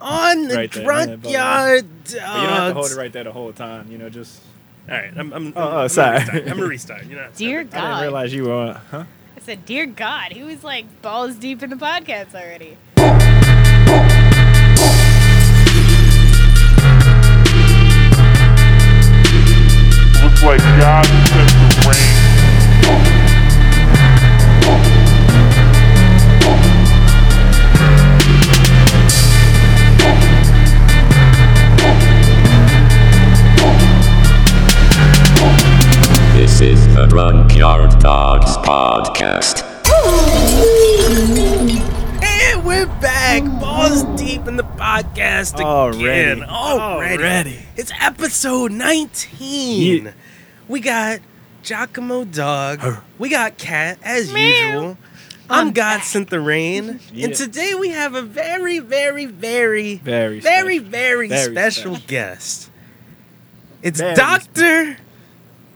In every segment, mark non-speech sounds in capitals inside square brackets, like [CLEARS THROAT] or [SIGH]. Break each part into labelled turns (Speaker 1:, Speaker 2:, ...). Speaker 1: right there.
Speaker 2: front
Speaker 1: but-
Speaker 2: yard.
Speaker 1: but you don't
Speaker 3: Uh,
Speaker 1: have to
Speaker 2: dogs.
Speaker 1: hold it right there the whole time. You know, just
Speaker 4: All right, I'm. I'm
Speaker 2: Uh,
Speaker 1: Oh,
Speaker 4: I'm,
Speaker 1: oh,
Speaker 4: I'm
Speaker 1: sorry.
Speaker 4: A
Speaker 1: [LAUGHS]
Speaker 4: restart.
Speaker 3: [LAUGHS]
Speaker 4: I'm a restart. You're not.
Speaker 5: Dear
Speaker 1: I didn't
Speaker 5: God.
Speaker 1: realize you were. on- Huh?
Speaker 5: I said, Dear God, he was like balls deep in the podcast already.
Speaker 6: Looks like God sent the rain.
Speaker 7: This is the Drunkyard Dogs Podcast.
Speaker 2: And we're back, balls deep in the podcast
Speaker 1: Already.
Speaker 2: again. Already.
Speaker 1: Already.
Speaker 2: It's episode 19.
Speaker 1: Yeah.
Speaker 2: We got Giacomo Dog. We got Cat, as
Speaker 5: Meow.
Speaker 2: usual. I'm,
Speaker 5: I'm
Speaker 2: God
Speaker 5: back.
Speaker 2: Sent the Rain.
Speaker 1: Yeah.
Speaker 2: And today we have a very, very, very,
Speaker 1: Very
Speaker 2: very,
Speaker 1: special.
Speaker 2: very,
Speaker 1: Very
Speaker 2: special
Speaker 1: special.
Speaker 2: guest. It's
Speaker 1: Very
Speaker 2: Dr.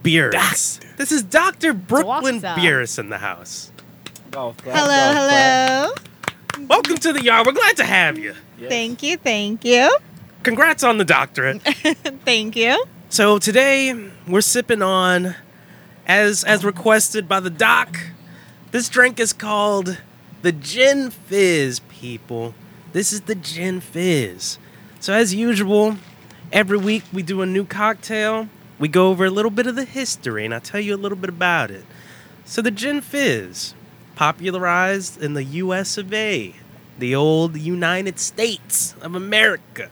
Speaker 2: Beerus. This is Dr. Brooklyn
Speaker 5: Doctor.
Speaker 2: Beerus in the house.
Speaker 1: Golf clap,
Speaker 3: Hello,
Speaker 1: golf clap.
Speaker 3: hello.
Speaker 2: Welcome to the yard. We're glad to have you.
Speaker 1: Yes.
Speaker 3: Thank you, thank you.
Speaker 2: Congrats on the doctorate.
Speaker 3: Thank you.
Speaker 2: So today we're sipping on, as as requested by the doc, this drink is called the Gin Fizz. People, this is the Gin Fizz. So as usual, every week we do a new cocktail. We go over a little bit of the history, and I tell you a little bit about it. So the Gin Fizz, popularized in the U.S. of A., the old United States of America.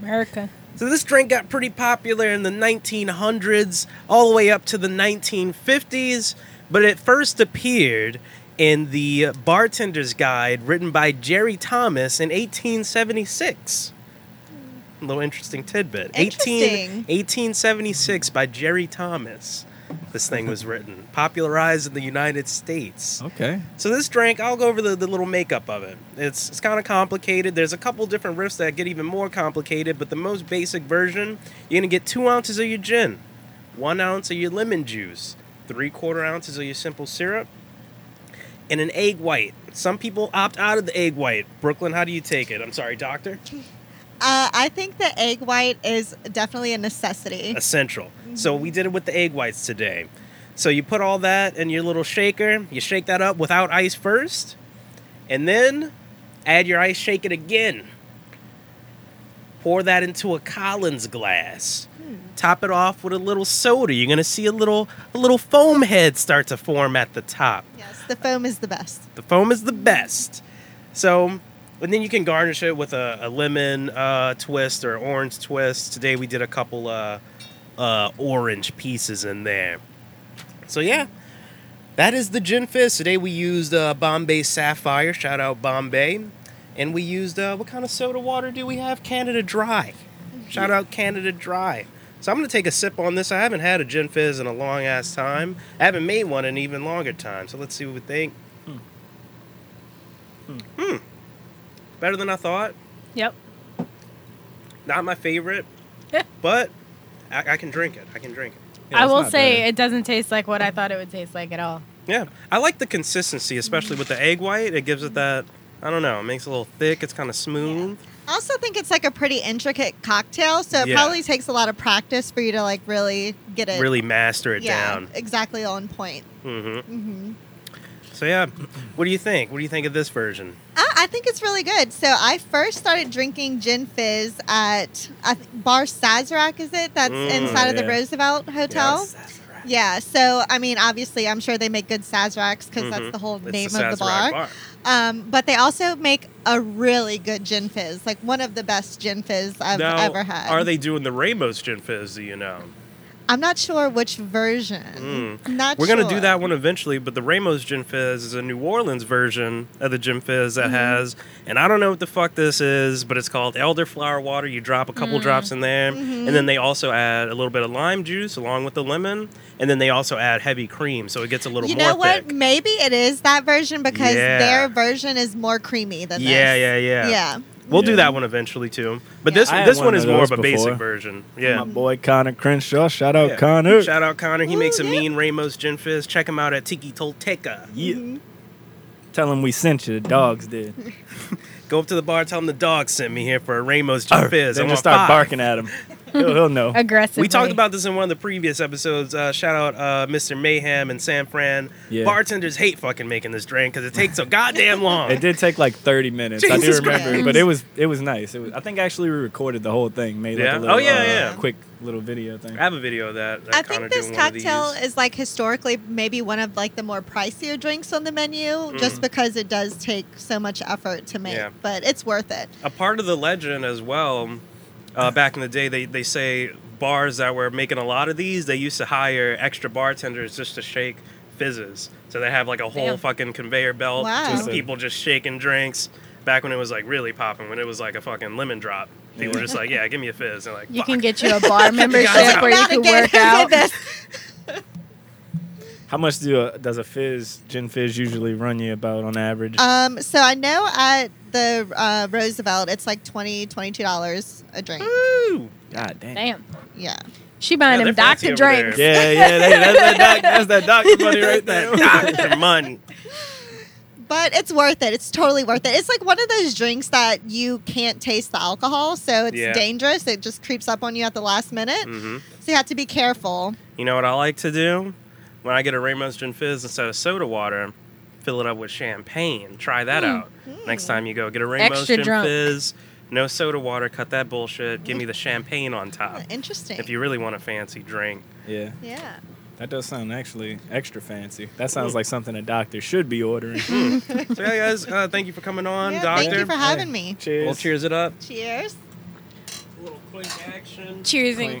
Speaker 5: America.
Speaker 2: So this drink got pretty popular in the 1900s, all the way up to the 1950s, but it first appeared in the Bartender's Guide written by Jerry Thomas in 1876. A little interesting tidbit. 18,
Speaker 3: Interesting.
Speaker 2: 1876 by Jerry Thomas. This thing was written, popularized in the United States.
Speaker 1: Okay.
Speaker 2: So this drink, I'll go over the, the little makeup of it. It's it's kind of complicated. There's a couple different riffs that get even more complicated, but the most basic version, you're gonna get two ounces of your gin, one ounce of your lemon juice, three quarter ounces of your simple syrup, and an egg white. Some people opt out of the egg white. Brooklyn, how do you take it? I'm sorry, doctor.
Speaker 3: Uh, I think the egg white is definitely a necessity.
Speaker 2: essential. So we did it with the egg whites today. So you put all that in your little shaker. You shake that up without ice first, and then add your ice. Shake it again. Pour that into a Collins glass. Top it off with a little soda. You're gonna see a little a little foam head start to form at the top.
Speaker 3: Yes, the foam is the best.
Speaker 2: The foam is the best. So, and then you can garnish it with a, a lemon uh, twist or orange twist. Today we did a couple uh, uh, orange pieces in there. So yeah, that is the gin fizz. Today we used uh, Bombay Sapphire. Shout out Bombay. And we used uh, what kind of soda water do we have? Canada Dry. Shout out Canada Dry. So I'm gonna take a sip on this. I haven't had a gin fizz in a long ass time. I haven't made one in even longer time. So let's see what we think. better than I thought.
Speaker 5: Yep.
Speaker 2: Not my
Speaker 3: [LAUGHS]
Speaker 2: favorite, but I, I can drink it. I can drink it.
Speaker 1: Yeah,
Speaker 5: I
Speaker 1: it's
Speaker 5: will
Speaker 1: not
Speaker 5: say
Speaker 1: bad.
Speaker 5: it doesn't taste like what I thought it would taste like at all.
Speaker 2: Yeah, I like the consistency, especially with the egg white. It gives it that I don't know. It makes it a little thick. It's kind of smooth.
Speaker 3: I also think it's like a pretty intricate cocktail, so it
Speaker 2: Yeah.
Speaker 3: probably takes a lot of practice for you to like really get it.
Speaker 2: Really master it
Speaker 3: yeah,
Speaker 2: down.
Speaker 3: exactly on point.
Speaker 2: hmm
Speaker 3: hmm
Speaker 2: So yeah, what do you think? What do you think of this version?
Speaker 3: Uh, I, I think it's really good. So I first started drinking gin fizz at I th- Bar Sazerac, is it? That's
Speaker 2: Mm,
Speaker 3: inside of the
Speaker 1: yeah.
Speaker 3: Roosevelt Hotel. Yeah, so I mean, obviously, I'm sure they make good Sazeracs because
Speaker 2: Mhm.
Speaker 3: that's the whole
Speaker 2: It's
Speaker 3: name
Speaker 2: the
Speaker 3: of the
Speaker 2: Sazerac
Speaker 3: bar.
Speaker 2: bar.
Speaker 3: Um, but they also make a really good gin fizz, like one of the best gin fizz I've
Speaker 2: Now,
Speaker 3: ever had.
Speaker 2: are they doing the Rainbow's Gin Fizz? Do you know?
Speaker 3: I'm not sure which version. Not.
Speaker 2: Mm. We're gonna do
Speaker 3: sure.
Speaker 2: that one eventually, but the Ramos Gin Fizz is a New Orleans version of the Gin Fizz
Speaker 3: Mm-hmm.
Speaker 2: that has, and I don't know what the fuck this is, but it's called elderflower water. You drop a
Speaker 3: Mm.
Speaker 2: couple drops in there,
Speaker 3: Mm-hmm.
Speaker 2: and then they also add a little bit of lime juice along with the lemon, and then they also add heavy cream, so it gets a little
Speaker 3: You
Speaker 2: more
Speaker 3: know what?
Speaker 2: thick.
Speaker 3: Maybe it is that version because
Speaker 2: Yeah.
Speaker 3: their version is more creamy than
Speaker 2: Yeah, yeah,
Speaker 3: this.
Speaker 2: yeah,
Speaker 3: Yeah.
Speaker 2: We'll
Speaker 1: Yeah.
Speaker 2: do that one eventually too, but
Speaker 3: Yeah.
Speaker 2: this
Speaker 1: I had
Speaker 2: this
Speaker 1: one
Speaker 2: one
Speaker 1: of
Speaker 2: is more of a
Speaker 1: those before.
Speaker 2: basic version. Yeah.
Speaker 1: My boy Connor Crenshaw. Shout out
Speaker 2: Yeah.
Speaker 1: Oh, Connor.
Speaker 2: Shout out Connor. He
Speaker 3: Ooh,
Speaker 2: makes a
Speaker 3: yeah.
Speaker 2: mean Ramos Gin Fizz. Check him out at Tiki Tolteca.
Speaker 1: yeah. Tell them we sent you. The
Speaker 2: [LAUGHS]
Speaker 1: dogs did.
Speaker 2: Go up to the bar, tell them the dog sent me here for a Ramos Gin Fizz. I
Speaker 1: Then
Speaker 2: want
Speaker 1: Oh, just start
Speaker 2: five.
Speaker 1: barking at
Speaker 3: [LAUGHS]
Speaker 1: him. He'll, he'll know.
Speaker 5: Aggressive.
Speaker 2: We talked about this in one of the previous episodes. Uh, shout out uh, Mr. Mayhem and San Fran.
Speaker 1: Yeah.
Speaker 2: Bartenders hate fucking making this drink because it takes so [LAUGHS] goddamn long.
Speaker 1: It did take like 30 minutes. I do
Speaker 2: Jesus
Speaker 1: remember,
Speaker 3: Christ.
Speaker 1: but it was it was nice. It was, I think actually we recorded the whole thing. Made like
Speaker 2: Yeah?
Speaker 1: a little,
Speaker 2: Oh, yeah,
Speaker 1: uh,
Speaker 2: yeah.
Speaker 1: quick little video thing.
Speaker 2: I have a video of that. that
Speaker 3: I
Speaker 2: Connor
Speaker 3: think
Speaker 2: doing
Speaker 3: this
Speaker 2: one of these.
Speaker 3: cocktail is like historically maybe one of like the more pricier drinks on the menu, just because it does take so much effort to make.
Speaker 2: Mm-hmm. Yeah.
Speaker 3: But it's worth it.
Speaker 2: a part of the legend as well. Uh, back in the day, they, they say bars that were making a lot of these, they used to hire extra bartenders just to shake fizzes. So they have like a whole
Speaker 5: Damn.
Speaker 2: fucking conveyor belt
Speaker 3: Wow.
Speaker 2: of people just shaking drinks. Back when it was like really popping, when it was like a fucking lemon drop, people were just like, "Yeah, give me a fizz." And like,
Speaker 5: You
Speaker 2: Fuck.
Speaker 5: can get you
Speaker 1: [LAUGHS]
Speaker 5: a bar membership
Speaker 2: out.
Speaker 5: where you
Speaker 3: Not
Speaker 5: can
Speaker 3: again. [LAUGHS]
Speaker 5: work out.
Speaker 3: This-
Speaker 1: How much do a, does a fizz gin fizz usually run you about on average?
Speaker 3: um, so I know at the uh, Roosevelt, it's like 20 dollars a drink.
Speaker 2: Woo!
Speaker 1: God damn.
Speaker 5: Damn.
Speaker 3: Yeah,
Speaker 5: She buying
Speaker 2: Yeah,
Speaker 5: them
Speaker 2: they're fancy
Speaker 5: Dr.
Speaker 2: over there.
Speaker 5: Drinks.
Speaker 1: Yeah, yeah, that, that's that doc, that's that
Speaker 3: [LAUGHS]
Speaker 1: doctor money right [LAUGHS] there.
Speaker 2: [LAUGHS] Doctor money.
Speaker 3: but it's worth it. It's totally worth it. It's like one of those drinks that you can't taste the alcohol, so it's
Speaker 2: Yeah.
Speaker 3: dangerous. It just creeps up on you at the last minute,
Speaker 2: hmm
Speaker 3: so you have to be careful.
Speaker 2: You know what I like to do? When I get a Ramos Gin Fizz instead of soda water, fill it up with champagne. Try that
Speaker 3: Hmm.
Speaker 2: out. Next time you go, get a Ramos
Speaker 5: Extra
Speaker 2: Gin
Speaker 5: drunk.
Speaker 2: Fizz, no soda water, cut that bullshit. Give me the champagne on top.
Speaker 3: Hmm. Interesting.
Speaker 2: Um, If you really want a fancy drink.
Speaker 1: Yeah,
Speaker 3: yeah.
Speaker 1: that does sound actually extra fancy. That sounds like something a doctor should be
Speaker 3: [LAUGHS]
Speaker 1: ordering.
Speaker 2: So, yeah, guys, uh, thank you for coming on,
Speaker 3: Yeah,
Speaker 2: Doctor.
Speaker 3: Thank you for having me.
Speaker 1: Cheers.
Speaker 2: We'll cheers it up.
Speaker 3: Cheers.
Speaker 2: A little quick action.
Speaker 5: Cheersing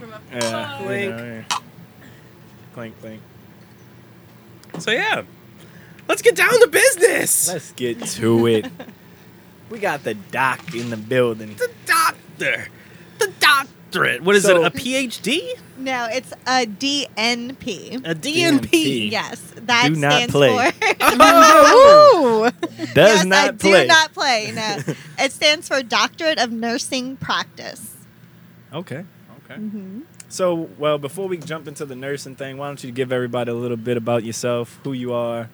Speaker 1: Clink.
Speaker 5: from a
Speaker 3: Oh,
Speaker 1: Yeah,
Speaker 2: Clink.
Speaker 1: You know, yeah. Clink, clink.
Speaker 2: So, yeah, let's get down to business.
Speaker 1: Let's
Speaker 3: [LAUGHS]
Speaker 1: get to it. we got the doc in the building.
Speaker 2: the doctor. The doctorate. What is
Speaker 1: So-
Speaker 2: it? A PhD?
Speaker 3: No, it's a DNP.
Speaker 2: A DNP.
Speaker 3: Yes, that
Speaker 1: Do not
Speaker 3: stands
Speaker 1: play.
Speaker 3: for.
Speaker 5: Ooh.
Speaker 1: [LAUGHS] Does
Speaker 3: [LAUGHS] yes,
Speaker 1: not
Speaker 3: I
Speaker 1: play.
Speaker 3: do not play. No, it stands for Doctorate of Nursing Practice.
Speaker 1: Okay. Okay.
Speaker 3: hmm
Speaker 5: Mm-hmm.
Speaker 1: So, well, before we jump into the nursing thing, why don't you give everybody a little bit about yourself, who you are,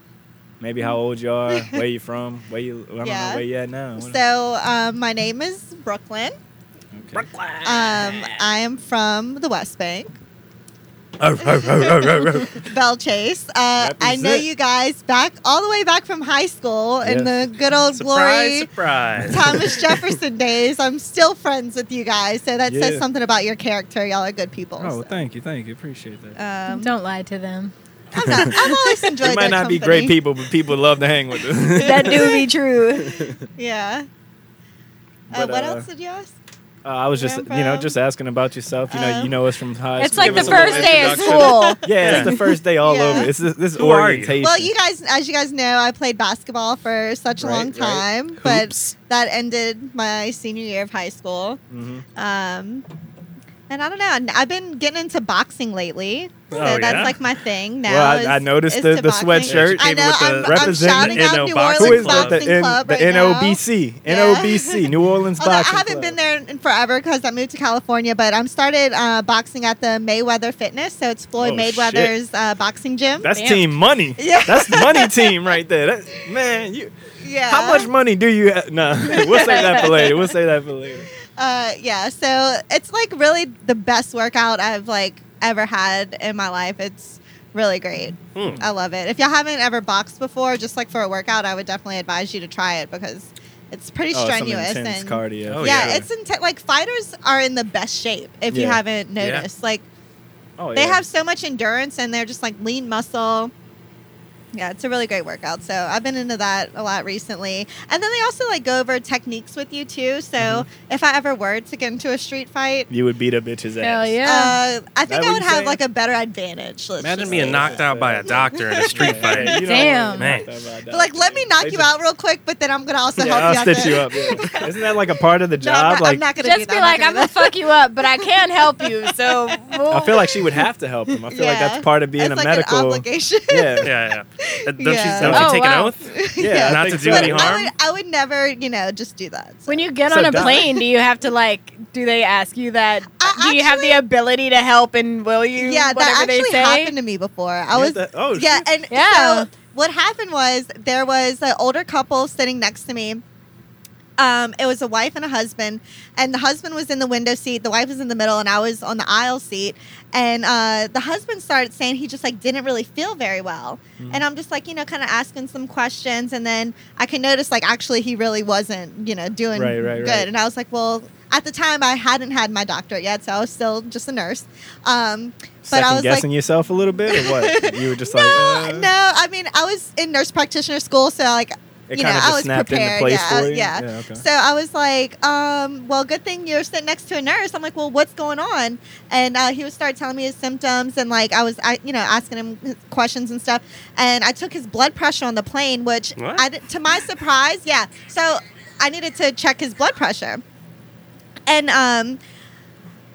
Speaker 1: maybe how old you
Speaker 5: [LAUGHS]
Speaker 1: are, where you from, where you, I don't
Speaker 3: Yeah.
Speaker 1: know where you at now. Oh, What-
Speaker 3: So, um, my name is Brooklyn.
Speaker 1: okay.
Speaker 3: Um, I am from the West Bank,
Speaker 1: Oh, oh, oh, oh, oh,
Speaker 5: [LAUGHS]
Speaker 1: oh.
Speaker 3: Bell Chase. Uh, I know
Speaker 1: Represent.
Speaker 3: you guys back all the way back from high school in
Speaker 1: Yes.
Speaker 3: the good old
Speaker 2: Surprise,
Speaker 1: [LAUGHS]
Speaker 3: glory
Speaker 2: surprise.
Speaker 3: Thomas Jefferson days. I'm still friends with you guys, so that
Speaker 1: Yeah.
Speaker 3: says something about your character. Y'all are good people.
Speaker 1: Oh, well,
Speaker 3: so.
Speaker 1: thank you, thank you, appreciate that.
Speaker 3: Um,
Speaker 5: Don't lie
Speaker 3: [LAUGHS]
Speaker 5: to them.
Speaker 3: I'm not, I've always enjoyed.
Speaker 1: we might
Speaker 3: their
Speaker 1: not be
Speaker 3: company.
Speaker 1: great people, but people love to hang with us.
Speaker 5: [LAUGHS] That do be true.
Speaker 3: Yeah. uh,
Speaker 1: But,
Speaker 3: what
Speaker 1: uh,
Speaker 3: else did you ask?
Speaker 1: [LAUGHS] Uh, I was just,
Speaker 3: Where I'm
Speaker 1: you know,
Speaker 3: from.
Speaker 1: just asking about yourself. You know,
Speaker 3: Um,
Speaker 1: you know us from high
Speaker 5: It's
Speaker 1: school.
Speaker 5: like the
Speaker 1: Give us a little
Speaker 5: first day of
Speaker 1: introduction.
Speaker 5: school.
Speaker 1: [LAUGHS] Yeah,
Speaker 5: [LAUGHS]
Speaker 1: it's the first day all
Speaker 3: Yeah.
Speaker 1: over. It's this, this
Speaker 2: Who are you?
Speaker 1: orientation.
Speaker 3: Well, you guys, as you guys know, I played basketball for such a
Speaker 1: Right,
Speaker 3: long
Speaker 1: right.
Speaker 3: time, but
Speaker 2: Oops.
Speaker 3: that ended my senior year of high school.
Speaker 1: Mhm.
Speaker 3: Um, and I don't know. and I've been getting into boxing lately, so
Speaker 2: Oh,
Speaker 3: that's
Speaker 2: yeah?
Speaker 3: like my thing now.
Speaker 1: Well, I-
Speaker 3: is-
Speaker 1: I noticed
Speaker 3: is
Speaker 1: the-
Speaker 3: to
Speaker 1: the
Speaker 3: boxing.
Speaker 1: sweatshirt.
Speaker 3: I know.
Speaker 2: With the-
Speaker 3: I'm, I'm
Speaker 1: representing
Speaker 3: shouting
Speaker 2: the
Speaker 3: out
Speaker 2: NO
Speaker 3: New
Speaker 2: Boxing
Speaker 1: Who
Speaker 3: Orleans
Speaker 1: is
Speaker 2: Club.
Speaker 1: that?
Speaker 3: Boxing
Speaker 1: The, N-
Speaker 3: Club
Speaker 1: the
Speaker 3: right now.
Speaker 1: NOBC,
Speaker 3: Yeah.
Speaker 1: NOBC, New Orleans
Speaker 3: Although I
Speaker 1: Boxing
Speaker 3: haven't
Speaker 1: Club.
Speaker 3: been there in forever because I moved to California, but I'm started uh, boxing at the Mayweather Fitness, so it's Floyd
Speaker 1: Oh, shit.
Speaker 3: Mayweather's uh, boxing gym.
Speaker 1: That's
Speaker 5: Damn.
Speaker 1: team money.
Speaker 3: Yeah.
Speaker 1: [LAUGHS] That's money team right there. That, man, you.
Speaker 3: yeah.
Speaker 1: How much money do you? have? No, [LAUGHS] we'll say that for later. We'll say that for
Speaker 3: [LAUGHS]
Speaker 1: later.
Speaker 3: Uh, yeah. So it's like really the best workout I've like ever had in my life. It's really great.
Speaker 2: Hmm.
Speaker 3: I love it. If y'all haven't ever boxed before, just like for a workout, I would definitely advise you to try it because it's pretty
Speaker 1: Oh, some
Speaker 3: strenuous
Speaker 1: intense
Speaker 3: and
Speaker 1: cardio.
Speaker 2: Oh,
Speaker 3: yeah,
Speaker 2: yeah.
Speaker 3: it's inten- like fighters are in the best shape if you
Speaker 1: Yeah.
Speaker 3: haven't
Speaker 2: Yeah.
Speaker 3: noticed. Like
Speaker 1: Oh,
Speaker 3: they
Speaker 1: yeah.
Speaker 3: have so much endurance and they're just like lean muscle. Yeah, it's a really great workout. So I've been into that a lot recently. And then they also like go over techniques with you too. So
Speaker 1: Mm-hmm.
Speaker 3: if I ever were to get into a street fight,
Speaker 1: You would beat a bitch's ass.
Speaker 5: Hell yeah.
Speaker 3: uh, I think
Speaker 1: what
Speaker 3: I would
Speaker 1: you
Speaker 3: have
Speaker 1: saying?
Speaker 3: like a better advantage. Let's
Speaker 2: Imagine
Speaker 3: just
Speaker 2: being
Speaker 3: say.
Speaker 2: knocked out by a doctor in a street
Speaker 1: You
Speaker 2: fight.
Speaker 1: don't
Speaker 5: Damn.
Speaker 1: wanna
Speaker 2: Man.
Speaker 1: knock that by a
Speaker 3: But, like,
Speaker 1: doctor.
Speaker 3: let me knock
Speaker 1: They
Speaker 3: you
Speaker 1: just-
Speaker 3: out real quick, but then I'm gonna also
Speaker 1: Yeah,
Speaker 3: help you
Speaker 1: I'll
Speaker 3: out
Speaker 1: stitch
Speaker 3: there.
Speaker 1: you up.
Speaker 3: [LAUGHS]
Speaker 1: yeah. Isn't that like a part of the
Speaker 3: No,
Speaker 1: job?
Speaker 3: I'm not,
Speaker 1: like
Speaker 3: I'm not gonna do
Speaker 5: Just
Speaker 3: that.
Speaker 5: be
Speaker 3: I'm
Speaker 5: like,
Speaker 3: not
Speaker 5: I'm
Speaker 3: gonna
Speaker 5: gonna fuck you up, but I can help
Speaker 3: [LAUGHS]
Speaker 5: you. So
Speaker 1: I feel like she would have to help him. I feel like
Speaker 3: Yeah.
Speaker 1: that's part of being
Speaker 3: it's
Speaker 1: a
Speaker 3: like
Speaker 1: medical.
Speaker 3: an obligation.
Speaker 1: Yeah.
Speaker 2: [LAUGHS]
Speaker 3: [LAUGHS]
Speaker 2: Yeah, yeah. Uh, Don't
Speaker 3: Yeah.
Speaker 2: you, don't
Speaker 5: Oh,
Speaker 2: you take
Speaker 5: wow.
Speaker 2: an
Speaker 3: [LAUGHS]
Speaker 2: oath?
Speaker 1: Yeah, I
Speaker 2: Not to
Speaker 1: think
Speaker 2: do
Speaker 1: so.
Speaker 3: But
Speaker 2: any harm.
Speaker 3: I would, I would never, you know, just do that. So.
Speaker 5: when you get
Speaker 1: So
Speaker 5: on a
Speaker 1: does-
Speaker 5: plane, do you have to like? Do they ask you that?
Speaker 3: I
Speaker 5: do you have the ability to help and will you?
Speaker 3: yeah,
Speaker 5: whatever
Speaker 3: that actually
Speaker 5: they say?
Speaker 3: happened to me before. I was
Speaker 1: That- oh,
Speaker 3: yeah,
Speaker 1: shit.
Speaker 3: and
Speaker 5: Yeah.
Speaker 3: so what happened was there was an older couple sitting next to me. Um, it was a wife and a husband, and the husband was in the window seat. The wife was in the middle, and I was on the aisle seat. And uh, the husband started saying he just like didn't really feel very well,
Speaker 1: Mm.
Speaker 3: and I'm just like you know kind of asking some questions, and then I could notice like actually he really wasn't you know doing
Speaker 1: Right, right,
Speaker 3: good,
Speaker 1: right.
Speaker 3: and I was like well. At the time, I hadn't had my doctorate yet, so I was still just a nurse. Um, but I
Speaker 1: Second
Speaker 3: was like,
Speaker 1: guessing yourself a little bit, or
Speaker 3: [LAUGHS]
Speaker 1: what? You were just like, uh,
Speaker 3: no, no. I mean, I was in nurse practitioner school, so like,
Speaker 1: It kind
Speaker 3: you know,
Speaker 1: of
Speaker 3: I
Speaker 1: just
Speaker 3: was
Speaker 1: snapped into
Speaker 3: prepared.
Speaker 1: place
Speaker 3: yeah,
Speaker 1: for you.
Speaker 3: yeah.
Speaker 1: okay.
Speaker 3: So I was like, um, well, good thing you're sitting next to a nurse. I'm like, well, what's going on? And uh, he would start telling me his symptoms, and like I was, I, you know, asking him his questions and stuff. And I took his blood pressure on the plane, which
Speaker 2: What?
Speaker 3: I, did- to my surprise, yeah. So I needed to check his blood pressure, and um,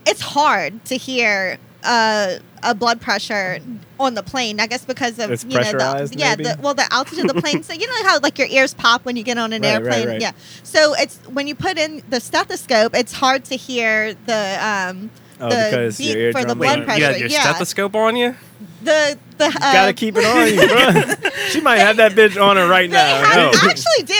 Speaker 3: it's hard to hear uh, a blood pressure on the plane. I guess because of
Speaker 1: It's
Speaker 3: you know the
Speaker 1: pressurized,
Speaker 3: yeah
Speaker 1: maybe?
Speaker 3: the, well the altitude of the plane. So you know how like your ears pop when you get on an
Speaker 1: Right, right,
Speaker 3: airplane.
Speaker 1: right.
Speaker 3: Yeah. So it's when you put in the stethoscope, it's hard to hear the um
Speaker 1: Oh,
Speaker 3: the
Speaker 1: because your
Speaker 3: beat for the
Speaker 1: eardrum-
Speaker 3: blood
Speaker 1: Wait,
Speaker 3: pressure.
Speaker 2: you had your
Speaker 3: yeah.
Speaker 2: stethoscope on you?
Speaker 3: the the uh,
Speaker 1: Gotta keep it on you, bro. [LAUGHS] she might have that bitch on her right
Speaker 3: um, [LAUGHS] They
Speaker 1: now.
Speaker 3: had-
Speaker 1: yo.
Speaker 3: I actually do.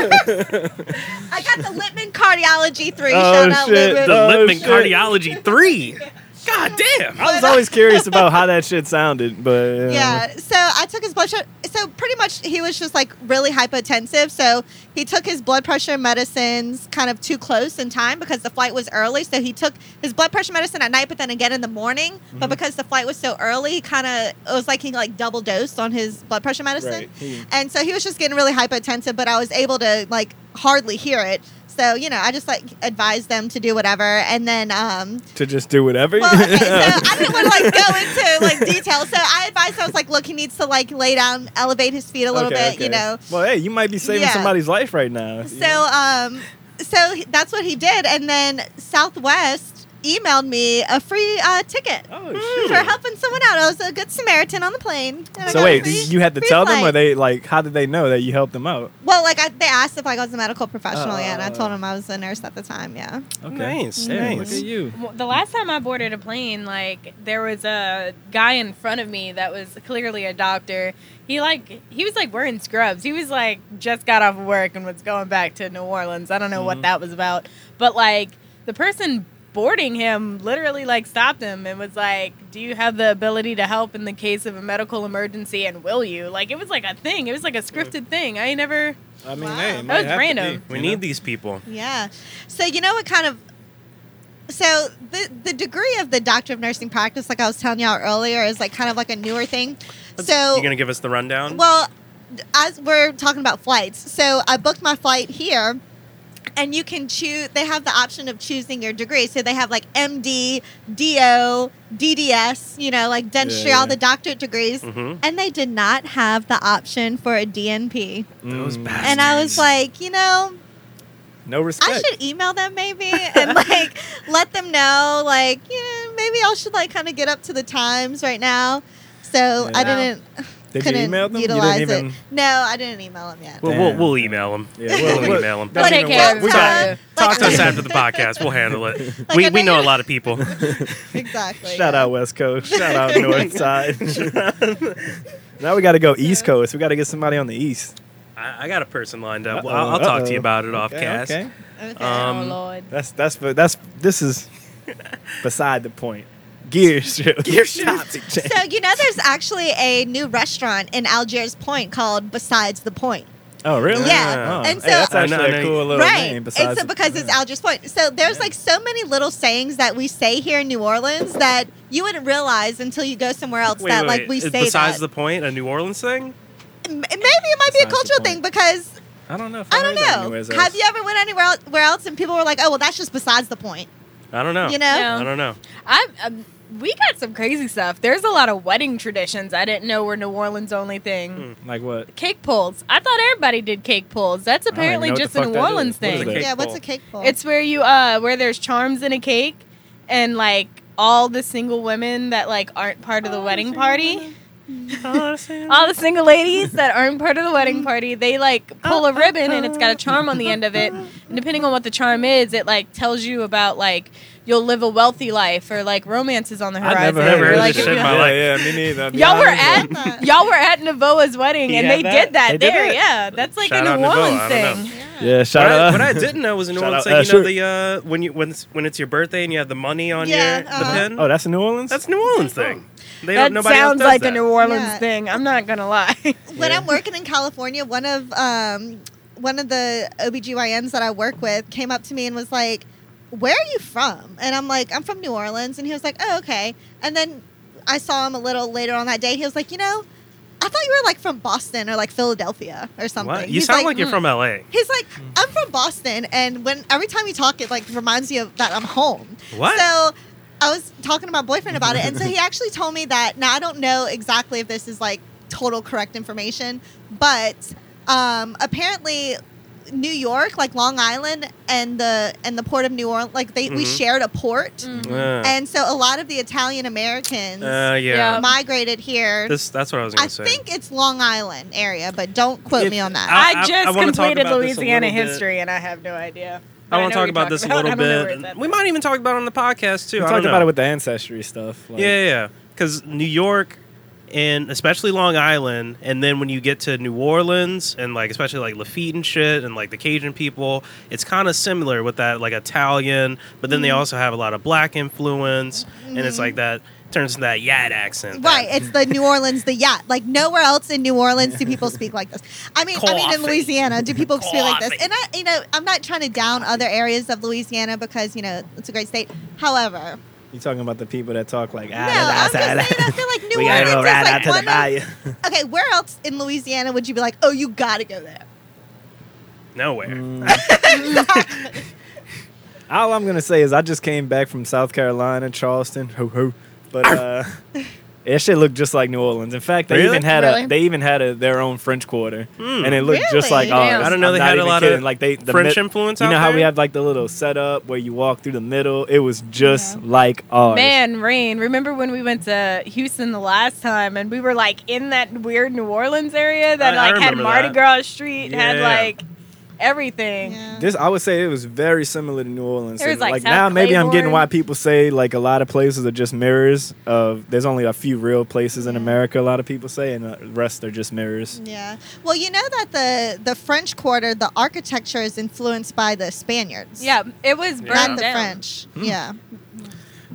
Speaker 1: [LAUGHS]
Speaker 3: in my purse. I got the Lippman Cardiology 3.
Speaker 1: Oh,
Speaker 3: Shout out
Speaker 1: shit.
Speaker 3: Lippman.
Speaker 2: The
Speaker 1: Oh,
Speaker 2: Lipman
Speaker 1: shit.
Speaker 2: Cardiology 3. God damn.
Speaker 1: I was always curious about how that shit sounded, but uh,
Speaker 3: Yeah. So I took his blood pressure. So pretty much he was just like really hypotensive. So he took his blood pressure medicines kind of too close in time because the flight was early. So he took his blood pressure medicine at night, but then again in the morning. But because the flight was so early, he kind of, it was like he like double dosed on his blood pressure medicine.
Speaker 1: right. He-
Speaker 3: And so he was just getting really hypotensive, but I was able to like hardly hear it. So, you know, I just like advised them to do whatever. And then, um,
Speaker 1: to just do whatever. [LAUGHS]
Speaker 3: well, okay, so I didn't want to like go into like detail. So I advised. I was like, look, he needs to like lay down, elevate his feet a little
Speaker 1: Okay,
Speaker 3: bit,
Speaker 1: okay.
Speaker 3: you know.
Speaker 1: Well, hey, you might be saving
Speaker 3: Yeah.
Speaker 1: somebody's life right now. you know?
Speaker 3: So um, so he- that's what he did, and then Southwest emailed me a free uh, ticket.
Speaker 1: oh
Speaker 3: For
Speaker 1: shit.
Speaker 3: helping someone out, I was a good Samaritan on the plane. and I got
Speaker 1: So
Speaker 3: a
Speaker 1: wait,
Speaker 3: free-
Speaker 1: you had to
Speaker 3: free
Speaker 1: tell them, or
Speaker 3: flight.
Speaker 1: they like, how did they know that you helped them out?
Speaker 3: Well, like I, they asked if like, I was a medical professional, yeah, and I
Speaker 1: Oh.
Speaker 3: told them I was a nurse at the time. Yeah,
Speaker 2: Nice,
Speaker 1: Yeah,
Speaker 2: nice.
Speaker 1: Look at you.
Speaker 5: Well, The last time I boarded a plane, like there was a guy in front of me that was clearly a doctor. He like he was like wearing scrubs. He was like just got off of work and was going back to New Orleans. I don't know what that was about, but like the person boarding him literally like stopped him and was like, "Do you have the ability to help in the case of a medical emergency and will you?" Like it was like a thing. It was like a scripted thing. I ain't never
Speaker 1: I mean,
Speaker 3: Wow.
Speaker 1: hey, it
Speaker 3: That
Speaker 1: might
Speaker 5: was
Speaker 1: have to be,
Speaker 5: random.
Speaker 2: We
Speaker 1: you
Speaker 2: need
Speaker 1: know?
Speaker 2: these people.
Speaker 3: yeah. So you know what kind of so the the degree of the doctor of nursing practice, like I was telling y'all earlier, is like kind of like a newer thing.
Speaker 2: you
Speaker 3: So
Speaker 2: going to give us the rundown?
Speaker 3: well, as we're talking about flights, so I booked my flight here. And you can choose, they have the option of choosing your degree. So they have like MD, DO, DDS, you know, like dentistry,
Speaker 1: Yeah, yeah.
Speaker 3: all the doctorate degrees.
Speaker 2: mm-hmm.
Speaker 3: And they did not have the option for a DNP.
Speaker 1: Those bastards.
Speaker 3: And I was like, you know,
Speaker 1: Mm. no respect.
Speaker 3: I should email them maybe and like
Speaker 1: [LAUGHS]
Speaker 3: let them know like yeah maybe I should like kind of get up to the times right now. So I
Speaker 1: Yeah.
Speaker 3: didn't
Speaker 1: Did you
Speaker 3: couldn't
Speaker 1: email them? You didn't
Speaker 3: utilize
Speaker 1: even.
Speaker 3: it. No, I didn't email them yet.
Speaker 2: We'll, we'll,
Speaker 1: Damn.
Speaker 2: we'll email them.
Speaker 1: Yeah,
Speaker 2: we'll,
Speaker 1: we'll-
Speaker 2: email them.
Speaker 1: That's
Speaker 5: We'll take
Speaker 1: even
Speaker 5: care
Speaker 1: worse.
Speaker 5: of
Speaker 1: We
Speaker 5: it.
Speaker 1: got-
Speaker 2: Talk to us
Speaker 3: I- [LAUGHS]
Speaker 2: after the podcast. We'll handle
Speaker 1: [LAUGHS]
Speaker 2: it.
Speaker 3: Like,
Speaker 2: we,
Speaker 3: I
Speaker 2: we
Speaker 3: know
Speaker 2: know a
Speaker 3: you're-
Speaker 2: lot of people. [LAUGHS]
Speaker 3: [LAUGHS] exactly.
Speaker 1: Shout
Speaker 3: yeah.
Speaker 1: out West Coast. Shout out
Speaker 3: [LAUGHS]
Speaker 1: North Side. [LAUGHS] now we got to go East Coast. We got to get somebody on the East.
Speaker 2: I, I got a person lined up.
Speaker 1: Uh-oh,
Speaker 2: Well, I'll, I'll talk to
Speaker 1: uh-oh.
Speaker 2: you about it off cast.
Speaker 1: Okay.
Speaker 3: Okay.
Speaker 2: Um,
Speaker 5: oh lord.
Speaker 1: That's that's that's this is beside the point.
Speaker 3: [LAUGHS]
Speaker 1: Gear shift. [LAUGHS] Gear shift.
Speaker 3: so you know, there's actually a new restaurant in Algiers Point called Besides the Point.
Speaker 1: Oh really?
Speaker 3: Yeah,
Speaker 1: Oh, hey,
Speaker 3: and so-
Speaker 1: that's
Speaker 2: I know-
Speaker 1: actually
Speaker 2: I
Speaker 1: a
Speaker 2: know
Speaker 1: cool
Speaker 2: you-
Speaker 1: little
Speaker 3: right.
Speaker 1: name.
Speaker 3: It's
Speaker 1: Besides,
Speaker 3: a- because it's
Speaker 1: yeah.
Speaker 3: Algiers Point. So there's
Speaker 1: Yeah.
Speaker 3: like so many little sayings that we say here in New Orleans that you wouldn't realize until you go somewhere else
Speaker 2: Wait,
Speaker 3: that
Speaker 2: wait,
Speaker 3: like
Speaker 2: wait.
Speaker 3: we
Speaker 2: Is
Speaker 3: say
Speaker 2: besides
Speaker 3: that.
Speaker 2: the point, a New Orleans thing?
Speaker 3: M- maybe it might be
Speaker 1: Besides the
Speaker 3: a cultural thing
Speaker 1: point.
Speaker 3: because
Speaker 1: I don't know. If
Speaker 3: I
Speaker 1: heard
Speaker 3: don't
Speaker 1: that anywhere
Speaker 3: know.
Speaker 1: else.
Speaker 3: Have you ever went anywhere el- where else and people were like, "Oh, well, that's just besides the point,"
Speaker 2: I don't know.
Speaker 3: you know?
Speaker 5: No.
Speaker 2: I don't know.
Speaker 5: I um, we got some crazy stuff. There's a lot of wedding traditions I didn't know were New Orleans only thing.
Speaker 2: Hmm.
Speaker 1: Like what?
Speaker 5: Cake pulls. I thought everybody did cake pulls. That's
Speaker 1: don't even
Speaker 5: apparently
Speaker 1: know what
Speaker 5: just
Speaker 1: the
Speaker 5: a
Speaker 1: fuck
Speaker 5: New
Speaker 1: that
Speaker 5: Orleans
Speaker 1: is. What is
Speaker 5: thing.
Speaker 2: that? Cake
Speaker 3: yeah,
Speaker 2: bowl.
Speaker 3: what's a cake bowl?
Speaker 5: It's where you uh where there's charms in a cake [LAUGHS] and like all the single women that like aren't part of the wedding party all the single Mm. ladies that aren't part of the wedding party, they like pull a ribbon and it's got a charm on the end of [LAUGHS] it. And depending on what the charm is, it like tells you about like you'll live a wealthy life or like romances on the horizon.
Speaker 1: I never
Speaker 2: Never
Speaker 1: heard
Speaker 5: or,
Speaker 2: heard
Speaker 5: like,
Speaker 2: this shit
Speaker 5: if
Speaker 2: in [LAUGHS]
Speaker 5: you-
Speaker 2: my life.
Speaker 1: yeah, yeah, me neither. I'll be
Speaker 5: Y'all were
Speaker 1: honest.
Speaker 5: at y'all were at Navoa's
Speaker 2: [LAUGHS]
Speaker 5: wedding
Speaker 2: He
Speaker 5: and
Speaker 2: had
Speaker 5: they
Speaker 2: that?
Speaker 5: did that
Speaker 2: They did
Speaker 5: there.
Speaker 2: it?
Speaker 5: yeah, that's like
Speaker 2: Shout
Speaker 5: a
Speaker 2: out
Speaker 5: New
Speaker 2: Navoa,
Speaker 5: Orleans
Speaker 2: I don't know.
Speaker 5: thing.
Speaker 1: Yeah, shout
Speaker 2: what, I,
Speaker 1: out.
Speaker 2: what I didn't know was in New
Speaker 1: Shout
Speaker 2: Orleans,
Speaker 1: out
Speaker 2: like, you know,
Speaker 1: Usher.
Speaker 2: the uh, when you when it's, when it's your birthday and you have the money on
Speaker 3: Yeah,
Speaker 2: your
Speaker 3: uh-huh.
Speaker 2: the pin.
Speaker 1: [LAUGHS] oh, that's New Orleans.
Speaker 2: that's New Orleans thing. They
Speaker 5: That
Speaker 2: don't, nobody
Speaker 5: sounds
Speaker 2: else does
Speaker 5: like
Speaker 2: that.
Speaker 5: a New Orleans
Speaker 3: Yeah.
Speaker 5: thing. I'm not gonna lie.
Speaker 3: when
Speaker 1: Yeah.
Speaker 3: I'm working in California, one of um, one of the OBGYNs that I work with came up to me and was like, "Where are you from?" And I'm like, "I'm from New Orleans." And he was like, "Oh, okay." And then I saw him a little later on that day. He was like, "You know, I thought you were like from Boston or like Philadelphia or something."
Speaker 2: What? You
Speaker 3: He's
Speaker 2: sound like, you're
Speaker 5: mm.
Speaker 2: from LA.
Speaker 3: He's like, I'm from Boston, and when every time you talk, it like reminds you of that I'm home.
Speaker 2: What?
Speaker 3: So I was talking to my boyfriend about it,
Speaker 2: [LAUGHS]
Speaker 3: and so he actually told me that. Now I don't know exactly if this is like total correct information, but um, apparently New York, like Long Island, and the and the port of New Orleans, like they we
Speaker 2: Mhm.
Speaker 3: shared a port,
Speaker 5: Mm-hmm.
Speaker 2: Uh,
Speaker 3: and so a lot of the Italian Americans
Speaker 2: uh, yeah.
Speaker 5: Yeah.
Speaker 3: migrated here.
Speaker 2: This that's what I was gonna
Speaker 3: I
Speaker 2: say.
Speaker 3: think it's Long Island area, but don't quote
Speaker 2: If-
Speaker 3: me on that.
Speaker 5: [LAUGHS] I,
Speaker 2: I- I
Speaker 5: just
Speaker 2: wanna talk
Speaker 5: completed
Speaker 2: about this a
Speaker 5: Louisiana
Speaker 2: little bit.
Speaker 5: history and I have no idea. But
Speaker 2: I want
Speaker 5: know
Speaker 2: to talk
Speaker 5: what
Speaker 2: about
Speaker 5: you're
Speaker 2: this a
Speaker 5: talking
Speaker 2: little
Speaker 5: about. [LAUGHS] I don't know where
Speaker 2: bit.
Speaker 5: it's at.
Speaker 2: We might even talk about it on the podcast too. I
Speaker 1: we talked
Speaker 2: don't
Speaker 1: about
Speaker 2: know.
Speaker 1: it with the ancestry stuff. Like,
Speaker 2: yeah, yeah, because New York and especially Long Island, and then when you get to New Orleans and like especially like Lafitte and shit, and like the Cajun people, it's kind of similar with that like Italian, but then they
Speaker 3: Mm.
Speaker 2: also have a lot of black influence, and it's like that turns into that Yad accent. that-
Speaker 3: Right, it's the New Orleans, the yacht. Like nowhere else in New Orleans do people speak like this. I mean, I mean in
Speaker 2: Coffee.
Speaker 3: Louisiana do people speak like this?
Speaker 2: Coffee.
Speaker 3: And I, you know, I'm not trying to down other areas of Louisiana because you know it's a great state. However,
Speaker 1: You talking about the people that talk like? "Ah,
Speaker 3: no, I'm just saying I feel like
Speaker 1: [LAUGHS]
Speaker 3: New
Speaker 1: we gotta
Speaker 3: Orleans
Speaker 1: go
Speaker 3: is
Speaker 1: right
Speaker 3: like
Speaker 1: out to the
Speaker 3: one of,
Speaker 1: bayou. [LAUGHS]
Speaker 3: okay. Where else in Louisiana would you be like, oh, you gotta go there?
Speaker 2: nowhere.
Speaker 1: Mm, All I'm gonna say is I just came back from South Carolina, Charleston, ho ho. But uh, that shit looked just like New Orleans. In fact, they
Speaker 2: Really?
Speaker 1: even had
Speaker 5: Really?
Speaker 1: a they even had a their own French Quarter,
Speaker 2: Hmm.
Speaker 1: and it looked just
Speaker 3: Really?
Speaker 1: like ours.
Speaker 5: Damn. I
Speaker 2: didn't know
Speaker 1: I'm
Speaker 2: they
Speaker 1: not
Speaker 2: had a
Speaker 1: even
Speaker 2: lot of
Speaker 1: kidding. like they the
Speaker 2: French influence
Speaker 1: You know
Speaker 2: out
Speaker 1: how we
Speaker 2: there?
Speaker 1: had like the little setup where you walk through the middle. It was just like ours.
Speaker 5: Man, Rain, remember when we went to Houston the last time and we were like in that weird New Orleans area
Speaker 2: I-
Speaker 5: that
Speaker 2: I
Speaker 5: like had
Speaker 2: remember
Speaker 5: Mardi
Speaker 2: that.
Speaker 5: Gras Street, had
Speaker 2: Yeah.
Speaker 5: like everything.
Speaker 3: Yeah.
Speaker 1: This I would say it was very similar to New Orleans.
Speaker 5: There was,
Speaker 1: And,
Speaker 5: like,
Speaker 1: like,
Speaker 5: South
Speaker 1: now maybe I'm getting
Speaker 5: Claiborne.
Speaker 1: why people say like a lot of places are just mirrors of there's only a few real places in America a lot of people say and the rest are just mirrors.
Speaker 3: Yeah. Well, you know that the the French Quarter, the architecture is influenced by the Spaniards.
Speaker 5: Yeah, it was
Speaker 2: Yeah.
Speaker 5: burned
Speaker 3: Not the
Speaker 5: down.
Speaker 3: French.
Speaker 1: Hmm.
Speaker 3: Yeah.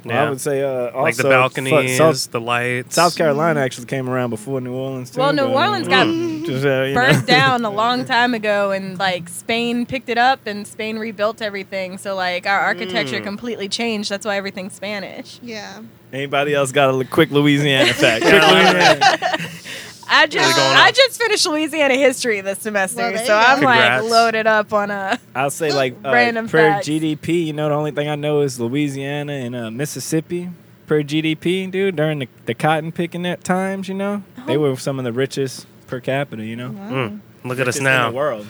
Speaker 1: Well, I
Speaker 2: Yeah.
Speaker 1: would say uh, also
Speaker 2: like the
Speaker 1: fuck,
Speaker 2: balconies,
Speaker 1: South,
Speaker 2: the lights.
Speaker 1: South Carolina actually came around before New Orleans. Too,
Speaker 5: Well, New
Speaker 1: but,
Speaker 5: Orleans
Speaker 1: uh,
Speaker 5: got
Speaker 1: just, uh, you know.
Speaker 2: [LAUGHS]
Speaker 5: Burned down a long time ago and like Spain picked it up and Spain rebuilt everything. So like our architecture
Speaker 2: Mm.
Speaker 5: completely changed. That's why everything's Spanish.
Speaker 3: Yeah.
Speaker 1: [LAUGHS] Anybody else got a li- quick Louisiana fact? Quick Louisiana.
Speaker 2: Carolina.
Speaker 5: I just
Speaker 3: going
Speaker 5: I just finished Louisiana history this semester,
Speaker 3: Well, there
Speaker 5: so
Speaker 3: you go.
Speaker 5: I'm
Speaker 2: Congrats.
Speaker 5: like loaded up on [LAUGHS] a
Speaker 1: I'll say like uh,
Speaker 5: Random
Speaker 1: per
Speaker 5: facts.
Speaker 1: GDP. You know, the only thing I know is Louisiana and uh, Mississippi per GDP, dude. During the, the cotton picking at times, you know,
Speaker 3: Uh-huh.
Speaker 1: they were some of the richest per capita. You know,
Speaker 2: Mm. Look at us
Speaker 1: Richest in the
Speaker 2: now.
Speaker 1: world.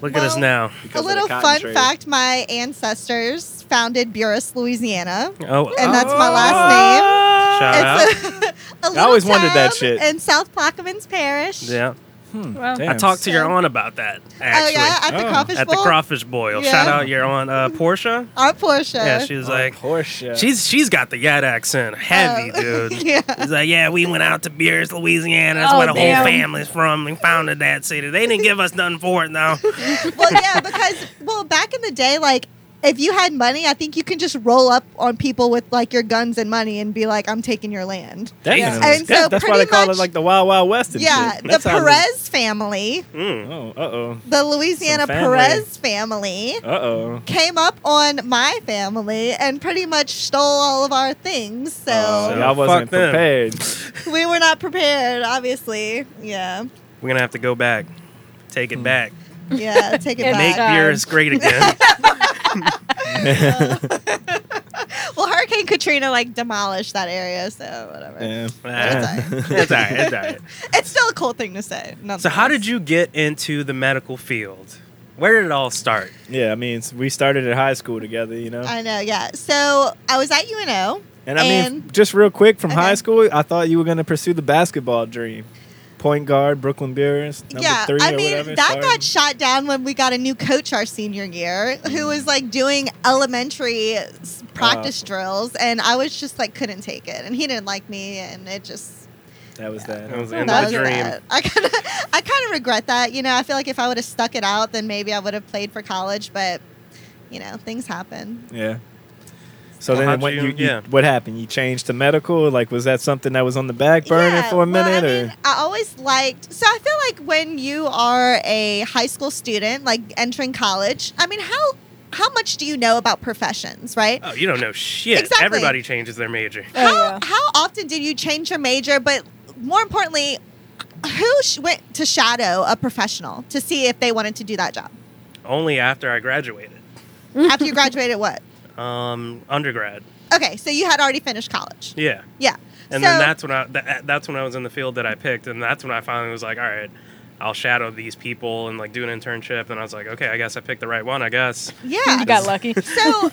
Speaker 2: Look at us
Speaker 3: Well,
Speaker 2: now.
Speaker 1: because of
Speaker 3: A
Speaker 1: the
Speaker 3: little
Speaker 1: cotton
Speaker 3: fun
Speaker 1: trade.
Speaker 3: fact: my ancestors founded Burris, Louisiana.
Speaker 2: Oh,
Speaker 3: and that's my
Speaker 2: oh.
Speaker 1: Ah.
Speaker 3: last
Speaker 2: Shout out.
Speaker 3: name. It's a, a little
Speaker 1: always wondered
Speaker 3: town
Speaker 1: that shit.
Speaker 3: In South Plaquemines Parish.
Speaker 2: Yeah.
Speaker 5: well,
Speaker 1: Hmm, Damn.
Speaker 2: I talked to your
Speaker 3: So-
Speaker 2: aunt about that
Speaker 3: Oh
Speaker 2: actually
Speaker 3: yeah, at the
Speaker 1: Oh.
Speaker 3: crawfish
Speaker 2: at the
Speaker 3: bowl.
Speaker 2: crawfish boil.
Speaker 3: Yeah.
Speaker 2: Shout out your aunt
Speaker 3: [LAUGHS]
Speaker 2: uh, Portia.
Speaker 3: Our Portia.
Speaker 2: Yeah, she was
Speaker 1: Oh,
Speaker 2: like,
Speaker 1: Portia.
Speaker 2: she's she's got the yad accent,
Speaker 3: [LAUGHS]
Speaker 2: heavy
Speaker 3: Oh.
Speaker 2: dude.
Speaker 3: yeah.
Speaker 2: He's like, yeah, we went out to Beers, Louisiana. That's
Speaker 5: Oh,
Speaker 2: where the
Speaker 5: damn.
Speaker 2: whole family's from and founded that city. They didn't give us nothing for it,
Speaker 3: [LAUGHS]
Speaker 2: though.
Speaker 3: Well, yeah, because well, back in the day, like. If you had money, I think you can just roll up on people with like your guns and money and be like, "I'm taking your land."
Speaker 2: Jesus.
Speaker 3: And so
Speaker 1: Yeah, that's why they
Speaker 3: pretty
Speaker 1: call
Speaker 3: much-
Speaker 1: it like the Wild Wild West. And
Speaker 3: yeah,
Speaker 1: shit.
Speaker 3: the
Speaker 1: That's how they-
Speaker 3: Perez family,
Speaker 2: Mm.
Speaker 1: Oh, uh oh,
Speaker 3: the Louisiana
Speaker 1: family.
Speaker 3: Perez family,
Speaker 1: uh oh.
Speaker 3: came up on my family and pretty much stole all of our things. So
Speaker 1: Oh, y'all
Speaker 2: Fuck
Speaker 1: wasn't
Speaker 2: them.
Speaker 1: prepared.
Speaker 3: we were not prepared, obviously. Yeah.
Speaker 2: We're going to have to go back, take it back,
Speaker 1: [LAUGHS]
Speaker 3: Yeah. Take it
Speaker 5: And
Speaker 2: make
Speaker 3: back.
Speaker 5: God.
Speaker 2: Beers great again.
Speaker 3: Well, Hurricane Katrina like demolished that area, so whatever.
Speaker 1: Yeah.
Speaker 2: Ah,
Speaker 1: [LAUGHS] Yeah.
Speaker 2: it's all right. It's all right.
Speaker 3: It's still a cool thing to say.
Speaker 2: So, how did you get into the medical field? Where did it all start?
Speaker 1: Yeah, I mean, it's- we started at high school together, you know.
Speaker 3: I know, yeah. So I was at UNO
Speaker 1: And I mean,
Speaker 3: And-
Speaker 1: just real quick from high
Speaker 3: Okay.
Speaker 1: school, I thought you were going to pursue the basketball dream. Point guard, Brooklyn Bears, number
Speaker 3: yeah,
Speaker 1: three
Speaker 3: I
Speaker 1: or
Speaker 3: mean
Speaker 1: whatever.
Speaker 3: that
Speaker 1: starting.
Speaker 3: got shot down when we got a new coach our senior year, who was like doing elementary s- practice drills, and I was just like couldn't take it, and he didn't like me, and it just
Speaker 1: that was that.
Speaker 2: That was the
Speaker 3: that
Speaker 2: end of
Speaker 3: was
Speaker 2: the dream.
Speaker 3: that. [LAUGHS] I kind of I kind of regret that. You know, I feel like if I would have stuck it out, then maybe I would have played for college, but you know, things happen.
Speaker 1: Yeah. So
Speaker 2: Well,
Speaker 1: then,
Speaker 2: how'd
Speaker 1: what, you,
Speaker 2: you-
Speaker 1: you,
Speaker 2: yeah.
Speaker 1: what happened? You changed to medical? Like, was that something that was on the back burner
Speaker 3: Yeah,
Speaker 1: for a
Speaker 3: well,
Speaker 1: minute?
Speaker 3: I
Speaker 1: or
Speaker 3: mean, I always liked. So I feel like when you are a high school student, like entering college, I mean, how how much do you know about professions, right?
Speaker 2: Oh, you don't know shit.
Speaker 3: Exactly.
Speaker 2: Everybody changes their major.
Speaker 5: Oh,
Speaker 3: how
Speaker 5: yeah.
Speaker 3: how often did you change your major? But more importantly, who sh- went to shadow a professional to see if they wanted to do
Speaker 1: [LAUGHS]
Speaker 3: that job
Speaker 2: Only after I graduated,
Speaker 3: after you graduated? What?
Speaker 2: um, undergrad.
Speaker 3: Okay, so you had already finished college.
Speaker 2: Yeah,
Speaker 3: Yeah.
Speaker 2: and
Speaker 3: so,
Speaker 2: then that's when I that, that's when I was in the field that I picked, and that's when I finally was like, all right, I'll shadow these people and like do an internship, and I was like, okay, I guess I picked the right one. I guess.
Speaker 3: yeah,
Speaker 5: You
Speaker 1: [LAUGHS]
Speaker 5: got lucky.
Speaker 3: so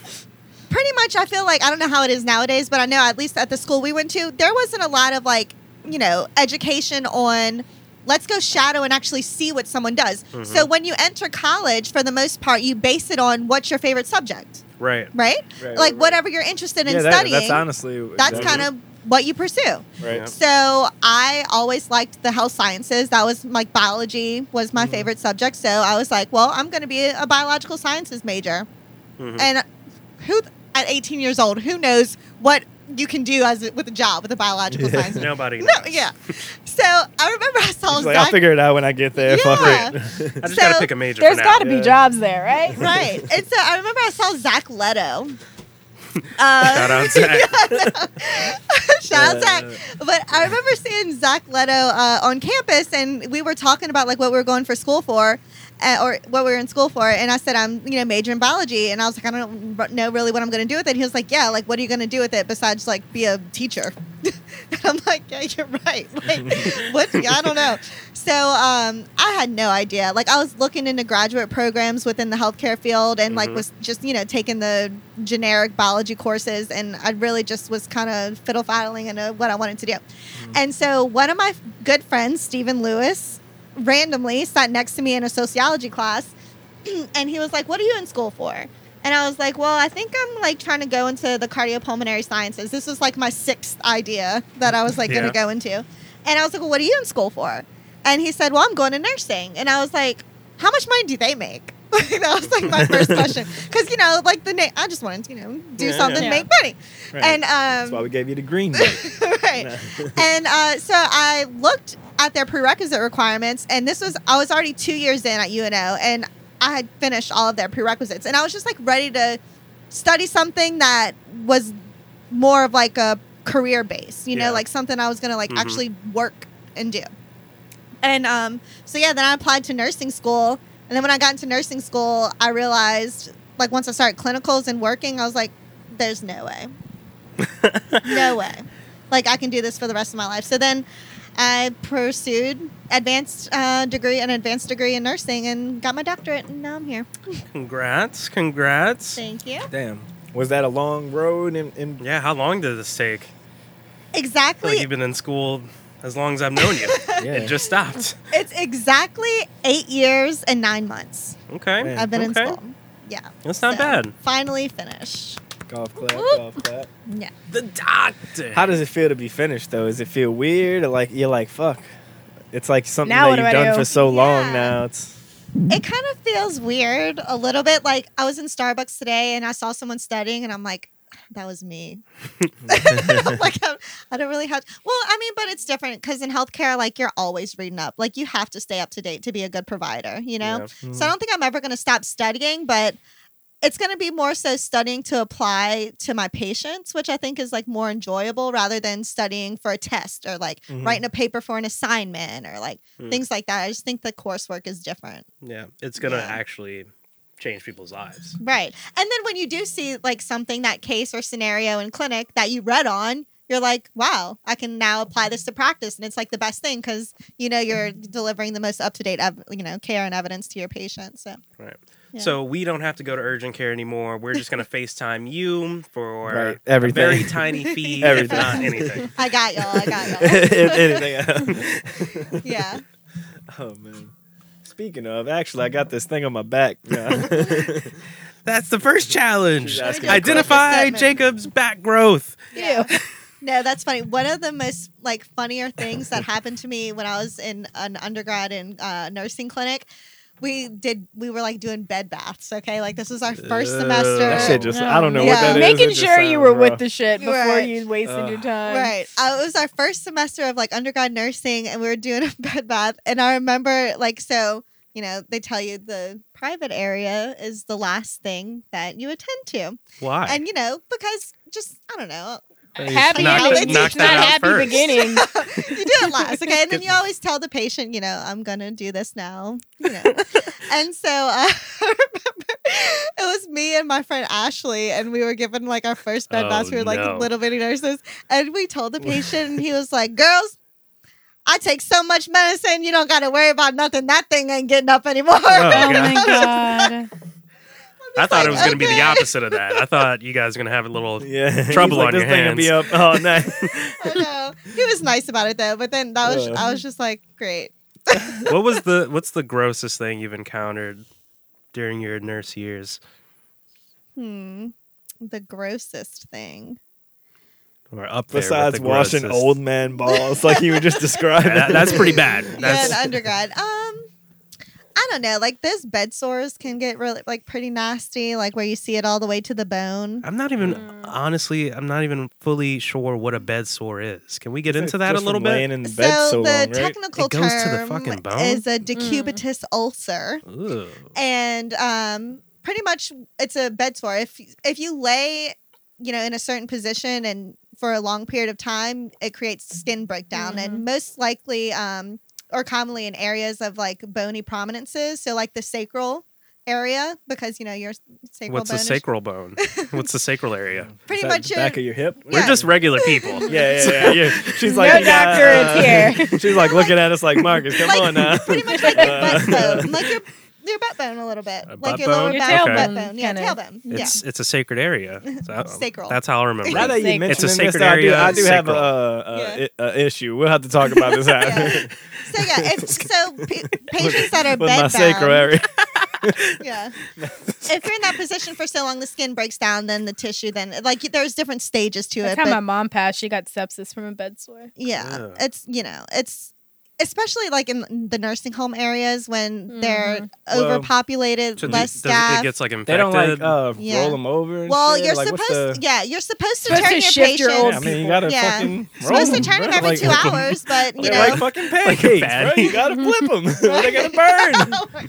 Speaker 3: pretty much i feel like i don't know how it is nowadays but i know at least at the school we went to there wasn't a lot of like you know education on let's go shadow and actually see what someone does
Speaker 1: Mm-hmm.
Speaker 3: so when you enter college for the most part you base it on what's your favorite subject
Speaker 2: Right.
Speaker 3: right,
Speaker 1: Right,
Speaker 3: like
Speaker 1: right, right.
Speaker 3: whatever you're interested in
Speaker 1: yeah, that-
Speaker 3: studying
Speaker 1: that's honestly.
Speaker 3: that's kind of what you pursue
Speaker 1: Right.
Speaker 3: so I always liked the health sciences. That was like biology was
Speaker 1: Mm-hmm.
Speaker 3: my favorite subject. So I was like, well, I'm going to be a biological sciences major.
Speaker 1: Mm-hmm.
Speaker 2: Mhm.
Speaker 3: And uh, who at 18 years old, who knows what you can do as a, with a job with a biological
Speaker 1: Yeah. [LAUGHS]
Speaker 3: sciences?
Speaker 2: Nobody.
Speaker 3: No,
Speaker 2: knows.
Speaker 3: yeah. So I remember I saw
Speaker 1: He's like, I'll
Speaker 3: Zach.
Speaker 1: figure it out when I get there.
Speaker 3: Yeah.
Speaker 1: Fuck it.
Speaker 2: I just
Speaker 3: So,
Speaker 2: gotta pick a major.
Speaker 5: There's
Speaker 2: for now.
Speaker 5: got to be
Speaker 1: Yeah.
Speaker 5: jobs there, right?
Speaker 3: Right. And so I remember I saw Zach Leto.
Speaker 1: [LAUGHS]
Speaker 2: Shout
Speaker 3: Uh, [LAUGHS]
Speaker 2: out Zach.
Speaker 3: Shout out
Speaker 1: Yeah.
Speaker 3: Zach. But I remember seeing Zach Leto uh, on campus, and we were talking about like what we were going for school for, uh, or what we were in school for. And I said, I'm you know major in biology, and I was like, I don't r- know really what I'm going to do with it. He was like, Yeah, like what are you going to do with it besides like be a teacher? and [LAUGHS] I'm like, Yeah, you're right. [LAUGHS] Like, what? yeah, I don't know. So um, I had no idea. Like I was looking into graduate programs within the healthcare field, and like
Speaker 2: Mhm.
Speaker 3: was just you know taking the generic biology courses, and I really just was kind of fiddle faddling into what I wanted to do. Mm-hmm. And so one of my f- good friends, Stephen Lewis, randomly sat next to me in a sociology class, [CLEARS THROAT] and he was like, "What are you in school for?" And I was like, "Well, I think I'm like trying to go into the cardiopulmonary sciences." This was like my sixth idea that I was like going
Speaker 2: Yeah.
Speaker 3: to go into, and I was like, "Well, what are you in school for?" And he said, "Well, I'm going to nursing," and I was like, "How much money do they make?" [LAUGHS] Like, that was like
Speaker 2: [LAUGHS]
Speaker 3: my first question because you know, like the name, I just wanted to you know do
Speaker 2: Yeah, yeah.
Speaker 3: something,
Speaker 5: Yeah.
Speaker 3: make money,
Speaker 1: Right.
Speaker 3: and
Speaker 1: [LAUGHS]
Speaker 3: um,
Speaker 1: that's why we gave you the green light.
Speaker 3: [LAUGHS] right. And uh, so I looked at their prerequisite requirements, and this was I was already two years in at UNO, and I had finished all of their prerequisites, and I was just like ready to study something that was more of like a career base, you
Speaker 2: Yeah.
Speaker 3: know, like something I was gonna like
Speaker 2: Mhm.
Speaker 3: actually work and do. And um, so yeah, then I applied to nursing school, and then when I got into nursing school, I realized like once I started clinicals and working, I was like, there's
Speaker 2: [LAUGHS]
Speaker 3: no way, no way, like I can do this for the rest of my life. So then I pursued advanced uh, degree an advanced degree in nursing and got my doctorate, and now I'm here.
Speaker 2: Congrats. Congrats.
Speaker 3: Thank you.
Speaker 1: Damn. Was that a long road? In, in
Speaker 2: Yeah. How long did this take? I feel
Speaker 3: Exactly.
Speaker 2: like you've been in school as long as I've known
Speaker 3: [LAUGHS]
Speaker 2: you.
Speaker 1: yeah.
Speaker 2: It just stopped.
Speaker 3: It's exactly eight years and nine months
Speaker 2: Okay.
Speaker 1: Man.
Speaker 3: I've been in
Speaker 2: okay.
Speaker 3: school. Yeah.
Speaker 2: That's not
Speaker 3: So,
Speaker 2: bad.
Speaker 3: Finally finished.
Speaker 1: golf clap, golf clap.
Speaker 3: Yeah.
Speaker 2: The doctor.
Speaker 1: How does it feel to be finished though? Does it feel weird? Or like you're like fuck? It's like something
Speaker 5: Now what
Speaker 1: that
Speaker 5: do
Speaker 1: you've
Speaker 5: I
Speaker 1: done
Speaker 5: do?
Speaker 1: for so long
Speaker 3: Yeah.
Speaker 1: now. It's
Speaker 3: It kind of feels weird a little bit. Like I was in Starbucks today and I saw someone studying and I'm like, that was me. [LAUGHS] I'm like I'm, I do not really have. Well, I mean, but it's different because in healthcare, like you're always reading up. Like you have to stay up to date to be a good provider. You know.
Speaker 1: Yeah.
Speaker 3: So I don't think I'm ever going to stop studying, but it's going to be more so studying to apply to my patients, which I think is like more enjoyable rather than studying for a test or like
Speaker 1: Mhm.
Speaker 3: writing a paper for an assignment or like things like that. I just think the coursework is different.
Speaker 2: Yeah. It's gonna
Speaker 3: Yeah.
Speaker 2: actually change people's lives.
Speaker 3: Right. And then when you do see like something, that case or scenario in clinic that you read on, you're like, wow, I can now apply this to practice, and it's like the best thing because you know you're delivering the most up to date, ev- you know, care and evidence to your patient. So
Speaker 2: Right.
Speaker 3: Yeah.
Speaker 2: So we don't have to go to urgent care anymore. We're just
Speaker 3: [LAUGHS]
Speaker 2: going to FaceTime you for
Speaker 1: Right,
Speaker 2: a
Speaker 1: everything.
Speaker 2: very tiny fee, if
Speaker 1: Everything.
Speaker 2: not
Speaker 3: [LAUGHS]
Speaker 2: anything.
Speaker 3: I got y'all.
Speaker 1: [LAUGHS]
Speaker 3: I got
Speaker 1: if anything.
Speaker 3: y'all. yeah.
Speaker 1: [LAUGHS] Oh man. Speaking of, actually, I got this thing on my back. Yeah.
Speaker 2: That's the first challenge.
Speaker 1: She's asking
Speaker 2: Identify
Speaker 3: a question.
Speaker 2: Jacob's back growth.
Speaker 3: Ew. No, that's funny. One of the most like funnier things that happened to me when I was in an undergrad in uh, nursing clinic. We did. We were like doing bed baths. Okay, like this was our first
Speaker 2: Ugh.
Speaker 3: semester.
Speaker 1: that [LAUGHS] shit just, I don't know
Speaker 3: Yeah.
Speaker 1: what that is.
Speaker 5: Making
Speaker 1: It just
Speaker 5: sure you
Speaker 1: sounds
Speaker 5: were
Speaker 1: rough.
Speaker 5: with the shit before
Speaker 3: Right.
Speaker 5: you wasted
Speaker 1: Ugh.
Speaker 5: your time.
Speaker 3: Right. Uh, it was our first semester of like undergrad nursing, and we were doing [LAUGHS] a bed bath. And I remember, like, so, you know, they tell you the private area is the last thing that you attend to.
Speaker 2: [LAUGHS] Why?
Speaker 3: And, you know, because just, I don't know,
Speaker 5: Happy
Speaker 3: Knock-
Speaker 5: ending,
Speaker 3: knock
Speaker 5: not
Speaker 3: that out
Speaker 5: happy
Speaker 2: first.
Speaker 1: [LAUGHS]
Speaker 5: beginning.
Speaker 3: you do
Speaker 5: [LAUGHS]
Speaker 3: it last, okay? And then you always tell the patient, you know, I'm gonna do this now, you
Speaker 5: [LAUGHS]
Speaker 3: know. and so uh, [LAUGHS] I remember it was me and my friend Ashley, and we were given like our first bed
Speaker 2: Oh,
Speaker 3: baths. We were like
Speaker 2: no.
Speaker 3: little bitty nurses, and we told
Speaker 5: [LAUGHS]
Speaker 3: the patient, and he was like, "Girls." I take so much medicine, you don't got to worry about nothing. That thing ain't getting up anymore. [LAUGHS]
Speaker 5: Oh my
Speaker 2: Okay. I
Speaker 5: god.
Speaker 2: thought it was going to be the
Speaker 3: Okay.
Speaker 2: opposite of that. I thought you guys were going to have a little.
Speaker 1: Yeah. [LAUGHS]
Speaker 2: Trouble
Speaker 1: He's like,
Speaker 2: on
Speaker 1: this
Speaker 2: your
Speaker 1: thing will be
Speaker 2: hands."
Speaker 1: up
Speaker 2: [LAUGHS]
Speaker 1: all night. [LAUGHS]
Speaker 3: I know. He was nice about it though, but then that was
Speaker 5: Uh.
Speaker 1: Yeah.
Speaker 3: I was just like, great.
Speaker 2: What was the what's the grossest thing you've encountered during your nurse years
Speaker 3: Hmm. The grossest thing.
Speaker 2: or up there? with
Speaker 1: Besides
Speaker 2: the
Speaker 1: washing
Speaker 2: grossest?
Speaker 1: old man balls, like you were just describing.
Speaker 2: [LAUGHS] Yeah, that- that's pretty bad.
Speaker 3: [LAUGHS] yeah,
Speaker 2: That's
Speaker 3: in undergrad. Um, I don't know. Like those bed sores can get really like pretty nasty, like where you see it all the way to the bone.
Speaker 2: I'm not even
Speaker 5: Mm.
Speaker 2: honestly. I'm not even fully sure what a bed sore is. Can we get into that a
Speaker 1: Just
Speaker 2: little
Speaker 1: from Laying
Speaker 2: bit?
Speaker 1: in the bed
Speaker 3: So,
Speaker 1: so,
Speaker 3: the
Speaker 1: long, right?
Speaker 3: technical
Speaker 2: It goes to the
Speaker 3: term
Speaker 2: fucking bone?
Speaker 3: is a decubitus ulcer,
Speaker 2: Ooh.
Speaker 3: and um, pretty much it's a bed sore. If if you lay, you know, in a certain position and for a long period of time, it creates skin breakdown, and most likely, um, or commonly in areas of like bony prominences, so like the sacral area, because you know your sacral
Speaker 2: What's
Speaker 3: bone
Speaker 2: the
Speaker 3: is
Speaker 5: [LAUGHS]
Speaker 2: sacral bone? What's the sacral area?
Speaker 3: pretty
Speaker 1: Is that
Speaker 3: much
Speaker 1: the
Speaker 3: your-
Speaker 1: back of your hip.
Speaker 3: Yeah.
Speaker 2: We're just regular people.
Speaker 5: [LAUGHS]
Speaker 1: Yeah, [LAUGHS] yeah, yeah. yeah. She's
Speaker 5: No
Speaker 1: like,
Speaker 5: doctor
Speaker 1: yeah,
Speaker 5: is
Speaker 1: uh, [LAUGHS] She's like looking at us like, Marcus, come
Speaker 3: Like,
Speaker 1: on now. [LAUGHS]
Speaker 3: [LAUGHS]
Speaker 1: Uh,
Speaker 3: pretty much like your butt bone, like your your butt bone a little bit,
Speaker 2: A
Speaker 3: like
Speaker 2: butt
Speaker 3: your lower
Speaker 2: bone?
Speaker 3: back
Speaker 2: Your
Speaker 3: butt
Speaker 5: tailbone,
Speaker 3: bone, yeah,
Speaker 5: kinda.
Speaker 3: tailbone, yeah.
Speaker 2: It's it's a sacred area.
Speaker 5: [LAUGHS]
Speaker 2: So-
Speaker 3: Sacral.
Speaker 2: That's how I remember.
Speaker 1: Now
Speaker 2: it.
Speaker 1: that you
Speaker 5: Sacral.
Speaker 1: mentioned
Speaker 5: It's
Speaker 2: a
Speaker 1: this,
Speaker 2: sacred
Speaker 1: I do,
Speaker 2: area,
Speaker 1: I do have a,
Speaker 2: sacral.
Speaker 1: a, a, a issue. We'll have to talk about this
Speaker 3: Yeah.
Speaker 1: after.
Speaker 3: [LAUGHS] So yeah, it's so pa- patients that are
Speaker 1: [LAUGHS] With my
Speaker 3: bed
Speaker 1: sacral [LAUGHS] area.
Speaker 3: yeah. [LAUGHS] if you're in that position for so long, the skin breaks down, then the tissue, then like there's different stages to
Speaker 5: That's
Speaker 3: it.
Speaker 5: how
Speaker 3: but-
Speaker 5: my mom passed. She got sepsis from a bed sore.
Speaker 3: yeah,
Speaker 2: Ugh.
Speaker 3: it's you know, it's especially like in the nursing home areas when
Speaker 5: Mm-hmm.
Speaker 3: they're overpopulated,
Speaker 2: So do-
Speaker 3: less
Speaker 2: does it-
Speaker 3: staff.
Speaker 2: it gets like
Speaker 1: They
Speaker 2: infected.
Speaker 1: don't like uh,
Speaker 3: Yeah.
Speaker 1: roll them over. And
Speaker 3: well,
Speaker 1: shit.
Speaker 3: you're
Speaker 1: like, what's
Speaker 3: supposed,
Speaker 1: the-
Speaker 3: yeah, you're supposed to
Speaker 5: Supposed
Speaker 3: turn
Speaker 5: to
Speaker 3: your
Speaker 5: shift your
Speaker 3: patient.
Speaker 5: old
Speaker 1: I mean, you gotta
Speaker 3: Yeah.
Speaker 1: fucking roll
Speaker 3: supposed to
Speaker 1: 'em,
Speaker 3: turn them
Speaker 1: bro.
Speaker 3: every
Speaker 1: Like-
Speaker 3: two hours, but you
Speaker 1: They're [LAUGHS]
Speaker 3: know,
Speaker 1: like fucking pancakes, bro.
Speaker 2: fatty.
Speaker 1: You
Speaker 3: [LAUGHS]
Speaker 1: gotta flip them. [LAUGHS] They're gonna burn.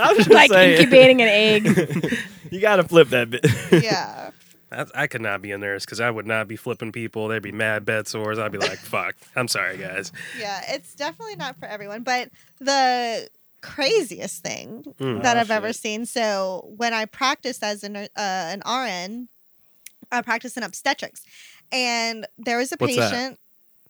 Speaker 1: I'm just
Speaker 5: Like
Speaker 1: saying.
Speaker 5: incubating
Speaker 1: [LAUGHS]
Speaker 5: an egg.
Speaker 1: You gotta flip that bit.
Speaker 3: yeah.
Speaker 2: That's- I could not be a nurse because I would not be flipping people. They'd be mad bed sores. I'd be
Speaker 5: [LAUGHS]
Speaker 2: like, fuck. I'm sorry, guys.
Speaker 3: Yeah, it's definitely not for everyone, but the craziest thing
Speaker 2: Mm.
Speaker 1: [LAUGHS]
Speaker 3: that
Speaker 1: Oh,
Speaker 3: I've ever
Speaker 1: shit.
Speaker 3: seen. So when I practiced as an uh, an RN, I practiced in obstetrics, and there was a
Speaker 2: What's that?
Speaker 3: patient.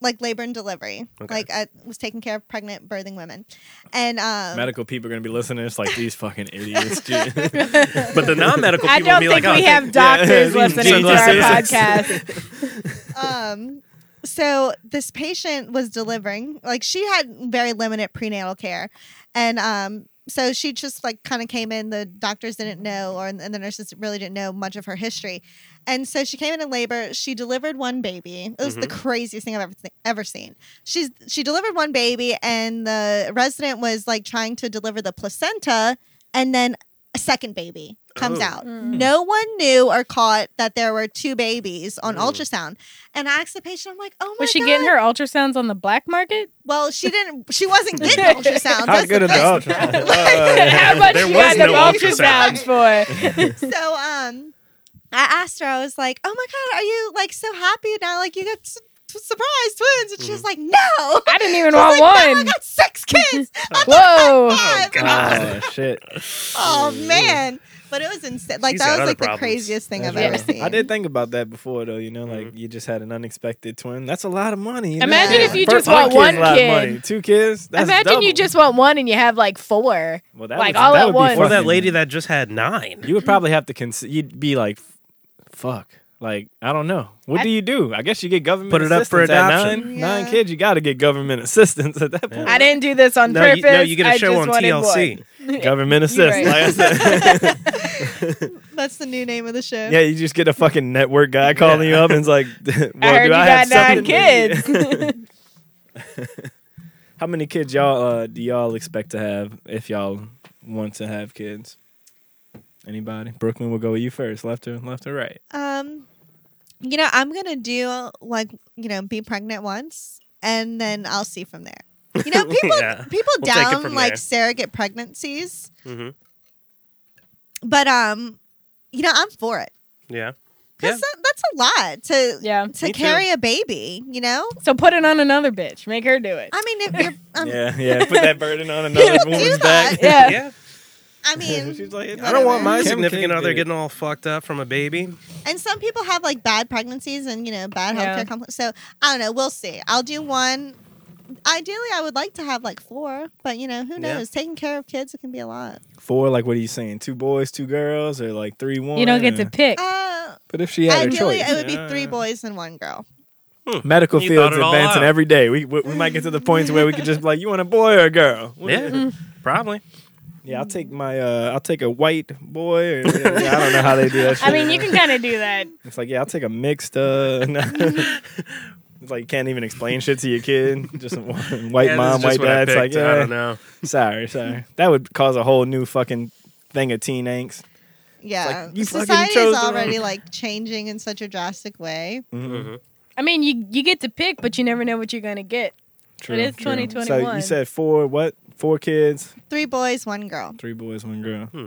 Speaker 3: Like labor and delivery,
Speaker 2: Okay.
Speaker 3: like I was taking care of pregnant birthing women, and um,
Speaker 1: Medical people are gonna be listening. It's like these fucking idiots,
Speaker 5: [LAUGHS]
Speaker 1: dude.
Speaker 2: But the non-medical people
Speaker 5: I don't
Speaker 2: would be like,
Speaker 5: think
Speaker 2: oh,
Speaker 5: we
Speaker 2: thank-
Speaker 5: have
Speaker 1: [LAUGHS]
Speaker 5: doctors
Speaker 1: Yeah,
Speaker 5: listening to our
Speaker 2: geniuses.
Speaker 3: [LAUGHS]
Speaker 5: podcast.
Speaker 3: um so this patient was delivering like she had very limited prenatal care and um so she just like kind of came in the doctors didn't know or and the nurses really didn't know much of her history and so she came in in labor she delivered one baby it was the craziest thing i've ever, th- ever seen she's she delivered one baby and the resident was like trying to deliver the placenta and then a second baby comes
Speaker 2: Oh.
Speaker 3: out no one knew or caught that there were two babies on ultrasound and i asked the patient i'm like oh my
Speaker 5: Was she
Speaker 3: god
Speaker 5: getting her ultrasounds on the black market?
Speaker 3: well she didn't she wasn't
Speaker 5: [LAUGHS]
Speaker 3: getting ultrasounds
Speaker 1: How
Speaker 3: That's
Speaker 1: good Oh,
Speaker 3: the
Speaker 1: are the
Speaker 3: thing.
Speaker 1: ultrasounds?
Speaker 5: How much
Speaker 2: There
Speaker 5: you
Speaker 2: was
Speaker 5: got
Speaker 2: no
Speaker 5: them
Speaker 2: ultrasound.
Speaker 5: ultrasounds [LAUGHS] for?
Speaker 3: so um i asked her i was like oh my god are you like so happy now like you got s- t- surprise twins. And she was like, no.
Speaker 5: I didn't even
Speaker 3: She's like,
Speaker 5: want
Speaker 3: "No, I
Speaker 5: [LAUGHS] one.
Speaker 3: got six kids. I thought
Speaker 5: Oh, Whoa.
Speaker 3: I had five.
Speaker 1: Oh shit!
Speaker 3: Oh man. But it was insane. Like
Speaker 2: She's
Speaker 3: that
Speaker 2: got
Speaker 3: was
Speaker 2: other
Speaker 3: like the
Speaker 2: problems.
Speaker 3: craziest thing I've
Speaker 1: Yeah.
Speaker 3: ever seen.
Speaker 1: I did think about that before, though. You know, like
Speaker 2: Mm-hmm.
Speaker 1: you just had an unexpected twin. That's a lot of money. you know?
Speaker 5: Imagine
Speaker 3: if
Speaker 5: you
Speaker 1: First
Speaker 5: just want
Speaker 1: kid's
Speaker 5: one
Speaker 1: a lot of
Speaker 5: kid.
Speaker 1: money. two kids. That's
Speaker 5: Imagine you
Speaker 1: double.
Speaker 5: just want one and you have like four.
Speaker 1: well, that
Speaker 5: like,
Speaker 1: would-
Speaker 5: all
Speaker 1: that
Speaker 5: at
Speaker 1: would be
Speaker 5: once.
Speaker 2: Or that
Speaker 1: fucking-
Speaker 2: lady that just had nine.
Speaker 1: You would probably have to consider. You'd be like, "F- "Fuck." Like I don't know. What
Speaker 5: I-
Speaker 1: do you do? I guess you get government.
Speaker 2: Put it up for
Speaker 1: assistance at
Speaker 2: adoption.
Speaker 1: Nine,
Speaker 3: Yeah.
Speaker 1: nine kids. You got to get government assistance at that point.
Speaker 5: I didn't do this on
Speaker 2: No,
Speaker 5: purpose.
Speaker 2: you, no, you get
Speaker 5: I
Speaker 2: a show
Speaker 5: just
Speaker 2: on
Speaker 5: wanted
Speaker 2: TLC.
Speaker 5: one.
Speaker 1: Government
Speaker 5: You're
Speaker 1: assistance.
Speaker 5: right.
Speaker 1: Like
Speaker 5: [LAUGHS]
Speaker 1: I said. [LAUGHS]
Speaker 3: That's the new name of the [LAUGHS] show.
Speaker 1: yeah, you just get a fucking network guy calling you up and it's like, [LAUGHS] "Well,
Speaker 5: I heard
Speaker 1: do
Speaker 5: you
Speaker 1: I
Speaker 5: got
Speaker 1: have
Speaker 5: nine
Speaker 1: something to-
Speaker 5: kids.
Speaker 1: [LAUGHS]
Speaker 3: [LAUGHS]
Speaker 1: How many kids y'all uh, do y'all expect to have if y'all want to have kids? Anybody? Brooklyn will go with you first, left or left or right.
Speaker 3: Um, you know, I'm gonna do like you know, be pregnant once, and then I'll see from there. You know, people
Speaker 2: [LAUGHS] Yeah.
Speaker 3: people
Speaker 2: We'll take it
Speaker 3: down
Speaker 2: from
Speaker 3: like
Speaker 2: there.
Speaker 3: surrogate pregnancies,
Speaker 2: Mhm.
Speaker 3: but um, you know, I'm for it
Speaker 2: Yeah.
Speaker 3: because that's a lot to
Speaker 5: yeah.
Speaker 3: to
Speaker 2: Me too.
Speaker 3: carry a baby. You know,
Speaker 5: So put it on another bitch. Make her do it.
Speaker 3: I mean, if
Speaker 2: [LAUGHS]
Speaker 3: you're, um,
Speaker 1: yeah, yeah. Put that burden on
Speaker 3: [LAUGHS]
Speaker 1: another
Speaker 3: do
Speaker 1: woman's
Speaker 3: that.
Speaker 1: back.
Speaker 5: [LAUGHS] yeah.
Speaker 2: Yeah.
Speaker 3: I mean,
Speaker 1: like,
Speaker 3: I don't want
Speaker 2: My
Speaker 3: my
Speaker 1: Kim
Speaker 2: significant
Speaker 1: K
Speaker 2: other
Speaker 1: did it.
Speaker 2: getting all fucked up from a baby.
Speaker 3: and some people have like bad pregnancies and you know bad healthcare
Speaker 5: Yeah.
Speaker 3: compli- So I don't know. We'll see. I'll do one. Ideally, I would like to have like four, but you know who
Speaker 2: Yeah.
Speaker 3: knows? Taking care of kids it can be a lot.
Speaker 1: Four, like, what are you saying? Two boys, two girls, or like three one?
Speaker 5: You don't get to pick.
Speaker 3: Uh,
Speaker 1: But if she had her
Speaker 3: ideally,
Speaker 1: choice,
Speaker 3: it would be
Speaker 2: Yeah.
Speaker 3: three boys and one girl.
Speaker 1: medical
Speaker 2: You
Speaker 1: fields
Speaker 2: thought it all
Speaker 1: advancing
Speaker 2: out.
Speaker 1: every day. We, we we might get to the points where we could just be like, you want a boy or a girl?
Speaker 2: Yeah. Probably.
Speaker 1: Yeah, I'll take my uh, I'll take a white boy. Or, yeah, I don't know how they do that. Shit.
Speaker 5: [LAUGHS] I mean, you can kind of do that.
Speaker 1: It's like, yeah, I'll take a mixed. Uh, [LAUGHS] it's like you can't even explain shit to your kid. Just a [LAUGHS] wh- white
Speaker 2: Yeah, this
Speaker 1: mom,
Speaker 2: is just
Speaker 1: white
Speaker 2: what I
Speaker 1: dad. It's like,
Speaker 2: picked. I
Speaker 1: yeah,
Speaker 2: don't know.
Speaker 1: sorry, sorry. That would cause a whole new fucking thing of teen angst.
Speaker 3: Yeah,
Speaker 1: like, you fucking
Speaker 3: society
Speaker 1: chose
Speaker 3: is
Speaker 1: the wrong- [LAUGHS]
Speaker 3: already like changing in such a drastic way.
Speaker 2: Mm.
Speaker 1: Mhm.
Speaker 2: Mm-hmm.
Speaker 5: I mean, you you get to pick, but you never know what you're gonna get.
Speaker 1: True,
Speaker 5: is
Speaker 1: true.
Speaker 5: 2021.
Speaker 1: So you said four what? Four kids,
Speaker 3: Three boys, one girl.
Speaker 1: three boys, one girl.
Speaker 2: Hmm.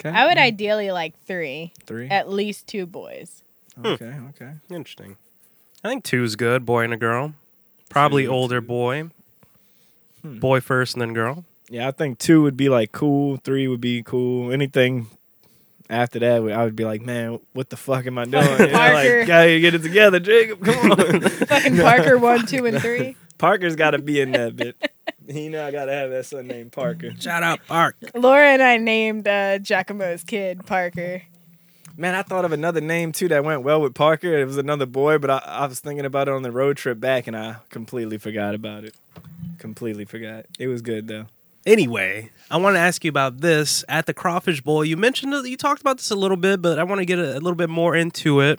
Speaker 1: Okay,
Speaker 5: I would ideally like three,
Speaker 1: three.
Speaker 5: at least two
Speaker 2: [LAUGHS]
Speaker 5: boys.
Speaker 1: Okay, okay.
Speaker 2: Interesting. I think two's good, boy and a girl. Probably older boy.
Speaker 1: Hmm.
Speaker 2: Boy first and then girl.
Speaker 1: Yeah, I think two would be like cool. Three would be cool. Anything after that, I would be like, man, what the fuck am I doing? You know,
Speaker 5: Parker.
Speaker 1: like, gotta get it together, Jacob. Come [LAUGHS] on.
Speaker 5: Fucking Parker one, two, and
Speaker 2: [LAUGHS]
Speaker 5: three.
Speaker 1: Parker's got to be in that bit. You know, I got to have that son named Parker.
Speaker 2: Shout out Park.
Speaker 5: Laura and I named uh, Giacomo's kid Parker.
Speaker 1: Man, I thought of another name too that went well with Parker. It was another boy, but I, I was thinking about it on the road trip back, and I completely forgot about it. Completely forgot. It was good though.
Speaker 2: Anyway, I want to ask you about this at the Crawfish Bowl. You mentioned you talked about this a little bit, but I want to get a, a little bit more into it.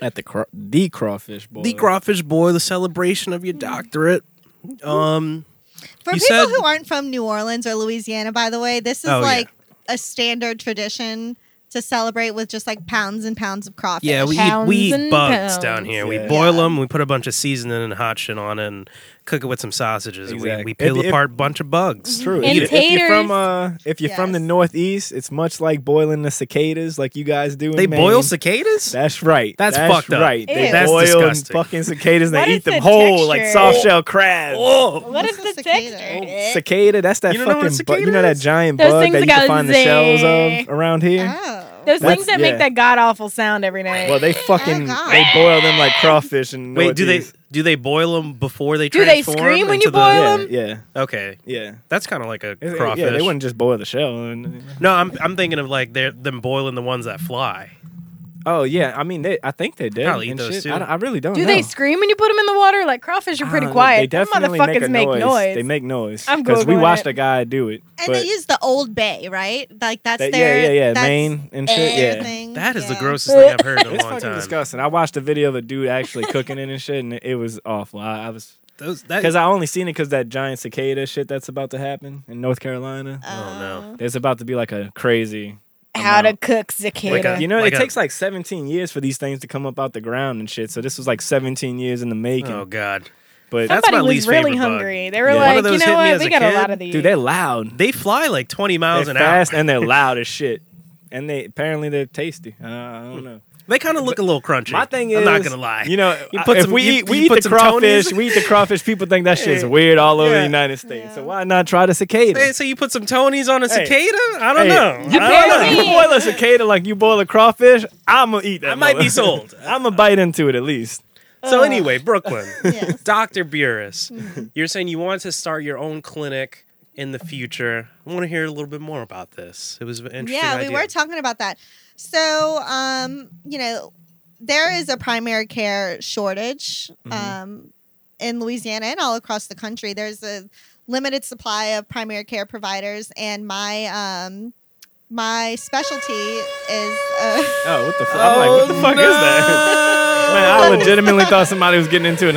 Speaker 1: At the craw- the crawfish bowl.
Speaker 2: The Crawfish Bowl, the celebration of your doctorate. Um,
Speaker 3: For
Speaker 2: You
Speaker 3: people
Speaker 2: said-
Speaker 3: who aren't from New Orleans or Louisiana, by the way, this is
Speaker 2: Oh, yeah.
Speaker 3: like a standard tradition to celebrate with just like pounds and pounds of crawfish.
Speaker 2: yeah, we eat,
Speaker 5: Pounds
Speaker 2: we eat
Speaker 5: and
Speaker 2: bugs
Speaker 5: pounds.
Speaker 2: down here.
Speaker 1: Yeah.
Speaker 2: We boil them, we put a bunch of seasoning and hot shit on it, and cook it with some sausages.
Speaker 1: Exactly.
Speaker 2: We, we peel
Speaker 1: If- if-
Speaker 2: apart a bunch of bugs.
Speaker 1: It's true.
Speaker 5: And
Speaker 1: if, if you're from
Speaker 5: taters.
Speaker 1: uh, if you're from the
Speaker 3: Yes.
Speaker 1: Northeast, it's much like boiling the cicadas, like you guys do. In
Speaker 2: They
Speaker 1: Maine.
Speaker 2: boil cicadas?
Speaker 1: That's right.
Speaker 2: That's fucked up.
Speaker 1: Right. They
Speaker 5: Ew.
Speaker 2: That's
Speaker 1: boil
Speaker 2: disgusting.
Speaker 1: fucking cicadas. and
Speaker 5: What
Speaker 1: They
Speaker 5: is
Speaker 1: eat them
Speaker 5: the
Speaker 1: whole like
Speaker 5: texture?
Speaker 1: soft shell crabs.
Speaker 2: Oh,
Speaker 5: What
Speaker 3: What's
Speaker 5: is
Speaker 3: a
Speaker 5: the
Speaker 3: cicada?
Speaker 5: texture?
Speaker 1: Cicada, that's that
Speaker 2: You don't know what a
Speaker 1: fucking bug. You know
Speaker 2: cicada
Speaker 1: that
Speaker 2: is?
Speaker 1: giant
Speaker 5: Those
Speaker 1: bug
Speaker 5: things
Speaker 1: that you
Speaker 5: that
Speaker 1: can
Speaker 5: go Ah.
Speaker 1: find the shells
Speaker 5: zing.
Speaker 1: of around here?
Speaker 3: Oh.
Speaker 5: Those
Speaker 1: That's-
Speaker 5: things that
Speaker 1: yeah.
Speaker 5: make that god awful sound every night.
Speaker 1: Well, they fucking
Speaker 3: God.
Speaker 1: they boil them like crawfish. And
Speaker 2: wait, do they do they boil them before they
Speaker 5: Do they
Speaker 2: transform?
Speaker 5: scream when
Speaker 2: into
Speaker 5: you
Speaker 2: the-
Speaker 5: boil 'em?
Speaker 1: Yeah, yeah,
Speaker 2: Okay,
Speaker 1: yeah.
Speaker 2: that's kind of like a
Speaker 1: It- it-
Speaker 2: crawfish.
Speaker 1: Yeah, they wouldn't just boil the shell. And,
Speaker 2: No, I'm I'm thinking of like they're them boiling the ones that fly.
Speaker 1: oh yeah, I mean, they, I think they did.
Speaker 2: Probably eat
Speaker 1: and
Speaker 2: those
Speaker 1: shit.
Speaker 2: too.
Speaker 1: I, don't- I really don't.
Speaker 5: Do
Speaker 1: know.
Speaker 5: they scream when you put them in the water? Like crawfish are pretty
Speaker 1: Uh,
Speaker 5: quiet.
Speaker 1: They definitely
Speaker 5: Them
Speaker 1: make, a
Speaker 5: motherfuckers make noise.
Speaker 1: They make noise.
Speaker 5: I'm
Speaker 1: we
Speaker 5: Googling
Speaker 1: watched
Speaker 5: it.
Speaker 1: a guy do it.
Speaker 3: And
Speaker 1: but
Speaker 3: they use the Old Bay, right? Like that's
Speaker 1: that-
Speaker 3: their
Speaker 1: yeah, yeah, yeah,
Speaker 3: that's
Speaker 1: Maine and shit.
Speaker 3: their
Speaker 1: Yeah,
Speaker 3: thing.
Speaker 2: That is the
Speaker 3: Yeah.
Speaker 2: grossest thing I've heard in a
Speaker 1: [LAUGHS] it's
Speaker 2: long
Speaker 1: fucking
Speaker 2: time.
Speaker 1: disgusting. I watched a video of a dude actually cooking it and shit, and it was awful. I, I was
Speaker 2: Those that
Speaker 1: because I only seen it because that giant cicada shit that's about to happen in North Carolina.
Speaker 2: Oh, no.
Speaker 1: There's about to be like a crazy.
Speaker 5: How to
Speaker 1: amount.
Speaker 5: cook cicada?
Speaker 2: Like a-
Speaker 1: You know,
Speaker 2: Like
Speaker 1: it
Speaker 2: a-
Speaker 1: takes like 17 years for these things to come up out the ground and shit. So this was like 17 years in the making.
Speaker 2: oh god,
Speaker 1: but
Speaker 2: that's
Speaker 5: Somebody
Speaker 2: my
Speaker 5: was
Speaker 2: least
Speaker 5: really
Speaker 2: favorite bug.
Speaker 5: hungry. They were
Speaker 1: Yeah. One
Speaker 2: of
Speaker 5: like, you
Speaker 2: those hit
Speaker 5: know
Speaker 2: me
Speaker 5: what?
Speaker 2: as
Speaker 5: We
Speaker 2: a
Speaker 5: got a
Speaker 2: kid.
Speaker 5: lot of these.
Speaker 1: dude,
Speaker 5: [LAUGHS]
Speaker 1: they're loud.
Speaker 2: they fly like 20 miles
Speaker 1: They're
Speaker 2: an hour.
Speaker 1: fast and they're loud as shit. And they apparently they're tasty. Uh, I don't know.
Speaker 2: They kind of look a little crunchy.
Speaker 1: My thing is,
Speaker 2: I'm not gonna lie.
Speaker 1: You know, uh,
Speaker 2: You put
Speaker 1: if
Speaker 2: some-
Speaker 1: we
Speaker 2: you-
Speaker 1: eat, we
Speaker 2: you
Speaker 1: eat
Speaker 2: put
Speaker 1: the
Speaker 2: some Tonys?
Speaker 1: crawfish, we eat the crawfish. People think that shit's
Speaker 2: Hey.
Speaker 1: weird all over
Speaker 2: Yeah.
Speaker 1: the United States. So
Speaker 3: Yeah.
Speaker 1: why not try the cicada?
Speaker 2: Hey, so you put some Tonys on a
Speaker 1: Hey.
Speaker 2: cicada? I don't
Speaker 1: Hey.
Speaker 2: know.
Speaker 5: You
Speaker 2: I don't know.
Speaker 5: barely-
Speaker 1: you boil a cicada like you boil a crawfish. I'm gonna eat that.
Speaker 2: I might be
Speaker 1: mother- [LAUGHS]
Speaker 2: sold.
Speaker 1: I'm gonna bite into it at least.
Speaker 2: So anyway, [LAUGHS] Brooklyn,
Speaker 3: Yes.
Speaker 2: Doctor Burris, you're saying you want to start your own clinic in the future. I want to hear a little bit more about this. It was an interesting.
Speaker 3: yeah,
Speaker 2: idea.
Speaker 3: we were talking about that. So, um, you know, there is a primary care shortage
Speaker 2: Mm-hmm.
Speaker 3: um, in Louisiana and all across the country. There's a limited supply of primary care providers, and my um, my specialty is. Uh, [LAUGHS]
Speaker 1: Oh, what the fuck? I'm like, what the fuck is that?
Speaker 2: Uh,
Speaker 1: Man, I legitimately thought somebody was getting into an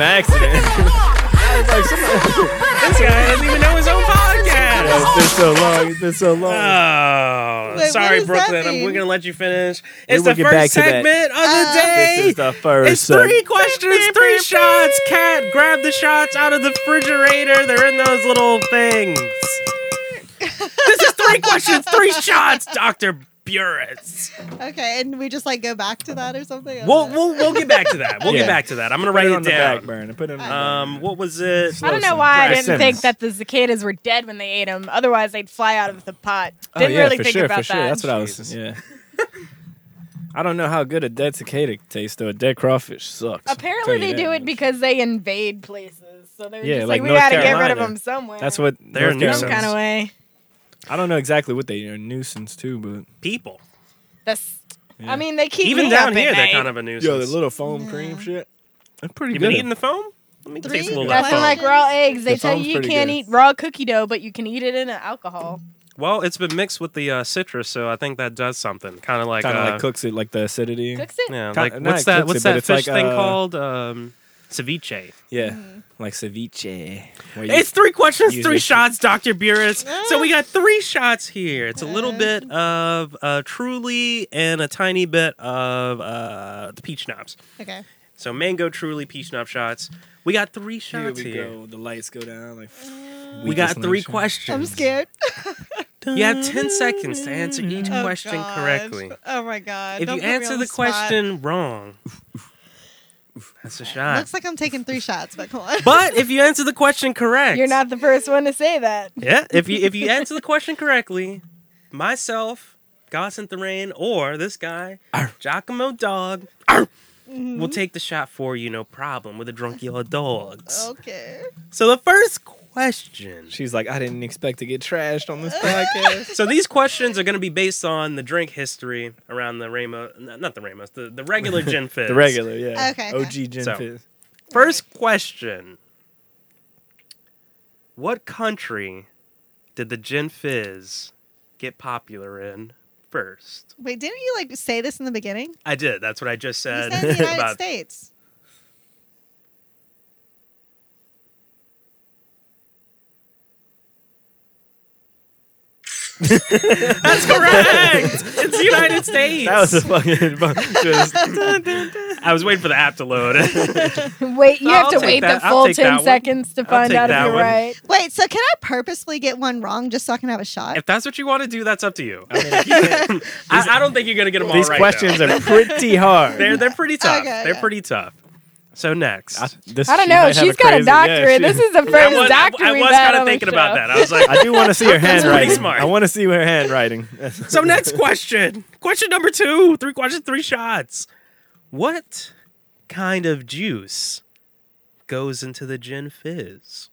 Speaker 2: [LAUGHS]
Speaker 1: accident. I was like, somebody-
Speaker 2: This guy doesn't even know his own podcast.
Speaker 1: it's been so long. It's been so long.
Speaker 2: [LAUGHS] Oh,
Speaker 3: Wait, what
Speaker 2: sorry,
Speaker 3: does that
Speaker 2: Brooklyn. I'm,
Speaker 3: mean?
Speaker 2: we're gonna let you finish.
Speaker 1: We
Speaker 2: It's
Speaker 1: will
Speaker 2: the
Speaker 1: get back
Speaker 2: first
Speaker 1: to that.
Speaker 2: segment of the
Speaker 3: Uh,
Speaker 2: day.
Speaker 1: this is the first.
Speaker 2: It's three
Speaker 1: segment.
Speaker 2: questions, three shots. Cat, grab the shots out of the refrigerator. They're in those little things. this is three questions, three shots, Doctor Burris.
Speaker 3: okay, and we just like go back to that or something. I don't
Speaker 2: We'll
Speaker 3: know.
Speaker 2: we'll we'll get back to that. We'll
Speaker 1: Yeah.
Speaker 2: get back to that. I'm gonna
Speaker 1: Put
Speaker 2: write
Speaker 1: it
Speaker 2: it,
Speaker 1: on the back
Speaker 2: down.
Speaker 1: burner. Put it on the back
Speaker 2: Um, what was it?
Speaker 5: I don't know
Speaker 1: Listen,
Speaker 5: why I
Speaker 1: Brad
Speaker 5: didn't
Speaker 1: Simmons.
Speaker 5: think that the cicadas were dead when they ate them. Otherwise, they'd fly out of the pot.
Speaker 1: Oh,
Speaker 5: Didn't
Speaker 1: yeah,
Speaker 5: really
Speaker 1: for
Speaker 5: think
Speaker 1: sure,
Speaker 5: about
Speaker 1: for sure.
Speaker 5: that.
Speaker 1: That's what
Speaker 2: Jesus.
Speaker 1: I was. Yeah. [LAUGHS] I don't know how good a dead cicada tastes though. A dead crawfish sucks. I'll tell
Speaker 5: Apparently,
Speaker 1: you
Speaker 5: they
Speaker 1: that
Speaker 5: do it
Speaker 1: much.
Speaker 5: because they invade places. So they're
Speaker 1: Yeah,
Speaker 5: just
Speaker 1: like
Speaker 5: like, we
Speaker 1: North
Speaker 5: gotta get rid of
Speaker 1: Carolina.
Speaker 5: them somewhere.
Speaker 1: That's what
Speaker 2: They're
Speaker 1: North
Speaker 2: a
Speaker 1: Carolina-
Speaker 5: some kind of way.
Speaker 1: I don't know exactly what they are. Nuisance too, but
Speaker 2: People.
Speaker 5: That's.
Speaker 1: Yeah.
Speaker 5: I mean, they keep
Speaker 2: Even
Speaker 5: me
Speaker 2: down
Speaker 5: up
Speaker 2: here,
Speaker 5: at
Speaker 2: they're
Speaker 5: night.
Speaker 2: kind of a nuisance.
Speaker 1: yo, the little foam
Speaker 3: Yeah.
Speaker 1: cream shit. I'm pretty
Speaker 2: you
Speaker 1: good.
Speaker 2: been
Speaker 1: at
Speaker 2: eating the foam? Let me
Speaker 3: Three
Speaker 2: taste a little of
Speaker 5: That's
Speaker 2: that foam.
Speaker 3: questions.
Speaker 5: unlike raw eggs. They
Speaker 1: The
Speaker 5: tell
Speaker 1: foam's
Speaker 5: you you
Speaker 1: pretty
Speaker 5: can't
Speaker 1: good.
Speaker 5: eat raw cookie dough, but you can eat it in an alcohol.
Speaker 2: Well, it's been mixed with the uh, citrus, so I think that does something. Kind of like
Speaker 1: kind of
Speaker 2: uh,
Speaker 1: like cooks it like the acidity.
Speaker 5: Cooks it.
Speaker 2: Yeah,
Speaker 1: Ki-
Speaker 2: like
Speaker 1: not
Speaker 2: what's that?
Speaker 1: cooks
Speaker 2: What's
Speaker 1: it, but
Speaker 2: that
Speaker 1: it's
Speaker 2: fish
Speaker 1: like,
Speaker 2: thing
Speaker 1: uh,
Speaker 2: called? Um, ceviche.
Speaker 1: Yeah,
Speaker 5: Mm.
Speaker 1: like ceviche. where you-
Speaker 2: It's three questions,
Speaker 1: Use
Speaker 2: three
Speaker 1: it.
Speaker 2: shots, Doctor Burris. So we got three shots here. It's a little
Speaker 3: Uh.
Speaker 2: bit of uh, truly and a tiny bit of uh, the peach knobs.
Speaker 3: Okay.
Speaker 2: So mango truly peach knob shots. We got three
Speaker 1: Here
Speaker 2: shots
Speaker 1: we
Speaker 2: here.
Speaker 1: go. The lights go down. Like
Speaker 2: We got
Speaker 1: Weakest
Speaker 2: three
Speaker 1: nation.
Speaker 2: questions.
Speaker 3: I'm scared.
Speaker 2: You have ten seconds to answer each
Speaker 3: Oh,
Speaker 2: question
Speaker 3: gosh.
Speaker 2: correctly.
Speaker 3: Oh my god!
Speaker 2: If
Speaker 3: Don't
Speaker 2: you
Speaker 3: put me
Speaker 2: answer
Speaker 3: on
Speaker 2: the
Speaker 3: spot.
Speaker 2: question wrong, that's a shot.
Speaker 3: looks like I'm taking three shots, but
Speaker 2: [LAUGHS]
Speaker 3: come on.
Speaker 2: But if you answer the question correct,
Speaker 5: You're not the first one to say that. [LAUGHS]
Speaker 2: Yeah, if you if you answer the question correctly, myself, God sent the rain, or this guy, Giacomo Dog, will take the shot for you, no problem, with a drunk yellow dogs.
Speaker 3: okay.
Speaker 2: So the first question.
Speaker 1: She's like, I didn't expect to get trashed on
Speaker 5: [LAUGHS]
Speaker 1: this podcast.
Speaker 2: So these questions are going to be based on the drink history around the Ramos, n- not the Ramos, the, the regular
Speaker 1: [LAUGHS]
Speaker 2: gin fizz.
Speaker 1: the regular, yeah.
Speaker 3: Okay, okay.
Speaker 1: OG gin
Speaker 2: So-
Speaker 1: fizz.
Speaker 2: First question. What country did the gin fizz get popular in first?
Speaker 3: Wait, didn't you like say this in the beginning?
Speaker 2: I did. That's what I just
Speaker 3: You
Speaker 2: said.
Speaker 3: said the United
Speaker 2: about-
Speaker 3: States.
Speaker 2: That's correct.
Speaker 1: [LAUGHS]
Speaker 2: it's the United States.
Speaker 1: That was a fucking
Speaker 3: [LAUGHS]
Speaker 1: just
Speaker 2: I was waiting for the app to load. [LAUGHS]
Speaker 5: Wait, you
Speaker 2: No,
Speaker 5: have
Speaker 2: I'll
Speaker 5: to
Speaker 2: take
Speaker 5: wait
Speaker 2: that-
Speaker 5: the
Speaker 2: I'll
Speaker 5: full
Speaker 2: take that
Speaker 5: ten
Speaker 2: one.
Speaker 5: seconds to find
Speaker 2: take
Speaker 5: out if
Speaker 2: that
Speaker 5: you're
Speaker 2: one.
Speaker 5: right.
Speaker 3: Wait, so can I purposely get one wrong just so I can have a shot?
Speaker 2: if that's what you want to do, that's up to you. I, mean, if you can-
Speaker 3: [LAUGHS]
Speaker 2: I, I don't think you're gonna get them all
Speaker 1: These
Speaker 2: right,
Speaker 1: questions
Speaker 2: though. [LAUGHS]
Speaker 1: are pretty hard.
Speaker 2: they're they're pretty tough.
Speaker 3: Okay,
Speaker 2: they're
Speaker 3: yeah.
Speaker 2: pretty tough. So next,
Speaker 1: I, this-
Speaker 5: I don't
Speaker 1: she
Speaker 5: know.
Speaker 1: might have
Speaker 5: She's got a
Speaker 1: crazy- yeah,
Speaker 5: doctorate.
Speaker 1: she-
Speaker 5: this is
Speaker 2: [LAUGHS]
Speaker 5: the
Speaker 2: I
Speaker 5: first
Speaker 2: was, I-
Speaker 5: doctorate
Speaker 2: I was
Speaker 5: kind of
Speaker 2: thinking about that. I was like,
Speaker 1: [LAUGHS] I do want to see her
Speaker 2: pretty
Speaker 1: handwriting.
Speaker 2: smart.
Speaker 1: I want to see her handwriting. [LAUGHS]
Speaker 2: so next question, question number two, three questions, three shots. What kind of juice goes into the gin fizz?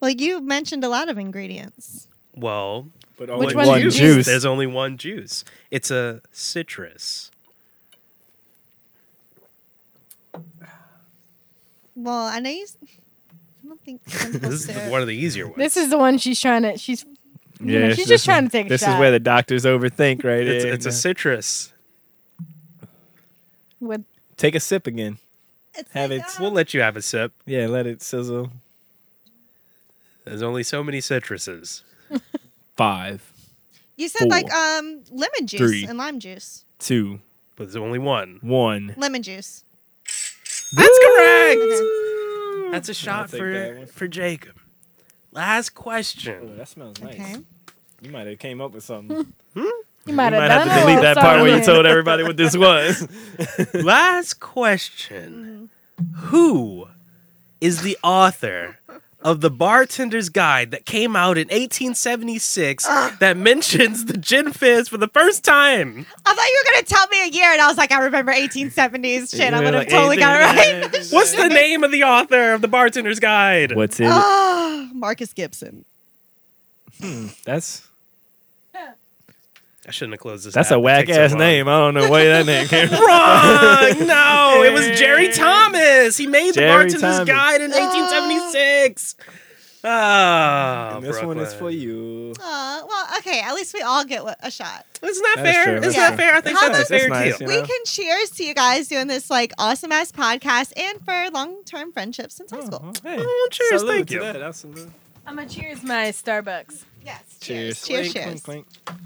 Speaker 3: well, you mentioned a lot of ingredients.
Speaker 2: Well,
Speaker 1: but
Speaker 5: Which one's One the juice? juice.
Speaker 2: There's only one juice. It's a citrus.
Speaker 3: Well, I know you. s- I
Speaker 2: [LAUGHS]
Speaker 3: don't think simple
Speaker 2: This
Speaker 3: syrup.
Speaker 2: is one of the easier ones.
Speaker 5: This is the one she's trying to. She's you know,
Speaker 1: Yes,
Speaker 5: she's
Speaker 1: this
Speaker 5: just trying to take a
Speaker 1: This
Speaker 5: shot.
Speaker 1: is where the doctors overthink, right? uh,
Speaker 2: it's,
Speaker 1: Yeah,
Speaker 2: it's
Speaker 1: you
Speaker 2: a
Speaker 1: know.
Speaker 2: citrus.
Speaker 5: With-
Speaker 1: Take a sip again.
Speaker 3: It's
Speaker 1: Have
Speaker 3: like,
Speaker 1: it-
Speaker 3: uh,
Speaker 2: We'll let you have a sip.
Speaker 1: Yeah, let it sizzle.
Speaker 2: There's only so many citruses.
Speaker 1: Five,
Speaker 3: you said
Speaker 1: four,
Speaker 3: like um lemon juice
Speaker 1: three.
Speaker 3: and lime juice.
Speaker 1: two,
Speaker 2: But there's only one.
Speaker 1: one.
Speaker 3: Lemon juice.
Speaker 2: That's correct.
Speaker 3: Okay.
Speaker 2: That's a shot
Speaker 1: take that
Speaker 2: for
Speaker 1: one.
Speaker 2: for Jacob. Last
Speaker 1: Ooh,
Speaker 2: question.
Speaker 1: [LAUGHS] that smells nice.
Speaker 3: Okay.
Speaker 1: You might have came up with something.
Speaker 5: You might
Speaker 1: You
Speaker 5: have
Speaker 1: might
Speaker 5: done
Speaker 1: have to delete
Speaker 5: it.
Speaker 1: that part where you
Speaker 5: Sorry.
Speaker 1: told everybody what this was.
Speaker 2: Last question. Who is the author of the bartender's guide that came out in 1876
Speaker 5: Ah.
Speaker 2: that mentions the gin fizz for the first time?
Speaker 3: I thought you were going to tell me a year, and I was like, I remember 1870s. Shit,
Speaker 1: Yeah,
Speaker 3: I would have
Speaker 1: like
Speaker 3: totally got it [LAUGHS] right.
Speaker 2: What's the name of the author of the bartender's guide?
Speaker 1: What's it?
Speaker 3: Ah, Marcus Gibson.
Speaker 1: That's
Speaker 2: I shouldn't have closed this.
Speaker 1: that's
Speaker 2: app.
Speaker 1: a
Speaker 2: It
Speaker 1: whack
Speaker 2: takes so
Speaker 1: ass
Speaker 2: long. [LAUGHS]
Speaker 1: name. I don't know where that name came from. [LAUGHS]
Speaker 2: Wrong! No, it was Jerry Thomas. He made the
Speaker 1: Jerry
Speaker 2: bartender's
Speaker 1: Thomas.
Speaker 2: guide in 1876. Ah,
Speaker 1: And this one is for
Speaker 2: Brooklyn.
Speaker 1: you.
Speaker 3: Aw, Ah, well, okay. At least we all get what- a shot.
Speaker 2: It's not
Speaker 1: That is true,
Speaker 2: fair. It's
Speaker 1: that's
Speaker 2: not
Speaker 1: true.
Speaker 2: fair. I think
Speaker 3: How
Speaker 2: that's a
Speaker 3: about-
Speaker 2: fair
Speaker 1: That's nice,
Speaker 2: deal.
Speaker 1: You
Speaker 3: we
Speaker 1: know?
Speaker 3: can cheers to you guys doing this like awesome ass podcast and for long term friendships since high school.
Speaker 1: Hey,
Speaker 2: Oh, cheers,
Speaker 1: salute
Speaker 2: thank
Speaker 1: to
Speaker 2: you.
Speaker 1: that, absolutely.
Speaker 5: I'm gonna cheers my
Speaker 2: [LAUGHS]
Speaker 5: Starbucks.
Speaker 3: Yes.
Speaker 1: Cheers.
Speaker 3: Cheers. Cheers.
Speaker 1: Clink,
Speaker 3: Cheers.
Speaker 1: clink, clink.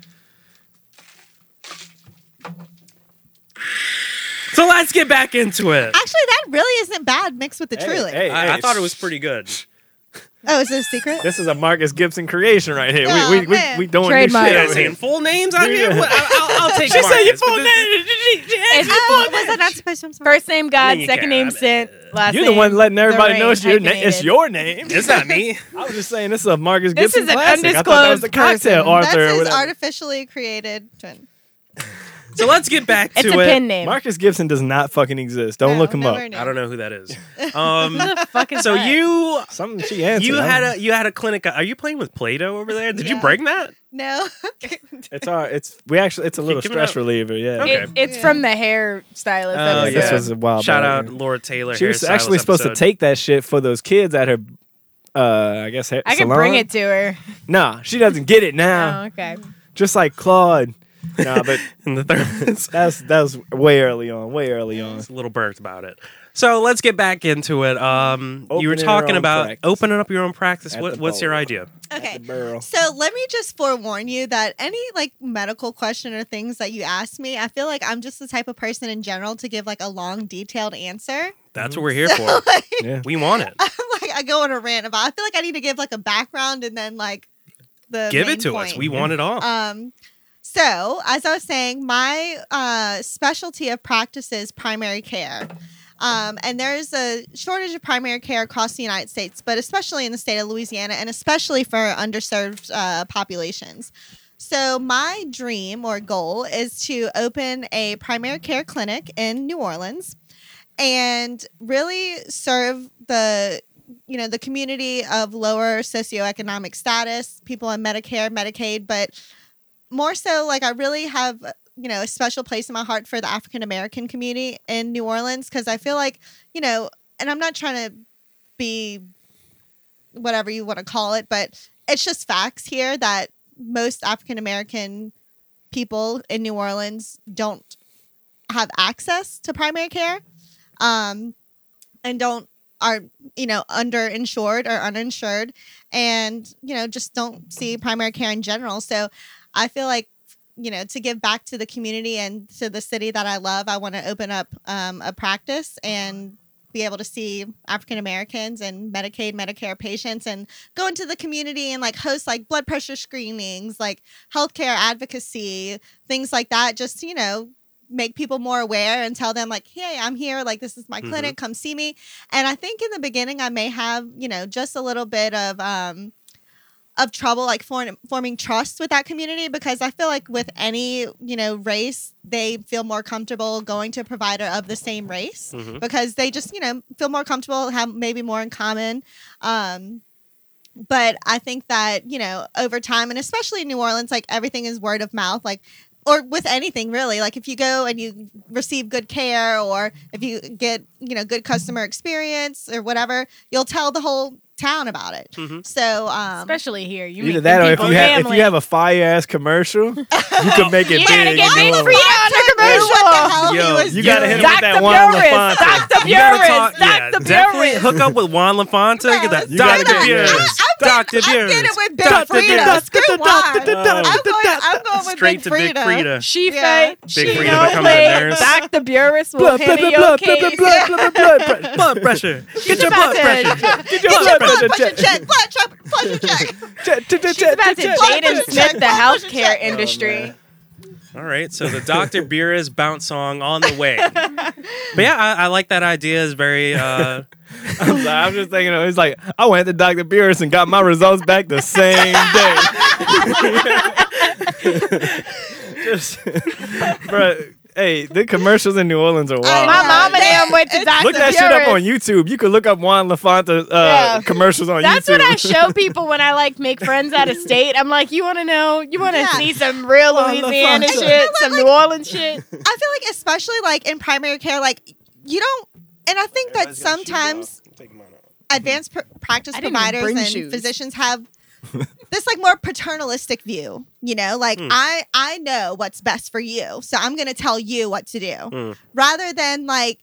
Speaker 2: So let's get back into it.
Speaker 3: Actually, that really isn't bad mixed with the
Speaker 1: Hey,
Speaker 3: truly.
Speaker 1: hey,
Speaker 2: I, I
Speaker 1: hey,
Speaker 2: thought it was pretty good.
Speaker 3: Oh, is it a secret? [LAUGHS]
Speaker 1: This is a Marcus Gibson creation right here.
Speaker 3: Oh,
Speaker 1: we we we,
Speaker 3: man.
Speaker 1: we doing
Speaker 5: Trademark.
Speaker 1: new
Speaker 2: Yeah,
Speaker 1: shit
Speaker 2: I'm
Speaker 1: over
Speaker 2: saying
Speaker 1: here.
Speaker 2: full names out here.
Speaker 1: Yeah.
Speaker 2: Well, I- I'll, I'll take.
Speaker 1: [LAUGHS] She said your
Speaker 2: Marcus, but
Speaker 1: full
Speaker 2: this-
Speaker 1: name.
Speaker 3: oh, was that not supposed to? I'm sorry.
Speaker 5: First name God,
Speaker 2: mean, you uh,
Speaker 5: second
Speaker 2: can.
Speaker 5: name
Speaker 2: I mean,
Speaker 5: Sent, last
Speaker 1: You're
Speaker 5: name.
Speaker 1: the one letting everybody
Speaker 5: Lorraine,
Speaker 1: know it's your name. It's
Speaker 5: hyphenated.
Speaker 1: your
Speaker 3: [LAUGHS]
Speaker 1: name. [LAUGHS]
Speaker 2: It's not me.
Speaker 1: I was just saying this is a Marcus
Speaker 5: This
Speaker 1: Gibson
Speaker 5: is an
Speaker 1: classic. I thought that was the
Speaker 5: undisclosed
Speaker 1: cocktail
Speaker 5: person.
Speaker 1: Arthur. or
Speaker 3: That's his
Speaker 1: whatever.
Speaker 3: artificially created twin.
Speaker 2: So let's get back to
Speaker 5: It's a
Speaker 2: it.
Speaker 5: pen name.
Speaker 1: Marcus Gibson does not fucking exist. Don't
Speaker 3: No,
Speaker 1: look him
Speaker 3: nowhere
Speaker 1: up.
Speaker 3: near.
Speaker 2: I don't know who that is. Um,
Speaker 5: Who the fuck
Speaker 2: [LAUGHS]
Speaker 5: is
Speaker 2: so
Speaker 5: that?
Speaker 2: you
Speaker 1: Something she answered.
Speaker 2: you
Speaker 1: I
Speaker 2: had
Speaker 1: don't-
Speaker 2: a you had a clinic. Are you playing with Play-Doh over there? Did you
Speaker 3: Yeah.
Speaker 2: bring that?
Speaker 3: No. [LAUGHS]
Speaker 1: It's our. It's we actually. It's a little
Speaker 2: Keep giving it
Speaker 1: stress
Speaker 2: up.
Speaker 1: reliever. Yeah.
Speaker 2: Okay.
Speaker 5: It, it's
Speaker 3: Yeah.
Speaker 5: from the hair stylist.
Speaker 2: Oh,
Speaker 1: Yeah, Uh,
Speaker 5: episode.
Speaker 1: This was a while.
Speaker 2: Shout
Speaker 1: back.
Speaker 2: out Laura Taylor.
Speaker 1: She was
Speaker 2: hairstylist
Speaker 1: actually supposed to
Speaker 2: episode.
Speaker 1: take that shit for those kids at her. Uh, I guess. Hair,
Speaker 5: I can
Speaker 1: salon.
Speaker 5: bring it to her.
Speaker 1: Nah, she doesn't get it now.
Speaker 5: Oh, okay.
Speaker 1: Just like Claude. Nah, but
Speaker 2: in
Speaker 1: [LAUGHS]
Speaker 2: the thermos.
Speaker 1: that's that was way early on. Way early on.
Speaker 2: It's a little burnt about it. So let's get back into it. Um, you were
Speaker 1: Opening our
Speaker 2: talking
Speaker 1: own
Speaker 2: about
Speaker 1: practice.
Speaker 2: opening up your own practice.
Speaker 1: At
Speaker 2: What,
Speaker 1: the
Speaker 2: what's your
Speaker 1: bowl.
Speaker 2: idea?
Speaker 3: Okay.
Speaker 1: The barrel.
Speaker 3: So let me just forewarn you that any like medical question or things that you ask me, I feel like I'm just the type of person in general to give like a long, detailed answer.
Speaker 2: That's what we're here for.
Speaker 1: Yeah.
Speaker 2: We want it.
Speaker 3: I'm [LAUGHS] like, I go on a rant about. I feel like I need to give like a background and then like the
Speaker 2: Give
Speaker 3: main
Speaker 2: it to us.
Speaker 3: point.
Speaker 2: We want it all.
Speaker 3: Um, so as I was saying, my uh, specialty of practice is primary care. Um, and there's a shortage of primary care across the United States, but especially in the state of Louisiana and especially for underserved uh, populations. So, my dream or goal is to open a primary care clinic in New Orleans and really serve the you know the community of lower socioeconomic status people on medicare medicaid but more so like i really have you know a special place in my heart for the african american community in new orleans because i feel like you know and i'm not trying to be whatever you want to call it but it's just facts here that most african american people in new orleans don't have access to primary care um, and don't are you know underinsured or uninsured and you know just don't see primary care in general so i feel like you know to give back to the community and to the city that i love i want to open up um, a practice and be able to see african americans and medicaid medicare patients and go into the community and like host like blood pressure screenings like healthcare advocacy things like that just you know make people more aware and tell them like hey i'm here like this is my
Speaker 2: Mhm.
Speaker 3: clinic come see me and i think in the beginning i may have you know just a little bit of um of trouble like form, forming trust with that community because i feel like with any you know race they feel more comfortable going to a provider of the same race
Speaker 2: Mhm.
Speaker 3: because they just you know feel more comfortable have maybe more in common um but i think that you know over time and especially in new orleans like everything is word of mouth like or with anything really like if you go and you receive good care or if you get you know good customer experience or whatever you'll tell the whole town about it
Speaker 2: Mhm.
Speaker 3: so um
Speaker 5: Especially here. You
Speaker 1: Either
Speaker 5: make
Speaker 1: that,
Speaker 5: the
Speaker 1: or if
Speaker 5: people
Speaker 1: you have if
Speaker 5: family.
Speaker 1: you have a fire ass commercial, you can make it
Speaker 5: [LAUGHS] You gotta
Speaker 1: big.
Speaker 5: get
Speaker 1: in New
Speaker 5: paid for
Speaker 1: Orleans.
Speaker 5: your commercial.
Speaker 3: What the hell
Speaker 2: Yo,
Speaker 3: he was
Speaker 1: You gotta
Speaker 3: doing.
Speaker 1: hit him with
Speaker 5: Dr.
Speaker 1: that one
Speaker 5: Burris,
Speaker 1: LaFontaine.
Speaker 5: Dr.
Speaker 2: You gotta
Speaker 5: Burris,
Speaker 2: talk- yeah,
Speaker 5: Dr.
Speaker 2: definitely
Speaker 5: Burris.
Speaker 2: hook up with Juan LaFonta. Get that
Speaker 1: You gotta
Speaker 2: Dr.
Speaker 1: get
Speaker 2: Burris.
Speaker 1: paid.
Speaker 2: Dr.
Speaker 3: I did it
Speaker 2: Burris.
Speaker 3: with Big Frida. Screw Juan. I'm going, I'm going with
Speaker 2: Straight
Speaker 3: Big
Speaker 2: to Big
Speaker 3: Frida.
Speaker 2: Frida.
Speaker 5: She
Speaker 3: Yeah.
Speaker 5: fake.
Speaker 3: Big
Speaker 5: She
Speaker 2: Frida
Speaker 5: no
Speaker 2: becomes a
Speaker 5: way.
Speaker 2: nurse.
Speaker 5: Dr. Burris will
Speaker 1: Blah, blah,
Speaker 5: handle
Speaker 1: blah,
Speaker 5: your
Speaker 1: blah,
Speaker 5: case.
Speaker 1: blah, blah, blah, blah, blah, blah, blah.
Speaker 5: [LAUGHS]
Speaker 2: Blood pressure. Get your blood
Speaker 5: about
Speaker 2: pressure.
Speaker 5: to,
Speaker 1: Get your
Speaker 3: Get your
Speaker 1: blood
Speaker 3: blood
Speaker 1: pressure
Speaker 3: pressure
Speaker 1: check.
Speaker 3: check. Blood tru- pressure check.
Speaker 1: Check, check, check,
Speaker 5: she's
Speaker 1: check,
Speaker 5: about to
Speaker 1: check.
Speaker 3: Jaden
Speaker 5: Jaden Smith the
Speaker 3: Check.
Speaker 5: healthcare
Speaker 3: Check.
Speaker 5: industry.
Speaker 2: All right, so the Dr. Beer's bounce song on the way. but yeah, I, I like that idea. It's very uh,
Speaker 1: [LAUGHS] I'm, sorry, I'm just thinking, it's like, I went to Dr. Beerus and got my results back the same day. [LAUGHS] just, bro, hey, the commercials in New Orleans are wild.
Speaker 5: My mom and them went to Dr.
Speaker 1: Look that shit up on
Speaker 5: Bure's.
Speaker 1: YouTube. You could look up Juan Lafont uh,
Speaker 5: Yeah.
Speaker 1: commercials on
Speaker 5: That's
Speaker 1: YouTube.
Speaker 5: what I show people when I like make friends out of state. I'm like, you want to know? You want to
Speaker 3: Yeah.
Speaker 5: see some real
Speaker 1: Well, the
Speaker 5: Louisiana
Speaker 1: fuck-
Speaker 5: shit, some New Orleans shit?
Speaker 3: I feel like especially like in primary care, like you don't, and I think that sometimes advanced pr- practice
Speaker 8: I didn't even
Speaker 3: providers
Speaker 8: bring
Speaker 3: and
Speaker 8: shoes.
Speaker 3: physicians have this like more paternalistic view. You know, like I I know what's best for you, so I'm gonna tell you what to do, rather than like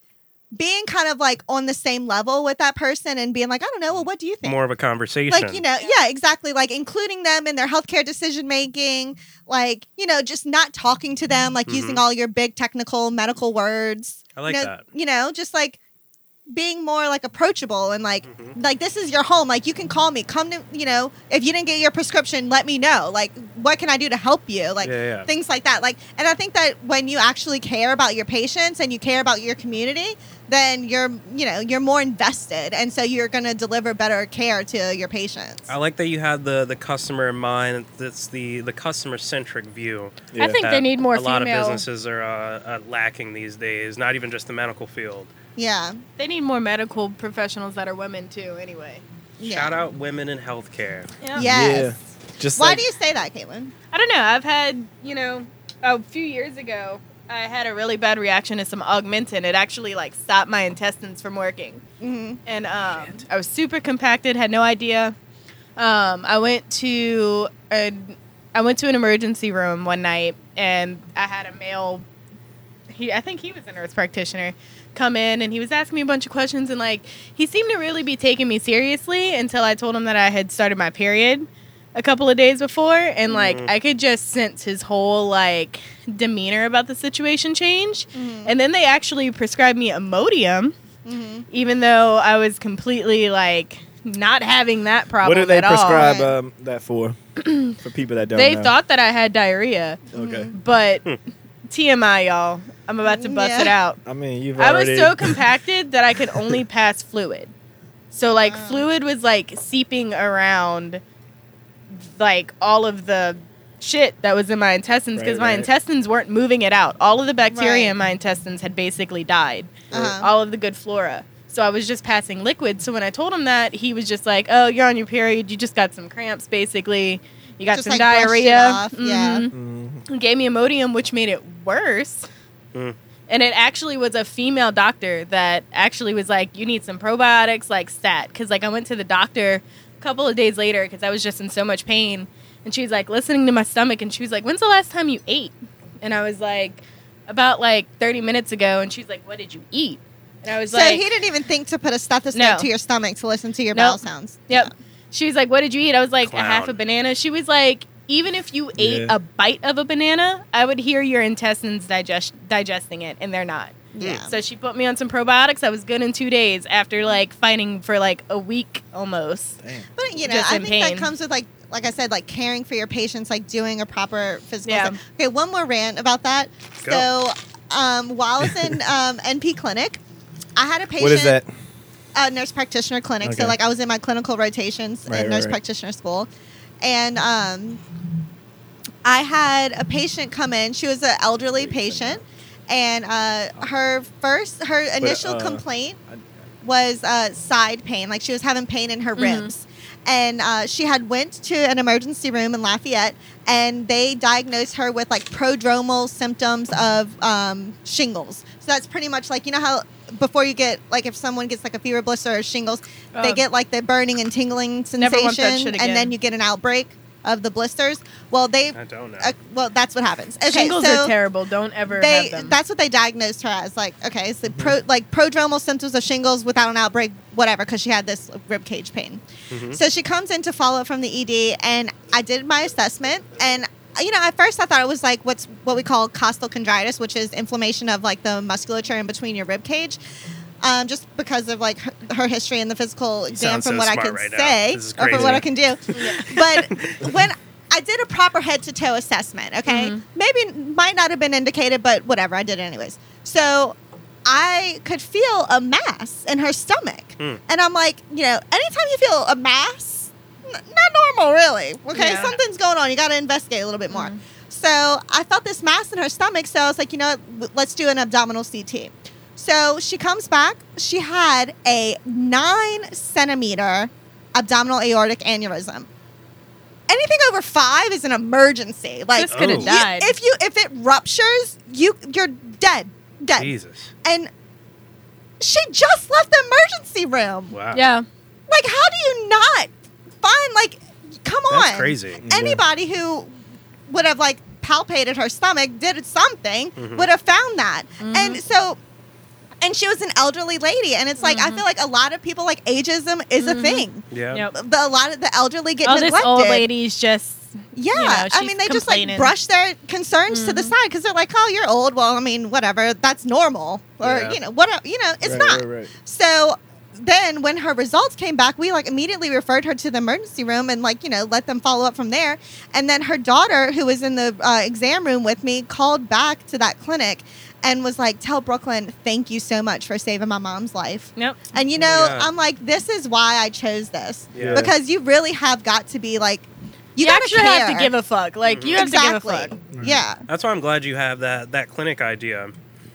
Speaker 3: being kind of like on the same level with that person and being like, I don't know, well, what do you think?
Speaker 2: more of a conversation.
Speaker 3: like you know yeah exactly like including them in their healthcare decision making like you know just not talking to them like using all your big technical medical words
Speaker 2: Mm-hmm. I like
Speaker 3: you know,
Speaker 2: that.
Speaker 3: you know just like being more like approachable and like
Speaker 2: Mm-hmm.
Speaker 3: like this is your home like you can call me come to you know if you didn't get your prescription let me know like what can i do to help you like
Speaker 2: Yeah, yeah.
Speaker 3: things like that like and i think that when you actually care about your patients and you care about your community then you're you know you're more invested and so you're going to deliver better care to your patients
Speaker 2: I like that you had the the customer in mind. That's the the customer centric view.
Speaker 1: Yeah.
Speaker 5: I think
Speaker 2: that
Speaker 5: they need more
Speaker 2: A lot of
Speaker 5: female.
Speaker 2: businesses are uh, uh, lacking these days. Not even just the medical field.
Speaker 3: yeah
Speaker 5: They need more medical professionals that are women too. Anyway,
Speaker 3: Yeah.
Speaker 2: Shout out women in healthcare.
Speaker 3: yes
Speaker 1: Just
Speaker 3: why
Speaker 1: like,
Speaker 3: do you say that caitlin
Speaker 5: I don't know. I've had, you know, a few years ago, I had a really bad reaction to some augmentin. It actually like stopped my intestines from working.
Speaker 3: Mhm.
Speaker 5: And um, I was super compacted, had no idea. Um, I went to an I went to an emergency room one night and I had a male he I think he was a nurse practitioner come in and he was asking me a bunch of questions and like he seemed to really be taking me seriously until I told him that I had started my period a couple of days before and like
Speaker 1: Mm.
Speaker 5: I could just sense his whole like demeanor about the situation change. And then they actually prescribed me Imodium even though I was completely like not having that problem
Speaker 1: what do they
Speaker 5: at all.
Speaker 1: prescribe um, that for? for people that don't
Speaker 5: They
Speaker 1: know.
Speaker 5: thought that I had diarrhea,
Speaker 1: Okay.
Speaker 5: but
Speaker 1: Hmm.
Speaker 5: TMI, y'all. I'm about to bust
Speaker 3: Yeah.
Speaker 5: it out.
Speaker 1: I mean, you've
Speaker 5: I was
Speaker 1: already. [LAUGHS]
Speaker 5: so compacted that I could only pass fluid. So like
Speaker 3: Oh.
Speaker 5: fluid was like seeping around like all of the shit that was in my intestines because
Speaker 1: Right,
Speaker 5: my
Speaker 1: right.
Speaker 5: intestines weren't moving it out. All of the bacteria
Speaker 3: Right.
Speaker 5: in my intestines had basically died.
Speaker 3: Uh-huh.
Speaker 5: All of the good flora. So I was just passing liquid. So when I told him that, he was just like, "Oh, you're on your period. You just got some cramps basically. You got
Speaker 3: Just,
Speaker 5: some
Speaker 3: like, brushed it
Speaker 5: diarrhea."
Speaker 3: off. Yeah.
Speaker 5: Mhm
Speaker 1: Mm,
Speaker 5: gave me Imodium, which made it worse.
Speaker 2: Mm.
Speaker 5: And it actually was a female doctor that actually was like, "You need some probiotics, like stat." Because like I went to the doctor a couple of days later because I was just in so much pain, and she was like listening to my stomach, and she was like, "When's the last time you ate?" And I was like, "About like 30 minutes ago." And she's like, "What did you eat?" And I was
Speaker 3: so
Speaker 5: like,
Speaker 3: he didn't even think to put a stethoscope
Speaker 5: No.
Speaker 3: to your stomach to listen to your
Speaker 5: Nope.
Speaker 3: bowel sounds
Speaker 5: Yep. She was like, "What did you eat?" I was like, "A half a
Speaker 2: Clown.
Speaker 5: banana." She was like, "Even if you ate
Speaker 1: Yeah.
Speaker 5: a bite of a banana, I would hear your intestines digest digesting it, and they're not."
Speaker 3: yeah,
Speaker 5: So she put me on some probiotics. I was good in two days after like fighting for like a week almost.
Speaker 3: But you know,
Speaker 5: Just
Speaker 3: I
Speaker 5: in
Speaker 3: think
Speaker 5: pain.
Speaker 3: that comes with like like I said, like caring for your patients, like doing a proper physical.
Speaker 5: Yeah.
Speaker 3: exam. Okay, one more rant about that.
Speaker 2: Go.
Speaker 3: So, um, while I was in
Speaker 1: [LAUGHS]
Speaker 3: um, NP clinic, I had a patient.
Speaker 1: what is that?
Speaker 3: A nurse practitioner clinic. So
Speaker 1: Okay.
Speaker 3: like I was in my clinical rotations
Speaker 1: Right,
Speaker 3: in
Speaker 1: right,
Speaker 3: nurse
Speaker 1: right.
Speaker 3: practitioner school, and um, I had a patient come in. She was an elderly patient, and uh, her first her initial
Speaker 1: uh,
Speaker 3: complaint was uh, side pain. Like she was having pain in her
Speaker 5: Mm-hmm.
Speaker 3: ribs. And uh, she had went to an emergency room in Lafayette, and they diagnosed her with like prodromal symptoms of um, shingles. So that's pretty much like you know how before you get like if someone gets like a fever blister or shingles, they
Speaker 5: Oh.
Speaker 3: get like the burning and tingling
Speaker 5: Never want that
Speaker 3: sensation,
Speaker 5: shit
Speaker 3: and
Speaker 5: again.
Speaker 3: then you get an outbreak of the blisters. Well, they,
Speaker 2: I don't know.
Speaker 3: uh, well that's what happens. Okay,
Speaker 5: Shingles
Speaker 3: so
Speaker 5: are terrible. Don't ever
Speaker 3: they
Speaker 5: have them.
Speaker 3: that's what they diagnosed her as like okay it's the pro, like prodromal symptoms of shingles without an outbreak whatever because she had this rib cage pain so she comes in to follow up from the ed and i did my assessment and you know at first i thought it was like what's what we call costal chondritis which is inflammation of like the musculature in between your rib cage um, just because of like her, her history and the physical exam
Speaker 2: sound
Speaker 3: from
Speaker 2: so
Speaker 3: what I
Speaker 2: smart
Speaker 3: can
Speaker 2: right now.
Speaker 3: say
Speaker 2: This is [LAUGHS]
Speaker 3: or from
Speaker 2: crazy.
Speaker 3: what I can do. But when I did a proper head to toe assessment. Okay,
Speaker 5: Mhm.
Speaker 3: maybe might not have been indicated, but whatever. I did it anyways. So I could feel a mass in her stomach,
Speaker 2: Hmm.
Speaker 3: and I'm like, you know, anytime you feel a mass, n- not normal, really. Okay,
Speaker 5: Yeah.
Speaker 3: something's going on. You got to investigate a little bit more.
Speaker 5: Mhm.
Speaker 3: So I felt this mass in her stomach. So I was like, you know, what, w- let's do an abdominal CT. So she comes back. She had a nine centimeter abdominal aortic aneurysm. Anything over five is an emergency. Like
Speaker 5: this could have
Speaker 2: Oh.
Speaker 3: you-
Speaker 5: died.
Speaker 3: if you if it ruptures, you you're dead, dead.
Speaker 2: Jesus.
Speaker 3: And she just left the emergency room.
Speaker 2: Wow.
Speaker 5: yeah,
Speaker 3: Like, how do you not find like? Come on,
Speaker 2: That's crazy.
Speaker 3: Anybody who would have like palpated her stomach, did something,
Speaker 2: Mhm.
Speaker 3: would have found that.
Speaker 5: Mhm.
Speaker 3: And so, and she was an elderly lady, and it's like
Speaker 5: Mm-hmm.
Speaker 3: I feel like a lot of people like ageism is a
Speaker 5: Mhm.
Speaker 3: thing.
Speaker 2: Yeah.
Speaker 5: Yep.
Speaker 3: The, a lot of the elderly get
Speaker 5: oh,
Speaker 3: neglected.
Speaker 5: this old lady's just
Speaker 3: Yeah,
Speaker 5: you know,
Speaker 3: I
Speaker 5: she's
Speaker 3: mean, they just like
Speaker 5: complaining.
Speaker 3: brush their concerns to the
Speaker 5: Mhm.
Speaker 3: side because they're like, "Oh, you're old. Well, I mean, whatever. That's normal." Or
Speaker 2: Yeah.
Speaker 3: you know, what? You know, it's
Speaker 1: Right,
Speaker 3: not.
Speaker 1: right, right.
Speaker 3: So then when her results came back, we like immediately referred her to the emergency room and like, you know, let them follow up from there. And then her daughter, who was in the uh, exam room with me, called back to that clinic and was like, tell Brooklyn, thank you so much for saving my mom's life.
Speaker 5: nope.
Speaker 3: And you
Speaker 2: Oh my
Speaker 3: know,
Speaker 2: God.
Speaker 3: I'm like, this is why I chose this
Speaker 2: Yeah.
Speaker 3: because you really have got to be like, you,
Speaker 5: You,
Speaker 3: gotta
Speaker 5: actually
Speaker 3: care.
Speaker 5: have to give a fuck. Like you have
Speaker 3: exactly.
Speaker 5: to give a fuck.
Speaker 3: Yeah,
Speaker 2: That's why I'm glad you have that that clinic idea.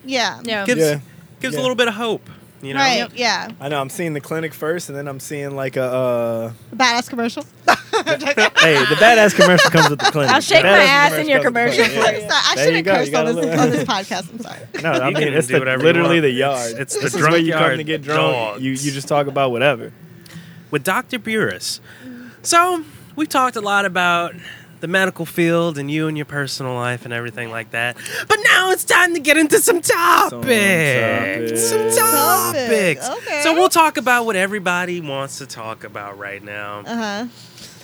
Speaker 3: yeah,
Speaker 5: Yeah.
Speaker 2: Gives
Speaker 1: Yeah.
Speaker 2: gives
Speaker 1: Yeah.
Speaker 2: a little bit of hope. You know.
Speaker 3: right, yeah.
Speaker 1: I know. I'm seeing the clinic first, and then I'm seeing like a. Uh,
Speaker 3: Badass
Speaker 2: [LAUGHS]
Speaker 3: [LAUGHS] commercial.
Speaker 8: Hey, the badass commercial comes with the clinic.
Speaker 5: I'll shake
Speaker 8: The
Speaker 5: my
Speaker 8: badass-
Speaker 5: ass in your
Speaker 1: commercial
Speaker 5: commercial.
Speaker 1: comes with
Speaker 5: for
Speaker 1: the
Speaker 3: Sorry,
Speaker 5: you.
Speaker 3: I
Speaker 1: There you
Speaker 3: shouldn't
Speaker 1: go. You
Speaker 3: curse on
Speaker 1: gotta
Speaker 3: this,
Speaker 1: learn.
Speaker 3: on this podcast. I'm sorry.
Speaker 8: No, I
Speaker 2: You
Speaker 8: mean
Speaker 2: can
Speaker 8: it's
Speaker 2: do
Speaker 8: the,
Speaker 2: whatever you
Speaker 8: literally
Speaker 2: want.
Speaker 8: the yard.
Speaker 2: It's- it's the
Speaker 8: this is
Speaker 2: drunk
Speaker 8: where you come
Speaker 2: yard
Speaker 8: to get drunk. You
Speaker 2: dogs.
Speaker 8: you just talk about whatever.
Speaker 2: with Dr. Burris. So, we've talked a lot about the medical field and you and your personal life and everything like that. But now it's time to get into some topics.
Speaker 1: Some topics.
Speaker 2: topics.
Speaker 3: Okay.
Speaker 2: So, we'll talk about what everybody wants to talk about right now
Speaker 3: Uh huh.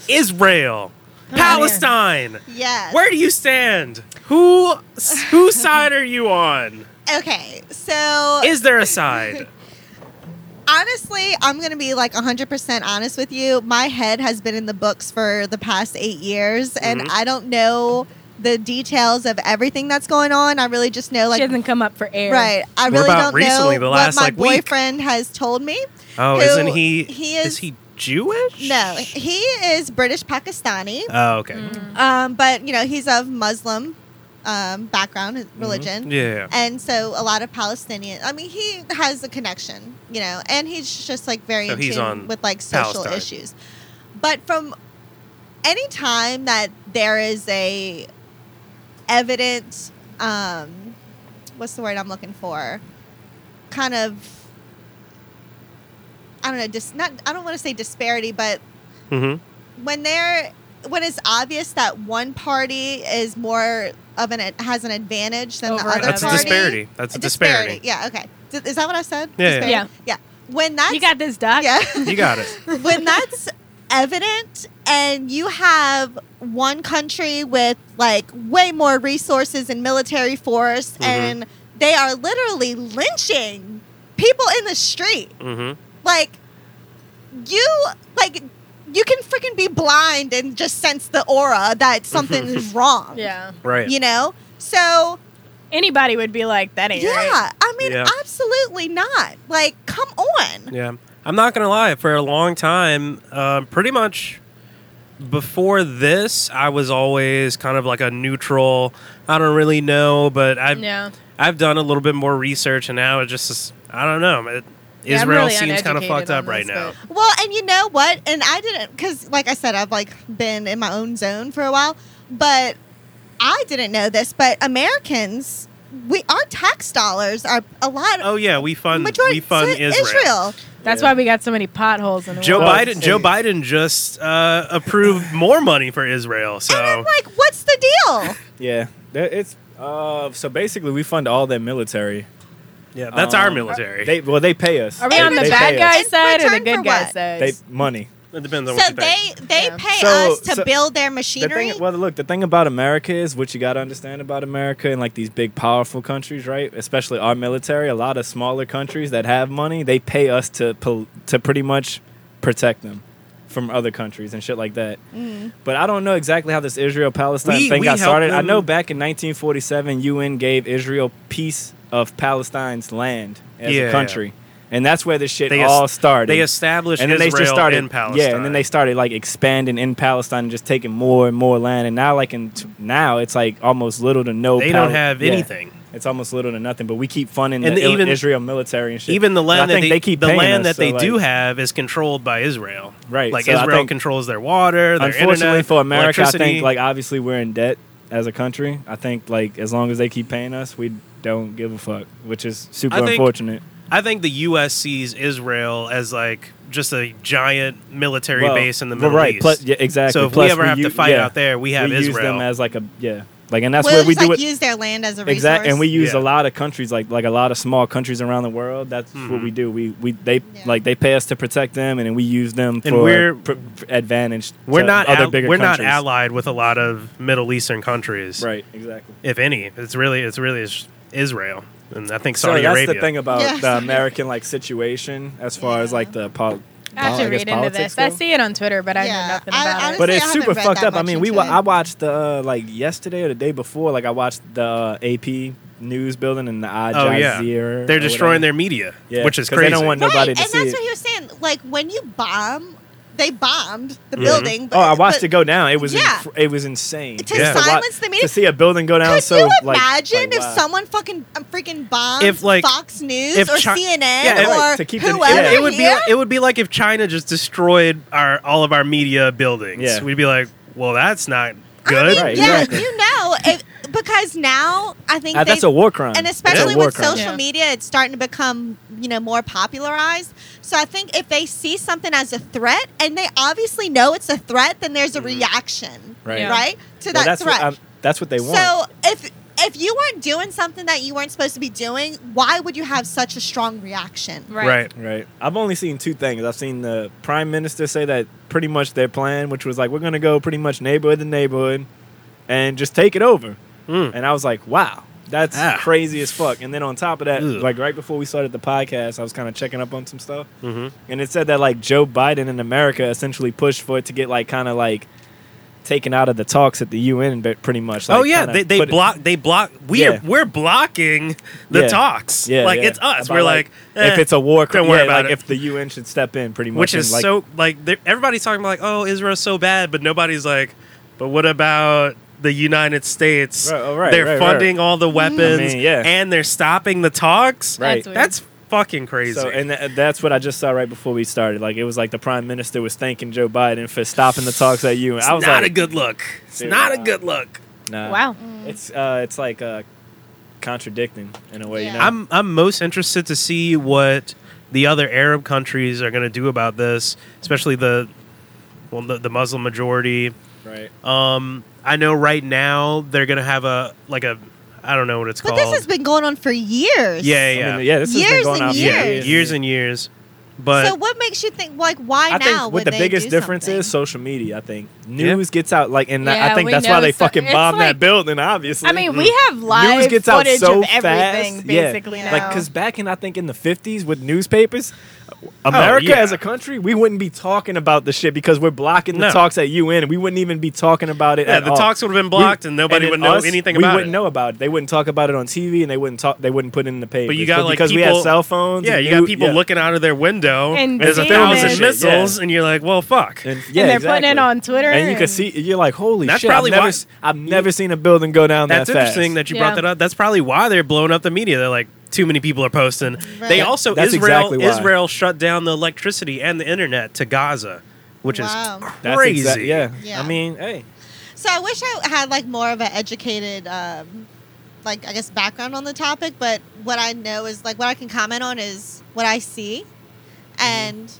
Speaker 2: Israel, Palestine.
Speaker 3: Yes.
Speaker 2: Where do you stand? Who
Speaker 3: [LAUGHS]
Speaker 2: whose side are you on?
Speaker 3: okay. So
Speaker 2: Is there a side?
Speaker 3: honestly, I'm going to be like 100% honest with you. My head has been in the books for the past eight years, and
Speaker 2: Mhm.
Speaker 3: I don't know the details of everything that's going on. I really just know,
Speaker 5: she
Speaker 3: like,
Speaker 5: doesn't come up for air.
Speaker 3: right. I
Speaker 2: What
Speaker 3: really
Speaker 2: about
Speaker 3: don't
Speaker 2: recently,
Speaker 3: know
Speaker 2: the last,
Speaker 3: what my
Speaker 2: like, week?
Speaker 3: boyfriend has told me.
Speaker 2: Oh,
Speaker 3: Who-
Speaker 2: isn't he
Speaker 3: he
Speaker 2: is,
Speaker 3: is-
Speaker 2: he Jewish?
Speaker 3: No, he is British Pakistani,
Speaker 2: Oh, okay.
Speaker 3: um, but, you know, he's of Muslim um, background,
Speaker 2: Mm-hmm.
Speaker 3: his religion.
Speaker 2: Yeah.
Speaker 3: And so a lot of Palestinian. I mean, he has a connection, you know, and he's just like very
Speaker 2: So
Speaker 3: in
Speaker 2: he's
Speaker 3: tune
Speaker 2: on
Speaker 3: with like social
Speaker 2: Palestine.
Speaker 3: issues. But from any time that there is a evident, um, what's the word I'm looking for? Kind of. I don't know. Dis- not. I don't want to say disparity, but
Speaker 2: Mm-hmm.
Speaker 3: when they're when it's obvious that one party is more of an has an advantage than
Speaker 5: Over
Speaker 3: the other
Speaker 2: That's a
Speaker 3: party.
Speaker 2: disparity. That's a disparity.
Speaker 3: Yeah. Okay. D- Is that what I said?
Speaker 2: Yeah, yeah.
Speaker 3: Disparity?
Speaker 5: Yeah.
Speaker 3: Yeah. When that's
Speaker 5: You got this, doc.
Speaker 3: yeah.
Speaker 2: You got
Speaker 3: [LAUGHS]
Speaker 2: it.
Speaker 5: [LAUGHS]
Speaker 3: when that's evident and you have one country with like way more resources and military force
Speaker 2: Mhm.
Speaker 3: and they are literally lynching people in the street
Speaker 2: Mm-hmm.
Speaker 3: like you like you can freaking be blind and just sense the aura that something is wrong
Speaker 5: Yeah.
Speaker 2: Mm-hmm. Right.
Speaker 3: you know so
Speaker 5: Anybody would be like, that ain't
Speaker 3: yeah
Speaker 5: right.
Speaker 3: i mean
Speaker 2: Yeah.
Speaker 3: absolutely not like come on
Speaker 2: Yeah. I'm not gonna lie. For a long time, um, pretty much before this, I was always kind of like a neutral. I don't really know, but I've
Speaker 5: Yeah.
Speaker 2: I've done a little bit more research, and now it just is- I don't know. It,
Speaker 5: Yeah, I'm
Speaker 2: Israel
Speaker 5: really
Speaker 2: seems kind of
Speaker 5: uneducated
Speaker 2: fucked
Speaker 5: on
Speaker 2: up right
Speaker 5: this,
Speaker 2: now.
Speaker 3: well and you know what and i didn't because like i said i've like been in my own zone for a while but i didn't know this but americans we our tax dollars are a lot
Speaker 2: Oh yeah, we fund
Speaker 3: majority
Speaker 2: we fund
Speaker 3: to
Speaker 2: Israel.
Speaker 3: israel
Speaker 5: That's
Speaker 1: Yeah.
Speaker 5: why we got so many potholes in the
Speaker 2: Joe
Speaker 5: world.
Speaker 1: Well,
Speaker 2: Biden. Joe
Speaker 1: hey.
Speaker 2: Biden just uh, approved more money for Israel. So
Speaker 3: and i'm like what's the
Speaker 1: [LAUGHS]
Speaker 3: deal
Speaker 1: Yeah. That- It's uh. So basically, we fund all their military.
Speaker 2: yeah, that's our
Speaker 1: Um,
Speaker 2: military.
Speaker 1: They well, they pay us.
Speaker 5: Are we
Speaker 1: They-
Speaker 5: on the
Speaker 1: they
Speaker 5: bad
Speaker 1: pay
Speaker 5: guy
Speaker 1: us.
Speaker 3: In
Speaker 5: side or the
Speaker 3: return for
Speaker 5: good guy
Speaker 3: what?
Speaker 5: side?
Speaker 1: They money.
Speaker 2: it depends on what
Speaker 3: so
Speaker 2: you think.
Speaker 3: they they
Speaker 5: Yeah.
Speaker 3: pay
Speaker 1: So-
Speaker 3: us to
Speaker 1: so-
Speaker 3: build their
Speaker 1: The
Speaker 3: machinery.
Speaker 1: thing, well, look, the thing about America is what you got to understand about America and like these big powerful countries, right? Especially our military. A lot of smaller countries that have money, they pay us to pol- to pretty much protect them from other countries and shit like that.
Speaker 3: Mm.
Speaker 1: But I don't know exactly how this Israel Palestine
Speaker 2: We-
Speaker 1: thing
Speaker 2: we
Speaker 1: got
Speaker 2: helped
Speaker 1: started. I
Speaker 2: them-
Speaker 1: know back in 1947, UN gave Israel piece of Palestine's land as
Speaker 2: Yeah,
Speaker 1: a country, and that's where this shit
Speaker 2: They
Speaker 1: all
Speaker 2: es-
Speaker 1: started.
Speaker 2: They established
Speaker 1: and then
Speaker 2: Israel
Speaker 1: they just started
Speaker 2: in Palestine.
Speaker 1: Yeah, and then they started like expanding in Palestine and just taking more and more land. And now, like in t- now, it's like almost little to no.
Speaker 2: they
Speaker 1: Pal-
Speaker 2: don't have
Speaker 1: yeah.
Speaker 2: anything.
Speaker 1: It's almost little to nothing. But we keep funding
Speaker 2: And
Speaker 1: the,
Speaker 2: the-
Speaker 1: Il-
Speaker 2: even-
Speaker 1: Israel military and shit.
Speaker 2: Even the
Speaker 1: And I
Speaker 2: land that
Speaker 1: think
Speaker 2: they,
Speaker 1: they keep
Speaker 2: the
Speaker 1: paying
Speaker 2: land
Speaker 1: us,
Speaker 2: that they
Speaker 1: so,
Speaker 2: do
Speaker 1: like-
Speaker 2: have is controlled by Israel.
Speaker 1: Right,
Speaker 2: Like
Speaker 1: so I
Speaker 2: Israel
Speaker 1: think-
Speaker 2: controls their water. Their
Speaker 1: Unfortunately
Speaker 2: internet,
Speaker 1: for America, I
Speaker 2: electricity.
Speaker 1: think like obviously we're in debt as a country. I think like as long as they keep paying us, we don't give a fuck, which is super
Speaker 2: I think-
Speaker 1: unfortunate.
Speaker 2: I think the U.S. sees Israel as like just a giant military
Speaker 1: Well,
Speaker 2: base in the
Speaker 1: but
Speaker 2: Middle
Speaker 1: right,
Speaker 2: East.
Speaker 1: plus- yeah, exactly.
Speaker 2: So if
Speaker 1: Plus
Speaker 2: we ever have
Speaker 1: u-
Speaker 2: to fight
Speaker 1: yeah,
Speaker 2: out there, we have
Speaker 1: we
Speaker 2: Israel.
Speaker 1: use them as like a yeah, like and that's
Speaker 3: We'll
Speaker 1: where we
Speaker 3: just,
Speaker 1: do
Speaker 3: like,
Speaker 1: it.
Speaker 3: use their land as a resource.
Speaker 1: Exactly, and we use
Speaker 2: Yeah.
Speaker 1: a lot of countries like like a lot of small countries around the world. That's what
Speaker 2: Mm-hmm.
Speaker 1: we do. We we they
Speaker 3: Yeah.
Speaker 1: like they pay us to protect them, and then we use them
Speaker 2: And
Speaker 1: for
Speaker 2: we're-
Speaker 1: pr- pr- advantage.
Speaker 2: we're
Speaker 1: to
Speaker 2: not
Speaker 1: other
Speaker 2: al-
Speaker 1: bigger
Speaker 2: we're
Speaker 1: countries.
Speaker 2: not allied with a lot of Middle Eastern countries,
Speaker 1: Right, exactly.
Speaker 2: If any, it's really it's really is- Israel, and I think
Speaker 1: So
Speaker 2: Saudi
Speaker 1: that's
Speaker 2: Arabia.
Speaker 1: the thing about
Speaker 3: Yeah.
Speaker 1: the American like situation as far as
Speaker 3: Yeah.
Speaker 1: like the pol-
Speaker 5: I have
Speaker 1: poli- guess
Speaker 5: to read into
Speaker 1: politics
Speaker 5: this. I
Speaker 1: though.
Speaker 5: see it on Twitter, but I
Speaker 3: Yeah,
Speaker 5: know nothing
Speaker 3: I-
Speaker 5: about
Speaker 3: I
Speaker 5: it.
Speaker 1: but
Speaker 3: Honestly,
Speaker 1: it's
Speaker 3: haven't
Speaker 1: super
Speaker 3: read
Speaker 1: fucked
Speaker 3: that
Speaker 1: up. I
Speaker 3: much
Speaker 1: mean, we
Speaker 3: into
Speaker 1: wa-
Speaker 3: it.
Speaker 1: I watched the uh, like yesterday or the day before. Like I watched the uh, AP news building and the Al
Speaker 2: Oh, yeah.
Speaker 1: Jazeera.
Speaker 2: They're
Speaker 1: or
Speaker 2: destroying
Speaker 1: whatever.
Speaker 2: their media,
Speaker 1: Yeah,
Speaker 2: which is
Speaker 1: 'cause they
Speaker 2: crazy.
Speaker 1: don't want
Speaker 3: right,
Speaker 1: nobody
Speaker 3: and
Speaker 1: to
Speaker 3: that's
Speaker 1: see it.
Speaker 3: what he was saying. Like when you bomb, they bombed the building. But,
Speaker 1: Oh, I watched
Speaker 3: but
Speaker 1: it go down. It was
Speaker 3: Yeah.
Speaker 1: inc- it was insane
Speaker 3: To
Speaker 2: Yeah.
Speaker 3: silence the media?
Speaker 1: To see a building go down
Speaker 3: Could
Speaker 1: so
Speaker 3: you
Speaker 1: like- uh,
Speaker 3: imagine
Speaker 1: like,
Speaker 3: if
Speaker 1: wow.
Speaker 3: someone fucking um, freaking bombed
Speaker 2: If, like-
Speaker 3: Fox News
Speaker 2: if
Speaker 3: or
Speaker 2: Chi-
Speaker 3: CNN
Speaker 1: Yeah,
Speaker 3: or
Speaker 1: right, to keep the-
Speaker 3: whoever?
Speaker 1: yeah.
Speaker 2: it would be
Speaker 3: here?
Speaker 2: it would be like if China just destroyed our all of our media buildings.
Speaker 1: Yeah.
Speaker 2: We'd be like, well, that's not
Speaker 3: I
Speaker 2: good.
Speaker 3: mean,
Speaker 1: Right,
Speaker 3: yeah,
Speaker 1: exactly.
Speaker 3: you know, if, because now I think
Speaker 1: Uh,
Speaker 3: they,
Speaker 1: that's a war crime.
Speaker 3: and
Speaker 1: That's a
Speaker 3: especially
Speaker 1: war
Speaker 3: with
Speaker 1: crime.
Speaker 3: social
Speaker 5: Yeah.
Speaker 3: media, it's starting to become you know more popularized. So I think if they see something as a threat, and they obviously know it's a threat, then there's a reaction,
Speaker 1: Right.
Speaker 5: Yeah.
Speaker 3: right, to
Speaker 1: Well,
Speaker 3: that
Speaker 1: that's
Speaker 3: threat.
Speaker 1: what I'm- that's what they want.
Speaker 3: So if if you weren't doing something that you weren't supposed to be doing, why would you have such a strong reaction?
Speaker 5: Right.
Speaker 1: Right. I've only seen two things. I've seen the prime minister say that pretty much their plan, which was like we're going to go pretty much neighborhood to neighborhood and just take it over.
Speaker 2: Mm.
Speaker 1: And I was like, wow, that's
Speaker 2: Ah.
Speaker 1: crazy as fuck. And then on top of that,
Speaker 2: Ugh.
Speaker 1: like right before we started the podcast, I was kind of checking up on some stuff,
Speaker 2: Mhm.
Speaker 1: and it said that like Joe Biden in America essentially pushed for it to get like kind of like taken out of the talks at the UN, but pretty much. Like,
Speaker 2: oh yeah,
Speaker 1: kinda
Speaker 2: they, they
Speaker 1: put it-
Speaker 2: block. They block. We are
Speaker 1: Yeah.
Speaker 2: we're blocking the
Speaker 1: Yeah.
Speaker 2: talks.
Speaker 1: Yeah,
Speaker 2: like
Speaker 1: yeah.
Speaker 2: it's us.
Speaker 1: About,
Speaker 2: we're like, eh.
Speaker 1: if it's a war, crime,
Speaker 2: don't worry
Speaker 1: yeah,
Speaker 2: about
Speaker 1: like,
Speaker 2: it.
Speaker 1: If the UN should step in, pretty much,
Speaker 2: which
Speaker 1: and,
Speaker 2: is
Speaker 1: like,
Speaker 2: so like they're- everybody's talking about like, oh, Israel's so bad, but nobody's like, but what about the United States?
Speaker 1: Right, oh, right,
Speaker 2: they're
Speaker 1: right, right.
Speaker 2: funding all the weapons,
Speaker 1: I mean, yeah.
Speaker 2: and they're stopping the talks.
Speaker 1: Right.
Speaker 5: That's weird.
Speaker 2: That's fucking crazy.
Speaker 1: So, and th- that's what I just saw right before we started. Like it was like the prime minister was thanking Joe Biden for stopping the talks at you, and
Speaker 2: it's
Speaker 1: I was
Speaker 2: not
Speaker 1: like,
Speaker 2: a good look. It's
Speaker 1: Dude,
Speaker 2: not a
Speaker 1: wow.
Speaker 2: good look.
Speaker 1: nah.
Speaker 5: Wow.
Speaker 1: It's uh, it's like uh, contradicting in a way.
Speaker 3: Yeah.
Speaker 1: You know?
Speaker 2: I'm I'm most interested to see what the other Arab countries are going to do about this, especially the well the, the Muslim majority.
Speaker 1: right.
Speaker 2: Um, I know right now they're going to have a like a I don't know what it's
Speaker 3: But
Speaker 2: called.
Speaker 3: this has been going on for years.
Speaker 2: yeah,
Speaker 1: I mean,
Speaker 2: yeah,
Speaker 1: yeah. This has been
Speaker 3: Years
Speaker 1: going
Speaker 3: and
Speaker 1: on for
Speaker 2: yeah,
Speaker 3: years.
Speaker 2: years and years. But
Speaker 3: so what makes you think like why
Speaker 1: I
Speaker 3: now?
Speaker 1: think
Speaker 3: would
Speaker 1: what the
Speaker 3: they
Speaker 1: biggest
Speaker 3: do
Speaker 1: difference
Speaker 3: something?
Speaker 1: is social media. I think
Speaker 2: Yeah.
Speaker 1: news gets out like, and I
Speaker 5: Yeah,
Speaker 1: think
Speaker 5: we
Speaker 1: that's why
Speaker 5: know
Speaker 1: they
Speaker 5: so-
Speaker 1: fucking
Speaker 5: it's
Speaker 1: bombed
Speaker 5: like-
Speaker 1: that building. Obviously,
Speaker 5: I mean, we have live
Speaker 1: news gets out
Speaker 5: footage
Speaker 1: so
Speaker 5: of everything,
Speaker 1: fast.
Speaker 5: basically.
Speaker 1: yeah.
Speaker 5: Now.
Speaker 1: Like, because back in I think in the fifties with newspapers, America
Speaker 2: Oh, yeah.
Speaker 1: as a country, we wouldn't be talking about the shit because we're blocking the
Speaker 2: No.
Speaker 1: talks at UN. We wouldn't even be talking about it.
Speaker 2: yeah,
Speaker 1: at
Speaker 2: the
Speaker 1: all.
Speaker 2: talks would have been blocked,
Speaker 1: We-
Speaker 2: and nobody
Speaker 1: then
Speaker 2: would know
Speaker 1: us,
Speaker 2: anything
Speaker 1: we
Speaker 2: about
Speaker 1: wouldn't
Speaker 2: it.
Speaker 1: know about it. They wouldn't talk about it on TV, and they wouldn't talk. They wouldn't put it in the paper.
Speaker 2: But you got like
Speaker 1: because
Speaker 2: people,
Speaker 1: we have cell phones.
Speaker 2: Yeah,
Speaker 1: and
Speaker 2: you got
Speaker 1: new-
Speaker 2: people
Speaker 1: yeah.
Speaker 2: looking out of their window.
Speaker 5: And
Speaker 2: there's a
Speaker 5: filming
Speaker 2: thousand
Speaker 5: shit,
Speaker 2: missiles,
Speaker 1: yeah.
Speaker 2: and you're like, well, fuck.
Speaker 1: And, yeah,
Speaker 5: and they're
Speaker 1: exactly.
Speaker 5: putting it on Twitter.
Speaker 1: And you can see, you're like, holy
Speaker 2: That's
Speaker 1: shit!
Speaker 2: probably
Speaker 1: I've never,
Speaker 2: why-
Speaker 1: s- I've never seen a building go down
Speaker 2: That's
Speaker 1: that fast.
Speaker 2: interesting that you brought
Speaker 5: Yeah.
Speaker 2: that up. That's probably why they're blowing up the media. They're like, too many people are posting. They
Speaker 3: Right.
Speaker 2: also
Speaker 1: That's
Speaker 2: Israel
Speaker 1: exactly why.
Speaker 2: Israel shut down the electricity and the internet to Gaza, which
Speaker 3: Wow.
Speaker 2: is
Speaker 1: That's
Speaker 2: crazy.
Speaker 1: exact- yeah.
Speaker 3: Yeah.
Speaker 1: I mean, hey,
Speaker 3: So I wish I had like more of an educated, um, like I guess background on the topic. But what I know is like what I can comment on is what I see,
Speaker 1: Mm-hmm.
Speaker 3: and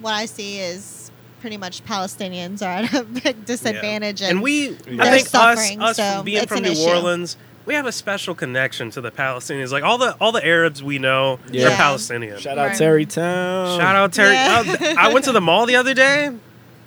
Speaker 3: what I see is pretty much Palestinians are at a big disadvantage.
Speaker 2: And we, I
Speaker 1: They're
Speaker 2: think us,
Speaker 3: suffering,
Speaker 2: us
Speaker 3: so
Speaker 2: from being
Speaker 3: it's
Speaker 2: from
Speaker 3: an
Speaker 2: New
Speaker 3: issue.
Speaker 2: Orleans, we have a special connection to the Palestinians. Like all the all the Arabs we know
Speaker 1: Yeah.
Speaker 2: are
Speaker 1: Yeah.
Speaker 2: Palestinian.
Speaker 1: shout
Speaker 5: out
Speaker 1: out
Speaker 5: Right.
Speaker 1: Terry Town.
Speaker 2: Shout out Terry.
Speaker 3: Yeah.
Speaker 2: Oh, I went to the mall the other day.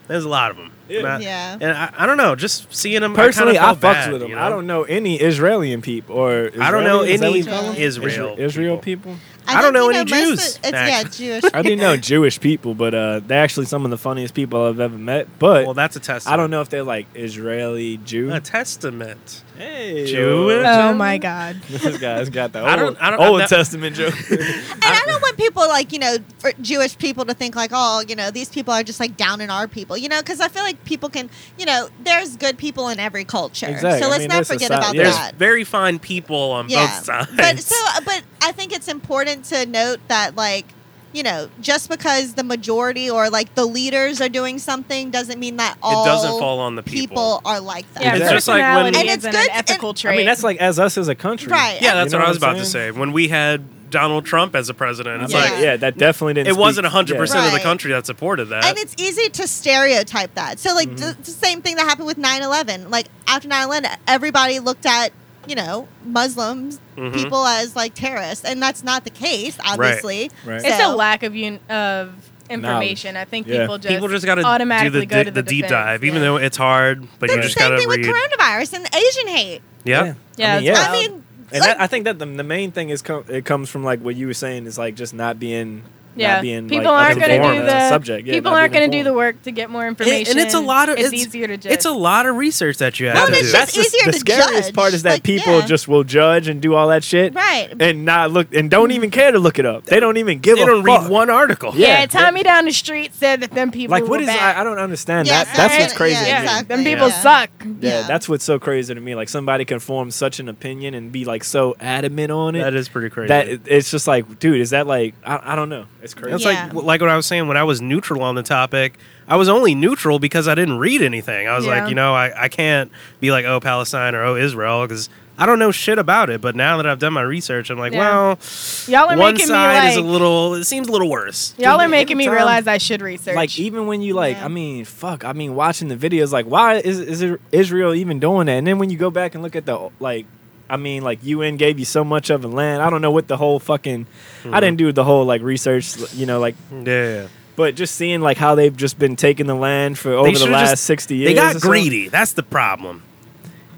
Speaker 2: There's a lot of them.
Speaker 1: Yeah.
Speaker 2: And I,
Speaker 3: Yeah.
Speaker 2: And I, I don't know, just seeing them.
Speaker 1: Personally, I,
Speaker 2: I,
Speaker 1: fucks
Speaker 2: kind
Speaker 1: with them.
Speaker 2: You know?
Speaker 1: I don't know any Israeli people or
Speaker 2: I don't know
Speaker 1: Israeli- is that
Speaker 2: any
Speaker 1: what you call 'em?
Speaker 2: Israel
Speaker 1: Isra- Israel
Speaker 2: people.
Speaker 1: people.
Speaker 2: I don't
Speaker 3: think,
Speaker 2: know
Speaker 3: you
Speaker 2: any
Speaker 3: most
Speaker 2: Jews,
Speaker 3: Of, it's yeah, Jewish.
Speaker 1: [LAUGHS] I didn't know Jewish people, but uh, they're actually some of the funniest people I've ever met. But
Speaker 2: Well, that's a testament.
Speaker 1: I don't know if they're like Israeli Jew.
Speaker 2: A testament.
Speaker 1: Hey,
Speaker 2: Jewish?
Speaker 1: uh,
Speaker 5: Oh my god.
Speaker 1: [LAUGHS] this guy's got the old,
Speaker 2: I don't- I don't-
Speaker 1: Old
Speaker 2: I'm not- [LAUGHS]
Speaker 1: Testament joke.
Speaker 3: and I don't want people like you know for Jewish people to think like oh you know these people are just like down in our people you know because I feel like people can you know there's good people in every culture
Speaker 1: Exactly.
Speaker 3: so
Speaker 1: I
Speaker 3: let's
Speaker 1: mean,
Speaker 3: not
Speaker 1: there's
Speaker 3: forget
Speaker 1: society-
Speaker 3: about
Speaker 1: there's
Speaker 3: that.
Speaker 2: Very fine people on both sides.
Speaker 3: But so, uh, but I think it's important to note that, like, you know, just because the majority or like the leaders are doing something doesn't mean that all
Speaker 2: it doesn't fall on the people.
Speaker 3: people are like that.
Speaker 5: Yeah,
Speaker 2: It's
Speaker 1: just
Speaker 2: like when-
Speaker 5: personality
Speaker 3: And it's
Speaker 5: isn't
Speaker 3: good-
Speaker 5: an ethical trait.
Speaker 1: I mean, that's like as us as a country.
Speaker 3: Right.
Speaker 2: Yeah, that's
Speaker 1: You
Speaker 2: what
Speaker 1: know what
Speaker 2: I was
Speaker 1: I'm
Speaker 2: about to say.
Speaker 1: saying?
Speaker 2: When we had Donald Trump as a president, it's
Speaker 1: Yeah.
Speaker 2: like
Speaker 3: Yeah.
Speaker 1: yeah, that definitely didn't.
Speaker 2: it
Speaker 1: speak-
Speaker 2: wasn't 100%
Speaker 1: yeah.
Speaker 2: of the
Speaker 3: Right.
Speaker 2: country that supported that.
Speaker 3: And it's easy to stereotype that. So, like, th- the same thing that happened with 9 11. Like, after 9 11, everybody looked at, you know, Muslims,
Speaker 2: Mhm.
Speaker 3: people as like terrorists. And that's not the case, obviously.
Speaker 1: Right.
Speaker 5: it's
Speaker 3: So-
Speaker 5: a lack of un- of information. I think
Speaker 1: Yeah.
Speaker 5: people just
Speaker 2: People just got to do
Speaker 5: automatically
Speaker 2: the,
Speaker 5: go
Speaker 2: di-
Speaker 5: to
Speaker 2: the,
Speaker 5: the,
Speaker 2: deep
Speaker 5: defense,
Speaker 2: dive, even
Speaker 5: yeah.
Speaker 2: though it's hard, but you
Speaker 3: It's
Speaker 2: just
Speaker 3: the
Speaker 2: got
Speaker 3: same
Speaker 2: to
Speaker 3: thing
Speaker 2: read.
Speaker 3: with coronavirus and Asian hate.
Speaker 2: yeah.
Speaker 5: Yeah,
Speaker 1: I mean,
Speaker 5: it's
Speaker 1: yeah.
Speaker 3: I mean,
Speaker 1: And
Speaker 3: like,
Speaker 1: that, I think that the, the main thing is com- it comes from like what you were saying is like just not being
Speaker 5: Yeah.
Speaker 1: not being
Speaker 5: people
Speaker 1: like,
Speaker 5: aren't going
Speaker 1: informed
Speaker 5: to do
Speaker 1: as a
Speaker 5: the
Speaker 1: subject. Yeah,
Speaker 5: people
Speaker 1: not
Speaker 5: aren't
Speaker 1: being
Speaker 5: going to do the
Speaker 1: informed.
Speaker 5: work to get more information.
Speaker 2: and it's a lot of-
Speaker 5: it's,
Speaker 2: it's-
Speaker 5: easier to just
Speaker 2: It's a lot of research that you have
Speaker 3: Well,
Speaker 2: to do.
Speaker 3: and it's just
Speaker 1: the-
Speaker 3: easier
Speaker 1: the
Speaker 3: to
Speaker 1: scariest
Speaker 3: judge.
Speaker 1: part is that
Speaker 3: Like,
Speaker 1: people
Speaker 3: yeah.
Speaker 1: just will judge and do all that shit
Speaker 3: right.
Speaker 1: and not look and don't even care to look it up. They don't even give
Speaker 2: they
Speaker 1: a
Speaker 2: don't
Speaker 1: fuck.
Speaker 2: read one article.
Speaker 5: yeah,
Speaker 1: yeah.
Speaker 5: Tommy down the street said that them people
Speaker 1: like what
Speaker 5: were
Speaker 1: is
Speaker 5: bad.
Speaker 1: I, I don't understand
Speaker 3: Yeah,
Speaker 1: that. That's
Speaker 3: sorry.
Speaker 1: what's crazy.
Speaker 3: Yeah,
Speaker 1: to me.
Speaker 3: exactly.
Speaker 5: Them people
Speaker 3: Yeah.
Speaker 5: suck.
Speaker 1: Yeah,
Speaker 3: Yeah.
Speaker 1: that's what's so crazy to me. Like somebody can form such an opinion and be like so adamant on it.
Speaker 2: That is pretty crazy.
Speaker 1: that it's just like, dude, is that like I, I don't know. It's crazy.
Speaker 2: That's
Speaker 3: Yeah.
Speaker 2: like like what I was saying when I was neutral on the topic. I was only neutral because I didn't read anything. I was
Speaker 5: Yeah.
Speaker 2: like, you know, I, I can't be like, oh Palestine or oh Israel because I don't know shit about it. But now that I've done my research, I'm like,
Speaker 5: Yeah.
Speaker 2: well,
Speaker 5: Y'all are
Speaker 2: one
Speaker 5: making
Speaker 2: side
Speaker 5: me
Speaker 2: is a
Speaker 5: like
Speaker 2: little. It seems a little worse.
Speaker 5: y'all are
Speaker 1: Every
Speaker 5: making me
Speaker 1: time-
Speaker 5: realize I should research.
Speaker 1: Like e- even when you like,
Speaker 3: Yeah.
Speaker 1: I mean, fuck. I mean, watching the videos, like, why is is Israel even doing that? And then when you go back and look at the like, I mean, like UN gave you so much of a land. I don't know what the whole fucking. I didn't
Speaker 2: Mm-hmm.
Speaker 1: do the whole like research, you know, like,
Speaker 2: Yeah,
Speaker 1: but just seeing like how they've just been taking the land for over the
Speaker 2: should've
Speaker 1: last
Speaker 2: just-
Speaker 1: sixty years.
Speaker 2: they got
Speaker 1: or so.
Speaker 2: greedy. That's the problem.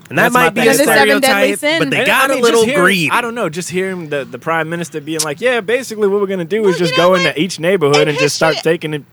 Speaker 2: And that
Speaker 1: That's my
Speaker 2: might be
Speaker 1: thing.
Speaker 2: a
Speaker 1: They're the
Speaker 5: seven deadly
Speaker 2: stereotype, but
Speaker 5: sins.
Speaker 2: they
Speaker 1: And,
Speaker 2: got
Speaker 1: I mean,
Speaker 2: a little
Speaker 1: just hearing-
Speaker 2: greedy.
Speaker 1: I don't know. Just hearing the, the prime minister being like, "Yeah, basically, what we're gonna do is
Speaker 3: Well, you
Speaker 1: just
Speaker 3: know
Speaker 1: go into
Speaker 3: what?
Speaker 1: each neighborhood
Speaker 3: In
Speaker 1: and just start
Speaker 3: history-
Speaker 1: taking it."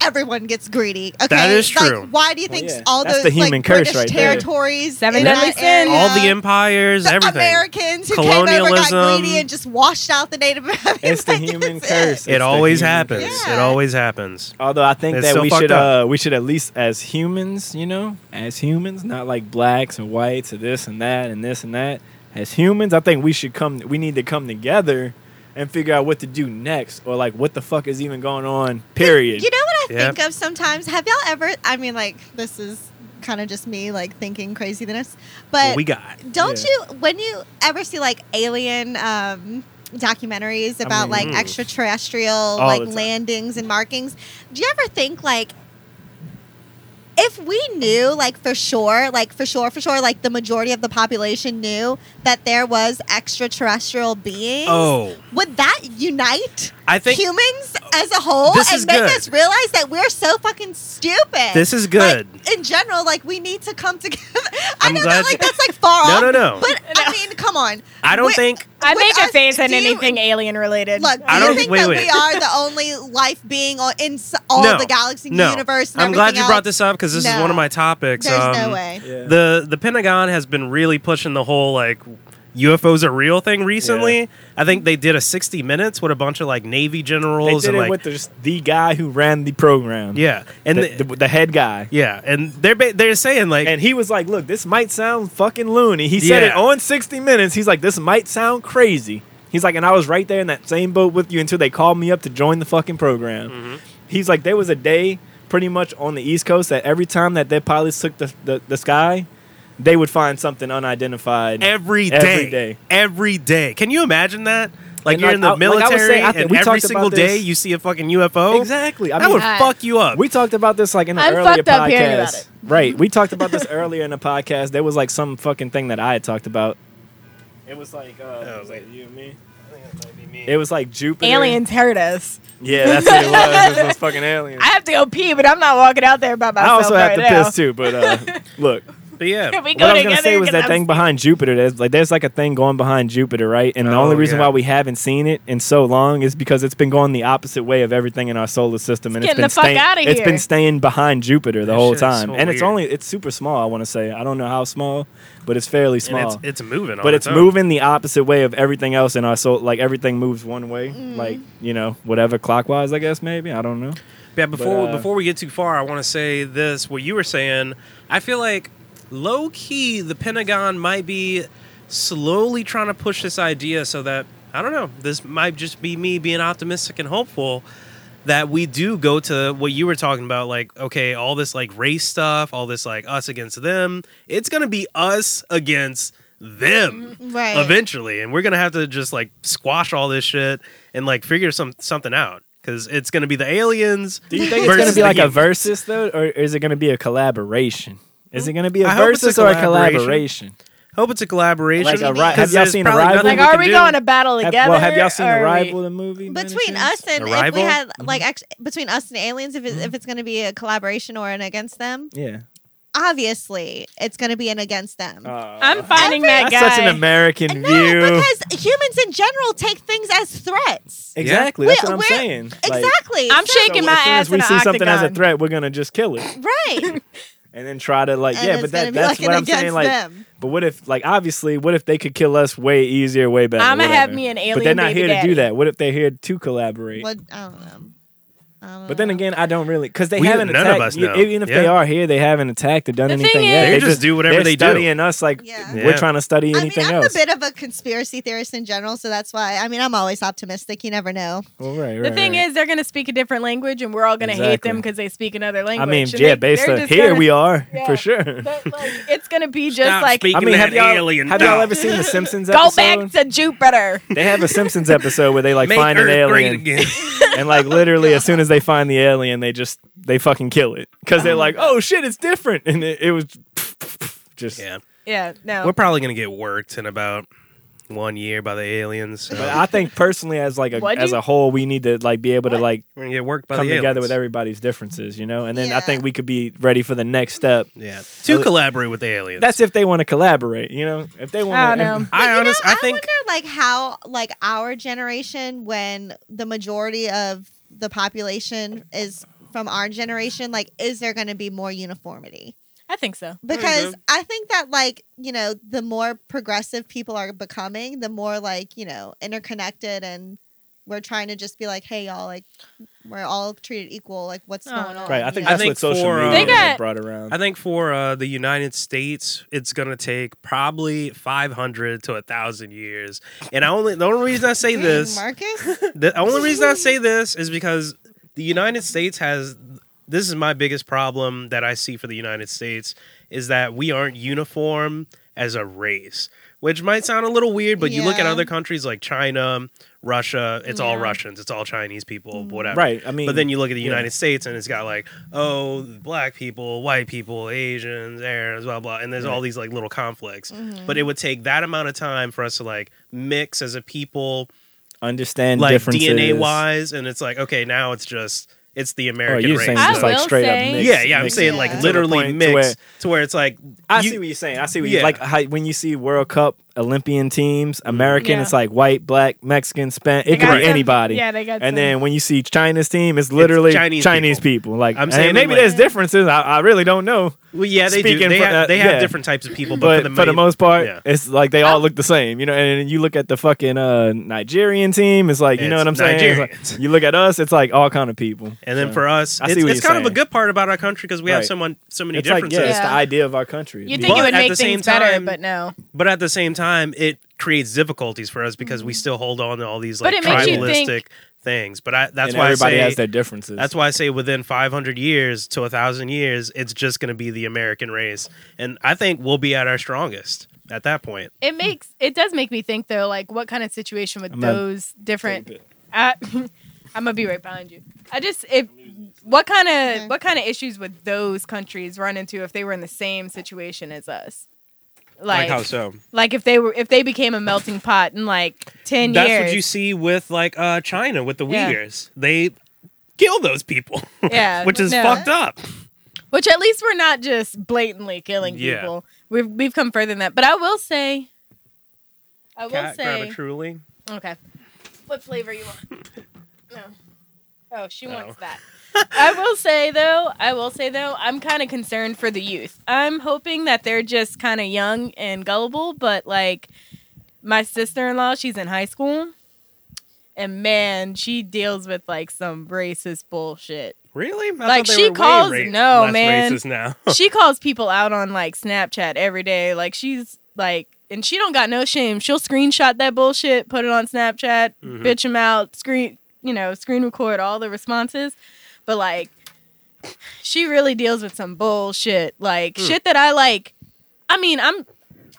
Speaker 3: everyone gets greedy. Okay,
Speaker 2: That is
Speaker 3: Like,
Speaker 2: true.
Speaker 3: why do you think
Speaker 1: yeah.
Speaker 3: all
Speaker 1: That's
Speaker 3: those
Speaker 1: the human
Speaker 3: like,
Speaker 1: curse
Speaker 3: British
Speaker 1: right there.
Speaker 3: territories,
Speaker 5: Seven
Speaker 3: in
Speaker 5: deadly
Speaker 3: that area,
Speaker 5: sins.
Speaker 2: All the empires,
Speaker 3: the
Speaker 2: everything.
Speaker 3: Americans who came over got
Speaker 2: Colonialism.
Speaker 3: greedy and just washed out the Native Americans?
Speaker 1: It's the
Speaker 3: Like,
Speaker 1: human
Speaker 3: that's
Speaker 1: curse.
Speaker 2: It
Speaker 1: It's the
Speaker 2: always
Speaker 1: human
Speaker 2: happens.
Speaker 3: Yeah.
Speaker 2: It always happens.
Speaker 1: Although I think
Speaker 2: It's
Speaker 1: that
Speaker 2: so
Speaker 1: we
Speaker 2: fucked
Speaker 1: should
Speaker 2: up.
Speaker 1: uh, we should at least as humans, you know, as humans, not like blacks and whites or this and that and this and that. As humans, I think we should come we need to come together and figure out what to do next or like what the fuck is even going on, period.
Speaker 3: You know what I
Speaker 2: Yeah.
Speaker 3: think of sometimes? Have y'all ever? I mean, like this is kind of just me like thinking craziness, but
Speaker 2: What we got.
Speaker 3: don't
Speaker 1: Yeah.
Speaker 3: you when you ever see like alien um documentaries about
Speaker 1: mean,
Speaker 3: like
Speaker 2: mm.
Speaker 3: extraterrestrial
Speaker 1: the
Speaker 3: like
Speaker 1: time.
Speaker 3: landings and markings do you ever think like if we knew like for sure like for sure for sure like the majority of the population knew that there was extraterrestrial beings
Speaker 2: Oh.
Speaker 3: would that unite
Speaker 2: I think
Speaker 3: humans as a whole
Speaker 2: This
Speaker 3: and
Speaker 2: is
Speaker 3: make
Speaker 2: good.
Speaker 3: us realize that we're so fucking stupid
Speaker 2: This is
Speaker 3: Like,
Speaker 2: good.
Speaker 3: in general like we need to come together [LAUGHS] i
Speaker 2: I'm
Speaker 3: know
Speaker 2: glad
Speaker 3: that like
Speaker 2: you-
Speaker 3: that's like far
Speaker 2: No,
Speaker 3: off
Speaker 2: no, no.
Speaker 3: but I mean, come on.
Speaker 2: I don't
Speaker 3: Wait,
Speaker 2: think
Speaker 5: I
Speaker 3: With
Speaker 5: make a
Speaker 3: us,
Speaker 5: face at
Speaker 3: do you-
Speaker 5: anything alien related.
Speaker 3: Look, do
Speaker 2: I
Speaker 3: I
Speaker 2: don't-
Speaker 3: don't, think
Speaker 2: wait,
Speaker 3: that
Speaker 2: wait.
Speaker 3: we are the only life being on- in s- all
Speaker 2: no,
Speaker 3: the galaxy,
Speaker 2: no.
Speaker 3: universe. And
Speaker 2: I'm glad you
Speaker 3: everything
Speaker 2: brought
Speaker 3: else?
Speaker 2: this up because this is
Speaker 3: No.
Speaker 2: one of my topics.
Speaker 3: There's
Speaker 2: Um,
Speaker 3: no way.
Speaker 1: Yeah.
Speaker 2: The the Pentagon has been really pushing the whole like UFOs are real thing recently.
Speaker 1: Yeah.
Speaker 2: I think they did a 60 minutes with a bunch of like Navy
Speaker 1: they
Speaker 2: generals
Speaker 1: did
Speaker 2: and
Speaker 1: it
Speaker 2: like
Speaker 1: with the, the guy who ran the program.
Speaker 2: yeah, and
Speaker 1: And
Speaker 2: they-
Speaker 1: the, the, the head guy.
Speaker 2: yeah, and they're ba- they're saying like
Speaker 1: And he was like, "Look, this might sound fucking loony." He said it
Speaker 2: Yeah.
Speaker 1: on 60 Minutes. He's like, "This might sound crazy." He's like, "And I was right there in that same boat with you until they called me up to join the fucking program."
Speaker 2: Mm-hmm.
Speaker 1: He's like, "There was a day, pretty much on the East Coast, that every time that their pilots took the the, the sky, they would find something unidentified
Speaker 2: every day,
Speaker 1: every day."
Speaker 2: every day. Can you imagine that? Like
Speaker 1: And,
Speaker 2: you're
Speaker 1: like,
Speaker 2: in the
Speaker 1: I- like I was
Speaker 2: military
Speaker 1: saying, I think
Speaker 2: and
Speaker 1: we
Speaker 2: every
Speaker 1: talked about
Speaker 2: single day
Speaker 1: this.
Speaker 2: you see a fucking UFO.
Speaker 1: Exactly. I
Speaker 2: That
Speaker 1: mean,
Speaker 2: would
Speaker 5: I-
Speaker 2: fuck you up.
Speaker 1: We talked about this like in an
Speaker 5: I'm
Speaker 1: earlier
Speaker 5: fucked up hearing about
Speaker 1: podcast.
Speaker 5: it.
Speaker 1: Right. We talked about this [LAUGHS] earlier in a podcast. There was like some fucking thing that I had talked about. It was like uh it
Speaker 2: Oh,
Speaker 1: was
Speaker 2: wait.
Speaker 1: like you and me.
Speaker 2: It
Speaker 1: It was like Jupiter.
Speaker 5: aliens hurt us.
Speaker 1: Yeah, that's what it
Speaker 5: [LAUGHS]
Speaker 1: was.
Speaker 3: [LAUGHS]
Speaker 1: It was fucking aliens.
Speaker 5: I have to go pee, but I'm not walking out there by
Speaker 1: I
Speaker 5: myself.
Speaker 1: also have
Speaker 5: right
Speaker 1: to
Speaker 5: now.
Speaker 1: piss too, but uh look.
Speaker 2: But yeah,
Speaker 3: [LAUGHS]
Speaker 5: Can we
Speaker 1: What
Speaker 5: go
Speaker 1: I was gonna
Speaker 5: together?
Speaker 1: say was
Speaker 5: 'Cause
Speaker 1: that
Speaker 5: I'm
Speaker 1: thing behind Jupiter. There's like there's like a thing going behind Jupiter, right? And the
Speaker 2: Oh,
Speaker 1: only reason
Speaker 2: yeah.
Speaker 1: why we haven't seen it in so long is because it's been going the opposite way of everything in our solar system, and
Speaker 5: It's
Speaker 1: it's
Speaker 5: getting
Speaker 1: been
Speaker 5: the fuck
Speaker 1: staying.
Speaker 5: outta
Speaker 1: It's
Speaker 5: here.
Speaker 1: been staying behind Jupiter the
Speaker 2: That
Speaker 1: whole
Speaker 2: shit is so
Speaker 1: time, and it's
Speaker 2: weird.
Speaker 1: only it's super small. I want to say I don't know how small, but it's fairly
Speaker 9: And
Speaker 1: small.
Speaker 9: it's it's moving. on
Speaker 1: but it's
Speaker 9: own.
Speaker 1: moving the opposite way of everything else in our solar. Like everything moves one way,
Speaker 5: Mm.
Speaker 1: like you know whatever clockwise. I guess maybe I don't know.
Speaker 2: Yeah, before
Speaker 1: But, uh,
Speaker 2: before we get too far, I want to say this: what you were saying, I feel like low key the Pentagon might be slowly trying to push this idea so that I don't know. This might just be me being optimistic and hopeful that we do go to what you were talking about like okay all this like race stuff all this like us against them it's gonna be us against them
Speaker 3: Right.
Speaker 2: eventually and we're gonna have to just like squash all this shit and like figure some something out because it's gonna be the aliens
Speaker 1: Do you think it's going to
Speaker 2: versus
Speaker 1: be
Speaker 2: the
Speaker 1: like a
Speaker 2: humans.
Speaker 1: versus though, or is it going to be a collaboration? Is it going to be a
Speaker 2: I hope it's a
Speaker 1: versus or a
Speaker 2: collaboration.
Speaker 1: collaboration?
Speaker 2: hope it's a collaboration
Speaker 1: Like a ri-
Speaker 2: 'cause
Speaker 1: have y'all
Speaker 2: there's
Speaker 1: seen a
Speaker 2: probably
Speaker 1: rival?
Speaker 2: nothing
Speaker 5: Like, are
Speaker 2: can
Speaker 5: we
Speaker 2: do.
Speaker 5: going to battle
Speaker 1: Have-
Speaker 5: together?
Speaker 1: well, have y'all seen
Speaker 5: or are we-
Speaker 1: Arrival, the movie? by any
Speaker 3: between
Speaker 1: chance?
Speaker 3: us and if we
Speaker 2: Arrival? Mm-hmm.
Speaker 3: had like ex- between us and aliens, if it's, if it's going to be a collaboration or an against them,
Speaker 1: Yeah.
Speaker 3: obviously it's going to be an against them.
Speaker 2: Oh,
Speaker 5: I'm finding that
Speaker 1: Uh, That's
Speaker 5: guy.
Speaker 1: such an American
Speaker 3: no,
Speaker 1: view.
Speaker 3: because humans in general take things as threats.
Speaker 1: exactly.
Speaker 3: Yeah.
Speaker 1: That's what I'm
Speaker 3: We're-
Speaker 1: saying. Like,
Speaker 3: exactly.
Speaker 5: I'm
Speaker 3: So-
Speaker 5: shaking my
Speaker 1: as soon
Speaker 5: ass
Speaker 1: as we
Speaker 5: in
Speaker 1: see
Speaker 5: an
Speaker 1: something as a
Speaker 5: octagon.
Speaker 1: threat, we're gonna just kill it,
Speaker 3: [LAUGHS] Right.
Speaker 1: and then try to like
Speaker 3: And
Speaker 1: yeah.
Speaker 3: it's
Speaker 1: But
Speaker 3: gonna
Speaker 1: that,
Speaker 3: be
Speaker 1: that's
Speaker 3: like
Speaker 1: what
Speaker 3: an
Speaker 1: I'm saying.
Speaker 3: against
Speaker 1: Like,
Speaker 3: them.
Speaker 1: but what if like obviously, what if they could kill us way easier, way better?
Speaker 5: I'ma have
Speaker 1: whatever.
Speaker 5: me an
Speaker 1: But they're
Speaker 5: alien
Speaker 1: not
Speaker 5: baby
Speaker 1: here to
Speaker 5: daddy.
Speaker 1: do that. What if they're here to collaborate?
Speaker 3: What, I don't know. I don't
Speaker 1: But then
Speaker 3: know.
Speaker 1: again, I don't really because they
Speaker 2: We-
Speaker 1: haven't
Speaker 2: none of
Speaker 1: attacked.
Speaker 2: us
Speaker 1: e-
Speaker 2: know.
Speaker 1: Even if
Speaker 2: Yeah.
Speaker 1: they are here, they haven't attacked or done
Speaker 5: The thing
Speaker 1: anything
Speaker 5: is-
Speaker 1: yet.
Speaker 5: They
Speaker 2: just do whatever
Speaker 1: they're
Speaker 2: they do.
Speaker 1: Studying us like
Speaker 3: Yeah.
Speaker 1: we're
Speaker 2: Yeah.
Speaker 1: trying to study
Speaker 3: I mean,
Speaker 1: anything
Speaker 3: I'm
Speaker 1: else.
Speaker 3: a bit of a conspiracy theorist in general, so that's why. I mean, I'm always optimistic. You never know.
Speaker 1: Well, right,
Speaker 5: The
Speaker 1: right,
Speaker 5: thing
Speaker 1: right.
Speaker 5: is, they're going to speak a different language, and we're all going to hate them
Speaker 1: Exactly.
Speaker 5: because they speak another
Speaker 1: I
Speaker 5: language.
Speaker 1: mean,
Speaker 5: And
Speaker 1: yeah,
Speaker 5: they-
Speaker 1: based
Speaker 5: they're
Speaker 1: on
Speaker 5: just
Speaker 1: here
Speaker 5: gonna-
Speaker 1: we are
Speaker 5: Yeah.
Speaker 1: for sure.
Speaker 5: [LAUGHS] But, like, it's going to be just
Speaker 2: Stop
Speaker 5: like
Speaker 2: speaking
Speaker 1: I mean,
Speaker 2: that
Speaker 1: have y'all,
Speaker 2: alien
Speaker 1: have y'all
Speaker 2: dog.
Speaker 1: ever seen the Simpsons
Speaker 5: [LAUGHS] go
Speaker 1: episode?
Speaker 5: back to Jupiter.
Speaker 1: they have a Simpsons episode where they like
Speaker 2: Make
Speaker 1: find an
Speaker 2: Earth great
Speaker 1: alien,
Speaker 2: [LAUGHS] again.
Speaker 1: and
Speaker 5: [LAUGHS]
Speaker 1: like literally as soon as they find the alien, they just they fucking kill it because
Speaker 5: Uh-huh.
Speaker 1: they're like, oh shit, it's different, and it, it was [LAUGHS] just.
Speaker 2: yeah
Speaker 5: yeah, no.
Speaker 2: we're probably gonna get worked in about one year by the aliens so
Speaker 1: But I think personally, as like a,
Speaker 5: What'd
Speaker 1: as
Speaker 5: you-
Speaker 1: a whole, we need to like be able to like
Speaker 2: we're gonna get worked by
Speaker 1: come
Speaker 2: the
Speaker 1: together
Speaker 2: aliens.
Speaker 1: with everybody's differences, you know? And then
Speaker 3: Yeah.
Speaker 1: I think we could be ready for the next step.
Speaker 2: yeah to collaborate with the aliens
Speaker 1: That's if they want to collaborate, you know? If they
Speaker 5: I
Speaker 1: want
Speaker 5: don't know.
Speaker 1: to.
Speaker 3: But,
Speaker 2: i
Speaker 3: you know,
Speaker 2: honestly i think
Speaker 3: wonder like how like our generation when the majority of the population is from our generation like is there going to be more uniformity
Speaker 5: I think so.
Speaker 3: because i think that like you know the more progressive people are becoming the more like you know interconnected and we're trying to just be like hey y'all like we're all treated equal like what's
Speaker 5: Oh,
Speaker 3: going
Speaker 5: no.
Speaker 3: on
Speaker 1: Right. I think
Speaker 3: you know?
Speaker 1: that's
Speaker 3: [LAUGHS]
Speaker 2: think
Speaker 1: what social
Speaker 2: for, uh,
Speaker 1: media
Speaker 5: They got-
Speaker 1: like, brought around.
Speaker 2: I think for uh, the United States, it's going to take probably 500 to 1,000 years. And I only the only reason I say
Speaker 3: Dang,
Speaker 2: this,
Speaker 3: marcus
Speaker 5: [LAUGHS]
Speaker 2: the only reason I say this is because the United States has this is my biggest problem that I see for the United States is that we aren't uniform as a race, which might sound a little weird, but you look at
Speaker 3: Yeah.
Speaker 2: other countries like China, Russia, it's all
Speaker 5: Yeah.
Speaker 2: Russians, it's all Chinese people, whatever
Speaker 1: right. I mean,
Speaker 2: but then you look at the
Speaker 1: yeah.
Speaker 2: United States and it's got like, oh, black people, white people, Asians, Arabs, blah blah, and there's all these like little conflicts. But it would take that amount of time for us to like mix as a people,
Speaker 1: understand
Speaker 2: like
Speaker 1: differences.
Speaker 2: DNA wise, and it's like, okay, now it's just it's the
Speaker 1: Oh,
Speaker 2: American
Speaker 1: you're
Speaker 2: race.
Speaker 1: saying
Speaker 5: I
Speaker 1: just like
Speaker 5: will
Speaker 1: straight
Speaker 5: say-
Speaker 1: up mix.
Speaker 2: yeah, yeah, I'm
Speaker 1: mix
Speaker 2: saying
Speaker 1: it
Speaker 2: like
Speaker 1: to the
Speaker 2: literally
Speaker 1: point to
Speaker 2: mix
Speaker 1: where-
Speaker 2: to where it's like
Speaker 1: I
Speaker 2: you-
Speaker 1: see what you're saying. I see what
Speaker 2: Yeah. Mm-hmm.
Speaker 1: you like. How, when you see World Cup Olympian teams, American,
Speaker 5: Yeah.
Speaker 1: it's like white, black, Mexican, Spanish.
Speaker 5: They
Speaker 1: It could
Speaker 5: got
Speaker 1: be
Speaker 5: some-
Speaker 1: anybody.
Speaker 5: Yeah, they got. some-
Speaker 1: And then when you see China's team, it's literally
Speaker 2: Chinese
Speaker 1: Chinese, people. Like
Speaker 2: I'm
Speaker 1: I'm
Speaker 2: saying,
Speaker 1: saying, maybe
Speaker 2: like-
Speaker 1: there's differences. I, I really don't know,
Speaker 2: well, yeah, they do.
Speaker 1: Speaking
Speaker 2: They
Speaker 1: for-
Speaker 2: have,
Speaker 1: uh,
Speaker 2: they have
Speaker 1: yeah.
Speaker 2: different types of people,
Speaker 1: but,
Speaker 2: but,
Speaker 1: for, the most part,
Speaker 2: yeah.
Speaker 1: it's like they all look the same, you know. And, then you look at the fucking uh, Nigerian team, it's like you know
Speaker 2: It's
Speaker 1: what I'm saying. It's like-
Speaker 2: Nigerians.
Speaker 1: you look at us, it's like all kind of people.
Speaker 2: and then
Speaker 1: So,
Speaker 2: for us,
Speaker 1: I see
Speaker 2: it's,
Speaker 1: what
Speaker 2: it's
Speaker 1: you're
Speaker 2: kind of a
Speaker 1: saying.
Speaker 2: good part about our country because we have
Speaker 1: Right.
Speaker 2: so, mon- so many
Speaker 1: it's like
Speaker 2: differences.
Speaker 1: yeah, it's the
Speaker 5: Yeah.
Speaker 1: idea of our country.
Speaker 5: you think
Speaker 2: But
Speaker 5: it would
Speaker 2: at
Speaker 5: make
Speaker 2: the
Speaker 5: things
Speaker 2: same
Speaker 5: better,
Speaker 2: time-
Speaker 5: but no.
Speaker 2: but at the same time, it creates difficulties for us because
Speaker 1: Mm.
Speaker 2: we still hold on to all these like
Speaker 5: But it makes
Speaker 1: you
Speaker 2: tribalistic
Speaker 5: think-
Speaker 2: things. But I, that's
Speaker 1: And
Speaker 2: why
Speaker 1: everybody
Speaker 2: I say
Speaker 1: has their differences.
Speaker 2: that's why I say within 500 years to a thousand years, it's just going to be the American race, and I think we'll be at our strongest at that point.
Speaker 5: It makes it does make me think though, like what kind of situation with
Speaker 1: I'm gonna
Speaker 5: those different. I, [LAUGHS] I'm gonna be right behind you. I just if what kind of what kind of issues would those countries run into if they were in the same situation as us? Like,
Speaker 2: so?
Speaker 5: like, if they were if they became a melting pot in like ten
Speaker 2: That's
Speaker 5: years.
Speaker 2: what you see with like uh, China with the
Speaker 5: Yeah.
Speaker 2: Uyghurs. They kill those people, [LAUGHS]
Speaker 5: Yeah,
Speaker 2: which is
Speaker 5: no.
Speaker 2: fucked up.
Speaker 5: Which at least we're not just blatantly killing
Speaker 2: Yeah.
Speaker 5: people. We've we've come further than that. But I will say, I will
Speaker 2: Can I grab a
Speaker 5: say,
Speaker 2: truly?
Speaker 5: okay. What flavor you want? No. Oh, she
Speaker 2: Oh.
Speaker 5: wants that. [LAUGHS] I will say though, I will say though, I'm kind of concerned for the youth. I'm hoping that they're just kind of young and gullible, but like my sister-in-law, she's in high school. And man, she deals with like some racist bullshit.
Speaker 2: Really? I thought
Speaker 5: Like,
Speaker 2: they
Speaker 5: she
Speaker 2: were way
Speaker 5: calls-
Speaker 2: ra-
Speaker 5: no,
Speaker 2: less
Speaker 5: man.
Speaker 2: Racist now.
Speaker 5: she calls people out on like Snapchat every day. Like she's like, and she don't got no shame. She'll screenshot that bullshit, put it on Snapchat, bitch 'em
Speaker 2: Mhm.
Speaker 5: bitch them out, screen, you know, screen record all the responses. But like, she really deals with some bullshit, like shit that I like. I mean, I'm.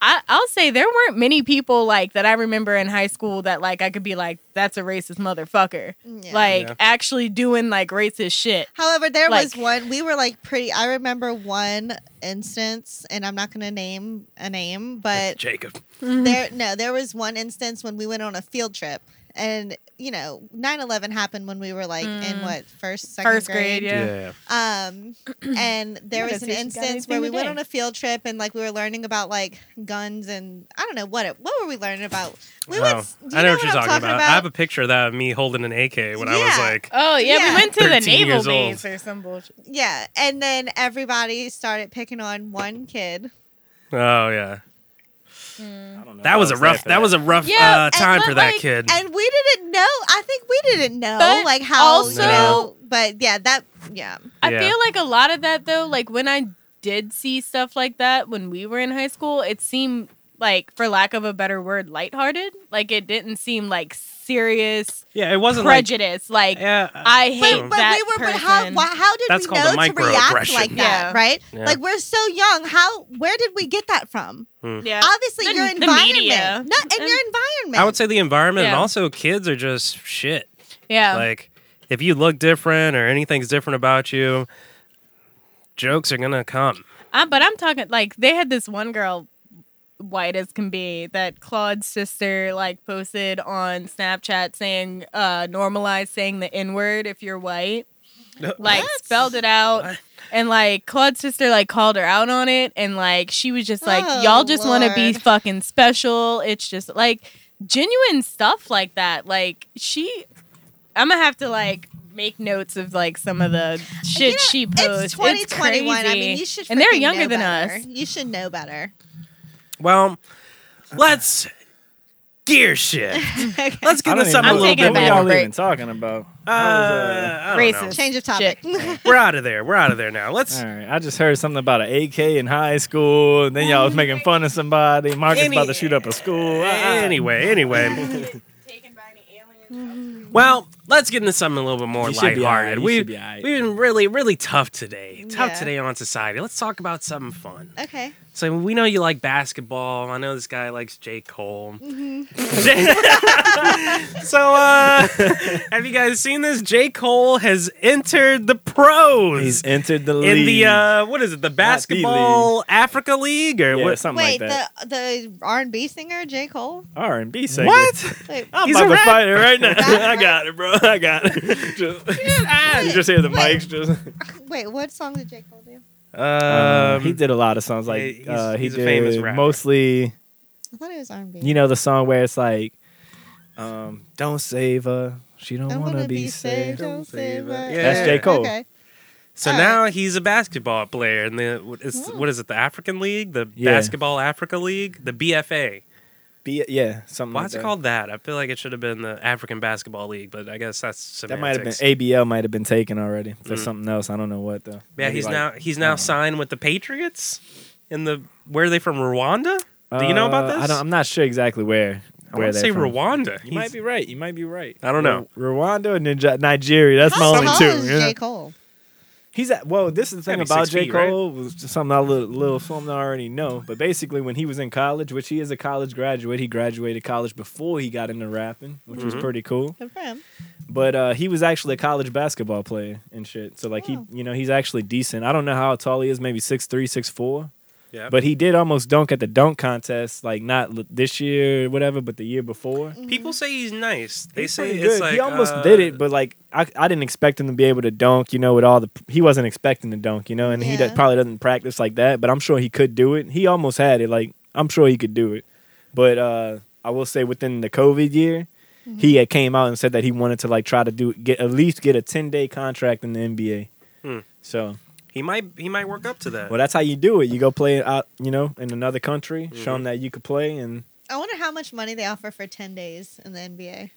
Speaker 5: I, I'll say there weren't many people like that I remember in high school that like I could be like that's a racist motherfucker
Speaker 3: Mm, Yeah.
Speaker 5: like
Speaker 2: Yeah.
Speaker 5: actually doing like racist shit
Speaker 3: However, there was
Speaker 5: Like-
Speaker 3: one. We were like pretty. I remember one instance, and I'm not going to name a name,
Speaker 2: [LAUGHS]
Speaker 3: but
Speaker 2: Jacob.
Speaker 5: Mm-hmm.
Speaker 3: there, no, there was one instance when we went on a field trip, and you know, 9/11 happened when we were like in
Speaker 5: Mm.
Speaker 3: what first, second
Speaker 5: first grade yeah, [CLEARS THROAT]
Speaker 3: Um, and there
Speaker 5: Yeah,
Speaker 3: was an
Speaker 5: that's what she's got
Speaker 3: instance
Speaker 5: anything
Speaker 3: where we
Speaker 5: to
Speaker 3: went
Speaker 5: do.
Speaker 3: on a field trip and like we were learning about like guns and I don't know what it, what were we learning about. We
Speaker 2: Oh,
Speaker 3: went, s- do you know, what,
Speaker 2: you're
Speaker 3: I'm
Speaker 2: talking about. I have a picture of that of me holding an AK when I was
Speaker 3: Yeah.
Speaker 2: like,
Speaker 5: Oh yeah,
Speaker 3: Yeah.
Speaker 5: we went to the
Speaker 2: 13
Speaker 5: naval
Speaker 2: years old.
Speaker 5: base or some bullshit.
Speaker 3: yeah, and then everybody started picking on one kid.
Speaker 2: oh yeah,
Speaker 1: I don't know
Speaker 2: that
Speaker 1: if
Speaker 2: was
Speaker 1: I
Speaker 2: a rough.
Speaker 1: there
Speaker 2: That
Speaker 1: for
Speaker 2: was a rough
Speaker 5: Yeah,
Speaker 2: uh,
Speaker 3: and-
Speaker 2: time
Speaker 3: but,
Speaker 2: for that
Speaker 5: like,
Speaker 2: kid.
Speaker 3: And we didn't know. I think we didn't know
Speaker 5: But
Speaker 3: like how
Speaker 5: also-
Speaker 3: you know, but yeah, that yeah.
Speaker 5: I
Speaker 2: Yeah.
Speaker 5: feel like a lot of that though, like when I did see stuff like that when we were in high school, it seemed like, for lack of a better word, lighthearted. Like it didn't seem like serious
Speaker 2: yeah, it wasn't
Speaker 5: prejudice. Like,
Speaker 2: like yeah.
Speaker 5: I hate
Speaker 2: But-
Speaker 3: But
Speaker 5: that
Speaker 3: we were but
Speaker 5: person.
Speaker 3: how why, how did
Speaker 2: That's
Speaker 3: we
Speaker 2: called a
Speaker 3: know to react
Speaker 2: microaggression.
Speaker 3: like that,
Speaker 5: Yeah.
Speaker 3: right?
Speaker 2: Yeah.
Speaker 3: Like we're so young. How where did we get that from?
Speaker 5: yeah.
Speaker 3: obviously
Speaker 5: The-
Speaker 3: your
Speaker 5: the
Speaker 3: environment.
Speaker 5: media.
Speaker 3: No, and,
Speaker 5: And-
Speaker 3: your environment.
Speaker 2: I would say the environment, and
Speaker 5: Yeah.
Speaker 2: also kids are just shit.
Speaker 5: yeah.
Speaker 2: Like if you look different or anything's different about you, jokes are gonna come.
Speaker 5: I, but I'm talking like they had this one girl, white as can be, that Claude's sister like posted on Snapchat saying, uh, normalize saying the N word if you're white. Like spelled it out. And like Claude's sister like called her out on it and like she was just like,
Speaker 3: Oh,
Speaker 5: Y'all just wanna be
Speaker 3: Lord.
Speaker 5: fucking special. It's just like genuine stuff like that. Like she I'm gonna have to like make notes of like some of the shit
Speaker 3: You know,
Speaker 5: she posts.
Speaker 3: It's 2021. I
Speaker 5: crazy.
Speaker 3: mean, you should.
Speaker 5: and they're
Speaker 3: freaking
Speaker 5: younger
Speaker 3: know
Speaker 5: than
Speaker 3: better.
Speaker 5: us.
Speaker 3: You should know
Speaker 5: [LAUGHS]
Speaker 3: better.
Speaker 2: Well, let's gear shift.
Speaker 3: Okay.
Speaker 2: Let's
Speaker 1: I
Speaker 2: get
Speaker 1: don't
Speaker 2: into
Speaker 1: even
Speaker 2: something a
Speaker 1: know
Speaker 2: little bit
Speaker 5: taking a
Speaker 1: what
Speaker 5: back
Speaker 1: y'all
Speaker 2: more.
Speaker 5: break.
Speaker 1: even talking about.
Speaker 2: Uh, I don't know.
Speaker 5: Racist.
Speaker 3: Change of [LAUGHS] topic.
Speaker 2: [LAUGHS] We're out of there. We're out of there now. Let's
Speaker 1: All right, I just heard something about an AK in high school, and then y'all was making fun of somebody. Marcus
Speaker 2: Any-
Speaker 1: about to shoot up a school.
Speaker 2: anyway. Anyway. Well, let's get into something a little bit more
Speaker 1: You should be
Speaker 2: lighthearted.
Speaker 1: alright. You
Speaker 2: We've,
Speaker 1: should be alright.
Speaker 2: we've been really, really tough today. Tough
Speaker 3: Yeah.
Speaker 2: today on society. Let's talk about something fun.
Speaker 3: okay.
Speaker 2: So we know you like basketball. I know this guy likes J. Cole. [LAUGHS] so uh, have you guys seen this? J. Cole has entered the pros.
Speaker 1: he's entered the league.
Speaker 2: in the uh, what is it? The basketball Africa League or
Speaker 1: yeah,
Speaker 2: what?
Speaker 1: something
Speaker 3: Wait,
Speaker 1: like that.
Speaker 3: the the R and B singer J Cole.
Speaker 1: R and B singer.
Speaker 2: What?
Speaker 3: Wait,
Speaker 1: I'm
Speaker 2: He's a
Speaker 1: about to
Speaker 2: rapper.
Speaker 1: fight it
Speaker 2: [LAUGHS]
Speaker 1: right [LAUGHS] now.
Speaker 3: Rapper?
Speaker 1: I got it, bro. I got it. Just, you just hear the
Speaker 3: Wait.
Speaker 1: mics. Just.
Speaker 3: wait, what song did J Cole do?
Speaker 2: Um,
Speaker 1: he did a lot of songs. Like
Speaker 2: he's-
Speaker 1: uh, he
Speaker 2: he's a
Speaker 1: did
Speaker 2: famous rapper.
Speaker 1: mostly.
Speaker 3: I thought it was R and B.
Speaker 1: You know the song where it's like, um, "Don't save her, she don't,
Speaker 3: don't
Speaker 1: want to
Speaker 3: wanna
Speaker 1: be saved."
Speaker 3: Don't save her.
Speaker 2: Yeah. That's
Speaker 1: J. Cole.
Speaker 3: Okay.
Speaker 2: So
Speaker 3: All
Speaker 2: now he's a basketball player in the what is,
Speaker 3: Hmm.
Speaker 2: what is it? The African League, the
Speaker 1: Yeah.
Speaker 2: Basketball Africa League, the BFA.
Speaker 1: Oh Be, yeah, something.
Speaker 2: Why
Speaker 1: like
Speaker 2: is it
Speaker 1: that.
Speaker 2: called that? I feel like it should have been the African Basketball League, but I guess that's
Speaker 1: That
Speaker 2: semantics.
Speaker 1: might have been ABL. Might have been taken already. There's
Speaker 2: Mm.
Speaker 1: something else. I don't know what though.
Speaker 2: yeah,
Speaker 1: Maybe,
Speaker 2: he's
Speaker 1: like-
Speaker 2: now he's now signed with the Patriots in the where are they from? Rwanda? Do you know about
Speaker 1: Uh,
Speaker 2: this?
Speaker 1: I don't, I'm not sure exactly where.
Speaker 2: I
Speaker 1: where
Speaker 2: want to
Speaker 1: they're
Speaker 2: say
Speaker 1: from.
Speaker 2: Rwanda.
Speaker 1: You might be right. You might be right.
Speaker 2: I don't know.
Speaker 1: Ru- Rwanda and Nige- Nigeria. That's my
Speaker 3: How
Speaker 1: only
Speaker 3: tall
Speaker 1: two.
Speaker 3: is
Speaker 1: you know?
Speaker 3: J Cole?
Speaker 1: He's at well. This is the thing
Speaker 2: Gotta be
Speaker 1: about
Speaker 2: six
Speaker 1: J
Speaker 2: feet, right?
Speaker 1: Cole was just something I little, little something I already know. But basically, when he was in college, which he is a college graduate, he graduated college before he got into rapping, which was
Speaker 2: Mhm.
Speaker 1: pretty cool.
Speaker 3: Good for him.
Speaker 1: But uh, he was actually a college basketball player and shit. So like
Speaker 3: Wow.
Speaker 1: he, you know, he's actually decent. I don't know how tall he is. Maybe six three, six four.
Speaker 2: Yeah.
Speaker 1: But he did almost dunk at the dunk contest, like not l- this year or whatever, but the year before.
Speaker 2: People say he's nice. They
Speaker 1: He's
Speaker 2: say
Speaker 1: pretty
Speaker 2: it's
Speaker 1: good.
Speaker 2: like
Speaker 1: he almost
Speaker 2: uh,
Speaker 1: did it, but like I, I didn't expect him to be able to dunk. You know, with all the he wasn't expecting to dunk. You know, and he
Speaker 3: Yeah.
Speaker 1: do, probably doesn't practice like that. But I'm sure he could do it. He almost had it. Like I'm sure he could do it. But uh, I will say, within the COVID year, he had came out and said that he wanted to like try to do get at least get a 10 day contract in the NBA.
Speaker 2: Hmm.
Speaker 1: So
Speaker 2: he might he might work up to that.
Speaker 1: well, that's how you do it. You go play out, you know, in another country, show them that you could play, and
Speaker 3: I wonder how much money they offer for 10 days in the NBA.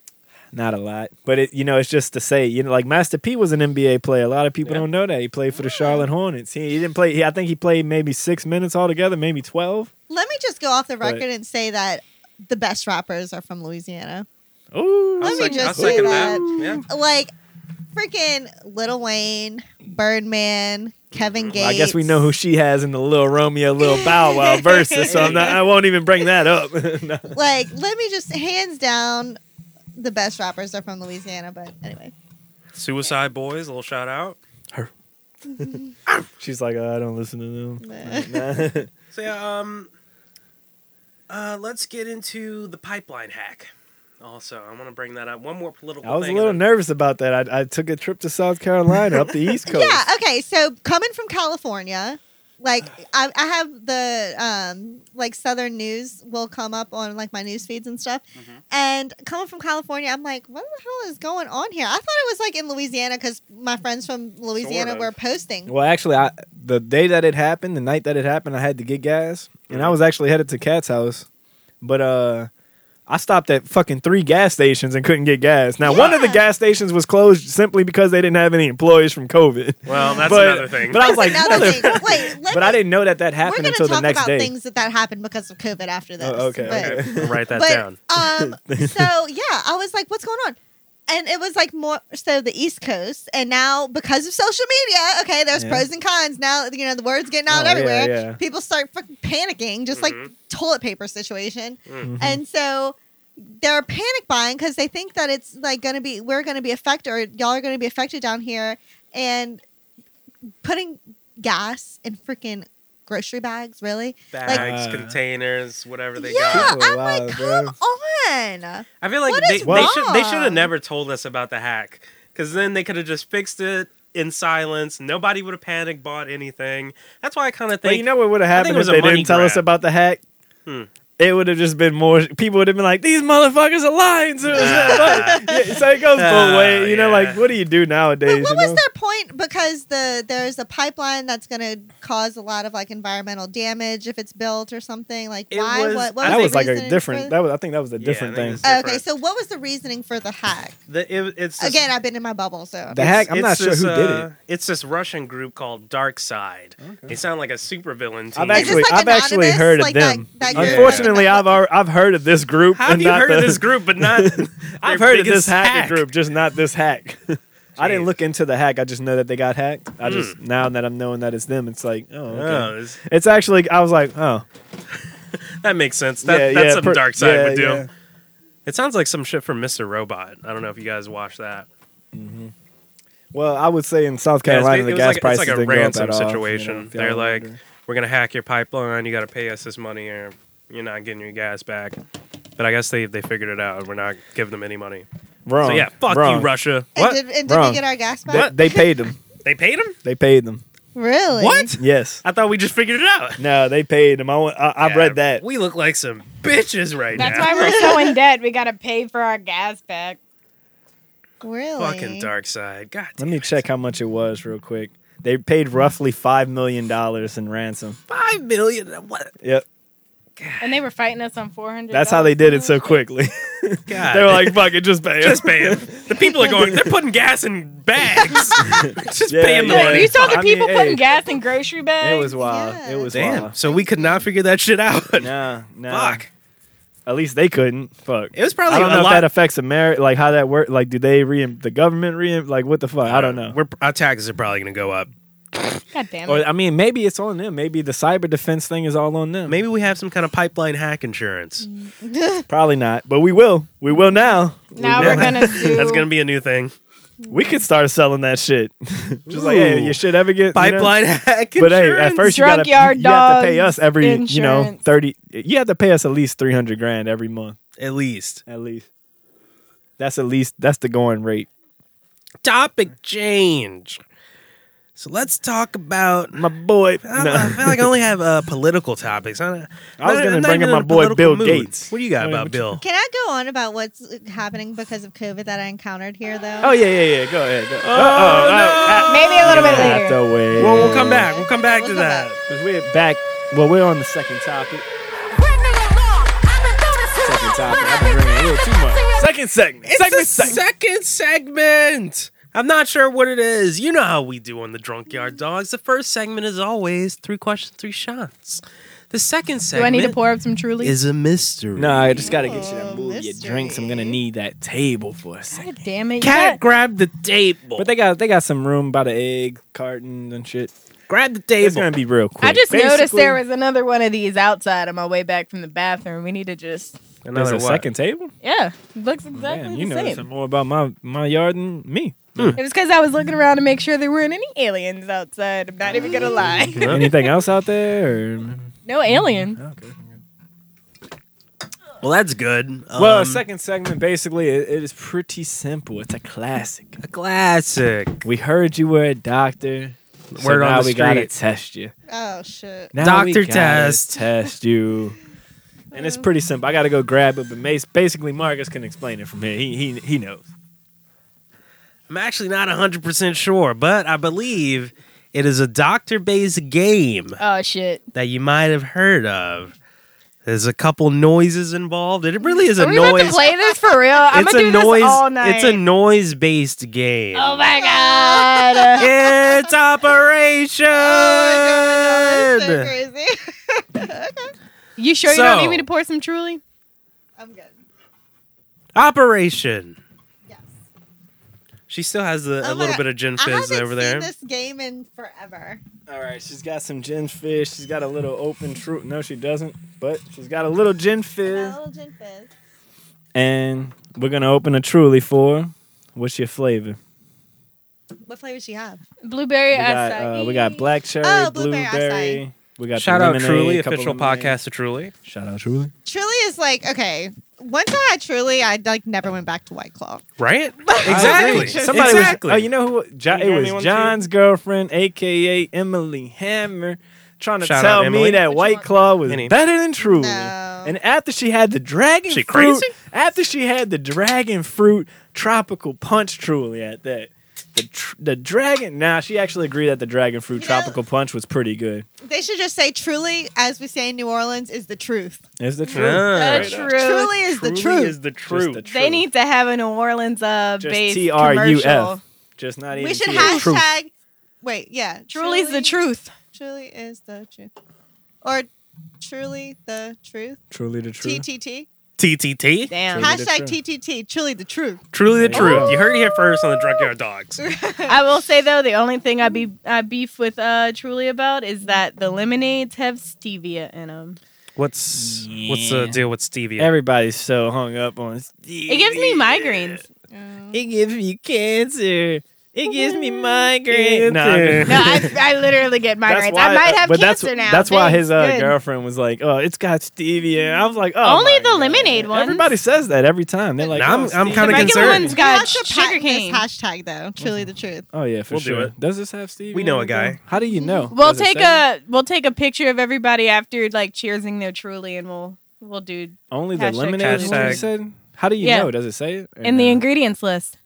Speaker 1: Not a lot, but it you know it's just to say you know like Master P was an NBA player. A lot of people
Speaker 2: Yeah.
Speaker 1: don't know that he played for the Charlotte Hornets. He, he didn't play. He, I think he played maybe six minutes altogether, maybe twelve.
Speaker 3: Let me just go off the
Speaker 1: Right.
Speaker 3: record and say that the best rappers are from Louisiana.
Speaker 1: Ooh,
Speaker 3: Let
Speaker 2: I'll
Speaker 3: me
Speaker 2: sec-
Speaker 3: just
Speaker 2: I'll
Speaker 3: say
Speaker 2: second
Speaker 3: that.
Speaker 2: Yeah.
Speaker 3: Like, freaking Lil Wayne, Birdman, Kevin Gates.
Speaker 1: Well, I guess we know who she has in the Little Romeo, Little Bow Wow versus. So I'm not, I won't even bring that up. [LAUGHS] No.
Speaker 3: Like, let me just, hands down, the best rappers are from Louisiana. But anyway,
Speaker 2: Suicide Boys, little shout out.
Speaker 1: She's like, oh, I don't listen to
Speaker 3: Meh.
Speaker 1: them. Nah.
Speaker 2: So yeah, um, uh, let's get into the pipeline hack. Also, I want to bring that up. One more political.
Speaker 1: [LAUGHS] I was a
Speaker 2: thing
Speaker 1: little
Speaker 2: and
Speaker 1: nervous about that. I, I took a trip to South Carolina up the East Coast.
Speaker 3: yeah, okay. So, coming from California, like, I, I have the, um, like, Southern news will come up on, like, my news feeds and stuff. And coming from California, I'm like, what the hell is going on here? I thought it was, like, in Louisiana because my friends from Louisiana
Speaker 10: of.
Speaker 3: were posting.
Speaker 1: Well, actually, I the day that it happened, the night that it happened, I had to get gas, and I was actually headed to Cat's house, but uh, I stopped at fucking three gas stations and couldn't get gas. Now, one of the
Speaker 3: Yeah.
Speaker 1: gas stations was closed simply because they didn't have any employees from COVID.
Speaker 2: then- Well, that's
Speaker 1: but,
Speaker 2: another thing.
Speaker 1: But I was like,
Speaker 3: That's another
Speaker 1: mother.
Speaker 3: thing. Wait, let
Speaker 1: But
Speaker 3: me
Speaker 1: I didn't know that that
Speaker 3: We're
Speaker 1: happened
Speaker 3: gonna
Speaker 1: until
Speaker 3: talk
Speaker 1: the next
Speaker 3: about
Speaker 1: day.
Speaker 3: things that, that happened because of COVID after this.
Speaker 1: Oh, okay,
Speaker 3: but,
Speaker 1: okay. [LAUGHS]
Speaker 2: I'll write that
Speaker 3: but,
Speaker 2: down.
Speaker 3: um, so yeah, I was like, what's going on? And it was like more so the East Coast, and now because of social media, okay, there's
Speaker 1: Yeah.
Speaker 3: pros and cons. Now you know the word's getting out
Speaker 1: Oh, yeah,
Speaker 3: everywhere.
Speaker 1: yeah.
Speaker 3: People start fucking panicking, just like toilet paper situation,
Speaker 1: Mm-hmm.
Speaker 2: Mhm.
Speaker 3: and so they're panic buying because they think that it's like going to be we're going to be affected or y'all are going to be affected down here, and putting gas in freaking grocery bags really
Speaker 2: Bags,
Speaker 1: Uh,
Speaker 2: containers, whatever they
Speaker 3: yeah,
Speaker 2: got.
Speaker 1: People
Speaker 3: I'm
Speaker 1: are
Speaker 3: like,
Speaker 1: wild,
Speaker 3: come
Speaker 1: bro.
Speaker 3: on.
Speaker 2: I feel like
Speaker 3: What
Speaker 2: they,
Speaker 3: is
Speaker 2: they should they should have
Speaker 3: wrong?
Speaker 2: never told us about the hack because then they could have just fixed it in silence. Nobody would have panicked, bought anything. That's why I kind of think
Speaker 1: But you know what would have
Speaker 2: I think
Speaker 1: happened
Speaker 2: it was
Speaker 1: if
Speaker 2: a
Speaker 1: they
Speaker 2: money
Speaker 1: didn't tell us
Speaker 2: grab.
Speaker 1: about the hack?
Speaker 2: Hmm.
Speaker 1: It would have just been more. People would have been like, "These motherfuckers are lying to us."
Speaker 2: Ah. [LAUGHS]
Speaker 1: Yeah, [LAUGHS] so it goes
Speaker 2: Ah,
Speaker 1: both ways. You know,
Speaker 2: yeah.
Speaker 1: like what do you do nowadays?
Speaker 3: But what
Speaker 1: you
Speaker 3: was
Speaker 1: know?
Speaker 3: their point? Because the there's a pipeline that's going to cause a lot of like environmental damage if it's built or something. Like
Speaker 2: It
Speaker 3: why?
Speaker 2: was-
Speaker 3: what,
Speaker 2: I
Speaker 3: what
Speaker 1: That
Speaker 2: think
Speaker 1: was like
Speaker 3: the reasoning
Speaker 1: a
Speaker 3: for
Speaker 1: different.
Speaker 3: the-
Speaker 1: That was. I think that was a
Speaker 2: Yeah, I
Speaker 1: different
Speaker 2: think
Speaker 1: thing.
Speaker 2: it's- was
Speaker 3: okay,
Speaker 2: different.
Speaker 3: so what was the reasoning for the hack?
Speaker 2: the, it, it's just,
Speaker 3: Again, I've been in my bubble, so
Speaker 1: The hack. I'm
Speaker 2: it's
Speaker 1: not sure
Speaker 2: this,
Speaker 1: who did
Speaker 2: uh,
Speaker 1: it.
Speaker 2: It's this Russian group called Dark Side. They sound like a supervillain team.
Speaker 1: I've
Speaker 3: Is this
Speaker 1: actually,
Speaker 3: like
Speaker 1: I've actually
Speaker 3: anonymous,
Speaker 1: heard of
Speaker 3: like that-
Speaker 1: them.
Speaker 3: that you're-
Speaker 1: Unfortunately, I've al- I've heard of this group.
Speaker 2: How have
Speaker 1: and
Speaker 2: you
Speaker 1: not
Speaker 2: heard
Speaker 1: the,
Speaker 2: of this group, but [LAUGHS] not?
Speaker 1: I've
Speaker 2: their
Speaker 1: heard of this
Speaker 2: biggest
Speaker 1: hacker
Speaker 2: hack?
Speaker 1: group, just not this hack. [LAUGHS] I didn't
Speaker 2: Jeez.
Speaker 1: look into the hack. I just know that they got hacked. I just
Speaker 2: Hmm.
Speaker 1: now that I'm knowing that it's them, it's like, oh,
Speaker 2: Oh,
Speaker 1: okay.
Speaker 2: this-
Speaker 1: It's actually, I was like, oh,
Speaker 2: that makes sense. That,
Speaker 1: yeah,
Speaker 2: that's
Speaker 1: yeah,
Speaker 2: some
Speaker 1: per-
Speaker 2: Dark Side
Speaker 1: yeah,
Speaker 2: would do.
Speaker 1: yeah.
Speaker 2: It sounds like some shit from Mr. Robot. I don't know if you guys watched that.
Speaker 1: Well, I would say in South
Speaker 2: Yeah, it's
Speaker 1: Carolina,
Speaker 2: ba-
Speaker 1: the
Speaker 2: it was
Speaker 1: gas
Speaker 2: like- it's
Speaker 1: prices
Speaker 2: like a
Speaker 1: didn't go up
Speaker 2: ransom
Speaker 1: at all, you know,
Speaker 2: situation.
Speaker 1: if y'all
Speaker 2: They're like,
Speaker 1: wonder.
Speaker 2: we're gonna hack your pipeline. You got to pay us this money, or you're not getting your gas back. But I guess they they figured it out. We're not giving them any money.
Speaker 1: wrong.
Speaker 2: so yeah, fuck
Speaker 1: wrong.
Speaker 2: you, Russia.
Speaker 3: And
Speaker 2: What?
Speaker 3: did, and did we
Speaker 1: Wrong.
Speaker 3: get our gas back?
Speaker 1: They, they paid them.
Speaker 2: They paid him?
Speaker 1: They paid them.
Speaker 3: Really?
Speaker 2: What?
Speaker 1: Yes.
Speaker 2: I thought we just figured it out.
Speaker 1: No, they paid them. I, wa- I, have
Speaker 2: Yeah,
Speaker 1: read that.
Speaker 2: We look like some bitches right
Speaker 5: That's
Speaker 2: now.
Speaker 5: why we're so
Speaker 3: [LAUGHS]
Speaker 5: in debt. We gotta pay for our gas back.
Speaker 3: Really?
Speaker 2: Fucking dark side. God
Speaker 1: Let
Speaker 2: damn
Speaker 1: me
Speaker 2: it.
Speaker 1: check how much it was real quick. They paid roughly five million dollars in ransom.
Speaker 2: Five million. What?
Speaker 1: Yep,
Speaker 5: And they were fighting us on four hundred.
Speaker 1: that's how they did it so quickly.
Speaker 2: God.
Speaker 1: [LAUGHS] they were [LAUGHS] like, "Fuck it, just pay it."
Speaker 2: just pay him. The people are going. They're putting gas in
Speaker 1: [LAUGHS]
Speaker 2: bags. just
Speaker 1: Yeah,
Speaker 2: pay him the
Speaker 1: yeah.
Speaker 5: Look,
Speaker 2: money.
Speaker 5: you saw the
Speaker 1: I mean,
Speaker 5: people
Speaker 1: hey.
Speaker 5: putting gas in grocery bags.
Speaker 1: It was wild.
Speaker 3: Yeah.
Speaker 1: It was
Speaker 2: Damn.
Speaker 1: wild.
Speaker 2: So we could not figure that shit
Speaker 1: [LAUGHS]
Speaker 2: out.
Speaker 1: Nah, nah.
Speaker 2: Fuck.
Speaker 1: At least they couldn't. Fuck.
Speaker 2: It was probably
Speaker 1: I don't
Speaker 2: a
Speaker 1: know if
Speaker 2: lot.
Speaker 1: that affects America. Like how that work. Like, do they re the government re like what the fuck? I don't know.
Speaker 2: We're, our taxes are probably going to go up.
Speaker 5: God damn it.
Speaker 1: Or I mean, maybe it's on them. Maybe the cyber defense thing is all on them.
Speaker 2: Maybe we have some kind of pipeline hack insurance.
Speaker 1: probably not. But we will. We will now. [LAUGHS]
Speaker 5: now we're gonna sue.
Speaker 2: That's going to be a new thing.
Speaker 1: We could start selling that shit. [LAUGHS] Just like, hey,
Speaker 2: Ooh.
Speaker 1: your shit ever get you know?
Speaker 2: Pipeline [LAUGHS]
Speaker 5: [LAUGHS]
Speaker 2: hack.
Speaker 1: But hey,
Speaker 2: insurance.
Speaker 1: at first you
Speaker 5: Drug
Speaker 1: gotta
Speaker 5: yard
Speaker 1: you have to pay us
Speaker 5: dogs,
Speaker 1: every you know
Speaker 5: insurance.
Speaker 1: thirty. You have to pay us at least three hundred grand every month,
Speaker 2: at least.
Speaker 1: at least. That's at least that's the going rate.
Speaker 2: Topic change. So let's talk about.
Speaker 1: My boy, [LAUGHS]
Speaker 2: I, don't know, I
Speaker 5: Uh-uh.
Speaker 2: feel like I only have uh, political topics. I, don't-
Speaker 1: I was
Speaker 2: I'm
Speaker 1: gonna
Speaker 2: not
Speaker 1: bring
Speaker 2: even
Speaker 1: up my
Speaker 2: in a
Speaker 1: boy
Speaker 2: political
Speaker 1: Bill Gates.
Speaker 2: What do you got
Speaker 1: Wait,
Speaker 2: about
Speaker 1: what you-
Speaker 2: Bill?
Speaker 3: Can I go on about what's happening because of COVID that I encountered here, though?
Speaker 1: Oh yeah, yeah, yeah. Go ahead. Go. uh, Oh, no.
Speaker 5: Maybe a little bit
Speaker 1: Have
Speaker 5: later.
Speaker 1: to wait.
Speaker 2: Well, we'll come back. We'll come back
Speaker 3: We'll
Speaker 2: to
Speaker 3: come
Speaker 2: that.
Speaker 1: Cause we're back. Well, we're on the second topic. Second topic. I've been bringing a little too much. Second segment.
Speaker 2: It's
Speaker 1: segment.
Speaker 2: the second segment. I'm not sure what it is. You know how we do on the Drunk Yard Dogs. The first segment is always three questions, three shots. The second
Speaker 5: Do I
Speaker 2: segment
Speaker 1: [LAUGHS]
Speaker 5: need to pour up some Truly?
Speaker 2: is a mystery.
Speaker 1: no, I just gotta get you to
Speaker 3: Oh,
Speaker 1: move
Speaker 3: mystery.
Speaker 1: your drinks. I'm gonna need that table for a second.
Speaker 5: God damn it! you
Speaker 2: Cat
Speaker 5: got-
Speaker 2: grabbed the table.
Speaker 1: But they got they got some room by the egg carton and shit.
Speaker 2: grabbed the
Speaker 1: It's
Speaker 2: table.
Speaker 1: gonna be real quick.
Speaker 5: I just noticed
Speaker 1: Basically-
Speaker 5: there was another one of these outside on my way back from the bathroom. We need to just
Speaker 1: There's a
Speaker 2: what?
Speaker 1: second table.
Speaker 5: yeah, looks exactly
Speaker 1: Damn, you
Speaker 5: the
Speaker 1: know
Speaker 5: same.
Speaker 1: some more about my my yard than me.
Speaker 5: It was because I was looking around to make sure there weren't any aliens outside. I'm not even
Speaker 1: [LAUGHS]
Speaker 5: gonna lie.
Speaker 1: Anything else out there? Or?
Speaker 5: no aliens.
Speaker 2: Well, that's good.
Speaker 1: well,
Speaker 2: Um,
Speaker 1: second segment basically it, it is pretty simple. It's a classic.
Speaker 2: a classic.
Speaker 1: We heard you were a doctor. so
Speaker 2: Word on
Speaker 1: now
Speaker 2: the
Speaker 1: we gotta
Speaker 2: street.
Speaker 1: test you.
Speaker 3: Oh, shit.
Speaker 1: Now we
Speaker 2: Doctor
Speaker 1: gotta
Speaker 2: test.
Speaker 1: Test you. And it's pretty simple. I gotta go grab it, but Mace, basically Marcus can explain it from here. He he he knows.
Speaker 2: I'm actually not 100% sure, but I believe it is a doctor based game
Speaker 5: Oh shit!
Speaker 2: that you might have heard of. There's a couple noises involved. It really is a
Speaker 5: Are we about to
Speaker 2: noise.
Speaker 5: play this
Speaker 1: [LAUGHS]
Speaker 5: for real? I'm
Speaker 2: it's
Speaker 5: gonna
Speaker 2: a
Speaker 5: do
Speaker 2: noise.
Speaker 5: this all night.
Speaker 2: It's a noise based game.
Speaker 5: oh
Speaker 1: [LAUGHS]
Speaker 5: my [LAUGHS] Oh god!
Speaker 2: It's operation.
Speaker 3: Oh, my God, that's so crazy. [LAUGHS]
Speaker 5: you sure you don't
Speaker 2: So-
Speaker 5: need me to pour some Truly?
Speaker 3: I'm good.
Speaker 2: operation.
Speaker 3: Yes.
Speaker 2: She still has a, a
Speaker 3: Oh my
Speaker 2: little
Speaker 3: God.
Speaker 2: bit of gin
Speaker 3: I haven't
Speaker 2: fizz
Speaker 3: seen
Speaker 2: over there.
Speaker 3: this game in forever.
Speaker 1: All right, she's got some gin fizz. She's got a little open truth. No, she doesn't, but she's got a little gin fizz.
Speaker 3: Little gin fizz.
Speaker 1: And we're gonna open a truly for. her. What's your flavor?
Speaker 3: What flavor does she have?
Speaker 5: Blueberry
Speaker 1: We got, uh, we got black cherry,
Speaker 3: Oh,
Speaker 1: blueberry.
Speaker 3: blueberry acai.
Speaker 1: We got the
Speaker 2: Shout out
Speaker 1: lemonade,
Speaker 2: Truly,
Speaker 1: couple
Speaker 2: official
Speaker 1: lemonade.
Speaker 2: podcast of
Speaker 5: [LAUGHS]
Speaker 2: Truly.
Speaker 1: Shout out Truly.
Speaker 3: Truly is like, okay, once I had Truly, I like never went back to White Claw.
Speaker 2: Right?
Speaker 1: Exactly. Somebody
Speaker 2: exactly.
Speaker 1: was. Oh, you know who? Jo-
Speaker 2: You know
Speaker 1: it
Speaker 2: anyone,
Speaker 1: was
Speaker 2: too?
Speaker 1: John's girlfriend, aka Emily Hammer, trying to
Speaker 2: Shout out,
Speaker 1: tell
Speaker 2: Emily.
Speaker 1: me that
Speaker 5: you
Speaker 1: White
Speaker 5: want?
Speaker 1: Claw was
Speaker 2: Any-
Speaker 1: better than Truly.
Speaker 3: No.
Speaker 1: And after she had the dragon
Speaker 2: She
Speaker 1: fruit,
Speaker 2: crazy?
Speaker 1: after she had the dragon fruit tropical punch, Truly at that. The, tr- the dragon. Now nah, she actually agreed that the dragon fruit
Speaker 3: You know-
Speaker 1: tropical punch was pretty good.
Speaker 3: They should just say Truly, as we say in New Orleans, is the truth.
Speaker 1: Is the truth?
Speaker 2: Yeah.
Speaker 1: uh,
Speaker 5: The truth.
Speaker 3: Truly is the truth.
Speaker 2: is the
Speaker 1: Just
Speaker 2: truth.
Speaker 1: the
Speaker 5: They need to have a New Orleans uh,
Speaker 1: Just
Speaker 5: based
Speaker 1: TRUF.
Speaker 5: commercial.
Speaker 1: Just not even.
Speaker 3: we should
Speaker 1: see the truth.
Speaker 3: hashtag. Wait, yeah.
Speaker 5: Truly's the truth.
Speaker 3: Truly is the truth. Or truly the truth.
Speaker 1: Truly the truth.
Speaker 3: TTT.
Speaker 2: TTT.
Speaker 5: Damn.
Speaker 1: Truly the
Speaker 3: Hashtag
Speaker 1: truth.
Speaker 3: TTT. Truly the truth. [LAUGHS]
Speaker 2: Truly the
Speaker 1: There you
Speaker 2: truth.
Speaker 1: go.
Speaker 2: You heard it here first on the Drunk Yard Dogs.
Speaker 5: I will say though, the only thing I be I beef with uh, Truly about is that the lemonades have stevia in them.
Speaker 2: What's what's the
Speaker 1: Yeah.
Speaker 2: deal with stevia?
Speaker 1: Everybody's so hung up on.
Speaker 5: It gives
Speaker 2: [LAUGHS]
Speaker 5: me migraines. Mm-hmm.
Speaker 1: It gives me cancer. It gives
Speaker 5: [LAUGHS]
Speaker 1: me
Speaker 2: [LAUGHS]
Speaker 1: migraines.
Speaker 5: No, I, I literally get migraines. I
Speaker 2: uh,
Speaker 5: might have
Speaker 1: uh, but
Speaker 5: cancer
Speaker 1: that's,
Speaker 5: now.
Speaker 1: That's why
Speaker 5: Thanks.
Speaker 1: his uh,
Speaker 5: Good.
Speaker 1: girlfriend was like, "Oh, it's got stevia." I was like, "Oh,
Speaker 5: Mm-hmm. Only
Speaker 1: my
Speaker 5: the
Speaker 1: God."
Speaker 5: lemonade ones.
Speaker 1: Everybody says that every time. They're like,
Speaker 2: Nah, I'm-
Speaker 1: "Oh,
Speaker 2: I'm
Speaker 1: stevia."
Speaker 2: kinda
Speaker 5: The regular
Speaker 2: concerned.
Speaker 5: one's
Speaker 3: Got
Speaker 5: got sugar cane.
Speaker 3: hashtag though. Truly the truth.
Speaker 1: Oh yeah, for
Speaker 2: We'll do
Speaker 1: sure.
Speaker 2: it.
Speaker 1: Does this have stevia?
Speaker 2: We know a
Speaker 1: in it,
Speaker 2: guy.
Speaker 1: though? How do you know?
Speaker 5: Mm-hmm. We'll
Speaker 1: Does it
Speaker 5: take
Speaker 1: say?
Speaker 5: a we'll take a picture of everybody after like cheersing their Truly, and we'll we'll do
Speaker 1: only the
Speaker 5: hashtag
Speaker 1: lemonade one.
Speaker 2: Hashtag.
Speaker 1: You said. How do you
Speaker 5: Yeah.
Speaker 1: know? Does it say it? Or
Speaker 5: in the
Speaker 1: no?
Speaker 5: ingredients list.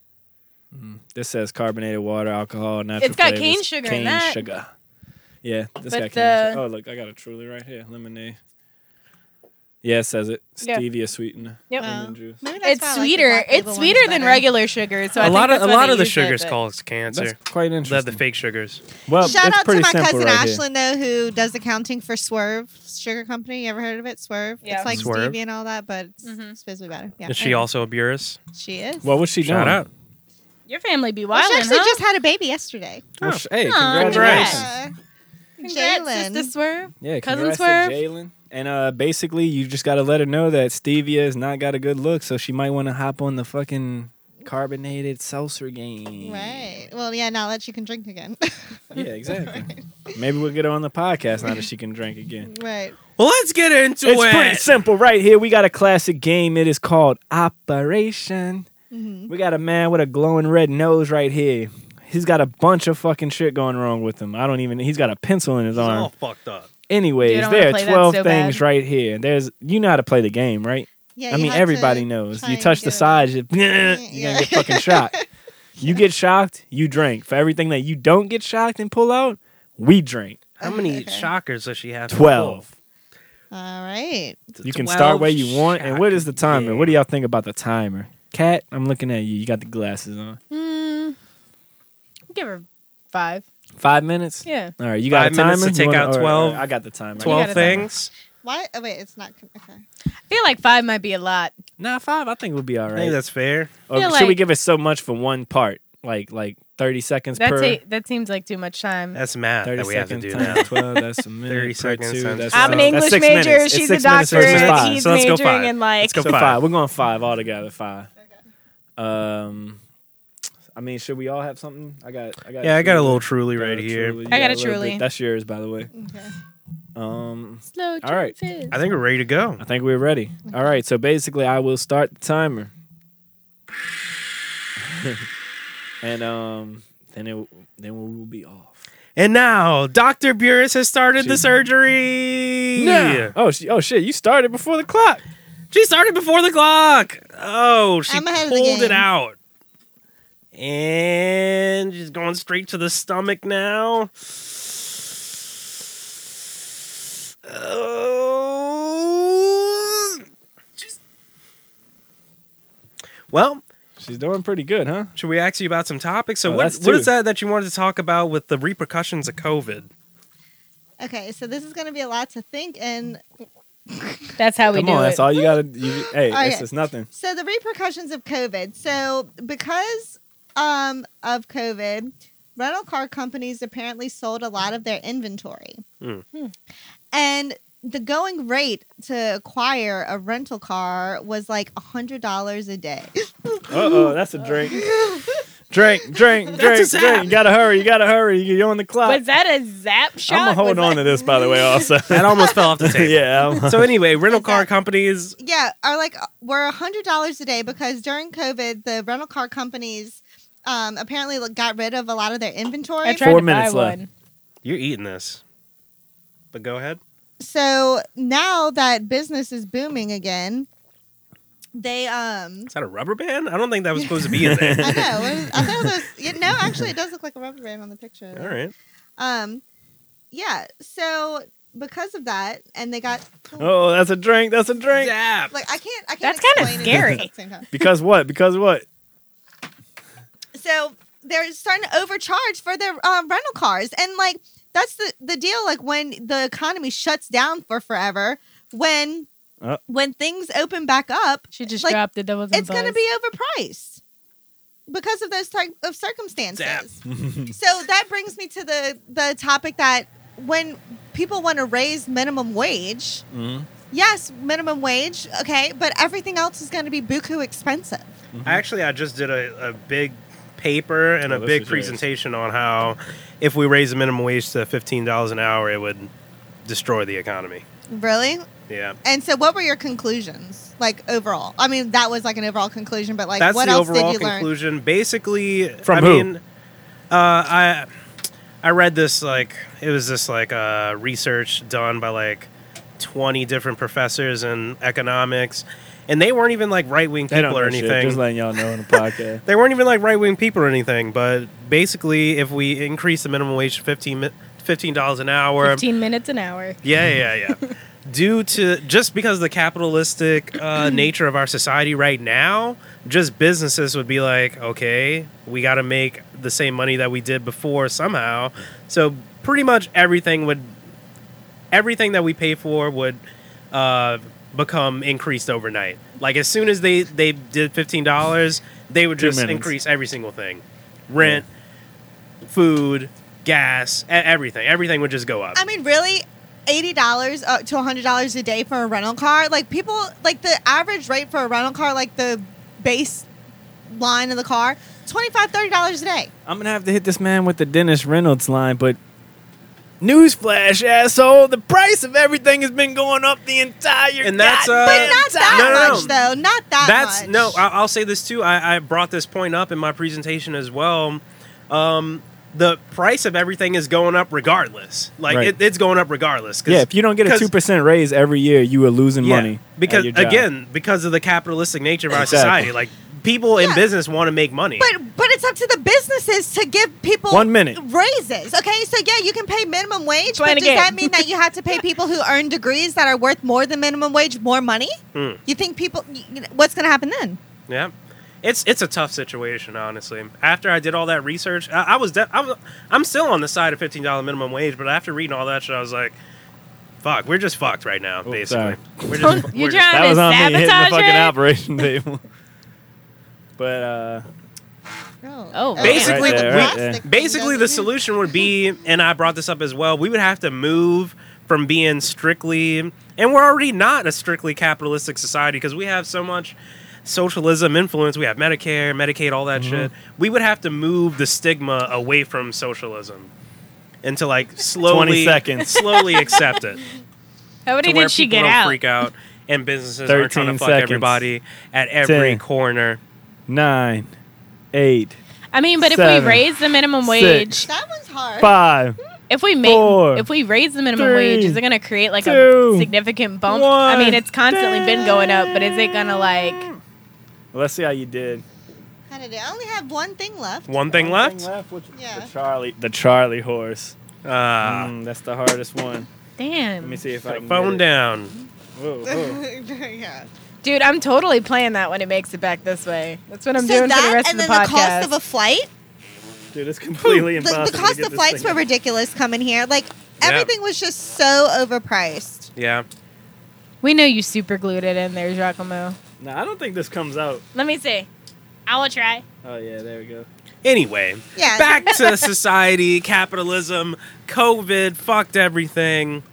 Speaker 1: this says carbonated water, alcohol, natural.
Speaker 5: It's got
Speaker 1: flavors,
Speaker 5: cane sugar in
Speaker 1: cane
Speaker 5: that.
Speaker 1: sugar. Yeah, this got
Speaker 5: But
Speaker 1: cane
Speaker 5: the-
Speaker 1: sugar. Oh look, I got a Truly right here, lemonade. Yeah, it says it.
Speaker 5: Yeah.
Speaker 1: Stevia sweetener.
Speaker 5: Yep.
Speaker 1: Lemon juice.
Speaker 3: Maybe that's why
Speaker 5: Mm. It's
Speaker 3: I like the
Speaker 5: sweeter.
Speaker 3: black label
Speaker 5: it's
Speaker 3: ones
Speaker 5: sweeter than
Speaker 3: better.
Speaker 5: regular sugar. So I
Speaker 2: a
Speaker 5: think
Speaker 2: lot
Speaker 5: that's
Speaker 2: of a
Speaker 5: why
Speaker 2: lot
Speaker 5: they
Speaker 2: of the
Speaker 5: use that,
Speaker 2: sugars
Speaker 5: but-
Speaker 2: cause cancer.
Speaker 1: That's quite
Speaker 2: They have
Speaker 1: interesting.
Speaker 2: the fake sugars.
Speaker 1: well,
Speaker 3: Shout
Speaker 1: it's
Speaker 3: out to
Speaker 1: pretty
Speaker 3: my
Speaker 1: simple
Speaker 3: cousin
Speaker 1: right here.
Speaker 3: Ashlyn though, who does accounting for Swerve Sugar Company. You ever heard of it? Swerve.
Speaker 5: Yeah.
Speaker 3: It's like
Speaker 2: Swerve.
Speaker 3: stevia and all that, but it's
Speaker 5: Mhm.
Speaker 3: supposed to be better. Yeah.
Speaker 2: Is she also a Burris?
Speaker 3: She is.
Speaker 1: Well, what's she
Speaker 2: Shout
Speaker 1: doing?
Speaker 2: out.
Speaker 5: Your family be
Speaker 3: Well,
Speaker 5: wild.
Speaker 3: she actually
Speaker 5: huh?
Speaker 3: just had a baby yesterday.
Speaker 1: Well, sh- hey,
Speaker 5: Aw,
Speaker 1: congratulations.
Speaker 2: congrats.
Speaker 5: Congrats, sister
Speaker 3: Jalen.
Speaker 5: Swerve.
Speaker 1: Yeah,
Speaker 5: Cousin
Speaker 1: congrats to
Speaker 5: Swerve.
Speaker 1: Jalen. And uh, basically, you just got to let her know that Stevia has not got a good look, so she might want to hop on the fucking carbonated seltzer game.
Speaker 3: Right. Well, yeah. Now that you can drink again. [LAUGHS]
Speaker 1: Yeah, exactly. Maybe we'll get her on the podcast now that she can drink again.
Speaker 3: right.
Speaker 2: Well, let's get into
Speaker 1: It's
Speaker 2: it.
Speaker 1: pretty simple right here. We got a classic game. It is called Operation.
Speaker 3: Mhm.
Speaker 1: We got a man with a glowing red nose right here. He's got a bunch of fucking shit going wrong with him. I don't even. He's got a pencil in his
Speaker 2: It's all
Speaker 1: arm.
Speaker 2: fucked up.
Speaker 5: Dude,
Speaker 1: Anyways,
Speaker 5: I wanna
Speaker 1: there are
Speaker 5: play that
Speaker 1: twelve
Speaker 5: so
Speaker 1: things
Speaker 5: bad.
Speaker 1: right here. There's you know how to play the game, right?
Speaker 3: Yeah.
Speaker 1: I
Speaker 3: you
Speaker 1: mean,
Speaker 3: have
Speaker 1: everybody
Speaker 3: to
Speaker 1: knows.
Speaker 3: try
Speaker 1: You
Speaker 3: and
Speaker 1: touch the
Speaker 3: get
Speaker 1: sides, you, [LAUGHS] you're gonna
Speaker 3: Yeah.
Speaker 1: get fucking shocked. You get shocked, you drink. For everything that you don't get shocked and pull out, we drink.
Speaker 2: How many
Speaker 3: Okay.
Speaker 2: shockers does she have? to
Speaker 1: Twelve.
Speaker 3: it. All right.
Speaker 2: pull?
Speaker 1: You can
Speaker 2: 12
Speaker 1: start where you want. And what is the
Speaker 2: shockers.
Speaker 1: timer?
Speaker 2: Yeah.
Speaker 1: What do y'all think about the timer? Kat, I'm looking at you. You got the glasses on.
Speaker 5: Mm, give her five.
Speaker 1: Five minutes.
Speaker 5: Yeah.
Speaker 1: All right, you
Speaker 2: Five
Speaker 1: got a timer.
Speaker 2: minutes to take
Speaker 1: You wanna-
Speaker 2: out
Speaker 1: all right,
Speaker 2: 12?
Speaker 1: all right, I got the timer.
Speaker 2: Twelve
Speaker 5: You gotta-
Speaker 2: things.
Speaker 3: Why? Oh, wait. It's not. con- Okay.
Speaker 5: I feel like five might be a lot.
Speaker 1: Nah, five. I think we'll be all
Speaker 2: I think
Speaker 1: right.
Speaker 2: that's fair.
Speaker 1: Or
Speaker 5: feel
Speaker 1: should we
Speaker 5: like-
Speaker 1: give it so much for one part? Like like thirty seconds
Speaker 5: That's
Speaker 1: per.
Speaker 5: eight. That seems like too much time.
Speaker 2: That's math
Speaker 1: Thirty
Speaker 2: that we have to
Speaker 1: seconds
Speaker 2: do [LAUGHS]
Speaker 1: times
Speaker 2: now.
Speaker 1: twelve. That's a minute.
Speaker 2: 30
Speaker 1: per
Speaker 2: seconds
Speaker 1: two,
Speaker 2: times
Speaker 1: that's
Speaker 2: I'm
Speaker 5: I'm
Speaker 2: an
Speaker 5: an
Speaker 2: so-
Speaker 1: uh, that's
Speaker 5: English
Speaker 1: six
Speaker 5: major.
Speaker 1: minutes. It's
Speaker 5: She's a
Speaker 1: six minutes
Speaker 5: doctor.
Speaker 2: doctor, versus and five.
Speaker 5: He's
Speaker 2: he's So let's go
Speaker 5: majoring
Speaker 2: majoring five.
Speaker 5: in
Speaker 2: in,
Speaker 5: like.
Speaker 2: Let's go
Speaker 1: so
Speaker 2: five.
Speaker 1: five. We're going five altogether. Five. Um, I mean, should we all have something? I got. I got.
Speaker 2: Yeah, I got a little truly
Speaker 1: Truly. You got
Speaker 2: right
Speaker 1: a
Speaker 2: here.
Speaker 1: Truly. You
Speaker 5: I got a
Speaker 1: little
Speaker 5: Truly.
Speaker 1: bit- That's yours, by the
Speaker 5: [LAUGHS]
Speaker 1: way.
Speaker 3: Okay.
Speaker 1: Um,
Speaker 5: Slow
Speaker 1: All right.
Speaker 5: changes.
Speaker 2: I think we're ready to
Speaker 1: [LAUGHS]
Speaker 2: go.
Speaker 1: I think we're ready. All right. So basically, I will start the timer, [LAUGHS] and um, then it then we will be off.
Speaker 2: And now, Doctor Burris has started the
Speaker 1: Shoot.
Speaker 2: surgery.
Speaker 1: Yeah. Oh, sh- oh shit! You started before the clock.
Speaker 2: She started before the clock. Oh, she
Speaker 3: I'm ahead of the
Speaker 2: pulled it
Speaker 3: game.
Speaker 2: out. And she's going straight to the stomach now. Oh. Well,
Speaker 1: She's doing pretty good, huh?
Speaker 2: should we ask you about some topics? So,
Speaker 1: Oh,
Speaker 2: what,
Speaker 1: that's
Speaker 2: what
Speaker 1: two.
Speaker 2: is that that you wanted to talk about with the repercussions of COVID?
Speaker 1: [LAUGHS]
Speaker 3: Okay. So this is going to be a lot to think and
Speaker 5: That's how we
Speaker 1: Come
Speaker 5: do
Speaker 1: on,
Speaker 5: it. Oh,
Speaker 1: that's all you gotta. You, hey, it's
Speaker 3: Okay.
Speaker 1: just nothing.
Speaker 3: So the repercussions of COVID. So because um, of COVID, rental car companies apparently sold a lot of their inventory,
Speaker 2: Hmm.
Speaker 3: and the going rate to acquire a rental car was like hundred dollars a day.
Speaker 1: Uh oh, that's a
Speaker 5: [LAUGHS]
Speaker 1: drink. Drink, drink, drink,
Speaker 2: zap.
Speaker 1: drink. You gotta hurry. You gotta hurry. you- You're on the clock.
Speaker 5: Was that a zap shot?
Speaker 1: I'm gonna hold
Speaker 5: Was
Speaker 1: on to
Speaker 5: that-
Speaker 1: this, by
Speaker 5: [LAUGHS]
Speaker 1: the way. Also, [LAUGHS]
Speaker 2: That almost fell off the table.
Speaker 1: yeah. I'm-
Speaker 2: So, anyway, rental car
Speaker 3: that-
Speaker 2: companies
Speaker 3: yeah, are like uh, were hundred dollars a day because during COVID, the rental car companies. Um, apparently like, got rid of a lot of their inventory.
Speaker 5: I tried
Speaker 1: Four
Speaker 5: to
Speaker 1: minutes
Speaker 5: buy
Speaker 1: left.
Speaker 5: one.
Speaker 2: You're eating this. But go ahead.
Speaker 3: so now that business is booming again, they um
Speaker 2: Is that a rubber band? I don't think that was supposed to be in
Speaker 1: [LAUGHS]
Speaker 3: I
Speaker 2: there.
Speaker 3: know. What is- I thought it was, yeah, no, actually, it does look like a rubber band on the picture.
Speaker 2: All right.
Speaker 3: Um, yeah. So because of that, and they got
Speaker 1: Oh, that's a drink. That's a drink.
Speaker 2: Zap.
Speaker 3: like I can't. I can't.
Speaker 5: That's kinda
Speaker 3: explain it
Speaker 5: scary.
Speaker 3: At the same time.
Speaker 1: Because what? Because what?
Speaker 3: So they're starting to overcharge for their uh, rental cars, and like that's the the deal. Like when the economy shuts down for forever, when
Speaker 1: Uh.
Speaker 3: when things open back up,
Speaker 5: She just
Speaker 3: Like,
Speaker 5: dropped the doubles. and
Speaker 3: it's going to
Speaker 5: buzz.
Speaker 3: be overpriced because of those type of circumstances.
Speaker 1: Zap.
Speaker 3: so that brings me to the the topic that when people want to raise minimum wage,
Speaker 1: Mhm.
Speaker 3: yes, minimum wage, okay, but everything else is going to be buku expensive.
Speaker 2: Actually, I just did a, a big paper and
Speaker 1: Oh,
Speaker 2: a
Speaker 1: this
Speaker 2: big
Speaker 1: is nice.
Speaker 2: presentation on how if we raise the minimum wage to $15 an hour, it would destroy the economy.
Speaker 3: Really?
Speaker 2: Yeah.
Speaker 3: And so, what were your conclusions, like overall? I mean, that was like an overall conclusion, but like,
Speaker 2: That's
Speaker 3: what
Speaker 2: the
Speaker 3: else
Speaker 2: overall
Speaker 3: did you learn?
Speaker 2: conclusion. Basically,
Speaker 1: From
Speaker 2: I
Speaker 1: who?
Speaker 2: mean, uh, I I read this like it was this like uh, research done by like twenty different professors in economics, and they weren't even like right wing
Speaker 1: They don't
Speaker 2: people or
Speaker 1: know shit,
Speaker 2: anything.
Speaker 1: Just letting y'all know on the podcast.
Speaker 2: they weren't even like right wing people or anything. But basically, if we increase the minimum wage to fifteen mi- fifteen dollars an hour,
Speaker 5: fifteen minutes an hour.
Speaker 2: yeah, yeah,
Speaker 1: [LAUGHS]
Speaker 2: yeah. Due to just because of the capitalistic
Speaker 1: [CLEARS THROAT]
Speaker 2: uh, nature of our society right now, just businesses would be like, okay, we got to make the same money that we did before somehow. So pretty much everything would, everything that we pay for would uh, become increased overnight. Like as soon as they they did fifteen dollars, they would
Speaker 1: Two
Speaker 2: just
Speaker 1: minutes.
Speaker 2: increase every single thing, rent, food, gas, e- everything. Everything would just go up.
Speaker 3: I mean, really. Eighty dollars uh, to hundred dollars a day for a rental car. Like people, like the average rate for a rental car, like the base line in the car, $25, $30 a day.
Speaker 1: [LAUGHS] I'm gonna have to hit this man with the Dennis Reynolds line, but newsflash, asshole! The price of everything has been going up the entire.
Speaker 2: And that's, uh,
Speaker 3: But
Speaker 2: Uh,
Speaker 3: not that
Speaker 2: no, no, no.
Speaker 3: much, though. Not that
Speaker 2: That's
Speaker 3: much.
Speaker 2: no. I- I'll say this too. I, I brought this point up in my presentation as well. Um, the price of everything is going up regardless. Like
Speaker 1: Right.
Speaker 2: it, it's going up regardless. 'cause-
Speaker 1: yeah, if you don't get a
Speaker 2: because-
Speaker 1: two percent raise every year, you are losing
Speaker 2: yeah,
Speaker 1: money. at
Speaker 2: because
Speaker 1: your job.
Speaker 2: again, because of the capitalistic nature of our
Speaker 1: Exactly.
Speaker 2: society, like people in
Speaker 3: Yeah.
Speaker 2: business want to make money.
Speaker 3: But but it's up to the businesses to give people
Speaker 1: One minute.
Speaker 3: raises. Okay, so yeah, you can pay minimum wage,
Speaker 5: Explain
Speaker 3: but does
Speaker 5: again.
Speaker 3: that mean that you have to pay people who earn degrees that are worth more than minimum wage more money?
Speaker 2: Hmm.
Speaker 3: You think people? y- y- What's going to happen then?
Speaker 2: Yeah, it's it's a tough situation, honestly. After I did all that research, I, I was de- I'm I'm still on the side of fifteen dollar minimum wage, but after reading all that shit, I was like, "Fuck, we're just fucked right now, basically."
Speaker 1: sorry.
Speaker 2: We're just,
Speaker 3: [LAUGHS]
Speaker 2: we're
Speaker 5: You're
Speaker 2: just-
Speaker 5: trying
Speaker 1: that
Speaker 5: to
Speaker 1: was on me hitting the
Speaker 5: sabotage
Speaker 1: fucking
Speaker 5: it?
Speaker 1: operation table. but uh,
Speaker 5: Oh,
Speaker 2: Basically,
Speaker 1: Right there,
Speaker 2: we-
Speaker 1: right there.
Speaker 2: basically the
Speaker 3: solution.
Speaker 2: solution would
Speaker 1: [LAUGHS]
Speaker 2: be, and I brought this up as well. We would have to move from being strictly, and we're already not a strictly capitalistic society because we have so much socialism influence. We have Medicare, Medicaid, all
Speaker 1: Mm-hmm.
Speaker 2: that shit. We would have to move the stigma away from socialism. And to like slowly, [LAUGHS]
Speaker 1: seconds.
Speaker 2: slowly accept
Speaker 1: [LAUGHS]
Speaker 2: it.
Speaker 5: How many
Speaker 2: to where
Speaker 5: did she
Speaker 2: people
Speaker 5: get
Speaker 2: don't
Speaker 5: out?
Speaker 2: freak out and businesses are trying to
Speaker 1: 13
Speaker 2: fuck
Speaker 1: seconds.
Speaker 2: everybody at every
Speaker 1: 10,
Speaker 2: corner.
Speaker 1: nine, eight,
Speaker 5: I mean, but if
Speaker 1: Seven,
Speaker 5: we raise the minimum
Speaker 1: six,
Speaker 5: wage,
Speaker 3: That one's hard.
Speaker 1: five.
Speaker 5: if we make,
Speaker 1: four,
Speaker 5: if we raise the minimum
Speaker 1: three,
Speaker 5: wage, is it going to create like
Speaker 1: two,
Speaker 5: a significant bump? I mean,
Speaker 1: one.
Speaker 5: it's constantly been going up, but is it going to like?
Speaker 1: Let's see how you did.
Speaker 3: How did it- I only have one thing left. [LAUGHS]
Speaker 2: One thing
Speaker 1: One
Speaker 2: left.
Speaker 1: which-
Speaker 3: Yeah.
Speaker 1: The Charlie, the Charlie horse.
Speaker 2: Ah,
Speaker 1: Mm, that's the hardest one. Let
Speaker 5: Damn,
Speaker 1: me see if
Speaker 2: put
Speaker 1: Mm, I
Speaker 2: a
Speaker 1: can
Speaker 2: phone
Speaker 1: get it.
Speaker 2: down.
Speaker 1: Whoa,
Speaker 2: [LAUGHS]
Speaker 1: whoa.
Speaker 3: yeah.
Speaker 1: Oh.
Speaker 5: dude, I'm totally playing that when it makes it back this way. That's what I'm
Speaker 3: so
Speaker 5: doing
Speaker 3: that
Speaker 5: for the rest
Speaker 3: and
Speaker 5: of
Speaker 3: then
Speaker 5: the
Speaker 3: the, cost
Speaker 5: podcast.
Speaker 3: of a flight.
Speaker 1: Dude, it's completely
Speaker 3: The,
Speaker 1: impossible.
Speaker 3: the
Speaker 1: to
Speaker 3: cost
Speaker 1: get
Speaker 3: of
Speaker 1: this
Speaker 3: flights
Speaker 1: thing
Speaker 3: were
Speaker 1: out.
Speaker 3: ridiculous coming here. Like
Speaker 2: Yeah.
Speaker 3: everything was just so overpriced.
Speaker 2: Yeah.
Speaker 5: we know you super glued it in there, Giacomo.
Speaker 1: No, I don't think this comes out.
Speaker 5: Let me see. I will try.
Speaker 1: Oh yeah, there we go.
Speaker 2: Anyway,
Speaker 3: Yeah.
Speaker 2: back
Speaker 5: [LAUGHS]
Speaker 2: to society, capitalism, COVID, fucked everything.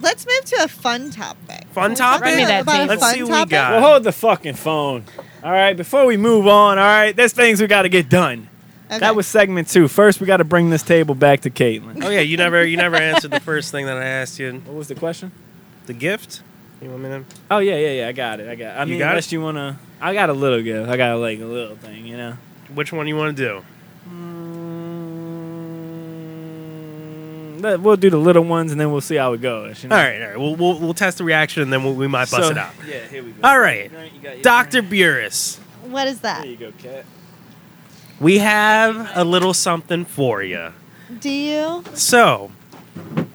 Speaker 3: Let's move to a fun topic.
Speaker 2: Fun
Speaker 3: Is
Speaker 2: topic?
Speaker 5: Bring me that
Speaker 3: about a
Speaker 5: table.
Speaker 2: Let's
Speaker 3: fun
Speaker 2: see what we
Speaker 3: topic?
Speaker 2: got.
Speaker 1: Well, hold the fucking phone. All right, before we move on, all right, there's things we got to get done.
Speaker 3: Okay.
Speaker 1: That was segment two. First, we got to bring this table back to Caitlin.
Speaker 2: Oh yeah, you never you never answered the first thing that I asked you.
Speaker 1: What was the question?
Speaker 2: The gift? You want me to
Speaker 1: Oh yeah, yeah, yeah. I got it. I got. It. I
Speaker 2: You
Speaker 1: mean,
Speaker 2: got
Speaker 1: unless
Speaker 2: it?
Speaker 1: you wanna, I got a little gift. I got like a little thing, you know.
Speaker 2: which one you want to do?
Speaker 1: Mm, let- we'll do the little ones and then we'll see how it goes. You know?
Speaker 2: All right, all right. We'll we'll, we'll test the reaction and then we'll, we might bust
Speaker 1: So-
Speaker 2: it out.
Speaker 1: Yeah, here we go.
Speaker 2: All right.
Speaker 1: You got your
Speaker 2: Dr. Burris,
Speaker 3: What is
Speaker 1: drink.
Speaker 3: that?
Speaker 1: There you go, cat.
Speaker 2: we have a little something for you.
Speaker 3: Do you? [LAUGHS]
Speaker 2: So,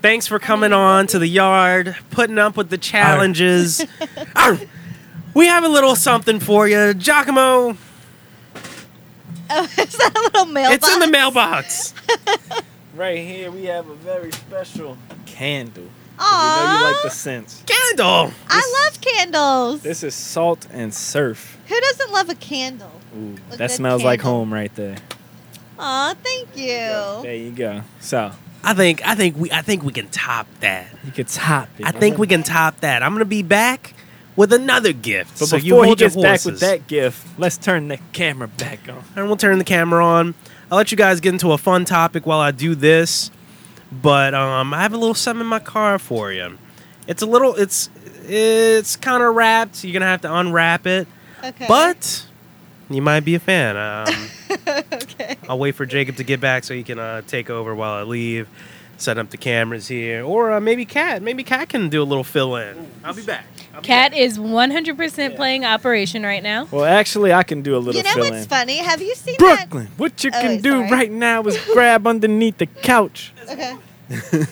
Speaker 2: thanks for coming on to the yard, putting up with the challenges. Arr. we have a little something for you, Giacomo.
Speaker 3: Oh, is that a little mailbox?
Speaker 2: It's in the mailbox.
Speaker 1: Right here, we have a very special candle. We know you
Speaker 3: Aww.
Speaker 1: like the scents.
Speaker 2: Candle.
Speaker 3: I love candles.
Speaker 1: This is salt and surf.
Speaker 3: Who doesn't love a candle?
Speaker 1: Ooh,
Speaker 3: A
Speaker 1: that
Speaker 3: good
Speaker 1: smells like
Speaker 3: candle. Oh.
Speaker 1: home right there.
Speaker 3: Aw, thank you.
Speaker 1: There you go. So
Speaker 2: I think I think we I think we can top that.
Speaker 1: you could top it.
Speaker 2: I think we can top that. I'm gonna be back with another gift.
Speaker 1: But
Speaker 2: so you
Speaker 1: before
Speaker 2: hold
Speaker 1: he gets
Speaker 2: your
Speaker 1: back
Speaker 2: horses.
Speaker 1: with that gift, let's turn the camera back on.
Speaker 2: and we'll turn the camera on. I'll let you guys get into a fun topic while I do this. But um, I have a little something in my car for you. It's a little. It's it's kind of wrapped. so You're gonna have to unwrap it.
Speaker 3: Okay.
Speaker 2: But you might be a
Speaker 3: [LAUGHS]
Speaker 2: fan. Um,
Speaker 3: okay.
Speaker 2: I'll wait for Jacob to get back so he can uh, take over while I leave. Set up the cameras here, or uh, maybe Cat. Maybe Cat can do a little fill in. I'll be back.
Speaker 5: Cat is 100% playing Operation right now.
Speaker 1: Well, actually, I can do a little
Speaker 3: You know
Speaker 1: fill
Speaker 3: what's
Speaker 1: in.
Speaker 3: funny? Have you seen
Speaker 1: Brooklyn, what you
Speaker 3: Oh,
Speaker 1: can
Speaker 3: wait,
Speaker 1: do
Speaker 3: sorry.
Speaker 1: right now
Speaker 3: [LAUGHS]
Speaker 1: is grab underneath the couch.
Speaker 3: that? Okay.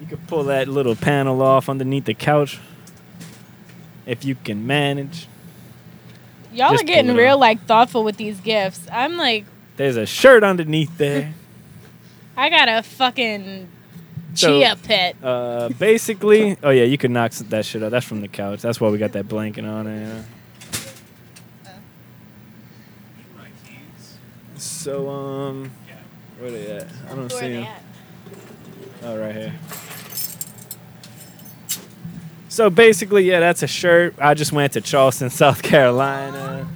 Speaker 1: You can pull that little panel off underneath the couch if you can manage.
Speaker 5: Y'all
Speaker 1: Just
Speaker 5: are getting
Speaker 1: pull it
Speaker 5: real
Speaker 1: off.
Speaker 5: like thoughtful with these gifts. I'm like,
Speaker 1: There's a shirt underneath there.
Speaker 5: I got a fucking
Speaker 1: So-
Speaker 5: chia pet.
Speaker 1: Uh, basically, oh yeah, you could knock s- that shit out. That's from the couch. That's why we got that blanket on it. yeah. So um, where they at? I don't see them. Oh, right here. [LAUGHS] So basically, yeah, that's a shirt. I just went to Charleston, South Carolina,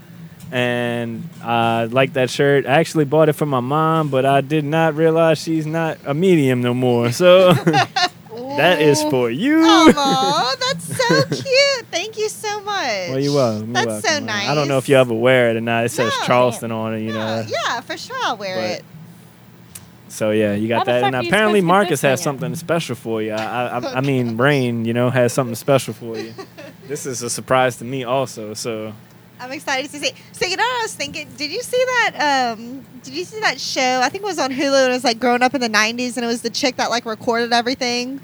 Speaker 1: and I like that shirt. I actually bought it from my mom, but I did not realize she's not a medium no more. So [LAUGHS] that is for you.
Speaker 3: Oh,
Speaker 1: [LAUGHS]
Speaker 3: Aw, that's so cute. Thank you so much.
Speaker 1: Well, you welcome. You're
Speaker 3: That's
Speaker 1: welcome,
Speaker 3: so
Speaker 1: man.
Speaker 3: nice.
Speaker 1: I don't know if you ever wear it or not. It says
Speaker 3: No.
Speaker 1: Charleston on it, you know.
Speaker 3: yeah, yeah, for sure I'll wear
Speaker 1: But-
Speaker 3: it.
Speaker 1: So yeah, you
Speaker 5: How
Speaker 1: got
Speaker 5: the
Speaker 1: that.
Speaker 5: fuck
Speaker 1: And
Speaker 5: are you
Speaker 1: apparently
Speaker 5: supposed to
Speaker 1: Marcus
Speaker 5: fit
Speaker 1: has
Speaker 5: that?
Speaker 1: something special for you. I, I, I, I mean, Brain, you know, has something special for you. This is a surprise to me also. So
Speaker 3: I'm excited to see. So you know what I was thinking? Did you see that? Um, did you see that show? I think it was on Hulu. And it was like growing up in the '90s, and it was the chick that like recorded everything,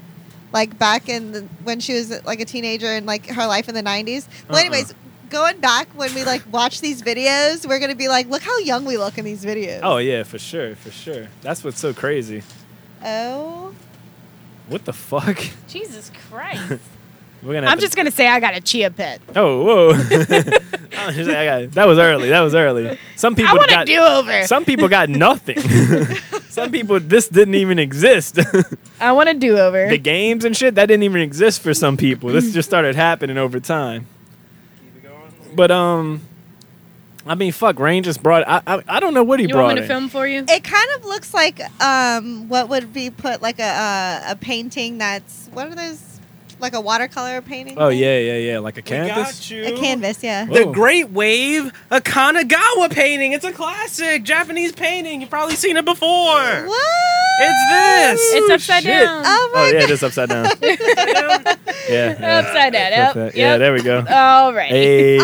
Speaker 3: like back in the, when she was like a teenager and like her life in the '90s. Well,
Speaker 1: Uh-uh.
Speaker 3: anyways, going back when we like watch these videos, we're gonna be like, look how young we look in these videos.
Speaker 1: oh yeah, for sure, for sure. That's what's so crazy.
Speaker 3: Oh.
Speaker 1: What the fuck?
Speaker 5: Jesus Christ. [LAUGHS]
Speaker 1: We're gonna. have
Speaker 5: I'm
Speaker 1: to-
Speaker 5: just going to say I got a chia pet.
Speaker 1: [LAUGHS] Oh whoa! [LAUGHS]
Speaker 5: [LAUGHS]
Speaker 1: I was just like, I got- that was early. That was early. Some people
Speaker 5: I want a
Speaker 1: got
Speaker 5: do over.
Speaker 1: some people got
Speaker 5: [LAUGHS]
Speaker 1: nothing. some people this didn't even exist. [LAUGHS]
Speaker 5: I want a do over.
Speaker 1: the games and shit that didn't even exist for some people. This just started happening over time. But um, I mean, fuck, Rain just brought. I I, I don't know what he
Speaker 5: you
Speaker 1: brought.
Speaker 5: want me to
Speaker 1: in.
Speaker 5: film for you?
Speaker 3: It kind of looks like um, what would be put like a uh, a painting that's what are those like a watercolor painting?
Speaker 1: Oh
Speaker 3: thing?
Speaker 1: yeah, yeah, yeah, like a canvas.
Speaker 2: you.
Speaker 3: a canvas. Yeah.
Speaker 1: Whoa.
Speaker 2: The Great Wave, a Kanagawa painting. It's a classic Japanese painting. You've probably seen it before.
Speaker 3: What?
Speaker 2: It's this.
Speaker 5: It's
Speaker 2: [LAUGHS]
Speaker 5: upside
Speaker 1: shit.
Speaker 5: down.
Speaker 3: Oh my
Speaker 1: Oh yeah, it is upside down. yeah, yeah.
Speaker 5: Upside down.
Speaker 1: Flip
Speaker 5: Yep.
Speaker 1: that. yeah.
Speaker 5: yep.
Speaker 1: There we go.
Speaker 5: All
Speaker 1: [LAUGHS]
Speaker 5: right.
Speaker 1: Hey.
Speaker 2: We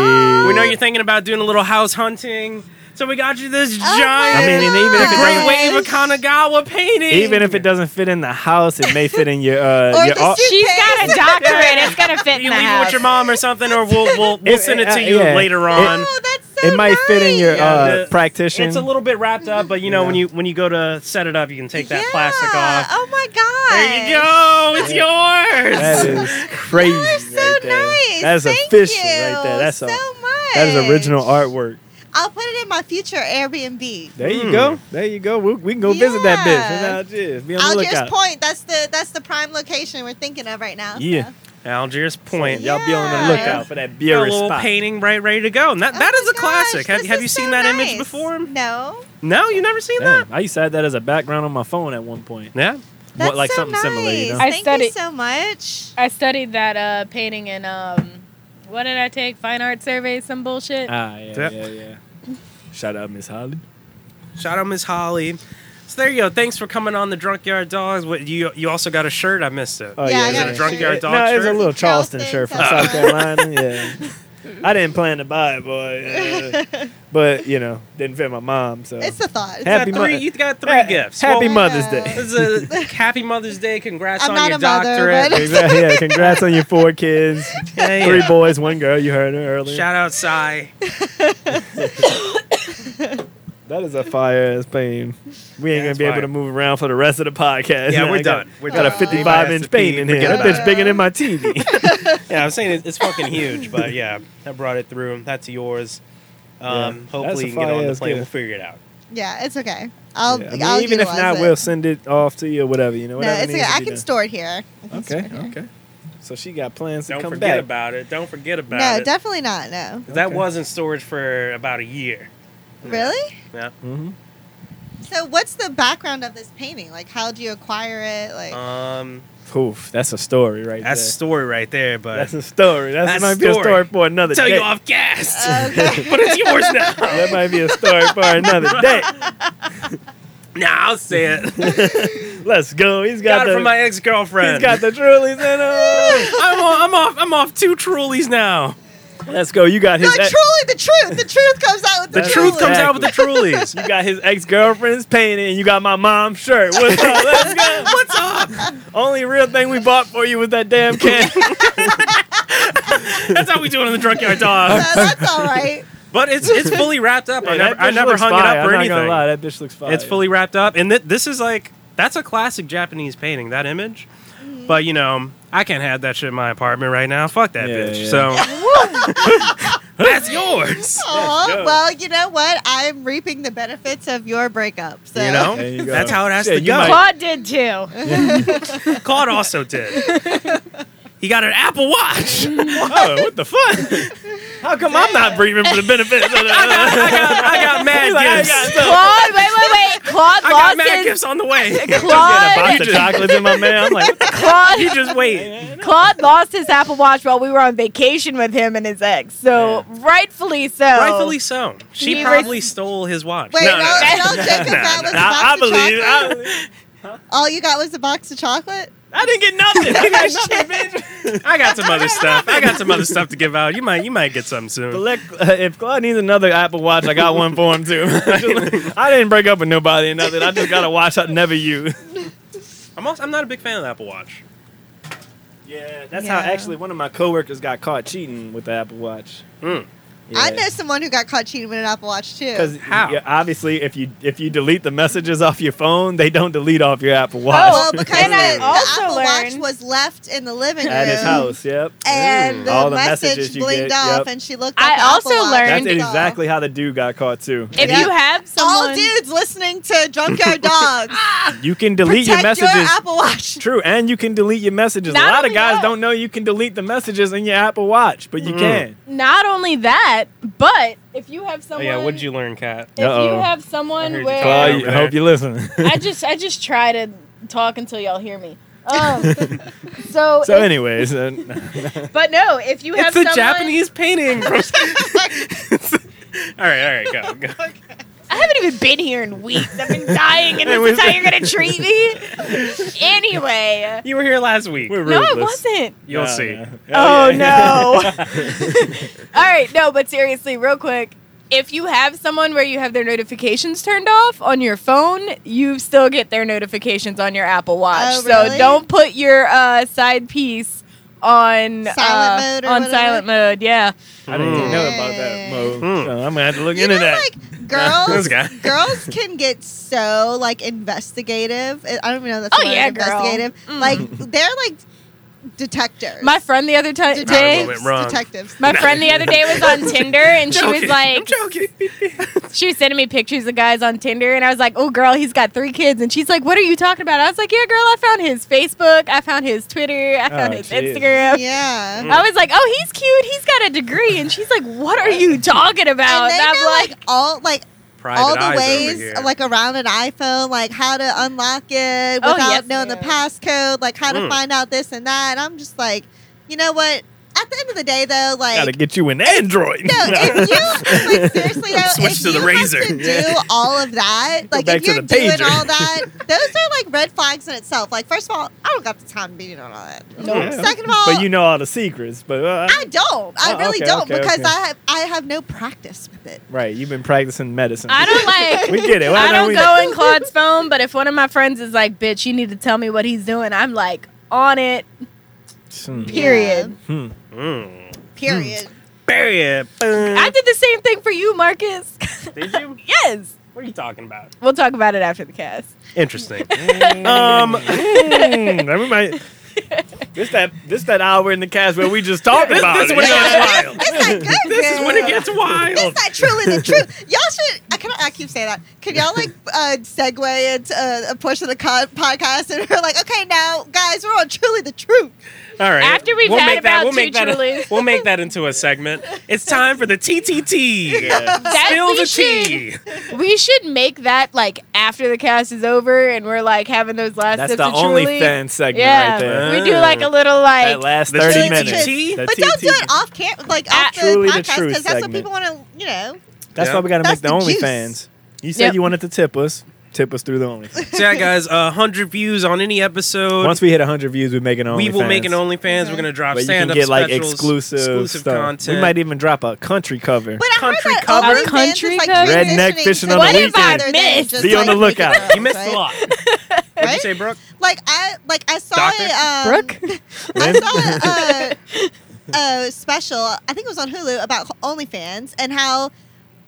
Speaker 2: know you're thinking about doing a little house hunting, so we got you this
Speaker 3: Oh my
Speaker 2: giant
Speaker 1: I mean, and even if it
Speaker 3: God.
Speaker 1: doesn't-
Speaker 2: Great Wave of Kanagawa painting.
Speaker 1: Even if it doesn't fit in the house, it may fit in your uh,
Speaker 3: Or
Speaker 1: your
Speaker 3: the
Speaker 1: au-
Speaker 3: suit-
Speaker 5: She's [LAUGHS] got a doctorate. It's going to fit in
Speaker 2: you
Speaker 5: the
Speaker 2: leave it
Speaker 5: house.
Speaker 2: with your mom or something, or we'll we'll, we'll
Speaker 1: It-
Speaker 2: send [LAUGHS] it
Speaker 1: uh,
Speaker 2: to you
Speaker 1: yeah.
Speaker 2: later
Speaker 1: It-
Speaker 2: on.
Speaker 3: Oh, that's so
Speaker 1: it might fit in your
Speaker 3: nice.
Speaker 1: uh,
Speaker 2: the-
Speaker 1: practitioner.
Speaker 2: It's a little bit wrapped up, but you know when you when you go to set it up, you can take that
Speaker 3: Yeah.
Speaker 2: plastic off.
Speaker 3: Oh my god.
Speaker 2: There you go. It's yours. [LAUGHS]
Speaker 1: That is crazy.
Speaker 3: So
Speaker 1: right there.
Speaker 3: nice.
Speaker 1: That's
Speaker 3: Thank
Speaker 1: official
Speaker 3: you
Speaker 1: right there. That's
Speaker 3: so
Speaker 1: a,
Speaker 3: much.
Speaker 1: that is original artwork.
Speaker 3: I'll put it in my future Airbnb.
Speaker 1: There you
Speaker 2: Mm.
Speaker 1: go. There you go. We, we can go visit that bitch.
Speaker 3: Yeah.
Speaker 1: in Algiers. Be on the
Speaker 3: I'll just
Speaker 1: lookout.
Speaker 3: point. That's the that's the prime location we're thinking of right now.
Speaker 1: Yeah.
Speaker 3: so.
Speaker 2: Algiers Point.
Speaker 1: Y'all be on the
Speaker 3: Yeah.
Speaker 1: lookout for that
Speaker 2: Got a
Speaker 1: beer
Speaker 2: little
Speaker 1: spot.
Speaker 2: painting right ready to go. And that,
Speaker 3: Oh
Speaker 2: that is
Speaker 3: my
Speaker 2: a
Speaker 3: gosh,
Speaker 2: classic. Have,
Speaker 3: this
Speaker 2: have
Speaker 3: is
Speaker 2: you seen
Speaker 3: so
Speaker 2: that image
Speaker 3: nice.
Speaker 2: before?
Speaker 3: No.
Speaker 2: No, you never seen
Speaker 1: Damn,
Speaker 2: that?
Speaker 1: I used to have that as a background on my phone at one
Speaker 3: [LAUGHS]
Speaker 1: point.
Speaker 2: Yeah.
Speaker 3: That's
Speaker 1: What, like
Speaker 3: so
Speaker 1: something
Speaker 3: nice.
Speaker 1: similar, you know?
Speaker 5: I
Speaker 3: Thank you
Speaker 5: studied-
Speaker 3: so much.
Speaker 5: I studied that uh, painting in, um, what did I take? Fine art survey, some bullshit.
Speaker 1: Ah, yeah,
Speaker 2: Yep.
Speaker 1: yeah, yeah. Shout out Miss Holly.
Speaker 2: Shout out Miss Holly. So there you go. Thanks for coming on the Drunk Yard Dogs. What you you also got a shirt? I missed it.
Speaker 1: Oh
Speaker 3: Yeah, I
Speaker 1: yeah,
Speaker 3: got
Speaker 1: yeah.
Speaker 3: a
Speaker 2: Drunk
Speaker 3: shirt.
Speaker 2: Yard Dog
Speaker 1: no, it's a
Speaker 2: shirt?
Speaker 1: little Charleston,
Speaker 3: Charleston,
Speaker 1: shirt from
Speaker 3: South
Speaker 1: South Carolina. yeah,
Speaker 3: [LAUGHS]
Speaker 1: I didn't plan to buy it, boy. uh, but you know, didn't fit my mom, so
Speaker 3: It's a thought.
Speaker 2: you,
Speaker 3: It's a
Speaker 2: got
Speaker 1: Uh, Happy
Speaker 2: three,
Speaker 3: thought.
Speaker 1: Mother-
Speaker 2: you got three
Speaker 1: Ha-
Speaker 2: gifts.
Speaker 1: Happy
Speaker 2: Well,
Speaker 1: Mother's
Speaker 3: Yeah.
Speaker 1: Day. [LAUGHS]
Speaker 2: this
Speaker 3: [LAUGHS]
Speaker 2: is a happy Mother's Day. Congrats
Speaker 3: I'm
Speaker 2: on
Speaker 3: not
Speaker 2: your
Speaker 3: a mother,
Speaker 2: doctorate.
Speaker 3: [LAUGHS] but-
Speaker 1: Exactly. Yeah. Congrats on your four
Speaker 3: [LAUGHS]
Speaker 1: kids.
Speaker 2: Yeah,
Speaker 1: Three
Speaker 2: yeah.
Speaker 1: boys, one girl. You heard her earlier.
Speaker 2: Shout out Cy.
Speaker 1: That is a fire ass pain. We
Speaker 2: Yeah,
Speaker 1: ain't gonna
Speaker 2: it's
Speaker 1: be able
Speaker 2: fire.
Speaker 1: to move around for the rest of the podcast.
Speaker 2: Yeah,
Speaker 1: [LAUGHS] I
Speaker 2: we're
Speaker 1: got-
Speaker 2: done. We're
Speaker 1: got
Speaker 2: done.
Speaker 1: a 55
Speaker 2: Ass
Speaker 1: inch
Speaker 2: to
Speaker 1: pain
Speaker 2: pee.
Speaker 1: in
Speaker 2: We're
Speaker 1: here. That
Speaker 2: done.
Speaker 1: bitch bigger than my TV.
Speaker 2: Yeah, I'm saying it, it's fucking huge, but yeah, I brought it through. That's yours. Um,
Speaker 1: Yeah. That's
Speaker 2: hopefully,
Speaker 1: a
Speaker 2: you can get on the
Speaker 1: fire-ass
Speaker 2: plane.
Speaker 1: gift.
Speaker 2: We'll figure it out.
Speaker 3: Yeah, it's okay. [LAUGHS] I'll,
Speaker 1: Yeah, I
Speaker 3: I
Speaker 1: mean,
Speaker 3: will
Speaker 1: even if not,
Speaker 3: it.
Speaker 1: we'll send it off to you or whatever. You know,
Speaker 3: No,
Speaker 1: whatever
Speaker 3: it's okay.
Speaker 1: needs to
Speaker 3: I
Speaker 1: be
Speaker 3: can
Speaker 1: done.
Speaker 3: store it here. I can store it here.
Speaker 1: Okay, okay. So she got plans to
Speaker 2: Don't
Speaker 1: come
Speaker 2: forget
Speaker 1: back.
Speaker 2: about it. Don't forget about
Speaker 3: No,
Speaker 2: it.
Speaker 3: definitely not. No.
Speaker 2: That
Speaker 1: Okay.
Speaker 2: was in storage for about a year.
Speaker 3: Really?
Speaker 2: Yeah.
Speaker 1: Mhm.
Speaker 3: So, what's the background of this painting? Like, how do you acquire it? Like,
Speaker 2: Um,
Speaker 1: Oof, that's a story right
Speaker 2: that's a
Speaker 1: there.
Speaker 2: story right there, but
Speaker 1: That's a story. That's,
Speaker 2: That's
Speaker 1: might be a
Speaker 2: story.
Speaker 1: story for another
Speaker 2: tell
Speaker 1: day.
Speaker 2: you off cast.
Speaker 3: [LAUGHS] Okay.
Speaker 2: [LAUGHS] but it's yours now.
Speaker 1: That might be a story
Speaker 2: [LAUGHS]
Speaker 1: for another day.
Speaker 2: nah, I'll say
Speaker 1: [LAUGHS]
Speaker 2: it. Got,
Speaker 1: Let's go. He's got,
Speaker 2: it
Speaker 1: the
Speaker 2: from my ex
Speaker 1: he's
Speaker 2: girlfriend.
Speaker 1: got the trulies in him.
Speaker 2: [LAUGHS] I'm, off, I'm off. I'm off two Trulies now.
Speaker 1: Let's go. You got
Speaker 3: no,
Speaker 1: his
Speaker 3: truly,
Speaker 1: ex-
Speaker 3: the truth. The truth comes out with the,
Speaker 2: The truth comes out with the
Speaker 1: Exactly.
Speaker 2: Trulies.
Speaker 1: you got his ex girlfriend's painting, and you got my mom's shirt. What's up? Let's go.
Speaker 2: What's up?
Speaker 1: Only real thing we bought for you was that [LAUGHS] damn can.
Speaker 2: That's how we do it on the drunk yard dog.
Speaker 3: No, that's all right.
Speaker 2: [LAUGHS] But it's it's fully wrapped
Speaker 1: [LAUGHS]
Speaker 2: up. I
Speaker 1: That
Speaker 2: never, I
Speaker 1: bitch
Speaker 2: never
Speaker 1: looks
Speaker 2: hung it
Speaker 1: fire.
Speaker 2: up or
Speaker 1: I'm
Speaker 2: anything.
Speaker 1: Not gonna lie, that bitch looks fire.
Speaker 2: It's fully wrapped up, and th- this is like that's a classic Japanese painting. That image,
Speaker 1: Mm-hmm.
Speaker 2: but you know, I can't have that shit in my apartment right now. Fuck that
Speaker 1: Yeah,
Speaker 2: bitch.
Speaker 1: yeah. [LAUGHS]
Speaker 2: So [LAUGHS] that's yours.
Speaker 3: Oh,
Speaker 1: good.
Speaker 3: well, you know what? I'm reaping the benefits of your breakup. So.
Speaker 2: You know,
Speaker 1: There you go.
Speaker 2: that's how it has
Speaker 1: Shit,
Speaker 2: to
Speaker 1: you
Speaker 2: go.
Speaker 5: Claude did too.
Speaker 2: [LAUGHS]
Speaker 1: [LAUGHS]
Speaker 2: Claude,
Speaker 1: [LAUGHS]
Speaker 2: also did. he got an Apple Watch. [LAUGHS]
Speaker 1: Oh, what the fuck? How come I'm not breathing for the benefit? [LAUGHS] of the-
Speaker 11: I got, I got mad gifts. I got,
Speaker 1: [LAUGHS]
Speaker 5: Claude, wait, wait, wait. Claude lost
Speaker 11: mad
Speaker 5: his
Speaker 11: gifts on the way.
Speaker 5: Claude,
Speaker 1: Box of chocolates in my man. I'm like, what the [LAUGHS]
Speaker 5: Claude,
Speaker 11: Just wait.
Speaker 5: [LAUGHS] Claude lost his Apple Watch while we were on vacation with him and his ex. So rightfully so.
Speaker 2: Rightfully so. She
Speaker 5: He
Speaker 2: probably stole his watch.
Speaker 3: Wait,
Speaker 2: No,
Speaker 3: y'all,
Speaker 2: no, [LAUGHS]
Speaker 3: y'all joking that was a box
Speaker 1: I
Speaker 3: of
Speaker 1: believe- I
Speaker 3: chocolate? All you got was a box of chocolate?
Speaker 1: I didn't get nothing. I got nothing.
Speaker 2: I got some
Speaker 3: [LAUGHS]
Speaker 2: other stuff. I got some other stuff to give out. You might, you might get something soon.
Speaker 1: Let- uh, if Claude needs another Apple Watch, I got one for him too. [LAUGHS] I didn't break up with nobody or nothing. I just got a watch I never use.
Speaker 2: I'm, also, I'm not a big fan of the Apple Watch.
Speaker 1: Yeah, that's
Speaker 3: Yeah.
Speaker 1: how actually one of my coworkers got caught cheating with the Apple Watch.
Speaker 2: Mm.
Speaker 3: I know someone who got caught cheating with an Apple Watch too.
Speaker 1: Because
Speaker 2: How?
Speaker 1: obviously, if you if you delete the messages off your phone, they don't delete off your Apple Watch [LAUGHS]
Speaker 3: Well, because
Speaker 5: and I
Speaker 3: the, the
Speaker 5: also
Speaker 3: Apple Watch
Speaker 5: learned-
Speaker 3: was left in the living room.
Speaker 1: at his house. Yep.
Speaker 3: And the
Speaker 1: All the
Speaker 3: message
Speaker 1: messages you
Speaker 3: blinked
Speaker 1: get,
Speaker 3: off,
Speaker 1: yep.
Speaker 3: and she looked. Up
Speaker 5: I
Speaker 3: the Apple
Speaker 5: also
Speaker 3: Watch
Speaker 5: learned-
Speaker 1: That's
Speaker 3: and saw-
Speaker 1: exactly how the dude got caught too.
Speaker 5: If
Speaker 3: Yeah.
Speaker 5: you have someone,
Speaker 3: All dudes listening to
Speaker 1: [LAUGHS]
Speaker 3: Junkyard Dogs,
Speaker 1: You can delete
Speaker 3: protect your,
Speaker 1: your messages.
Speaker 3: Apple Watch.
Speaker 1: True, and you can delete your messages.
Speaker 5: Not
Speaker 1: a lot
Speaker 5: only
Speaker 1: of guys
Speaker 5: that-
Speaker 1: don't know you can delete the messages in your Apple Watch, but you can.
Speaker 5: not only that, but if you have someone,
Speaker 2: Oh, yeah, what'd you learn, Cat?
Speaker 5: If you
Speaker 1: Uh-oh.
Speaker 5: have
Speaker 2: I heard
Speaker 5: someone
Speaker 2: you
Speaker 5: where
Speaker 1: Claude,
Speaker 2: over
Speaker 1: I
Speaker 2: there.
Speaker 1: hope you listen.
Speaker 5: I just I just try to talk until y'all
Speaker 2: [LAUGHS]
Speaker 5: hear me. Um, so,
Speaker 1: [LAUGHS] so,
Speaker 5: if-
Speaker 1: anyways, uh,
Speaker 5: but no, if you
Speaker 2: It's
Speaker 5: have
Speaker 2: a
Speaker 5: someone,
Speaker 2: Japanese painting.
Speaker 5: [LAUGHS]
Speaker 2: From... all right, all right,
Speaker 3: [LAUGHS]
Speaker 2: go, go.
Speaker 5: I haven't even been here in weeks. I've
Speaker 2: [LAUGHS]
Speaker 5: been dying, and this is how you're gonna treat me. Anyway,
Speaker 2: You were here last week.
Speaker 1: we're
Speaker 5: no, I
Speaker 1: ruthless.
Speaker 5: wasn't.
Speaker 2: You'll
Speaker 1: Yeah,
Speaker 2: see.
Speaker 1: yeah.
Speaker 5: Oh
Speaker 1: yeah.
Speaker 5: no!
Speaker 1: [LAUGHS]
Speaker 5: All right, no, but seriously, real quick. If you have someone where you have their notifications turned off on your phone, you still get their notifications on your Apple Watch.
Speaker 3: Oh,
Speaker 5: So
Speaker 3: really?
Speaker 5: don't put your uh, side piece on
Speaker 3: Silent
Speaker 5: uh,
Speaker 3: mode or
Speaker 5: on
Speaker 3: whatever?
Speaker 5: silent mode. Yeah,
Speaker 1: I didn't even know about
Speaker 3: Mm.
Speaker 1: that. Mo.
Speaker 2: Mm.
Speaker 1: So I'm gonna have to look
Speaker 3: You
Speaker 1: into
Speaker 3: know,
Speaker 1: [LAUGHS] that.
Speaker 3: like girls,
Speaker 2: This guy.
Speaker 3: [LAUGHS] girls can get so like investigative. I don't even know if that's
Speaker 5: Oh,
Speaker 3: the word,
Speaker 5: yeah, girl. Mm.
Speaker 3: investigative. Like they're like detectives.
Speaker 5: my friend the other ti- day.
Speaker 2: Terrible.
Speaker 3: detectives,
Speaker 2: went wrong.
Speaker 3: detectives.
Speaker 5: My friend the other day was
Speaker 2: [LAUGHS]
Speaker 5: on Tinder and she was
Speaker 2: Joking. I'm
Speaker 5: like,
Speaker 2: joking.
Speaker 5: [LAUGHS] she was sending me pictures of guys on Tinder, and I was like, "Oh, girl, he's got three kids." And she's like, "What are you talking about?" I was like, "Yeah, girl, I found his Facebook, I found his Twitter, I found
Speaker 1: Oh,
Speaker 5: his
Speaker 1: jeez.
Speaker 5: Instagram."
Speaker 3: Yeah.
Speaker 5: I was like, "Oh, he's cute. He's got a degree." And she's like, "What are you talking about?"
Speaker 3: and they
Speaker 5: And I'm
Speaker 3: know like,
Speaker 5: like,
Speaker 3: all like
Speaker 2: Private eyes
Speaker 3: all the
Speaker 2: over
Speaker 3: ways
Speaker 2: here.
Speaker 3: like around an iPhone, like how to unlock it
Speaker 5: Oh,
Speaker 3: without
Speaker 5: yes,
Speaker 3: knowing the
Speaker 5: ma'am.
Speaker 3: passcode, like how to
Speaker 2: Mm.
Speaker 3: find out this and that. And I'm just like, you know what? At the end of the day, though, like.
Speaker 1: Gotta get you an Android.
Speaker 3: [LAUGHS] no, if you
Speaker 1: [LAUGHS]
Speaker 3: like seriously though,
Speaker 2: Switch
Speaker 3: if
Speaker 2: to the
Speaker 3: you
Speaker 2: razor.
Speaker 3: have to do all of that, like
Speaker 1: back
Speaker 3: if
Speaker 1: to
Speaker 3: you're
Speaker 1: the
Speaker 3: doing
Speaker 1: pager.
Speaker 3: all that,
Speaker 1: [LAUGHS]
Speaker 3: those are like red flags in itself. Like, first of all, I don't got the time to be doing all that.
Speaker 1: Yeah.
Speaker 3: Second of all,
Speaker 1: But you know all the secrets. But uh,
Speaker 3: I don't. I
Speaker 1: Oh,
Speaker 3: really
Speaker 1: okay,
Speaker 3: don't
Speaker 1: okay,
Speaker 3: because
Speaker 1: okay.
Speaker 3: I have I have no practice with it.
Speaker 1: right, you've been practicing medicine.
Speaker 5: "I don't like."
Speaker 1: we get it. Why
Speaker 5: I don't
Speaker 1: we-
Speaker 5: go in Claude's phone, but if one of my friends is like, "Bitch, you need to tell me what he's doing," I'm like, "On it."
Speaker 1: Hmm.
Speaker 5: Period.
Speaker 1: Hmm.
Speaker 2: Mm.
Speaker 3: Period.
Speaker 2: Period.
Speaker 5: I did the same thing for you, Marcus. [LAUGHS]
Speaker 2: Did you?
Speaker 5: yes.
Speaker 2: What are you talking
Speaker 3: [LAUGHS]
Speaker 2: about?
Speaker 5: We'll talk about it after the cast.
Speaker 2: Interesting.
Speaker 1: Um, mm, that we might. This that this that hour in the cast where we just talked about
Speaker 2: this
Speaker 1: it.
Speaker 2: one gets wild.
Speaker 1: [LAUGHS]
Speaker 3: It's not good.
Speaker 2: This is when it
Speaker 3: girl.
Speaker 2: gets wild.
Speaker 3: It's not truly the truth. Y'all should. I can. I keep saying that. Can y'all like uh, segue into uh, a portion of the co- podcast and we're like, okay, now guys, we're on truly the truth.
Speaker 2: All right.
Speaker 5: After we've had about two
Speaker 2: make that, [LAUGHS]
Speaker 5: Trulies.
Speaker 2: We'll make that into a segment. It's time for the TTT.
Speaker 5: That
Speaker 2: Spill
Speaker 5: we
Speaker 2: the
Speaker 5: should-
Speaker 2: tea.
Speaker 5: We should make that like after the cast is over and we're like having those last
Speaker 1: That's
Speaker 5: sips
Speaker 1: the
Speaker 5: of
Speaker 1: only
Speaker 5: Truly.
Speaker 1: fan segment
Speaker 5: Yeah.
Speaker 1: right there.
Speaker 5: We do like a little
Speaker 1: That
Speaker 5: like
Speaker 1: last
Speaker 2: The
Speaker 1: thirty
Speaker 3: TTT.
Speaker 1: minutes.
Speaker 2: The
Speaker 1: The
Speaker 3: but don't do
Speaker 1: TTT.
Speaker 3: it off camp, like
Speaker 5: Ah,
Speaker 3: off the
Speaker 1: Truly the
Speaker 3: podcast,
Speaker 1: truth
Speaker 3: because that's what
Speaker 1: segment.
Speaker 3: people want to. You know,
Speaker 1: That's
Speaker 2: Yeah.
Speaker 1: why we gotta
Speaker 3: That's
Speaker 1: make the,
Speaker 3: the juice.
Speaker 1: OnlyFans. You said
Speaker 5: Yep.
Speaker 1: you wanted to tip us. Tip us through the OnlyFans.
Speaker 2: [LAUGHS] So, yeah, guys, uh, 100 views on any episode.
Speaker 1: Once we hit hundred views, we make an OnlyFans.
Speaker 2: we will make an OnlyFans. We're going to drop
Speaker 1: But you can
Speaker 2: stand up
Speaker 1: get like
Speaker 2: specials,
Speaker 1: exclusive,
Speaker 2: exclusive
Speaker 1: stuff.
Speaker 2: content.
Speaker 1: We
Speaker 5: [LAUGHS]
Speaker 1: might even drop a country cover.
Speaker 3: but I heard
Speaker 2: Country
Speaker 3: that
Speaker 2: cover?
Speaker 3: OnlyFans is,
Speaker 5: Country
Speaker 3: like,
Speaker 5: cover?
Speaker 1: Redneck
Speaker 3: transitioning
Speaker 1: fishing
Speaker 3: to
Speaker 1: on the
Speaker 3: something
Speaker 5: weekend.
Speaker 3: other than
Speaker 5: Missed?
Speaker 3: just,
Speaker 1: Be on
Speaker 3: like,
Speaker 1: the lookout.
Speaker 3: freaking
Speaker 2: you missed
Speaker 3: girls,
Speaker 2: a lot.
Speaker 3: right?
Speaker 2: Did you
Speaker 3: Right?
Speaker 2: say, Brooke?
Speaker 3: Like I, like I saw
Speaker 2: Doctor?
Speaker 3: a um,
Speaker 5: Brooke. [LAUGHS]
Speaker 3: I
Speaker 1: [LAUGHS]
Speaker 5: Uh,
Speaker 3: saw a, a special, I think it was on Hulu, about OnlyFans and how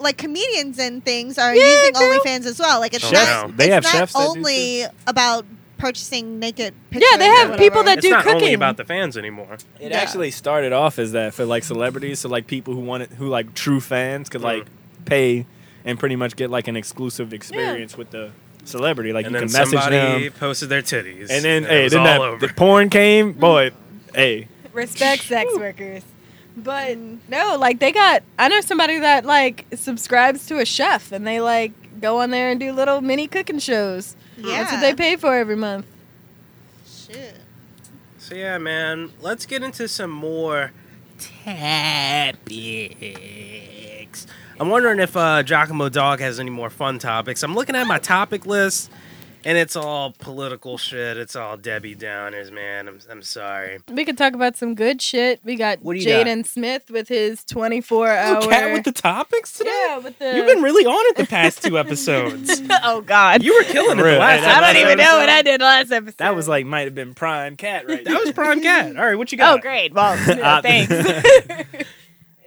Speaker 3: like comedians and things are
Speaker 5: Yeah,
Speaker 3: using
Speaker 5: girl.
Speaker 3: OnlyFans as well. Like it's
Speaker 2: Oh,
Speaker 3: not,
Speaker 1: wow. They
Speaker 3: it's
Speaker 1: have
Speaker 3: not
Speaker 1: chefs that do
Speaker 3: only about purchasing naked pictures.
Speaker 5: Yeah, they
Speaker 3: or
Speaker 5: have people
Speaker 3: whatever.
Speaker 5: that
Speaker 2: It's
Speaker 5: do
Speaker 2: not only
Speaker 5: cooking.
Speaker 2: about the fans anymore.
Speaker 1: It
Speaker 3: Yeah.
Speaker 1: actually started off as that for like celebrities, so like people who wanted who like true fans could like
Speaker 2: Mm.
Speaker 1: pay and pretty much get like an exclusive experience with the celebrity. Like
Speaker 2: and
Speaker 1: you
Speaker 2: then
Speaker 1: can message
Speaker 2: somebody
Speaker 1: them,
Speaker 2: posted their titties.
Speaker 1: and then
Speaker 2: it
Speaker 1: hey,
Speaker 2: was
Speaker 1: then
Speaker 2: all
Speaker 1: that
Speaker 5: Mm.
Speaker 2: over.
Speaker 1: the porn came, boy, hey,
Speaker 5: Respect sex workers. But no, like they got. I know somebody that like subscribes to a chef, and they like go on there and do little mini cooking shows.
Speaker 3: Yeah.
Speaker 5: That's what they pay for every month.
Speaker 3: Shit.
Speaker 2: So yeah, man, let's get into some more topics. I'm wondering if uh, Giacomo Dog has any more fun topics. I'm looking at my topic list, and it's all political shit. It's all Debbie Downers, man. I'm I'm sorry.
Speaker 5: We could talk about some good shit. We got
Speaker 2: What do you got?
Speaker 5: Jaden Smith with his 24 hour.
Speaker 12: Cat with the topics today.
Speaker 5: yeah, with the.
Speaker 12: You've
Speaker 5: [LAUGHS]
Speaker 12: been really on it the past two episodes.
Speaker 5: oh God.
Speaker 2: You were killing it the
Speaker 1: Really?
Speaker 2: last.
Speaker 5: I
Speaker 2: episode.
Speaker 5: don't even know what I did last episode.
Speaker 1: That was like might have been prime cat right there.
Speaker 2: That was prime cat. All right, what you
Speaker 5: Oh,
Speaker 2: got?
Speaker 5: great. Well,
Speaker 1: [LAUGHS] Uh,
Speaker 5: [LAUGHS] thanks.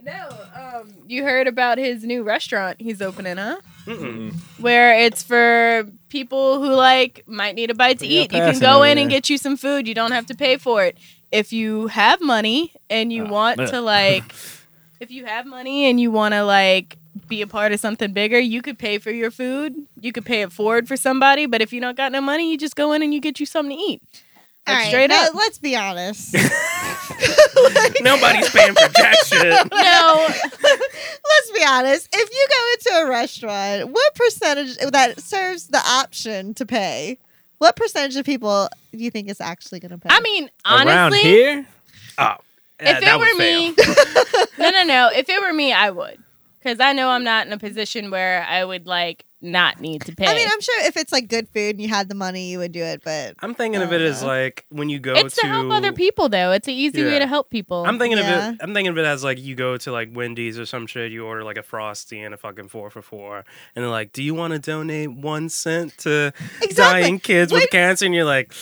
Speaker 5: no, um, you heard about his new restaurant he's opening, huh?
Speaker 2: Mm-mm.
Speaker 5: Where it's for people who like might need a bite to
Speaker 13: Yeah,
Speaker 5: eat. You can
Speaker 13: passing
Speaker 5: go
Speaker 13: over
Speaker 5: in and
Speaker 13: there.
Speaker 5: get you some food. You don't have to pay for it. If you have money and you want to like, [LAUGHS] if you have money and you want to like be a part of something bigger, you could pay for your food. You could pay it forward for somebody. But if you don't got no money, you just go in and you get you something to eat.
Speaker 3: All
Speaker 5: Like,
Speaker 3: right,
Speaker 5: straight
Speaker 3: now
Speaker 5: up.
Speaker 3: let's be
Speaker 1: [LAUGHS]
Speaker 3: honest.
Speaker 2: Nobody's paying for jack shit.
Speaker 5: [LAUGHS] No,
Speaker 3: Let's be honest. If you go into a restaurant, what percentage that serves the option to pay? What percentage of people do you think is actually going to pay?
Speaker 5: I mean
Speaker 1: Around
Speaker 5: honestly,
Speaker 1: here,
Speaker 2: Oh,
Speaker 5: if
Speaker 2: that
Speaker 5: it
Speaker 2: would
Speaker 5: were
Speaker 2: fail.
Speaker 5: me, [LAUGHS] no, no, no. If it were me, I would, because I know I'm not in a position where I would like not need to pay.
Speaker 3: I mean, I'm sure if it's like good food and you had the money, you would do it. But
Speaker 2: I'm thinking of it as like when you go
Speaker 5: it's to, help other people, though. It's an easy
Speaker 2: Yeah.
Speaker 5: way to help people.
Speaker 2: I'm thinking
Speaker 3: Yeah.
Speaker 2: of it. I'm thinking of it as like you go to like Wendy's or some shit. You order like a frosty and a fucking four for four, and they're like, "Do you want to donate one cent to
Speaker 3: Exactly.
Speaker 2: dying kids
Speaker 3: When-
Speaker 2: with cancer?" And you're like,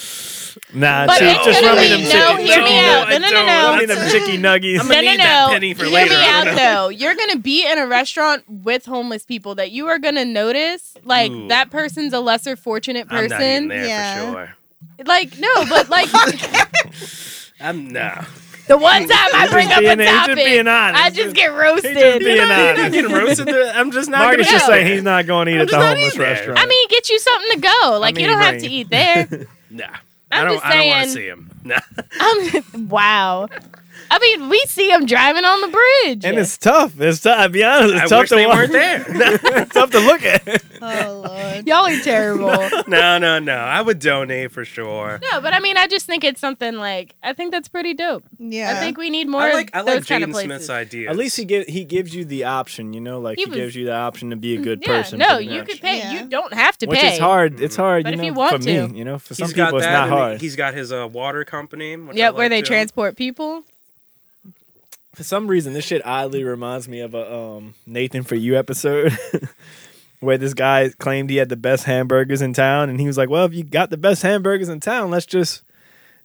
Speaker 1: nah,
Speaker 5: But
Speaker 1: chick,
Speaker 5: it's
Speaker 1: just
Speaker 5: gonna
Speaker 1: run me
Speaker 5: be-
Speaker 1: them
Speaker 5: no,
Speaker 1: chicken.
Speaker 5: hear me out. No,
Speaker 2: I
Speaker 5: no, no,
Speaker 2: don't.
Speaker 5: no.
Speaker 1: Run me them chicky nuggies.
Speaker 2: I'm
Speaker 5: no,
Speaker 2: gonna
Speaker 5: no,
Speaker 2: need that
Speaker 5: no.
Speaker 2: penny for
Speaker 5: Hear
Speaker 2: later.
Speaker 5: me
Speaker 2: I
Speaker 5: out,
Speaker 2: don't
Speaker 5: though. You're gonna be in a restaurant with homeless people that you are gonna notice, like
Speaker 2: Ooh.
Speaker 5: that person's a lesser fortunate
Speaker 2: I'm not eating
Speaker 5: person.
Speaker 2: there
Speaker 3: Yeah.
Speaker 2: for sure.
Speaker 5: Like no, but like
Speaker 2: I'm nah.
Speaker 5: the one time
Speaker 1: [LAUGHS]
Speaker 5: I
Speaker 1: Just
Speaker 5: bring up
Speaker 1: being-
Speaker 5: a
Speaker 1: he's just
Speaker 5: topic,
Speaker 1: being honest.
Speaker 5: I just get
Speaker 1: just
Speaker 5: roasted.
Speaker 1: being
Speaker 2: You're not,
Speaker 1: honest.
Speaker 2: you're not getting roasted. there. I'm just not.
Speaker 1: Marcus
Speaker 2: gonna
Speaker 1: just
Speaker 5: go.
Speaker 1: saying he's not going to eat
Speaker 2: I'm
Speaker 1: at the
Speaker 2: just not
Speaker 1: homeless
Speaker 2: eating there.
Speaker 1: restaurant.
Speaker 5: I mean, get you something to go. Like
Speaker 1: mean,
Speaker 5: you don't have
Speaker 1: right.
Speaker 5: to eat there.
Speaker 2: Nah.
Speaker 5: I'm
Speaker 2: I don't.
Speaker 5: just
Speaker 2: I don't want to
Speaker 5: saying-
Speaker 2: see him. Nah.
Speaker 5: I'm Um, [LAUGHS] wow. I mean, we see him driving on the bridge.
Speaker 1: and it's tough. It's tough. I'll be honest. It's
Speaker 2: I
Speaker 1: tough
Speaker 2: wish
Speaker 1: to
Speaker 2: they
Speaker 1: watch.
Speaker 2: weren't there. [LAUGHS]
Speaker 1: [LAUGHS] it's tough to look at.
Speaker 3: oh lord,
Speaker 5: y'all are terrible. no,
Speaker 2: no, no, no. I would donate for sure.
Speaker 5: but I mean, I just think it's something like I think that's pretty dope.
Speaker 3: yeah.
Speaker 5: I think we need more
Speaker 2: I like. I
Speaker 5: of
Speaker 2: like
Speaker 5: those kind of
Speaker 2: Jaden
Speaker 5: places.
Speaker 2: Smith's idea.
Speaker 1: [LAUGHS] At least he give, he gives you the option, you know, like
Speaker 5: He
Speaker 1: he,
Speaker 5: was- Mm,
Speaker 1: gives you the option to be a good
Speaker 5: yeah,
Speaker 1: person.
Speaker 5: no,
Speaker 1: pretty
Speaker 5: you
Speaker 1: much.
Speaker 5: could pay.
Speaker 3: Yeah.
Speaker 5: You don't have to
Speaker 1: Which
Speaker 5: pay.
Speaker 1: is hard. It's hard.
Speaker 5: But
Speaker 1: you
Speaker 5: if
Speaker 1: know,
Speaker 5: you want
Speaker 1: for
Speaker 5: to.
Speaker 1: me, you know, for some
Speaker 2: He's got
Speaker 1: people
Speaker 2: that.
Speaker 1: it's not
Speaker 2: and he-
Speaker 1: hard.
Speaker 2: He's got his uh, water company. which
Speaker 5: Yeah,
Speaker 2: I
Speaker 5: where
Speaker 2: like,
Speaker 5: they
Speaker 2: too.
Speaker 5: transport people.
Speaker 1: for some reason, this shit oddly reminds me of a um, Nathan for You episode [LAUGHS] where this guy claimed he had the best hamburgers in town, and he was like, "Well, if you got the best hamburgers in town, let's just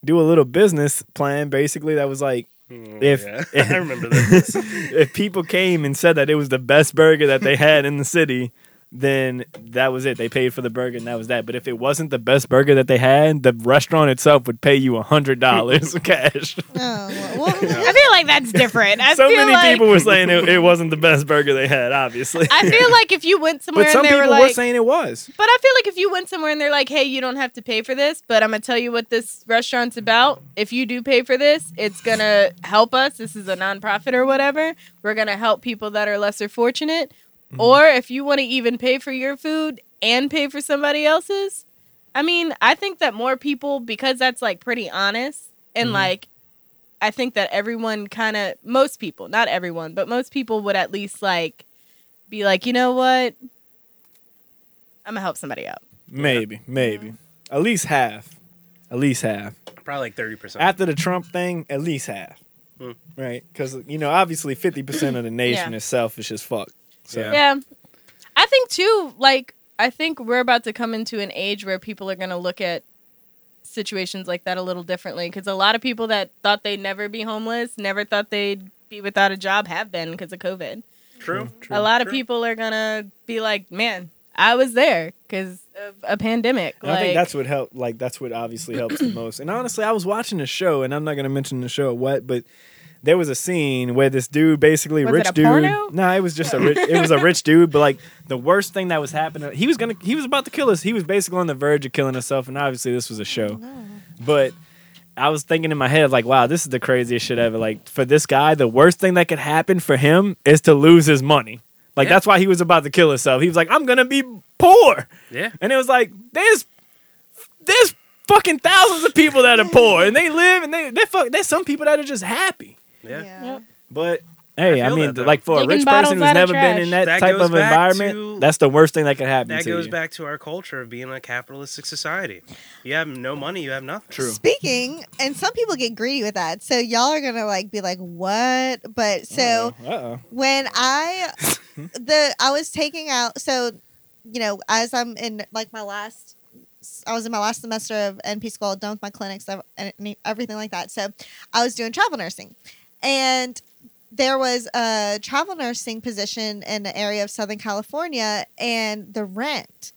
Speaker 1: do a little business plan." Basically, that was like if
Speaker 2: Mm, Yeah.
Speaker 1: [LAUGHS]
Speaker 2: I remember this.
Speaker 1: if people came and said that it was the best burger that they had in the city, then that was it. They paid for the burger and that was that. But if it wasn't the best burger that they had, the restaurant itself would pay you a hundred dollars
Speaker 2: [LAUGHS]
Speaker 1: cash.
Speaker 3: [LAUGHS] Oh, well,
Speaker 5: I feel
Speaker 1: [LAUGHS]
Speaker 5: like that's different. I
Speaker 1: so
Speaker 5: feel
Speaker 1: many
Speaker 5: like,
Speaker 1: people were saying
Speaker 5: [LAUGHS]
Speaker 1: it, it wasn't the best burger they had, obviously. [LAUGHS]
Speaker 5: I feel like if you went somewhere
Speaker 1: but some
Speaker 5: and they
Speaker 1: people
Speaker 5: were
Speaker 1: were,
Speaker 5: like,
Speaker 1: saying it was.
Speaker 5: But I feel like if you went somewhere and they're like, "Hey, you don't have to pay for this, but I'm gonna tell you what this restaurant's about. If you do pay for this, it's gonna help us. This is a nonprofit or whatever. We're gonna help people that are lesser fortunate. Or if you want to even pay for your food and pay for somebody else's, I mean, I think that more people because that's like pretty honest and like, I think that everyone kind of most people, not everyone, but most people would at least like be like, you know what. I'm gonna help somebody out.
Speaker 1: Maybe, maybe. At least half. At least half.
Speaker 2: Probably like thirty percent.
Speaker 1: after the Trump thing, at least half.
Speaker 2: Hmm.
Speaker 1: Right? Because, you know, obviously 50% of the nation
Speaker 5: Yeah.
Speaker 1: is selfish as fuck. So,
Speaker 2: Yeah.
Speaker 5: Yeah. I think too, like I think we're about to come into an age where people are gonna look at situations like that a little differently because a lot of people that thought they'd never be homeless, never thought they'd be without a job, have been because of COVID.
Speaker 2: True.
Speaker 5: a lot of
Speaker 2: true.
Speaker 5: people are gonna be like, "Man, I was there because of a pandemic."
Speaker 1: and
Speaker 5: like,
Speaker 1: I think that's what helped. Like, that's what obviously helps the most. And honestly, I was watching a show, and I'm not going to mention the show or what, but there was a scene where this dude, basically
Speaker 5: Was it
Speaker 1: rich
Speaker 5: a
Speaker 1: dude.
Speaker 5: porno?
Speaker 1: nah, it was just a rich. It was a rich dude, but like the worst thing that was happening, he was gonna, he was about to kill us. He was basically on the verge of killing himself, and obviously this was a show. But I was thinking in my head like, wow, this is the craziest shit ever. Like for this guy, the worst thing that could happen for him is to lose his money. Like
Speaker 2: Yeah.
Speaker 1: that's why he was about to kill himself. He was like, I'm gonna be poor,
Speaker 2: Yeah.
Speaker 1: and it was like, there's there's fucking thousands of people that are poor and they live and they they fuck. There's some people that are just happy,
Speaker 2: Yeah.
Speaker 3: Yeah.
Speaker 1: but. Hey,
Speaker 2: I
Speaker 1: I,
Speaker 2: feel
Speaker 1: mean,
Speaker 2: that, though.
Speaker 1: like for a
Speaker 5: Taking
Speaker 1: rich
Speaker 5: bottles
Speaker 1: person
Speaker 5: out
Speaker 1: who's
Speaker 5: of
Speaker 1: never been
Speaker 5: trash.
Speaker 1: in that,
Speaker 2: That
Speaker 1: type
Speaker 2: goes
Speaker 1: of
Speaker 2: back
Speaker 1: environment,
Speaker 2: to-
Speaker 1: that's the worst thing that could happen.
Speaker 2: That
Speaker 1: to
Speaker 2: goes
Speaker 1: you.
Speaker 2: back to our culture of being a capitalistic society. You have no money, you have nothing.
Speaker 1: True.
Speaker 3: Speaking, and some people get greedy with that. So y'all are gonna like be like, "What?"
Speaker 1: Oh,
Speaker 3: But so.
Speaker 1: Uh-oh.
Speaker 3: when
Speaker 1: [LAUGHS]
Speaker 3: I the I was taking out so you know as I'm in like my last I was in my last semester of NP school done with my clinics ev- and e, everything like that so I was doing travel nursing and there was a travel nursing position in the area of Southern California and the rent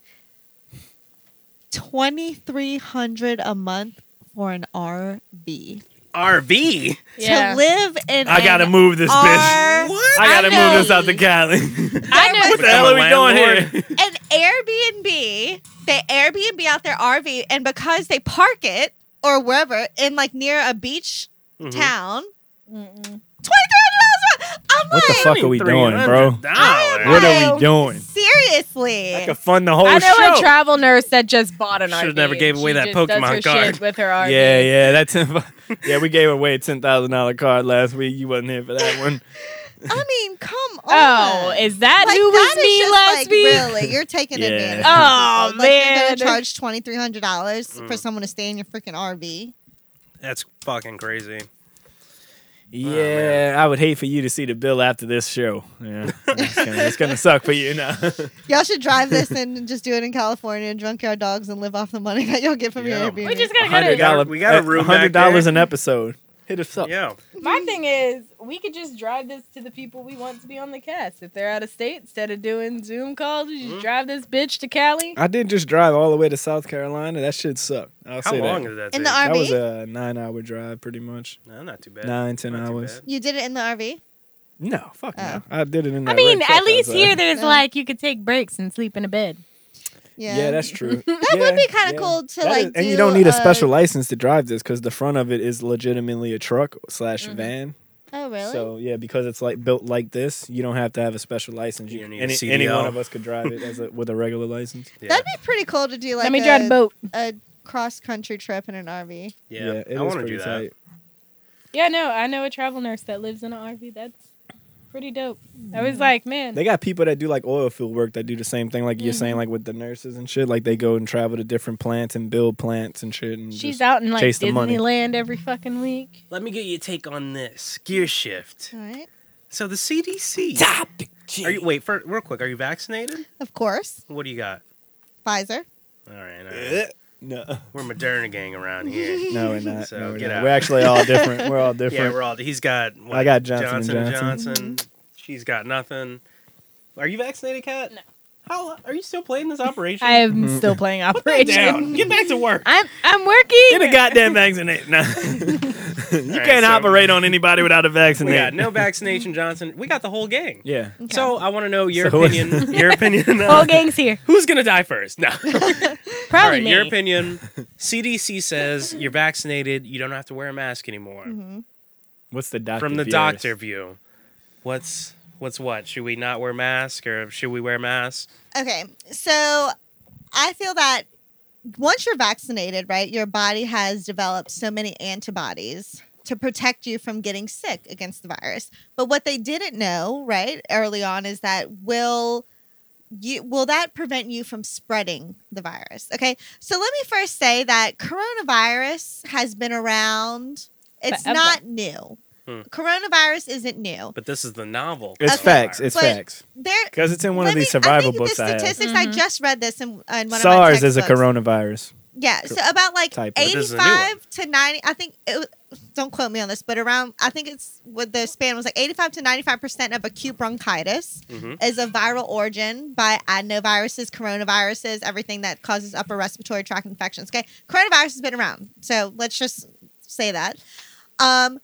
Speaker 3: twenty three hundred a month for an RV
Speaker 2: RV.
Speaker 3: to live in
Speaker 1: I gotta
Speaker 3: an
Speaker 1: move this bitch.
Speaker 3: R-
Speaker 1: I gotta
Speaker 5: I know.
Speaker 1: move this out to Cali. [LAUGHS]
Speaker 3: I know
Speaker 1: what the hell are we
Speaker 2: Become a
Speaker 1: doing
Speaker 2: landlord.
Speaker 1: here?
Speaker 3: an Airbnb. They Airbnb out their RV, and because they park it or wherever in like near a beach
Speaker 2: Mhm.
Speaker 1: Mm-hmm.
Speaker 3: town, twenty three hundred dollars. I'm
Speaker 1: What the
Speaker 3: like,
Speaker 1: fuck are we doing, bro?
Speaker 2: $300.
Speaker 1: What are we doing?
Speaker 3: seriously?
Speaker 1: I could fund the whole
Speaker 5: I know
Speaker 1: show.
Speaker 5: a travel nurse that just bought an
Speaker 2: Should've
Speaker 5: RV.
Speaker 2: never gave
Speaker 5: and
Speaker 2: away
Speaker 5: she
Speaker 2: that
Speaker 5: just does
Speaker 2: Pokemon
Speaker 5: her
Speaker 2: card.
Speaker 5: shit with her RV.
Speaker 1: yeah, yeah, that's [LAUGHS] yeah. We gave away a ten thousand dollar card last week. You wasn't here for that one.
Speaker 3: I mean, come on.
Speaker 5: Oh, is that
Speaker 3: Like,
Speaker 5: who
Speaker 3: that
Speaker 5: was
Speaker 3: is
Speaker 5: me
Speaker 3: just,
Speaker 5: last
Speaker 3: like,
Speaker 5: week?
Speaker 3: Really, you're taking
Speaker 1: Yeah.
Speaker 3: advantage.
Speaker 5: Oh,
Speaker 3: of people. like, you're gonna
Speaker 5: man.
Speaker 3: charge twenty three hundred dollars for
Speaker 2: Mm.
Speaker 3: someone to stay in your freaking RV.
Speaker 2: That's fucking crazy.
Speaker 1: Yeah, I would hate for you to see the bill after this show. Yeah, it's, gonna, it's gonna suck for you [LAUGHS] now.
Speaker 3: Y'all should drive this and just do it in California and drunk your dogs and live off the money [LAUGHS] that y'all get from
Speaker 2: Yeah.
Speaker 3: your Airbnb.
Speaker 14: We just gotta go
Speaker 1: Hundred
Speaker 14: to.
Speaker 1: dollar,
Speaker 2: We got a room back
Speaker 1: Hundred dollars
Speaker 2: there.
Speaker 1: an episode. Hit us up.
Speaker 2: Yeah.
Speaker 5: My thing is, we could just drive this to the people we want to be on the cast. If they're out of state, instead of doing Zoom calls, we just
Speaker 1: Mm-hmm.
Speaker 2: Mhm.
Speaker 5: drive this bitch to Cali.
Speaker 1: I did just drive all the way to South Carolina. That shit sucked. I'll
Speaker 2: How
Speaker 1: say
Speaker 2: long
Speaker 1: that.
Speaker 2: did that take?
Speaker 3: in the RV.
Speaker 1: That was a nine-hour drive, pretty much.
Speaker 2: no, not too bad.
Speaker 1: Nine, ten
Speaker 2: Not too
Speaker 1: hours.
Speaker 2: bad.
Speaker 3: you did it in the RV.
Speaker 1: No, fuck
Speaker 3: Oh.
Speaker 1: no. I did it in.
Speaker 14: I
Speaker 1: that
Speaker 14: mean,
Speaker 1: red
Speaker 14: at
Speaker 1: truck
Speaker 14: least
Speaker 1: outside. [LAUGHS]
Speaker 14: here there's
Speaker 3: Yeah.
Speaker 14: like you could take breaks and sleep in a bed.
Speaker 1: Yeah, that's true.
Speaker 3: [LAUGHS] That would be kinda cool to, like,
Speaker 1: and
Speaker 3: do
Speaker 1: you don't need
Speaker 3: a-
Speaker 1: a special license to drive this because the front of it is legitimately a truck slash
Speaker 3: Mm-hmm.
Speaker 1: van.
Speaker 3: Oh, really?
Speaker 1: So yeah, because it's like built like this, you don't have to have a special license.
Speaker 2: You
Speaker 1: You,
Speaker 2: don't need a
Speaker 1: any,
Speaker 2: CDL.
Speaker 1: any one of us could drive it as a, with a regular license.
Speaker 2: Yeah.
Speaker 3: That'd be pretty cool to do like
Speaker 5: Let me
Speaker 3: a,
Speaker 5: drive a boat.
Speaker 3: a cross country trip in an RV.
Speaker 2: yeah.
Speaker 1: it
Speaker 2: I
Speaker 1: is
Speaker 2: want to
Speaker 1: pretty
Speaker 2: do that.
Speaker 1: tight.
Speaker 5: Yeah, no, I know a travel nurse that lives in an RV. That's pretty dope. I
Speaker 14: Mm.
Speaker 5: was like, man,
Speaker 1: They got people that do like oil field work that do the same thing, like you're saying,
Speaker 3: Mm-hmm.
Speaker 1: like with the nurses and shit. Like they go and travel to different plants and build plants and shit. And
Speaker 5: she's
Speaker 1: just-
Speaker 5: out in like
Speaker 1: chase the money.
Speaker 5: Disneyland every fucking
Speaker 14: [LAUGHS]
Speaker 5: week.
Speaker 2: Let me get your take on this gear shift.
Speaker 3: All right.
Speaker 2: So the CDC. Are you wait for real quick? Are you vaccinated?
Speaker 3: Of course,
Speaker 2: What do you got?
Speaker 3: Pfizer.
Speaker 2: All right, all
Speaker 1: Uh.
Speaker 2: right.
Speaker 1: no,
Speaker 2: we're Moderna gang around here. [LAUGHS]
Speaker 1: no, we're not.
Speaker 2: So
Speaker 1: no, we're,
Speaker 2: get
Speaker 1: not.
Speaker 2: out.
Speaker 1: we're actually all different. We're all
Speaker 2: [LAUGHS]
Speaker 1: different.
Speaker 2: yeah, we're all. He's got. What,
Speaker 1: I got Johnson and
Speaker 2: Johnson Johnson. She's got nothing. Are you vaccinated, Kat?
Speaker 5: No.
Speaker 2: How are you still playing this operation?
Speaker 5: I
Speaker 1: Mm-hmm.
Speaker 5: am still playing
Speaker 2: Get
Speaker 5: Operation.
Speaker 14: [LAUGHS]
Speaker 2: down. Get back to work.
Speaker 5: I'm I'm working.
Speaker 1: Get a goddamn vaccinate. No. [LAUGHS] you can't
Speaker 2: so-
Speaker 1: operate on anybody without a
Speaker 2: We
Speaker 1: vaccinate.
Speaker 2: got no vaccination, Johnson. We got the whole gang.
Speaker 1: Yeah.
Speaker 3: Okay.
Speaker 2: So I want to know your
Speaker 1: So- [LAUGHS]
Speaker 2: opinion. Your opinion.
Speaker 14: Whole
Speaker 2: uh,
Speaker 14: gang's here.
Speaker 2: who's gonna die first? No. All
Speaker 14: Probably
Speaker 2: right,
Speaker 14: me.
Speaker 2: your
Speaker 1: [LAUGHS]
Speaker 2: opinion. CDC says you're vaccinated. You don't have to wear a mask anymore.
Speaker 3: Mhm.
Speaker 1: What's the doctor?
Speaker 2: From the
Speaker 1: view?
Speaker 2: doctor view, what's what's what? Should we not wear masks or should we wear masks?
Speaker 3: Okay. So I feel that once you're vaccinated, right, your body has developed so many antibodies to protect you from getting sick against the virus. But what they didn't know, right, early on is that will you will that prevent you from spreading the virus? Okay. So let me first say that coronavirus has been around. It's
Speaker 5: Forever.
Speaker 3: not new.
Speaker 2: Hmm.
Speaker 3: Coronavirus isn't new.
Speaker 2: But this is the novel.
Speaker 1: It's
Speaker 3: Okay.
Speaker 1: facts. It's
Speaker 3: But-
Speaker 1: facts.
Speaker 3: There
Speaker 1: Because it's in one of
Speaker 3: Let me-
Speaker 1: these survival
Speaker 3: I think
Speaker 1: books
Speaker 3: The
Speaker 1: I have.
Speaker 3: statistics I
Speaker 14: Mhm.
Speaker 3: just read this in, in one of my
Speaker 1: SARS is a
Speaker 3: textbooks.
Speaker 1: coronavirus.
Speaker 3: Yeah, so about like
Speaker 1: Type of-
Speaker 2: This is a new one.
Speaker 3: eighty-five to ninety. I think it. was- Don't quote me on this, but around I think it's what the span was like eighty-five to ninety-five percent of acute bronchitis
Speaker 2: hmm
Speaker 3: is of viral origin by adenoviruses, coronaviruses, everything that causes upper respiratory tract infections. Okay, coronavirus has been around, so let's just say that. Um,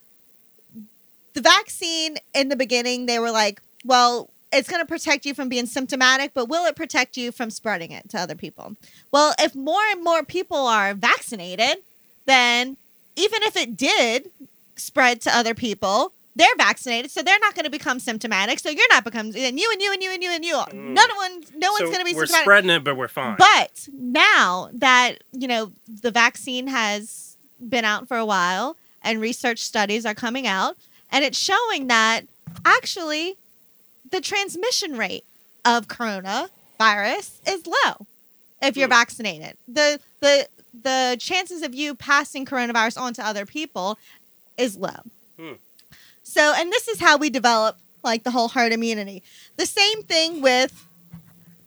Speaker 3: the vaccine in the beginning, they were like, well, it's going to protect you from being symptomatic, but will it protect you from spreading it to other people? Well, if more and more people are vaccinated, then even if it did spread to other people, they're vaccinated, so they're not going to become symptomatic. So you're not become and you and you and you and you and you. None of one, no one's
Speaker 2: Mm. So
Speaker 3: going to be
Speaker 2: we're
Speaker 3: symptomatic.
Speaker 2: spreading it, but we're fine.
Speaker 3: But now that, you know, the vaccine has been out for a while and research studies are coming out, and it's showing that actually the transmission rate of coronavirus is low if you're vaccinated. The the the chances of you passing coronavirus on to other people is low.
Speaker 2: Hmm.
Speaker 3: So, and this is how we develop like the whole herd immunity. The same thing with,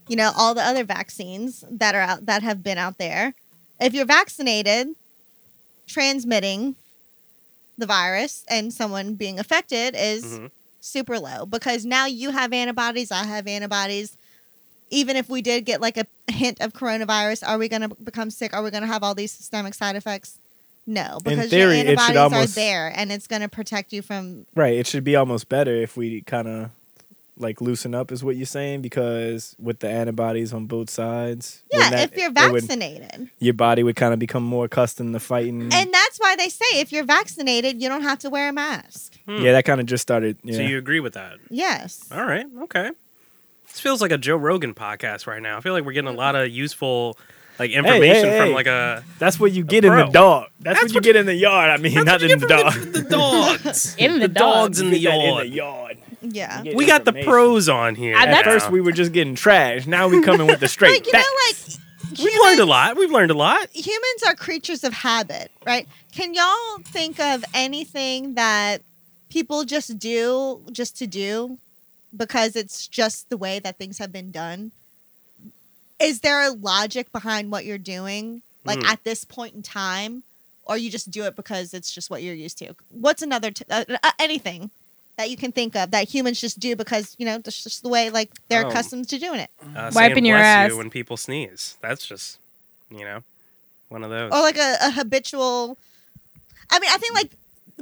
Speaker 3: you know, all the other vaccines that are out that have been out there. If you're vaccinated, transmitting the virus and someone being affected is
Speaker 1: Mm-hmm.
Speaker 2: Mhm.
Speaker 3: super low because now you have antibodies, I have antibodies. Even if we did get like a hint of coronavirus, are we going to become sick? Are we going to have all these systemic side effects? No, because
Speaker 1: theory, it
Speaker 3: your
Speaker 1: should
Speaker 3: antibodies
Speaker 1: almost-
Speaker 3: are there and it's going to protect you from
Speaker 1: Right. It should be almost better if we kind of like loosen up, is what you're saying, because with the antibodies on both sides.
Speaker 3: Yeah,
Speaker 1: wouldn't that-
Speaker 3: if you're
Speaker 1: it would-
Speaker 3: vaccinated.
Speaker 1: your body would kind of become more accustomed to fighting.
Speaker 3: And that's why they say if you're vaccinated, you don't have to wear a mask.
Speaker 1: yeah, that kind of just started. Yeah.
Speaker 2: Hmm. So you agree with that?
Speaker 3: Yes.
Speaker 2: All right. Okay. This feels like a Joe Rogan podcast right now. I feel like we're getting a lot of useful like information from
Speaker 1: hey.
Speaker 2: like a
Speaker 1: that's what you get
Speaker 2: A
Speaker 1: in the
Speaker 2: pro.
Speaker 1: dog. That's, what
Speaker 2: That's
Speaker 1: you get in the yard. I mean, [LAUGHS] not in the dog. [LAUGHS]
Speaker 2: the dogs.
Speaker 5: In the
Speaker 2: dogs
Speaker 5: dogs.
Speaker 2: in the
Speaker 1: Get that
Speaker 2: yard. Uh,
Speaker 1: In the yard.
Speaker 3: Yeah.
Speaker 1: Get
Speaker 2: we got the
Speaker 1: information.
Speaker 2: pros on here.
Speaker 5: I
Speaker 1: At
Speaker 5: bet-
Speaker 2: now.
Speaker 1: first, we were just getting trash. Now we coming with the straight
Speaker 3: [LAUGHS] Like, you know,
Speaker 1: facts.
Speaker 3: like
Speaker 2: we've learned a lot. We've learned a lot.
Speaker 3: humans are creatures of habit, right? Can y'all think of anything that people just do just to do because it's just the way that things have been done? Is there a logic behind what you're doing, like
Speaker 2: Hmm.
Speaker 3: at this point in time, or you just do it because it's just what you're used to? What's another t- uh, uh, anything that you can think of that humans just do because you know that's just the way like they're
Speaker 2: Oh.
Speaker 3: accustomed to doing it,
Speaker 2: Uh,
Speaker 5: Wiping
Speaker 2: saying
Speaker 5: your
Speaker 2: bless
Speaker 5: ass.
Speaker 2: you when people sneeze. That's just you know one of those.
Speaker 3: or like a, a habitual. I mean, I think like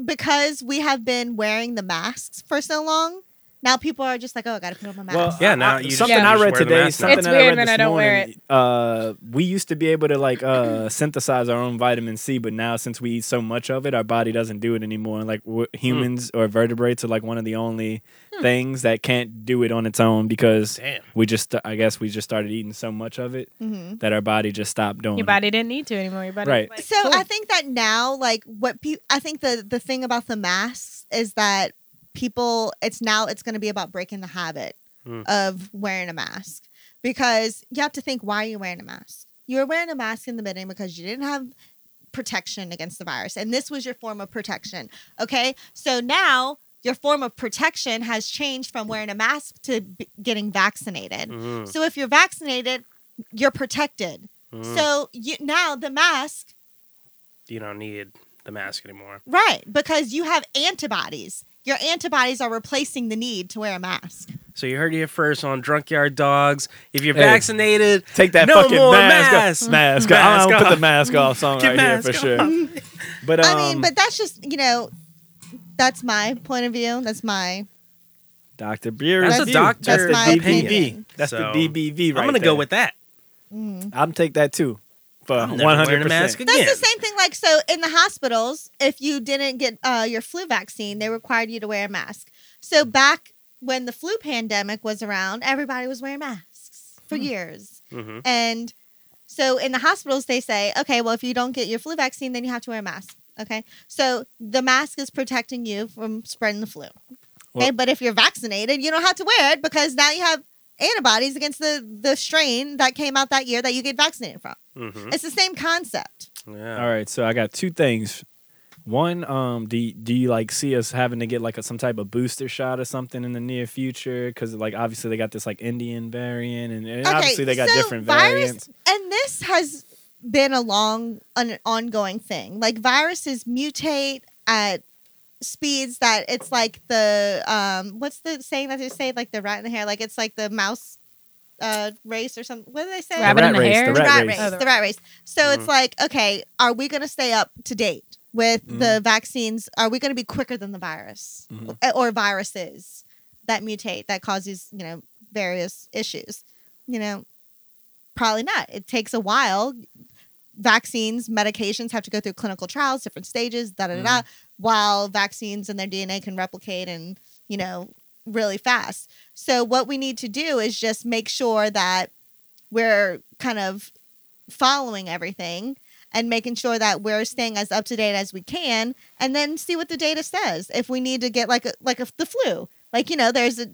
Speaker 3: because we have been wearing the masks for so long, now people are just like, oh, I gotta put on my mask.
Speaker 1: Well,
Speaker 2: Yeah, now
Speaker 1: I-
Speaker 2: you just-
Speaker 1: something
Speaker 5: you just
Speaker 1: I read
Speaker 2: wear the
Speaker 1: today.
Speaker 2: mask now.
Speaker 1: Something
Speaker 5: It's
Speaker 1: that
Speaker 5: weird
Speaker 1: I read
Speaker 5: when
Speaker 1: this
Speaker 5: I don't wear
Speaker 1: morning, Uh, we used to be able to like uh, [CLEARS THROAT] synthesize our own vitamin C, but now since we eat so much of it, our body doesn't do it anymore. And like w-
Speaker 2: Hmm.
Speaker 1: humans or vertebrates are like one of the only
Speaker 5: Hmm.
Speaker 1: things that can't do it on its own because
Speaker 2: Damn.
Speaker 1: we just, I guess, we just started eating so much of it
Speaker 3: mm-hmm.
Speaker 1: that our body just stopped doing.
Speaker 5: Your
Speaker 1: it.
Speaker 5: body didn't need to anymore. Your body
Speaker 1: Right.
Speaker 5: was like,
Speaker 3: so
Speaker 5: cool.
Speaker 3: I think that now, like, what people, I think the the thing about the masks is that people, it's now it's going to be about breaking the habit
Speaker 2: Hmm.
Speaker 3: of wearing a mask because you have to think, why are you wearing a mask? You were wearing a mask in the beginning because you didn't have protection against the virus, and this was your form of protection. Okay, so now your form of protection has changed from wearing a mask to b- getting vaccinated.
Speaker 5: Mm-hmm.
Speaker 2: Mhm.
Speaker 3: So if you're vaccinated, you're protected.
Speaker 5: Mm.
Speaker 2: Mhm.
Speaker 3: So you, now the mask
Speaker 2: you don't need the mask anymore.
Speaker 3: Right, because you have antibodies. Your antibodies are replacing the need to wear a mask.
Speaker 2: So you heard it here first on Drunk Yard Dogs. If you're
Speaker 1: Hey.
Speaker 2: vaccinated,
Speaker 1: Take that
Speaker 2: No
Speaker 1: fucking
Speaker 2: more
Speaker 1: mask,
Speaker 2: mask.
Speaker 1: off. Mask. off.
Speaker 2: Mask
Speaker 1: I'll put
Speaker 2: off.
Speaker 1: the mask
Speaker 2: [LAUGHS]
Speaker 1: off song
Speaker 2: Get
Speaker 1: right here for
Speaker 2: mask
Speaker 5: [LAUGHS]
Speaker 1: sure. But um,
Speaker 3: I mean, but that's just, you know, that's my point of view. That's my
Speaker 1: Dr. Beer.
Speaker 2: That's a
Speaker 1: review.
Speaker 2: doctor's
Speaker 1: That's the
Speaker 3: That's my
Speaker 1: DBV.
Speaker 3: opinion.
Speaker 1: That's
Speaker 2: So,
Speaker 1: the DBV. Right
Speaker 2: I'm gonna
Speaker 1: there.
Speaker 2: go with that.
Speaker 3: mm.
Speaker 1: I'm take that too. For
Speaker 2: I'm never
Speaker 1: 100.
Speaker 2: wearing a mask
Speaker 1: percent
Speaker 2: again.
Speaker 3: That's the same thing like so in the hospitals, if you didn't get uh, your flu vaccine, they required you to wear a mask. So back when the flu pandemic was around, everybody was wearing masks for years.
Speaker 2: Mhm.
Speaker 3: And so in the hospitals, they say, okay, well, if you don't get your flu vaccine, then you have to wear a mask. Okay. So the mask is protecting you from spreading the flu. Okay.
Speaker 1: Well-
Speaker 3: but if you're vaccinated, you don't have to wear it because now you have antibodies against the, the strain that came out that year that you get vaccinated from.
Speaker 2: Mhm.
Speaker 3: It's the same concept.
Speaker 2: Yeah.
Speaker 1: All right, so I got two things. One, um, do do you like see us having to get like a, some type of booster shot or something in the near future? Because like obviously they got this like Indian variant, and, and obviously they got
Speaker 3: so
Speaker 1: different variants.
Speaker 3: And this has been a long, an ongoing thing. Like viruses mutate at speeds that it's like the um, what's the saying that they say? Like the rat in the hair. Like it's like the mouse uh, race or something. What do they say?
Speaker 1: The
Speaker 5: Rabbit in
Speaker 1: rat
Speaker 5: Oh, the
Speaker 1: race,
Speaker 5: hair?
Speaker 1: the rat race.
Speaker 3: the
Speaker 15: Oh,
Speaker 1: Mm-hmm.
Speaker 3: race. The rat race. So
Speaker 2: Mhm.
Speaker 3: it's like, okay, are we going to stay up to date with
Speaker 1: Mm-hmm.
Speaker 3: the vaccines? Are we going to be quicker than the virus
Speaker 1: Mhm.
Speaker 3: Uh, or viruses that mutate that causes you know various issues? You know, probably not. It takes a while. vaccines, medications have to go through clinical trials, different stages, da da da,
Speaker 1: Mm-hmm.
Speaker 3: da, while vaccines and their DNA can replicate and, you know, really fast. So, what we need to do is just make sure that we're kind of following everything and making sure that we're staying as up to date as we can and then see what the data says if we need to get like a, like a, the flu like you know there's a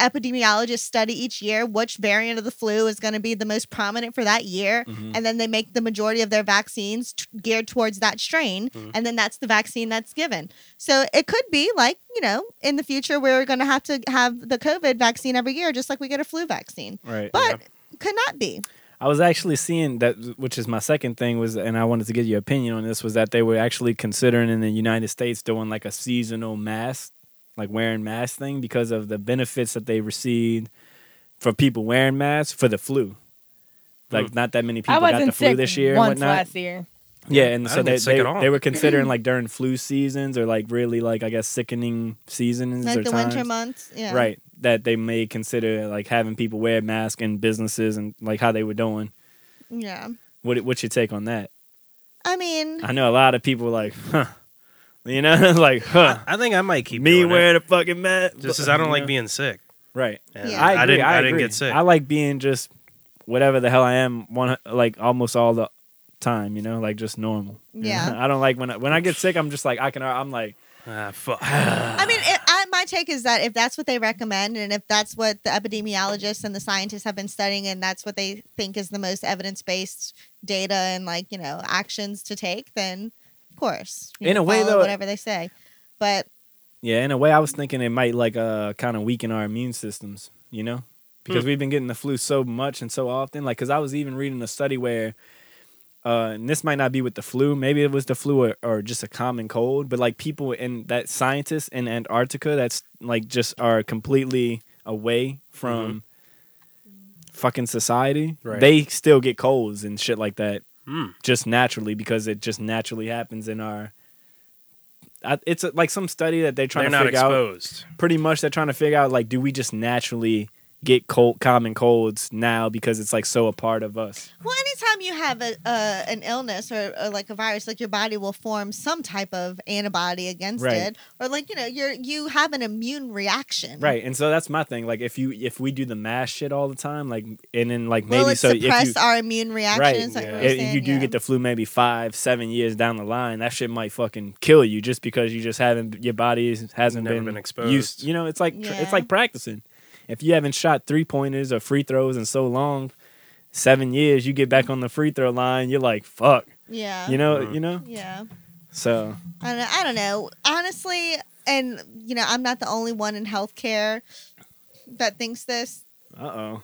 Speaker 3: epidemiologists study each year which variant of the flu is going to be the most prominent for that year
Speaker 1: Mm-hmm.
Speaker 3: and then they make the majority of their vaccines t- geared towards that strain and then that's the vaccine that's given so it could be like you know in the future we're going to have to have the covid vaccine every year just like we get a flu vaccine
Speaker 1: Right.
Speaker 3: but could not be
Speaker 1: I was actually seeing that, which is my second thing was, and I wanted to get your opinion on this, was that they were actually considering in the United States doing like a seasonal mask, like wearing mask thing, because of the benefits that they received for people wearing masks for the flu.
Speaker 2: Hmm.
Speaker 1: Like not that many
Speaker 15: I
Speaker 1: people got
Speaker 15: wasn't
Speaker 1: the flu
Speaker 15: sick
Speaker 1: this year and
Speaker 15: once
Speaker 1: whatnot.
Speaker 15: last year.
Speaker 1: Yeah, and
Speaker 2: I
Speaker 1: so
Speaker 2: didn't get
Speaker 1: they
Speaker 2: sick
Speaker 1: they,
Speaker 2: at all.
Speaker 1: they
Speaker 15: [CLEARS THROAT]
Speaker 1: were considering like during flu seasons or like really like I guess sickening seasons or
Speaker 3: like the
Speaker 1: times.
Speaker 3: winter months yeah
Speaker 1: Right. That they may consider like having people wear masks in businesses and like how they were doing.
Speaker 3: yeah
Speaker 1: What what's your take on that?
Speaker 3: i mean
Speaker 1: I know a lot of people were like, huh. You know, [LAUGHS] like, huh.
Speaker 2: I think I might keep
Speaker 1: Me
Speaker 2: doing it,
Speaker 1: wearing a fucking mask.
Speaker 2: just as I don't
Speaker 1: You
Speaker 2: like
Speaker 1: know?
Speaker 2: being sick.
Speaker 1: Right.
Speaker 2: And
Speaker 3: Yeah.
Speaker 1: I, agree,
Speaker 2: didn't. I, didn't
Speaker 1: agree.
Speaker 2: get sick.
Speaker 1: I like being just whatever the hell I am, one like almost all the time. You know, like just normal. [LAUGHS] You know?
Speaker 3: Yeah.
Speaker 1: I don't like when I, when I get sick. I'm just like I can. I'm like
Speaker 2: ah, fuck.
Speaker 3: I mean, it, I, my take is that if that's what they recommend, and if that's what the epidemiologists and the scientists have been studying, and that's what they think is the most evidence based data and like you know actions to take, then of course, you
Speaker 1: In a way,
Speaker 3: follow
Speaker 1: though-
Speaker 3: whatever they say. But
Speaker 1: Yeah, in a way, I was thinking it might like uh kind of weaken our immune systems, you know, because
Speaker 2: Hmm.
Speaker 1: we've been getting the flu so much and so often. Like, because I was even reading a study where, uh, and this might not be with the flu, maybe it was the flu or, or just a common cold, but like people in that scientists in Antarctica that's like just are completely away from fucking society.
Speaker 2: Mm-hmm. Right.
Speaker 1: They still get colds and shit like that
Speaker 2: Mm.
Speaker 1: just naturally because it just naturally happens in our. I, it's a, like some study that they're
Speaker 2: They're
Speaker 1: trying to
Speaker 2: not
Speaker 1: figure out.
Speaker 2: exposed.
Speaker 1: Pretty much, they're trying to figure out like, do we just naturally get cold, common colds now because it's like so a part of us?
Speaker 3: well, anytime you have a uh, an illness or, or like a virus, like your body will form some type of antibody against
Speaker 1: Right.
Speaker 3: it, or like you know you're you have an immune reaction,
Speaker 1: Right, and so that's my thing. Like, if you if we do the mass shit all the time, like, and then like
Speaker 3: Will
Speaker 1: maybe
Speaker 3: it
Speaker 1: so if
Speaker 3: suppress
Speaker 1: you
Speaker 3: our immune reaction?
Speaker 1: right,
Speaker 3: Is that what
Speaker 1: yeah.
Speaker 3: we're
Speaker 1: if
Speaker 3: saying?
Speaker 1: you do
Speaker 3: Yeah.
Speaker 1: get the flu, maybe five seven years down the line, that shit might fucking kill you just because you just haven't your body hasn't
Speaker 2: Never
Speaker 1: been,
Speaker 2: been exposed.
Speaker 1: Used, you know, it's like tr
Speaker 3: Yeah.
Speaker 1: it's like practicing. If you haven't shot three pointers or free throws in so long, seven years, you get back on the free throw line, you're like fuck.
Speaker 3: yeah,
Speaker 1: You know, you know.
Speaker 3: yeah.
Speaker 1: So
Speaker 3: I don't, I don't know. Honestly, and you know, I'm not the only one in healthcare that thinks this.
Speaker 1: uh oh,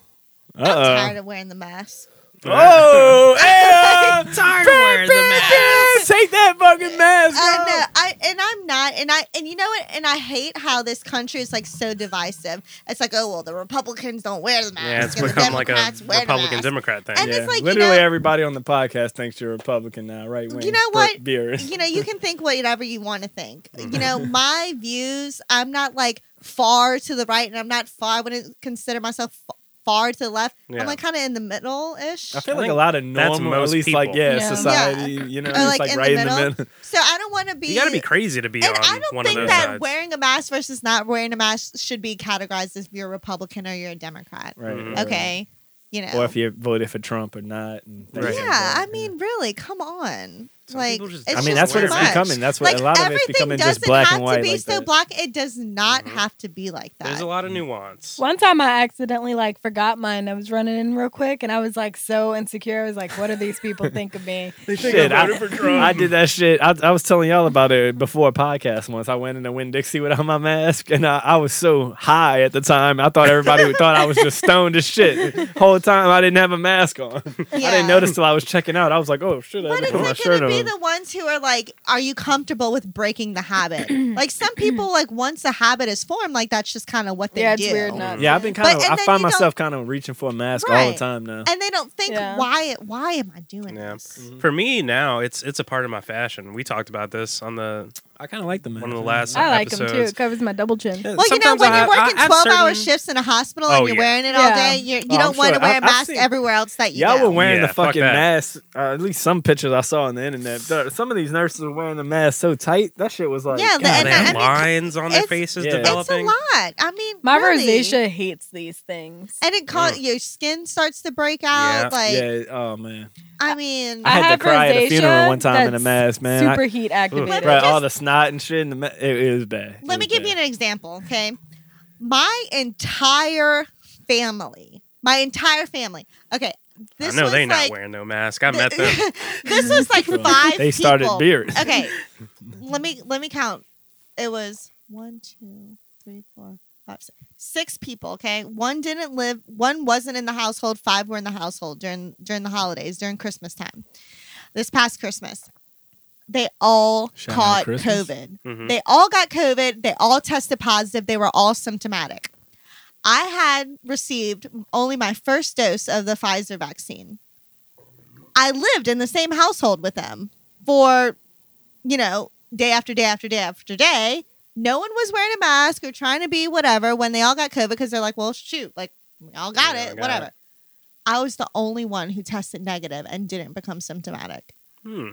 Speaker 3: I'm
Speaker 1: uh
Speaker 3: tired of wearing the mask.
Speaker 1: oh, oh,
Speaker 3: [LAUGHS]
Speaker 2: Tired of wearing the mask.
Speaker 1: take that fucking mask
Speaker 3: I
Speaker 1: off.
Speaker 3: know. uh, I and I'm not. And I and you know what? And I hate how this country is like so divisive. It's like, oh well, the Republicans don't wear the mask.
Speaker 2: Yeah, it's
Speaker 3: and the
Speaker 2: become like a
Speaker 3: Democrats wear the
Speaker 2: Republican
Speaker 3: mask.
Speaker 2: Democrat thing.
Speaker 3: And it's like, you
Speaker 1: literally
Speaker 3: know-
Speaker 1: everybody on the podcast thinks you're Republican now, right? Wing,
Speaker 3: know
Speaker 1: Bert
Speaker 3: what?
Speaker 1: Beers.
Speaker 3: you know, you can think whatever you want to think.
Speaker 1: Mm-hmm. [LAUGHS]
Speaker 3: You know, my views, I'm not like far to the right and I'm not far, I wouldn't consider myself f- far to the left.
Speaker 2: Yeah.
Speaker 3: I'm like kind of in the middle ish.
Speaker 1: I feel
Speaker 2: I
Speaker 1: like a
Speaker 2: think
Speaker 1: lot of
Speaker 2: that's
Speaker 1: normal, at
Speaker 2: most
Speaker 1: least like
Speaker 2: people.
Speaker 1: yeah,
Speaker 15: Yeah.
Speaker 1: society, you know,
Speaker 3: Or,
Speaker 1: it's
Speaker 3: like,
Speaker 1: like
Speaker 3: in the
Speaker 1: right in the
Speaker 3: middle.
Speaker 1: middle. [LAUGHS]
Speaker 3: So I don't want to be.
Speaker 2: you got to be crazy to be on
Speaker 3: and I don't
Speaker 2: one of
Speaker 3: think
Speaker 2: those
Speaker 3: that
Speaker 2: sides.
Speaker 3: wearing a mask versus not wearing a mask should be categorized as you're a Republican or you're a Democrat.
Speaker 1: Right.
Speaker 2: Mhm.
Speaker 1: right, right.
Speaker 3: Okay. You know.
Speaker 1: Or if you voted for Trump or not. And things
Speaker 2: Right.
Speaker 1: like
Speaker 3: Yeah,
Speaker 1: that.
Speaker 3: I mean, really, come on.
Speaker 2: Some
Speaker 3: like,
Speaker 2: people just
Speaker 3: it's
Speaker 1: I mean,
Speaker 3: just
Speaker 1: that's what
Speaker 3: too
Speaker 1: it's
Speaker 3: much.
Speaker 1: becoming. That's what a lot of it's
Speaker 3: everything
Speaker 1: becoming
Speaker 3: doesn't
Speaker 1: just black
Speaker 3: have
Speaker 1: and white.
Speaker 3: to be
Speaker 1: like Mm-hmm.
Speaker 3: so
Speaker 1: that.
Speaker 3: black. It does not
Speaker 2: Mhm.
Speaker 3: have to be like that.
Speaker 2: There's a lot of nuance.
Speaker 15: One time I accidentally like forgot mine. I was running in real quick and I was like so insecure. I was like, what do these people think of
Speaker 1: [LAUGHS]
Speaker 15: me?
Speaker 2: They
Speaker 1: Shit, I, I did that shit. I, I was telling y'all about it before a podcast once. I went into Win Dixie without my mask, and I, I was so high at the time. I thought everybody would thought I was just stoned as shit. Whole time I didn't have a mask on. I
Speaker 3: Yeah.
Speaker 1: didn't notice till I was checking out. I was like, oh shit, I
Speaker 3: But
Speaker 1: didn't
Speaker 3: it's
Speaker 1: put my
Speaker 3: like
Speaker 1: shirt
Speaker 3: going to
Speaker 1: on.
Speaker 3: be the ones who are like, are you comfortable with breaking
Speaker 15: [CLEARS THROAT]
Speaker 3: the habit? like some people, like once a habit is formed, like that's just kind of what they
Speaker 15: yeah,
Speaker 3: do.
Speaker 15: it's weird not.
Speaker 1: yeah, I've been kind of.
Speaker 3: and
Speaker 1: I
Speaker 3: then
Speaker 1: find
Speaker 3: you don't-
Speaker 1: myself kind of reaching for a mask all the
Speaker 3: Right.
Speaker 1: time now.
Speaker 3: And they don't think
Speaker 15: Yeah.
Speaker 3: why it. Why am I doing
Speaker 2: Yeah.
Speaker 1: Mm.
Speaker 3: this?
Speaker 2: For me now, it's it's a part of my fashion. We talked about this on the
Speaker 1: I kind of like the men.
Speaker 2: One of the last
Speaker 3: Oh,
Speaker 5: I like them too.
Speaker 2: episodes.
Speaker 5: It covers my double chin.
Speaker 2: Yeah,
Speaker 3: Well, you know,
Speaker 2: sometimes
Speaker 3: when
Speaker 2: I have-
Speaker 3: you're
Speaker 2: I-
Speaker 3: working
Speaker 2: I have
Speaker 3: 12 hour
Speaker 2: certain-
Speaker 3: shifts in a hospital
Speaker 2: Oh,
Speaker 3: and you're
Speaker 2: yeah.
Speaker 3: wearing it all
Speaker 5: Yeah.
Speaker 3: day, you're, you
Speaker 1: Oh,
Speaker 3: don't
Speaker 1: I'm
Speaker 3: want
Speaker 1: sure.
Speaker 3: to wear
Speaker 1: I-
Speaker 3: a
Speaker 1: I've
Speaker 3: mask
Speaker 1: seen-
Speaker 3: everywhere else that you
Speaker 1: Y'all
Speaker 3: know.
Speaker 1: were wearing
Speaker 2: Yeah,
Speaker 1: the
Speaker 2: fuck
Speaker 1: fucking
Speaker 2: that.
Speaker 1: mask. Uh, at least some pictures I saw on the internet. The- Some of these nurses were wearing the mask so tight. That shit was like,
Speaker 3: Yeah, the-
Speaker 1: God,
Speaker 3: and
Speaker 2: They
Speaker 3: I-
Speaker 2: have
Speaker 3: mean,
Speaker 2: lines on their
Speaker 3: it's-
Speaker 2: faces
Speaker 1: yeah. It's a
Speaker 3: it's a
Speaker 2: developing.
Speaker 3: lot. I mean,
Speaker 15: My
Speaker 3: really.
Speaker 15: rosacea hates these things.
Speaker 3: And it caught your skin starts to break out.
Speaker 2: Yeah.
Speaker 3: Like,
Speaker 1: yeah. Oh man,
Speaker 3: I mean,
Speaker 1: I had to
Speaker 15: have
Speaker 1: cry at a
Speaker 15: rosacea
Speaker 1: funeral one time in a
Speaker 15: that's
Speaker 1: mask, man. I-
Speaker 15: Super heat activated.
Speaker 1: Bro,
Speaker 3: Let me
Speaker 1: all
Speaker 3: just-
Speaker 1: the snot and shit. In the ma- it, it was bad. It
Speaker 3: let
Speaker 1: was
Speaker 3: me give you
Speaker 1: bad.
Speaker 3: an example, okay? My entire family, my entire family. Okay,
Speaker 2: I
Speaker 3: this
Speaker 2: know
Speaker 3: was
Speaker 2: they're not
Speaker 3: like
Speaker 2: wearing no mask. I met them.
Speaker 3: [LAUGHS] this was
Speaker 2: [LAUGHS]
Speaker 3: like
Speaker 1: Well,
Speaker 3: five.
Speaker 1: they started
Speaker 3: people.
Speaker 1: beers. [LAUGHS]
Speaker 3: Okay, let me let me count. It was one, two, three, four, five, six. Six people. Okay, one didn't live. One wasn't in the household. Five were in the household during during the holidays during Christmas time. This past Christmas, they all
Speaker 1: Shout out
Speaker 3: caught
Speaker 1: Christmas.
Speaker 3: COVID.
Speaker 2: Mhm.
Speaker 3: They all got COVID. They all tested positive. They were all symptomatic. I had received only my first dose of the Pfizer vaccine. I lived in the same household with them for, you know, day after day after day after day. No one was wearing a mask or trying to be whatever when they all got COVID because they're like, well, shoot, like we all got
Speaker 2: We all
Speaker 3: it,
Speaker 2: got
Speaker 3: whatever.
Speaker 2: it.
Speaker 3: I was the only one who tested negative and didn't become symptomatic.
Speaker 2: Hmm.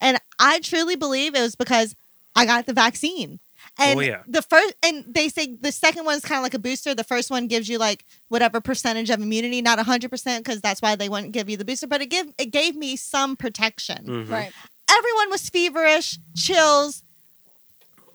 Speaker 3: And I truly believe it was because I got the vaccine. And
Speaker 2: Oh, yeah.
Speaker 3: the first and they say the second one is kind of like a booster. The first one gives you like whatever percentage of immunity, not 100% because that's why they wouldn't give you the booster, but it give it gave me some protection.
Speaker 2: Mhm.
Speaker 15: Right.
Speaker 3: Everyone was feverish, chills,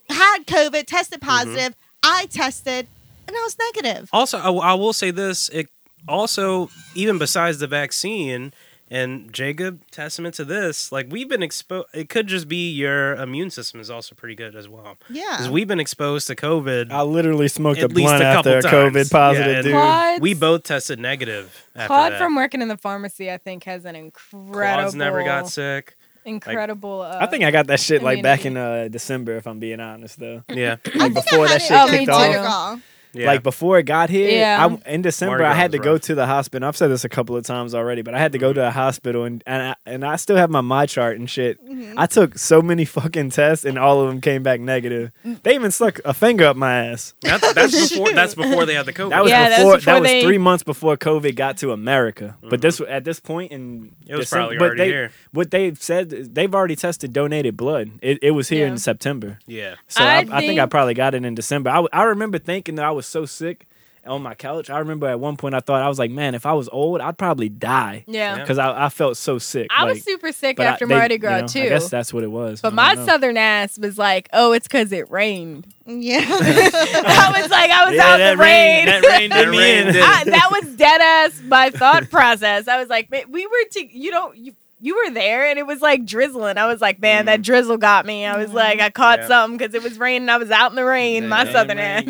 Speaker 3: had COVID, tested positive. I tested and I was negative.
Speaker 2: Also, I, I will say this: it also, even besides the vaccine, and Jacob, testament to this, like we've been exposed. It could just be your immune system is also pretty good as well, because
Speaker 3: Yeah.
Speaker 2: we've been exposed to COVID.
Speaker 1: I literally smoked
Speaker 2: At
Speaker 1: a
Speaker 2: least
Speaker 1: blunt
Speaker 2: a couple
Speaker 1: after a
Speaker 2: times.
Speaker 1: COVID positive,
Speaker 2: Yeah,
Speaker 1: dude.
Speaker 2: and-
Speaker 15: Claude's-
Speaker 2: we both tested negative. After
Speaker 15: Claude
Speaker 2: that.
Speaker 15: from working in the pharmacy, I think, has an incredible,
Speaker 2: Claude's never got sick.
Speaker 15: incredible. uh,
Speaker 1: I think I got that shit like back in
Speaker 15: immunity.
Speaker 1: uh, December, if I'm being honest, though.
Speaker 2: [LAUGHS] Yeah,
Speaker 3: I think
Speaker 1: before
Speaker 3: I
Speaker 1: that
Speaker 3: had it
Speaker 1: shit
Speaker 3: during
Speaker 15: kicked off.
Speaker 3: Portugal.
Speaker 2: yeah.
Speaker 1: Like before it got here,
Speaker 15: Yeah.
Speaker 1: I, in December
Speaker 2: Mardi
Speaker 1: I
Speaker 2: Gras
Speaker 1: had to
Speaker 2: was
Speaker 1: go
Speaker 2: rough.
Speaker 1: to the hospital. I've said this a couple of times already, but I had to go to a hospital and and I, and I still have my my chart and shit.
Speaker 3: Mm-hmm.
Speaker 1: I took so many [LAUGHS] fucking tests and all of them came back negative.
Speaker 3: Mm.
Speaker 1: They even stuck a finger up my ass.
Speaker 2: that's, that's before. That's before they had the COVID.
Speaker 1: [LAUGHS] That was
Speaker 15: Yeah, that was
Speaker 1: before,
Speaker 15: before
Speaker 1: that was
Speaker 15: they-
Speaker 1: three months before COVID got to America. But this at this point in
Speaker 2: Mm-hmm. It was
Speaker 1: December-
Speaker 2: probably
Speaker 1: but
Speaker 2: already
Speaker 1: they,
Speaker 2: here.
Speaker 1: What they've said is they've already tested donated blood. It, it was here
Speaker 15: Yeah.
Speaker 1: in September.
Speaker 2: yeah.
Speaker 1: So I, I,
Speaker 15: I
Speaker 1: think, I
Speaker 15: think-
Speaker 1: probably got it in December. I, w- I remember thinking that I was so sick on my couch. I remember at one point I thought I was like, man, if I was old, I'd probably die
Speaker 15: Yeah.
Speaker 1: because I, I felt so sick.
Speaker 15: I
Speaker 1: like-
Speaker 15: was super sick
Speaker 1: but I-
Speaker 15: after
Speaker 1: they-
Speaker 15: Mardi
Speaker 1: you
Speaker 15: Gras,
Speaker 1: know,
Speaker 15: too.
Speaker 1: I guess that's what it was.
Speaker 15: But
Speaker 1: I
Speaker 15: my
Speaker 1: don't know.
Speaker 15: southern ass was like, "Oh, it's because it rained." [LAUGHS]
Speaker 3: Yeah. [LAUGHS]
Speaker 15: I was like, I was out in the rain.
Speaker 1: that rain did
Speaker 2: That
Speaker 1: me
Speaker 2: rain
Speaker 1: in.
Speaker 2: did.
Speaker 15: I, that was dead ass my thought process. I was like, "Man, we were to you don't you, you were there and it was like drizzling. I was like, man, that drizzle got me. I was like, I caught
Speaker 2: Yeah.
Speaker 15: something because it was raining. I was out in the rain, my
Speaker 2: Yeah.
Speaker 15: southern ass.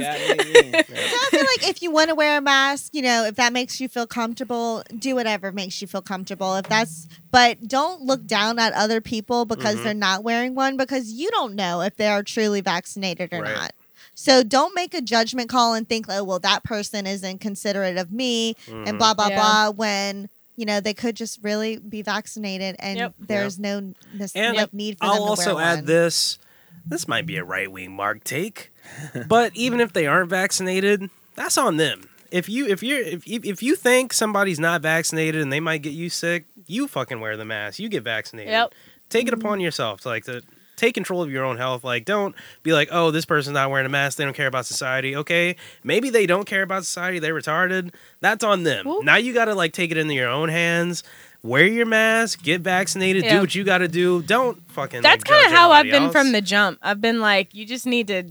Speaker 3: So I feel like if you want to wear a mask, you know, if that makes you feel comfortable, do whatever makes you feel comfortable. If that's, but don't look down at other people because
Speaker 2: Mm-hmm.
Speaker 3: they're not wearing one because you don't know if they are truly vaccinated or
Speaker 2: Right.
Speaker 3: not. So don't make a judgment call and think, oh, well, that person is inconsiderate of me
Speaker 2: Mm-hmm.
Speaker 3: and blah, blah,
Speaker 15: Yeah.
Speaker 3: blah, when. You know they could just really be vaccinated, and
Speaker 15: Yep.
Speaker 3: there's no nes-
Speaker 2: And
Speaker 3: like, need for them
Speaker 2: I'll
Speaker 3: to
Speaker 2: also
Speaker 3: wear
Speaker 2: add
Speaker 3: one.
Speaker 2: this. This might be a right wing mark take, [LAUGHS] but even if they aren't vaccinated, that's on them. If you if you're if if if you think somebody's not vaccinated and they might get you sick, you fucking wear the mask. You get vaccinated.
Speaker 15: Yep.
Speaker 2: Take it upon yourself to like to take control of your own health. Like don't be like, oh, this person's not wearing a mask. They don't care about society. Okay, maybe they don't care about society. They're retarded. That's on them.
Speaker 15: Whoop.
Speaker 2: Now you got to like take it into your own hands. Wear your mask. Get vaccinated. Do
Speaker 15: Yeah.
Speaker 2: what you got to do. Don't fucking.
Speaker 15: That's
Speaker 2: like,
Speaker 15: kind
Speaker 2: judge
Speaker 15: of how I've
Speaker 2: everybody
Speaker 15: been from the
Speaker 2: else.
Speaker 15: jump. I've been like, you just need to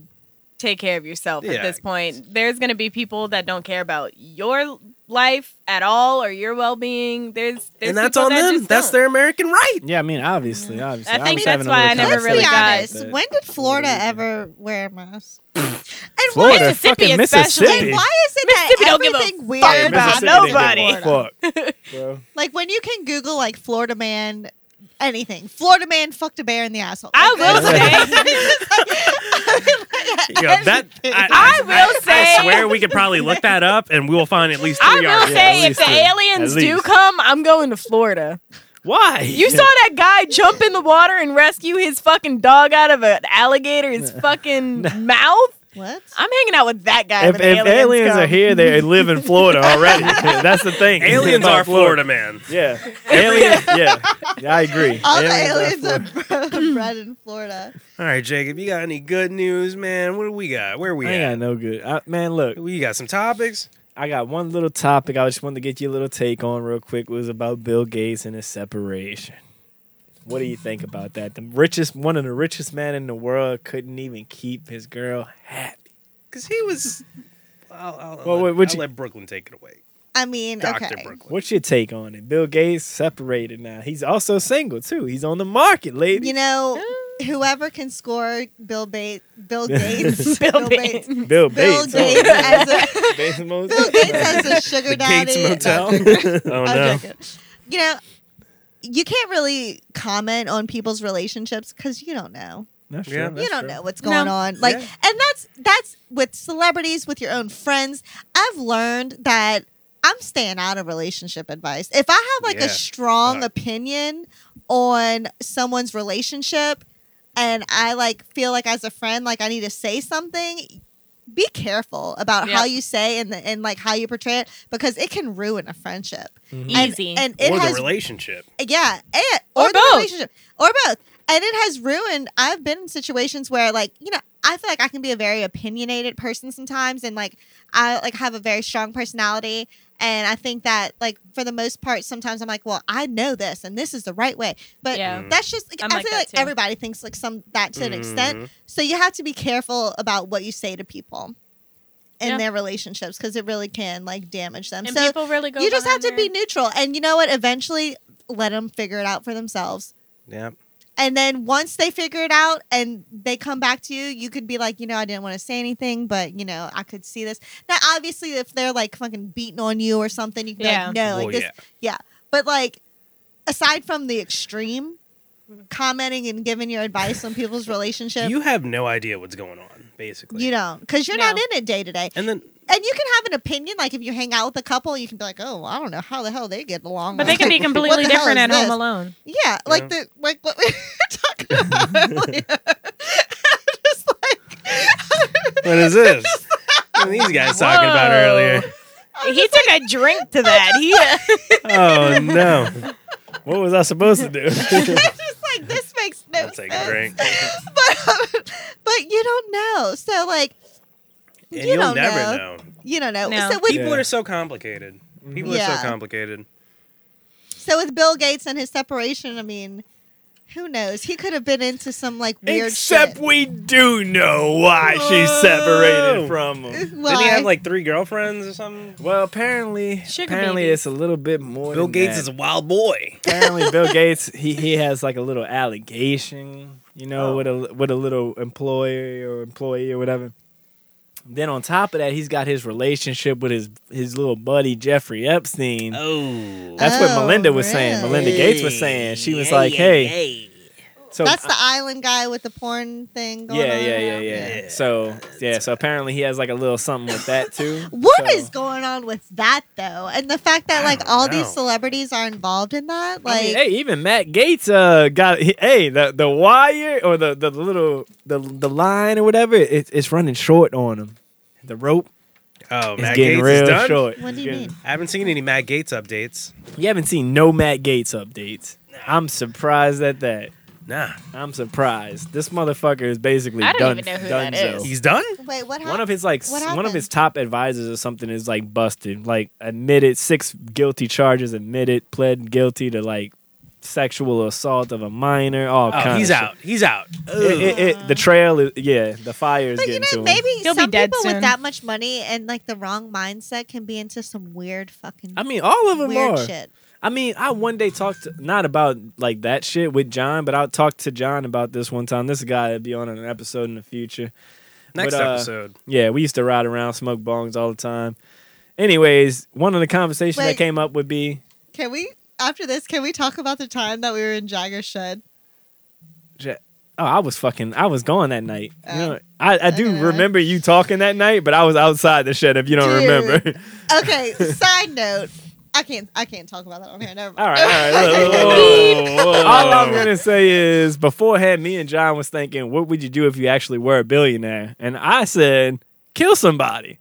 Speaker 15: take care of yourself
Speaker 2: Yeah.
Speaker 15: at this point. There's going to be people that don't care about your life at all or your well being. There's, there's
Speaker 2: and that's
Speaker 15: people
Speaker 2: on
Speaker 15: that
Speaker 2: them.
Speaker 15: just
Speaker 2: That's
Speaker 15: don't.
Speaker 2: their American
Speaker 15: [LAUGHS]
Speaker 2: right.
Speaker 1: Yeah, I mean, obviously, obviously.
Speaker 15: I think
Speaker 1: was
Speaker 15: that's
Speaker 1: having a
Speaker 15: why
Speaker 1: little
Speaker 15: I never
Speaker 3: Let's
Speaker 1: conversation
Speaker 15: really
Speaker 3: be
Speaker 15: got it,
Speaker 1: about
Speaker 3: honest.
Speaker 1: that.
Speaker 3: When did Florida ever wear
Speaker 2: [LAUGHS]
Speaker 3: a mask? And why
Speaker 1: Florida,
Speaker 15: Mississippi
Speaker 1: fucking
Speaker 15: especially.
Speaker 1: Mississippi.
Speaker 3: And why is it
Speaker 15: Mississippi
Speaker 3: that
Speaker 15: don't give a
Speaker 3: everything
Speaker 15: fuck
Speaker 3: weird about
Speaker 15: about
Speaker 1: Mississippi
Speaker 15: nobody.
Speaker 1: didn't give
Speaker 3: Florida?
Speaker 1: a Fuck, bro.
Speaker 3: Like when you can Google like Florida man anything. Florida man fucked a bear in the asshole.
Speaker 15: I
Speaker 3: Like,
Speaker 2: [LAUGHS]
Speaker 15: will say,
Speaker 2: Yeah, that
Speaker 15: I will say,
Speaker 2: I swear we could probably look that up and we will find at least
Speaker 15: I
Speaker 2: three
Speaker 15: will
Speaker 2: articles.
Speaker 1: at
Speaker 15: say, if
Speaker 1: least
Speaker 15: the
Speaker 1: three.
Speaker 15: aliens
Speaker 1: At
Speaker 15: do
Speaker 1: least.
Speaker 15: come, I'm going to Florida.
Speaker 1: Why?
Speaker 15: You saw that guy jump in the water and rescue his fucking dog out of an
Speaker 2: [LAUGHS]
Speaker 15: alligator's fucking mouth?
Speaker 1: [LAUGHS]
Speaker 3: What?
Speaker 15: I'm hanging out with that guy.
Speaker 1: If,
Speaker 15: when the
Speaker 1: if aliens,
Speaker 15: come.
Speaker 1: are here, they live in Florida already. [LAUGHS] That's the thing.
Speaker 2: Aliens
Speaker 1: About
Speaker 2: are Florida, man.
Speaker 1: Yeah. [LAUGHS] Aliens. Yeah. Yeah, I agree.
Speaker 3: All the
Speaker 1: are
Speaker 3: aliens
Speaker 1: Florida.
Speaker 3: are bro- bred in Florida.
Speaker 2: All right, Jacob, you got any good news, man? What do we got? Where we
Speaker 1: I
Speaker 2: at?
Speaker 1: ain't got no good. I, man, look,
Speaker 2: We got some topics.
Speaker 1: I got one little topic I just wanted to get your little take on real quick. was about Bill Gates and his separation. What do you think about that? The richest, one of the richest men in the world couldn't even keep his girl happy.
Speaker 2: Because he was. I'll, I'll,
Speaker 1: Well,
Speaker 2: let,
Speaker 1: wait, would
Speaker 2: I'll
Speaker 1: you-
Speaker 2: let Brooklyn take it away.
Speaker 3: I mean,
Speaker 2: Dr.
Speaker 3: okay.
Speaker 1: [LAUGHS]
Speaker 2: Brooklyn.
Speaker 1: What's your take on it? Bill Gates separated now. He's also single too. He's on the market, lady.
Speaker 3: You know, whoever can score Bill Bates,
Speaker 1: [LAUGHS]
Speaker 3: Bill Gates,
Speaker 15: Bill
Speaker 3: Bates,
Speaker 1: Bill
Speaker 3: Bill
Speaker 1: Bates.
Speaker 3: Gates as a
Speaker 1: Oh, Bates Motel.
Speaker 3: Bill
Speaker 1: [LAUGHS]
Speaker 3: Gates as a sugar daddy.
Speaker 2: Gates Motel.
Speaker 1: Oh,
Speaker 3: No, I'm joking. You know, you can't really comment on people's relationships because you don't know.
Speaker 1: That's
Speaker 2: Yeah,
Speaker 1: true.
Speaker 2: that's
Speaker 3: you don't
Speaker 2: true.
Speaker 3: know what's going
Speaker 15: No.
Speaker 3: on like
Speaker 2: Yeah.
Speaker 3: and that's that's with celebrities with your own friends i've learned that i'm staying out of relationship advice if i have like
Speaker 2: Yeah.
Speaker 3: a strong
Speaker 2: Fuck.
Speaker 3: opinion on someone's relationship and i like feel like as a friend like i need to say something be careful about
Speaker 15: Yeah.
Speaker 3: how you say and, and like how you portray it because it can ruin a friendship And-
Speaker 15: Easy.
Speaker 3: and, it
Speaker 2: or
Speaker 3: has
Speaker 2: the relationship.
Speaker 3: yeah, and,
Speaker 15: Or
Speaker 3: or, the
Speaker 15: both.
Speaker 3: relationship, or both, and it has ruined. I've been in situations where, like, you know, I feel like I can be a very opinionated person sometimes, and like, I like have a very strong personality, and I think that, like, for the most part, sometimes I'm like, well, I know this, and this is the right way, but
Speaker 15: Yeah.
Speaker 3: that's just. Like,
Speaker 15: I'm
Speaker 3: I
Speaker 15: like
Speaker 3: feel
Speaker 15: that
Speaker 3: like
Speaker 15: too.
Speaker 3: everybody thinks like some that to an
Speaker 2: Mhm.
Speaker 3: extent, so you have to be careful about what you say to people. In
Speaker 15: Yeah.
Speaker 3: their relationships, because it really can like damage them.
Speaker 15: And
Speaker 3: so
Speaker 15: people really go
Speaker 3: you just have
Speaker 15: behind
Speaker 3: to be
Speaker 15: their-
Speaker 3: neutral and you know what eventually let them figure it out for themselves
Speaker 2: Yeah.
Speaker 3: and then once they figure it out and they come back to you you could be like you know i didn't want to say anything but you know i could see this now obviously if they're like fucking beating on you or something you can
Speaker 15: Yeah.
Speaker 3: be like no like
Speaker 2: Well,
Speaker 3: this
Speaker 2: yeah.
Speaker 3: but like aside from the extreme commenting and giving your advice on
Speaker 2: [LAUGHS]
Speaker 3: people's relationship you,
Speaker 2: You have no idea what's going on, basically.
Speaker 3: don't because you're not
Speaker 15: No.
Speaker 3: in it day to day
Speaker 2: and
Speaker 1: [LAUGHS]
Speaker 2: then
Speaker 3: and you can have an opinion like if you hang out with a couple you can be like oh well, i don't know how the hell they get along
Speaker 15: But they can be
Speaker 3: Like, [LAUGHS] what
Speaker 15: completely
Speaker 3: the hell
Speaker 15: different
Speaker 3: is
Speaker 15: at
Speaker 3: this?
Speaker 15: home alone.
Speaker 3: Yeah, like the like what we [LAUGHS] were talking
Speaker 2: [LAUGHS]
Speaker 3: about earlier. [LAUGHS] I'm just like
Speaker 2: what is this? What are these guys talking about
Speaker 15: Whoa.
Speaker 2: earlier.
Speaker 15: He took a drink
Speaker 3: [LAUGHS]
Speaker 15: to that. He
Speaker 2: Oh no!
Speaker 1: What was I supposed
Speaker 3: [LAUGHS]
Speaker 1: to do?
Speaker 2: [LAUGHS]
Speaker 3: [LAUGHS] I'm just like this makes no
Speaker 2: I'll take a
Speaker 3: sense.
Speaker 2: drink.
Speaker 3: [LAUGHS] But um, but you don't know. So like
Speaker 2: And
Speaker 3: you
Speaker 2: you will
Speaker 3: don't
Speaker 2: never
Speaker 3: know.
Speaker 2: know.
Speaker 3: you don't know.
Speaker 15: No.
Speaker 3: So with
Speaker 2: People
Speaker 1: Yeah.
Speaker 2: are so complicated. People are
Speaker 3: Yeah.
Speaker 2: so complicated.
Speaker 3: so with Bill Gates and his separation, I mean, who knows? He could have been into some like weird
Speaker 8: Except
Speaker 2: [LAUGHS]
Speaker 3: shit.
Speaker 8: we do know why she's separated from him.
Speaker 2: Did he
Speaker 3: Why?
Speaker 2: have like three girlfriends or something?
Speaker 1: Well, apparently,
Speaker 15: Sugar
Speaker 1: apparently
Speaker 15: babies.
Speaker 1: it's a little bit more.
Speaker 2: Bill
Speaker 1: than
Speaker 2: Gates
Speaker 1: that.
Speaker 2: is a wild boy.
Speaker 1: apparently Bill Gates he, he has like a little allegation, you know,
Speaker 2: Oh.
Speaker 1: with a with a little employer or employee or whatever. Then on top of that, he's got his relationship with his his little buddy Jeffrey Epstein.
Speaker 2: Oh,
Speaker 1: That's what
Speaker 3: Oh,
Speaker 1: Melinda was saying.
Speaker 3: really?
Speaker 1: Melinda Gates was saying she was like, "Hey, so uh,
Speaker 3: That's the island guy with the porn thing going
Speaker 1: yeah,
Speaker 3: on.
Speaker 1: yeah, yeah, yeah,
Speaker 2: Yeah.
Speaker 1: So yeah, so apparently he has like a little something with that too.
Speaker 3: What is
Speaker 1: So-
Speaker 3: going on with that though? And the fact that
Speaker 2: I
Speaker 3: like
Speaker 2: don't
Speaker 3: all
Speaker 2: know.
Speaker 3: these celebrities are involved in that,
Speaker 1: I
Speaker 3: like
Speaker 1: mean, hey, even Matt Gates uh, got he- hey the the wire or the the little the the line or whatever it, it's running short on him. The rope
Speaker 2: oh,
Speaker 1: is
Speaker 2: Matt
Speaker 1: getting
Speaker 2: Gates
Speaker 1: real
Speaker 2: is done.
Speaker 1: short.
Speaker 3: What do
Speaker 1: It's
Speaker 3: you
Speaker 1: getting-
Speaker 3: mean?
Speaker 2: I haven't seen any Matt Gates updates.
Speaker 1: You haven't seen no Matt Gates updates. I'm surprised at that.
Speaker 2: Nah,
Speaker 1: I'm surprised. This motherfucker is basically
Speaker 15: I don't
Speaker 1: done.
Speaker 15: even know who
Speaker 1: done
Speaker 15: that is.
Speaker 1: so.
Speaker 2: he's done.
Speaker 3: Wait, what happened?
Speaker 1: One of his like s-
Speaker 3: What
Speaker 1: one of
Speaker 3: happened?
Speaker 1: his top advisors or something is like busted, like admitted six guilty charges, admitted, pled guilty to like sexual assault of a minor. All
Speaker 2: Oh,
Speaker 1: kinds.
Speaker 2: he's
Speaker 1: of shit.
Speaker 2: out. He's out.
Speaker 1: It, it, it, the trail is yeah. The fire is
Speaker 3: but you
Speaker 1: getting
Speaker 3: know,
Speaker 1: to him.
Speaker 3: maybe
Speaker 15: He'll be
Speaker 3: some
Speaker 15: dead
Speaker 3: people
Speaker 15: soon.
Speaker 3: with that much money and like the wrong mindset can be into some weird fucking
Speaker 1: I mean, all of them
Speaker 3: weird
Speaker 1: are.
Speaker 3: shit.
Speaker 1: I mean, I one day talked to- not about like that shit with John, but I talked to John about this one time. This guy will be on an episode in the future.
Speaker 2: Next
Speaker 1: But, uh,
Speaker 2: episode.
Speaker 1: Yeah, we used to ride around, smoke bongs all the time. Anyways, one of the conversations that
Speaker 3: Wait.
Speaker 1: came up would be
Speaker 3: Can we after this? Can we talk about the time that we were in Jagger's shed?
Speaker 1: Oh, I was fucking. I was gone that night. you
Speaker 3: Oh.
Speaker 1: know, I, I do
Speaker 3: Okay.
Speaker 1: remember you [LAUGHS] talking that night, but I was outside the shed. If you don't
Speaker 3: Dude.
Speaker 1: remember,
Speaker 3: Okay. side note. I can't. I can't talk about that on here. Never mind.
Speaker 1: All right, all right. look, look, look. All I'm gonna say is, beforehand, me and John was thinking, what would you do if you actually were a billionaire? And I said, kill somebody,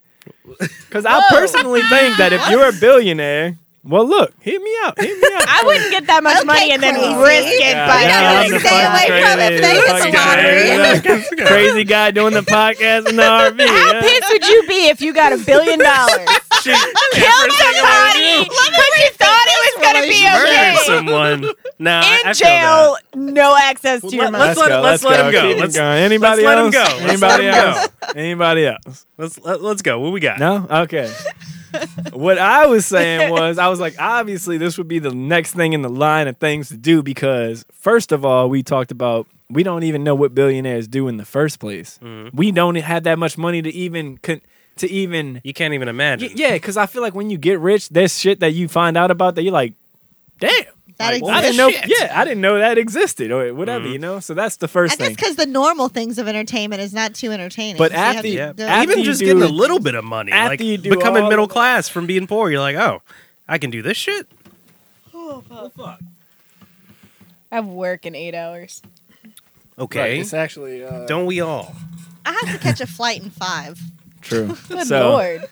Speaker 1: because I personally think that if
Speaker 3: [LAUGHS]
Speaker 1: you're a billionaire, well, look, hit me out, hit me out.
Speaker 5: I wouldn't get that much
Speaker 3: Okay,
Speaker 5: money and then
Speaker 3: crazy.
Speaker 5: risk it.
Speaker 3: Yeah,
Speaker 5: by
Speaker 3: yeah,
Speaker 5: now.
Speaker 3: I'm just stay away from it. They hit the
Speaker 1: Crazy, guy. [LAUGHS] crazy guy doing the podcast in the RV.
Speaker 5: How
Speaker 1: yeah.
Speaker 5: pissed would you be if you got a
Speaker 3: [LAUGHS]
Speaker 5: billion dollars? Kill somebody because you thought it was going to be
Speaker 2: Murdered
Speaker 5: okay.
Speaker 2: someone. Nah, I- I feel
Speaker 5: In jail, no access to your
Speaker 2: let-
Speaker 5: money.
Speaker 2: let's let- let's let him go.
Speaker 1: Keep
Speaker 2: Let's-
Speaker 1: going. Anybody
Speaker 2: let him
Speaker 1: else?
Speaker 2: go. Let's let
Speaker 1: Anybody
Speaker 2: him
Speaker 1: else? Anybody else?
Speaker 2: that. Let's let, let's go. What we got?
Speaker 1: No? Okay. what I was saying was, I was like, obviously, this would be the next thing in the line of things to do because, first of all, we talked about we don't even know what billionaires do in the first place. We don't have that much money to even con- to even
Speaker 2: You can't even
Speaker 1: Y-
Speaker 2: imagine.
Speaker 1: yeah. Because I feel like when you get rich, there's shit that you find out about that you're like, damn.
Speaker 3: That
Speaker 1: Like,
Speaker 3: exists.
Speaker 1: I didn't know. Yeah, I didn't know that existed or whatever.
Speaker 2: Mhm.
Speaker 1: You know, so that's the first
Speaker 3: And that's
Speaker 1: thing.
Speaker 3: because the normal things of entertainment is not too entertaining.
Speaker 1: But
Speaker 3: So you have
Speaker 1: after-
Speaker 3: to
Speaker 1: yeah.
Speaker 3: do-
Speaker 1: after
Speaker 2: even
Speaker 1: you
Speaker 2: just
Speaker 1: do-
Speaker 2: getting a little bit of money,
Speaker 1: After
Speaker 2: like
Speaker 1: you do
Speaker 2: becoming
Speaker 1: all
Speaker 2: middle
Speaker 1: of that.
Speaker 2: class from being poor, you're like, oh, I can do this shit.
Speaker 5: I have work in eight hours.
Speaker 2: Okay,
Speaker 1: actually uh,
Speaker 2: don't we all?
Speaker 3: I have to catch a flight in five.
Speaker 2: [LAUGHS]
Speaker 1: true.
Speaker 5: Good
Speaker 1: so,
Speaker 5: lord.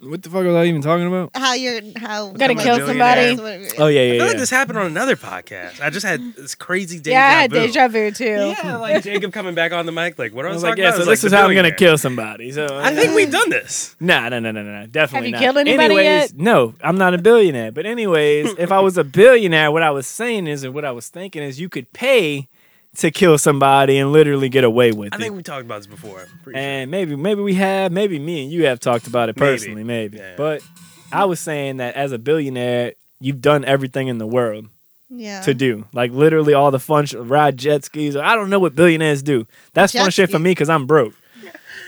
Speaker 1: what the fuck was I even talking about?
Speaker 3: How you're how
Speaker 5: Gotta
Speaker 3: how
Speaker 5: kill
Speaker 3: much-
Speaker 5: somebody.
Speaker 2: I
Speaker 1: Oh yeah, yeah.
Speaker 2: feel
Speaker 1: yeah.
Speaker 2: like this happened on another podcast. I just had this crazy deja
Speaker 5: Yeah, I had
Speaker 2: vu.
Speaker 5: deja vu too.
Speaker 2: Yeah, like Jacob coming back on the mic, like what I
Speaker 1: I
Speaker 2: was,
Speaker 1: was like,
Speaker 2: talking
Speaker 1: yeah,
Speaker 2: about.
Speaker 1: so
Speaker 2: was like
Speaker 1: this
Speaker 2: the
Speaker 1: is how I'm gonna
Speaker 2: billionaire.
Speaker 1: kill somebody. So uh,
Speaker 2: I think we've done this.
Speaker 1: no, no, no, no, no, no, definitely.
Speaker 5: you
Speaker 1: not.
Speaker 5: killed anybody
Speaker 1: anyways,
Speaker 5: yet?
Speaker 1: No, I'm not a billionaire. But anyways, if I was a billionaire, what I was saying is, and what I was thinking is, you could pay to kill somebody and literally get away with
Speaker 2: I
Speaker 1: it.
Speaker 2: think we talked about this before. I'm pretty sure.
Speaker 1: and maybe, maybe we have, maybe me and you have talked about it
Speaker 2: Maybe.
Speaker 1: personally, maybe.
Speaker 2: Yeah.
Speaker 1: But I was saying that as a billionaire, you've done everything in the world
Speaker 3: Yeah.
Speaker 1: Oh, to do. Like literally all the fun sh- ride jet skis. I don't know what billionaires do. That's fun
Speaker 3: Jet
Speaker 1: shit for
Speaker 3: ski.
Speaker 1: me because I'm broke.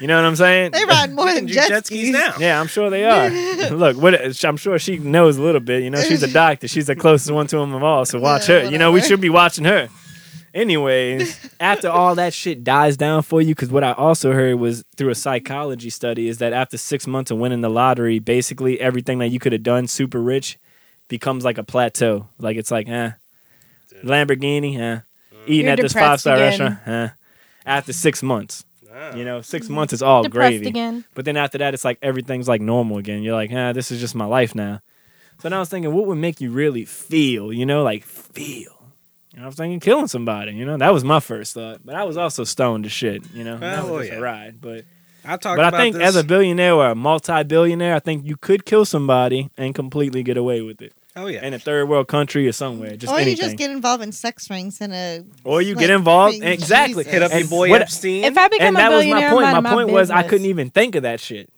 Speaker 1: You know what I'm saying?
Speaker 3: They ride more
Speaker 2: Do [LAUGHS]
Speaker 3: than
Speaker 2: jet,
Speaker 3: jet,
Speaker 2: skis now.
Speaker 1: Yeah, I'm sure they are. Look, what I'm sure she knows a little bit. You know, she's a doctor. She's the closest one to them of all. So watch her. You know, we should be watching her. Anyways, after all that shit dies down for you, because what I also heard was through a psychology study is that after six months of winning the lottery, basically everything that you could have done super rich becomes like a plateau. Like it's like, eh, Lamborghini, eh, eating
Speaker 5: You're
Speaker 1: at this five star
Speaker 5: depressed
Speaker 1: restaurant, eh. After six months,
Speaker 2: Ah.
Speaker 1: you know, 6 months is all
Speaker 5: Depressed
Speaker 1: Oh, gravy.
Speaker 5: again.
Speaker 1: But then after that, it's like everything's like normal again. You're like, ah, this is just my life now. So now I was thinking, what would make you really feel, you know, like feel? And I was thinking killing somebody, you know, that was my first thought. But I was also stoned to shit, you know. and that
Speaker 2: Oh,
Speaker 1: was just
Speaker 2: yeah.
Speaker 1: a ride. But
Speaker 2: I talked
Speaker 1: but I
Speaker 2: about
Speaker 1: think
Speaker 2: this.
Speaker 1: as a billionaire or a multi billionaire, I think you could kill somebody and completely get away with it.
Speaker 2: oh yeah,
Speaker 1: In a third world country or somewhere. Just
Speaker 3: or
Speaker 1: anything.
Speaker 3: you just get involved in sex rings and a
Speaker 1: or you
Speaker 3: like,
Speaker 1: get involved.
Speaker 3: freaking
Speaker 1: Exactly.
Speaker 3: Jesus.
Speaker 2: hit up
Speaker 1: And
Speaker 2: your boy
Speaker 1: what-
Speaker 2: Epstein.
Speaker 5: If I become
Speaker 1: And
Speaker 5: a
Speaker 1: that was my
Speaker 5: billionaire,
Speaker 1: point.
Speaker 5: mind
Speaker 1: My, point was I
Speaker 5: business.
Speaker 1: couldn't even think of that shit.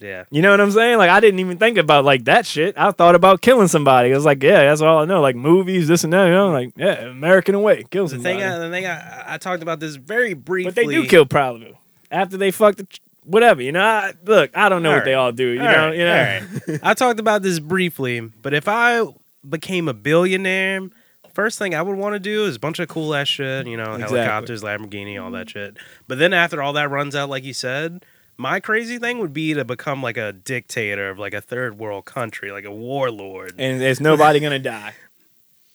Speaker 2: yeah,
Speaker 1: You know what I'm saying? Like I didn't even think about like that shit. I thought about killing somebody. I was like, yeah, that's all I know. Like movies, this and that. You know, like yeah, American way, kill
Speaker 2: the
Speaker 1: somebody.
Speaker 2: thing, I, the thing I, I talked about this very briefly.
Speaker 1: but they do kill probably after they fuck the ch- whatever. You know, I, look, I don't know
Speaker 2: All
Speaker 1: what they
Speaker 2: right.
Speaker 1: all do. You
Speaker 2: All
Speaker 1: know,
Speaker 2: right,
Speaker 1: you know.
Speaker 2: all right. I talked about this briefly, but if I became a billionaire, first thing I would want to do is a bunch of cool ass shit, you know,
Speaker 1: Exactly.
Speaker 2: helicopters, Lamborghini, all that shit. But then after all that runs out, like you said, my crazy thing would be to become like a dictator of like a third world country, like a warlord.
Speaker 1: And there's nobody gonna die.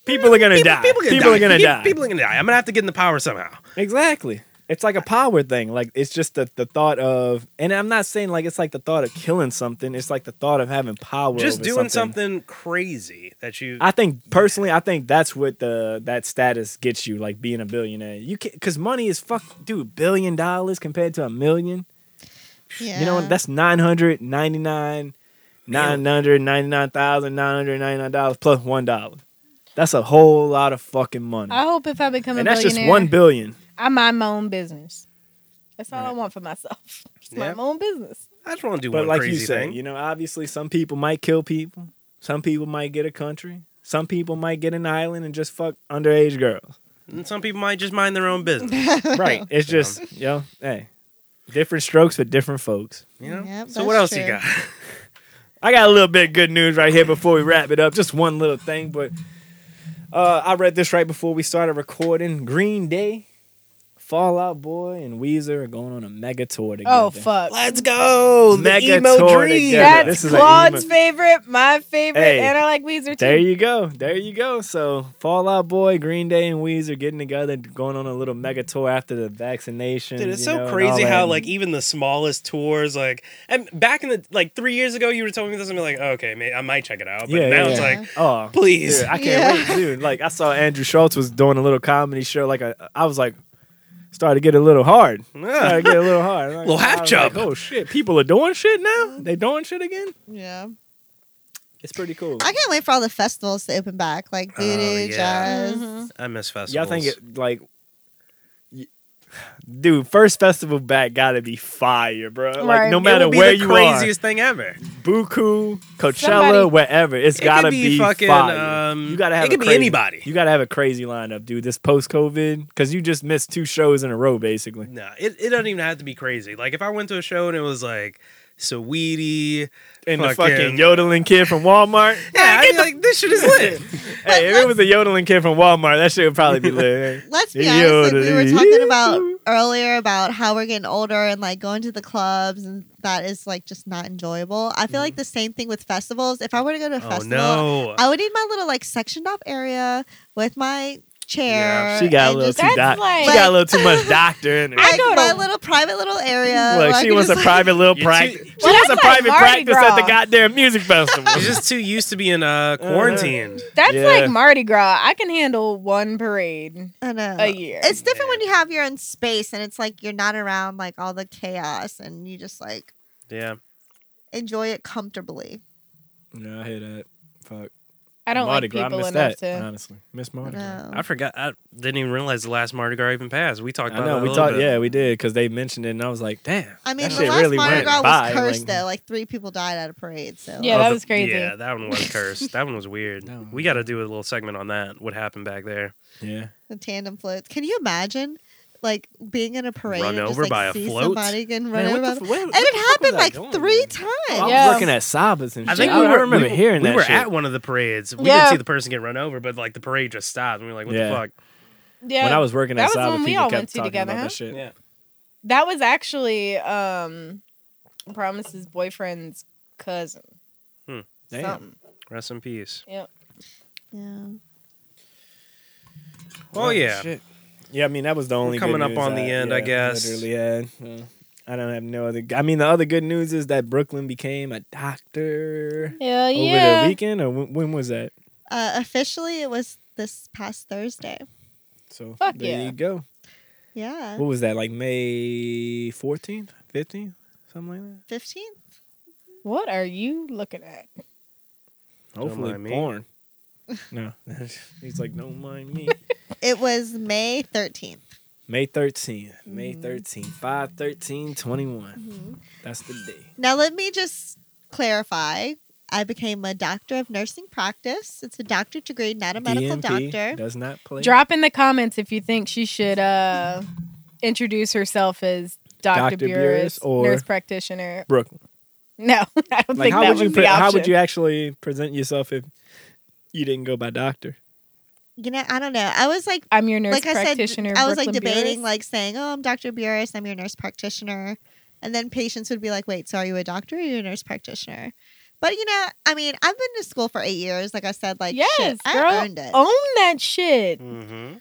Speaker 1: People are gonna die.
Speaker 2: People, gonna
Speaker 1: are gonna
Speaker 2: Pe-
Speaker 1: die.
Speaker 2: People are gonna die. I'm gonna have to get in the power somehow.
Speaker 1: Exactly. It's like a power thing. Like it's just the, the thought of, and I'm not saying like it's like the thought of killing something. It's like the thought of having power.
Speaker 2: Just
Speaker 1: over
Speaker 2: doing something. crazy that you.
Speaker 1: I think personally, I think that's what the that status gets you, like being a billionaire. You can because money is fuck, dude. Billion dollars compared to a million,
Speaker 3: Yeah.
Speaker 1: you know, what? that's nine hundred ninety nine, nine hundred ninety nine thousand nine hundred ninety nine dollars plus one dollar. That's a whole lot of fucking money,
Speaker 5: I hope if I become
Speaker 1: and
Speaker 5: a
Speaker 1: that's
Speaker 5: billionaire,
Speaker 1: just one billion.
Speaker 5: I mind my own business. That's all I
Speaker 1: Right.
Speaker 5: want for
Speaker 15: [LAUGHS]
Speaker 5: myself. Just
Speaker 2: Yeah.
Speaker 5: mind my own business.
Speaker 2: I just want to do
Speaker 1: But
Speaker 2: one
Speaker 1: like
Speaker 2: crazy
Speaker 1: you said,
Speaker 2: thing.
Speaker 1: you know, obviously some people might kill people, some people might get a country, some people might get an island and just fuck underage girls.
Speaker 2: And some people might just mind their own business.
Speaker 15: [LAUGHS]
Speaker 1: Right. It's just, yo, hey, different strokes for different folks.
Speaker 2: [LAUGHS] You know?
Speaker 3: Yep,
Speaker 2: so what
Speaker 3: that's
Speaker 2: else you
Speaker 3: true.
Speaker 2: got?
Speaker 1: I got a little bit of good news right here before we wrap it up. Just one little thing, but uh, I read this right before we started recording. Green Day Fallout Boy and Weezer are going on a mega tour together.
Speaker 15: Oh fuck.
Speaker 2: Let's go. Oh, The
Speaker 1: Mega
Speaker 2: emo
Speaker 1: tour
Speaker 2: dream.
Speaker 1: together.
Speaker 15: That's
Speaker 1: This is an
Speaker 15: Claude's
Speaker 1: emo-
Speaker 15: favorite, my favorite,
Speaker 1: Hey,
Speaker 15: and I like Weezer too.
Speaker 1: There you go. There you go. So Fallout Boy, Green Day, and Weezer getting together, going on a little mega tour after the vaccination.
Speaker 2: Dude, it's
Speaker 1: you
Speaker 2: so
Speaker 1: know, and all
Speaker 2: crazy
Speaker 1: that.
Speaker 2: how like even the smallest tours, like and back in the like three years ago, you were telling me this, and be like, oh, okay, may I might check it out. But
Speaker 1: Yeah,
Speaker 2: now
Speaker 1: yeah,
Speaker 2: it's
Speaker 1: yeah.
Speaker 2: like,
Speaker 1: oh
Speaker 2: please, [LAUGHS]
Speaker 1: Dude, I can't
Speaker 3: Yeah.
Speaker 1: wait, dude. Like I saw Andrew Schultz was doing a little comedy show. Like I, I was like, started to get a little hard. Started to get a little hard. Like,
Speaker 2: Little half Mm-hmm.
Speaker 1: I was like,
Speaker 2: chub.
Speaker 1: oh shit! People are doing shit now. They doing shit again.
Speaker 3: Yeah.
Speaker 1: It's pretty cool.
Speaker 3: I can't wait for all the festivals to open back, like
Speaker 2: Oh,
Speaker 3: voodoo,
Speaker 2: yeah.
Speaker 3: jazz.
Speaker 15: Mm-hmm.
Speaker 1: Mm-hmm.
Speaker 2: I miss festivals.
Speaker 1: Y'all think it like, y- dude? First festival back gotta be fire, bro.
Speaker 15: Right.
Speaker 1: Like no
Speaker 15: It
Speaker 1: matter
Speaker 2: it would be
Speaker 1: where
Speaker 2: the
Speaker 1: you
Speaker 2: craziest thing
Speaker 1: [LAUGHS]
Speaker 2: ever?
Speaker 1: are, Buku, Coachella,
Speaker 15: Somebody-
Speaker 1: wherever, it's
Speaker 2: It
Speaker 1: gotta
Speaker 2: could be
Speaker 1: be,
Speaker 2: fucking,
Speaker 1: fire.
Speaker 2: um,
Speaker 1: you gotta have
Speaker 2: it
Speaker 1: a
Speaker 2: could be
Speaker 1: crazy-
Speaker 2: anybody.
Speaker 1: You gotta have a crazy lineup, dude. This post COVID, because you just missed two shows in a row, basically.
Speaker 2: Nah, it, it doesn't even have to be crazy. Like if I went to a show and it was like Saweetie
Speaker 1: And the fucking yodeling kid
Speaker 15: [LAUGHS]
Speaker 1: from Walmart.
Speaker 2: yeah, I'd be like this shit is lit.
Speaker 1: hey, if it was a yodeling kid from Walmart, that shit would probably be lit.
Speaker 3: Let's be
Speaker 1: Yo,
Speaker 3: honest. Like, we were
Speaker 1: dude.
Speaker 3: talking about earlier about how we're getting older and like going to the clubs, and that is like just not enjoyable. I feel like the same thing with festivals. If I were to go to a
Speaker 2: [LAUGHS] oh
Speaker 3: festival,
Speaker 2: no,
Speaker 3: I would need my little like sectioned off area with my chair.
Speaker 2: Yeah.
Speaker 1: She got a
Speaker 3: and
Speaker 1: little
Speaker 3: just,
Speaker 1: too doc-
Speaker 15: That's like-
Speaker 1: She got a little too
Speaker 15: [LAUGHS]
Speaker 1: much doctor in her.
Speaker 15: I
Speaker 3: like,
Speaker 15: go
Speaker 3: my
Speaker 15: to-
Speaker 3: little private little area. where
Speaker 1: Look,
Speaker 3: I
Speaker 1: she
Speaker 3: could
Speaker 1: wants a
Speaker 3: just, like-
Speaker 1: private little
Speaker 2: You're
Speaker 1: practice.
Speaker 2: too-
Speaker 1: She wants a
Speaker 15: that's like
Speaker 1: private
Speaker 15: Mardi
Speaker 1: practice at the
Speaker 15: Gras. [LAUGHS]
Speaker 1: goddamn music festival.
Speaker 2: You're just too used to being
Speaker 1: [LAUGHS]
Speaker 2: uh quarantined.
Speaker 15: That's
Speaker 1: Yeah.
Speaker 15: like Mardi Gras. I can handle one parade
Speaker 3: I know.
Speaker 15: a year.
Speaker 3: It's different when you have your own space and it's like you're not around like all the chaos and you just like
Speaker 2: Yeah,
Speaker 3: enjoy it comfortably.
Speaker 1: no, I hear that. Fuck.
Speaker 15: I don't
Speaker 1: Mardi
Speaker 15: like
Speaker 1: Gras, I
Speaker 15: people
Speaker 1: miss
Speaker 15: enough
Speaker 1: that, Uh,
Speaker 15: to.
Speaker 1: honestly. Miss Mardi Gras.
Speaker 3: No.
Speaker 2: I forgot. I didn't even realize the last Mardi Gras even passed. We talked
Speaker 1: I
Speaker 2: about
Speaker 1: know,
Speaker 2: it a
Speaker 1: we
Speaker 2: little
Speaker 1: thought,
Speaker 2: bit.
Speaker 1: yeah, we did, because they mentioned it, and I was like, damn.
Speaker 3: I mean,
Speaker 1: that
Speaker 3: the
Speaker 1: shit
Speaker 3: last
Speaker 1: really
Speaker 3: Mardi
Speaker 1: went
Speaker 3: Gras
Speaker 1: by,
Speaker 3: was cursed
Speaker 1: like-
Speaker 3: though. Like three people died at a parade. So
Speaker 15: Yeah, that was crazy.
Speaker 2: Yeah, that one was cursed. that one was weird.
Speaker 1: [LAUGHS] That one
Speaker 2: We
Speaker 1: was-
Speaker 2: got to do a little segment on that. What happened back there?
Speaker 1: Yeah.
Speaker 3: the tandem floats. Can you imagine like being in a parade
Speaker 2: Run
Speaker 3: and just,
Speaker 2: over
Speaker 3: like,
Speaker 2: by a
Speaker 3: see
Speaker 2: float?
Speaker 3: somebody getting run
Speaker 1: Man, what
Speaker 3: over? by
Speaker 1: the
Speaker 3: the-
Speaker 1: f- where-
Speaker 3: and
Speaker 1: what the
Speaker 3: it
Speaker 1: fuck was
Speaker 3: happened
Speaker 1: I
Speaker 3: like
Speaker 1: doing, Oh,
Speaker 3: three
Speaker 1: man? I
Speaker 3: times.
Speaker 1: was
Speaker 15: Yeah.
Speaker 1: working at Sabas and shit.
Speaker 2: I think
Speaker 1: I
Speaker 2: we were,
Speaker 1: remember
Speaker 2: we,
Speaker 1: hearing
Speaker 2: we
Speaker 1: that
Speaker 2: were
Speaker 1: shit.
Speaker 2: at one of the parades. We
Speaker 15: Yeah.
Speaker 2: didn't see the person get run over, but like the parade just stopped, and we were like, "What
Speaker 1: Yeah.
Speaker 2: the fuck?"
Speaker 15: Yeah,
Speaker 1: when I was working
Speaker 15: That
Speaker 1: at
Speaker 15: was the
Speaker 1: Sabas,
Speaker 15: one we
Speaker 1: people
Speaker 15: all
Speaker 1: kept
Speaker 15: went to
Speaker 1: talking
Speaker 15: together,
Speaker 1: about
Speaker 15: huh?
Speaker 1: that shit.
Speaker 2: Yeah.
Speaker 15: that was actually um, Promise's boyfriend's cousin.
Speaker 1: Damn.
Speaker 15: Something.
Speaker 2: Rest in peace.
Speaker 3: Yeah.
Speaker 2: Oh yeah,
Speaker 1: Shit. Yeah, I mean that was the only good
Speaker 2: coming up
Speaker 1: news
Speaker 2: on the end, I
Speaker 1: yeah,
Speaker 2: guess.
Speaker 1: Literally, yeah. Yeah. I don't have no other. I mean, the other good news is that Brooklyn became a doctor
Speaker 15: Hell
Speaker 1: over the
Speaker 15: yeah.
Speaker 1: weekend, or when, when was that?
Speaker 3: Uh, officially, it was this past Thursday.
Speaker 1: So
Speaker 15: Fuck
Speaker 1: there
Speaker 15: yeah.
Speaker 1: you go.
Speaker 3: Yeah,
Speaker 1: What was that? Like May fourteenth, fifteenth, something like that.
Speaker 3: fifteenth.
Speaker 15: What are you looking at?
Speaker 2: Don't
Speaker 1: Hopefully,
Speaker 2: mind me.
Speaker 1: born. No, [LAUGHS] he's like, don't mind me.
Speaker 3: It was May thirteenth.
Speaker 1: May thirteenth, May thirteenth, 5 13 21.
Speaker 15: Mm-hmm.
Speaker 1: That's the day.
Speaker 3: Now, let me just clarify. I became a doctor of nursing practice. It's a doctorate degree, not a medical
Speaker 1: DNP
Speaker 3: doctor.
Speaker 1: does not play.
Speaker 15: Drop in the comments if you think she should uh, introduce herself as Dr.
Speaker 1: Dr.
Speaker 15: Burris
Speaker 1: Burris or-
Speaker 15: nurse practitioner. [LAUGHS]
Speaker 1: Brooklyn.
Speaker 15: No, I don't
Speaker 1: Like,
Speaker 15: think
Speaker 1: how
Speaker 15: that
Speaker 1: would you
Speaker 15: was the
Speaker 1: pre- how would
Speaker 15: option.
Speaker 1: you actually present yourself if you didn't go by doctor?
Speaker 3: You know, I don't know. I was like,
Speaker 15: I'm your nurse
Speaker 3: like I said,
Speaker 15: practitioner.
Speaker 3: I was like
Speaker 15: Brooklyn
Speaker 3: debating,
Speaker 15: Burris.
Speaker 3: like saying, "Oh, I'm Dr. Burris. I'm your nurse practitioner," and then patients would be like, "Wait, so are you a doctor or are you a nurse practitioner?" But you know, I mean, I've been to school for eight years. Like I said, like
Speaker 15: yes,
Speaker 3: shit,
Speaker 15: girl, Oh,
Speaker 3: I earned it.
Speaker 15: own that shit.
Speaker 2: Mm-hmm.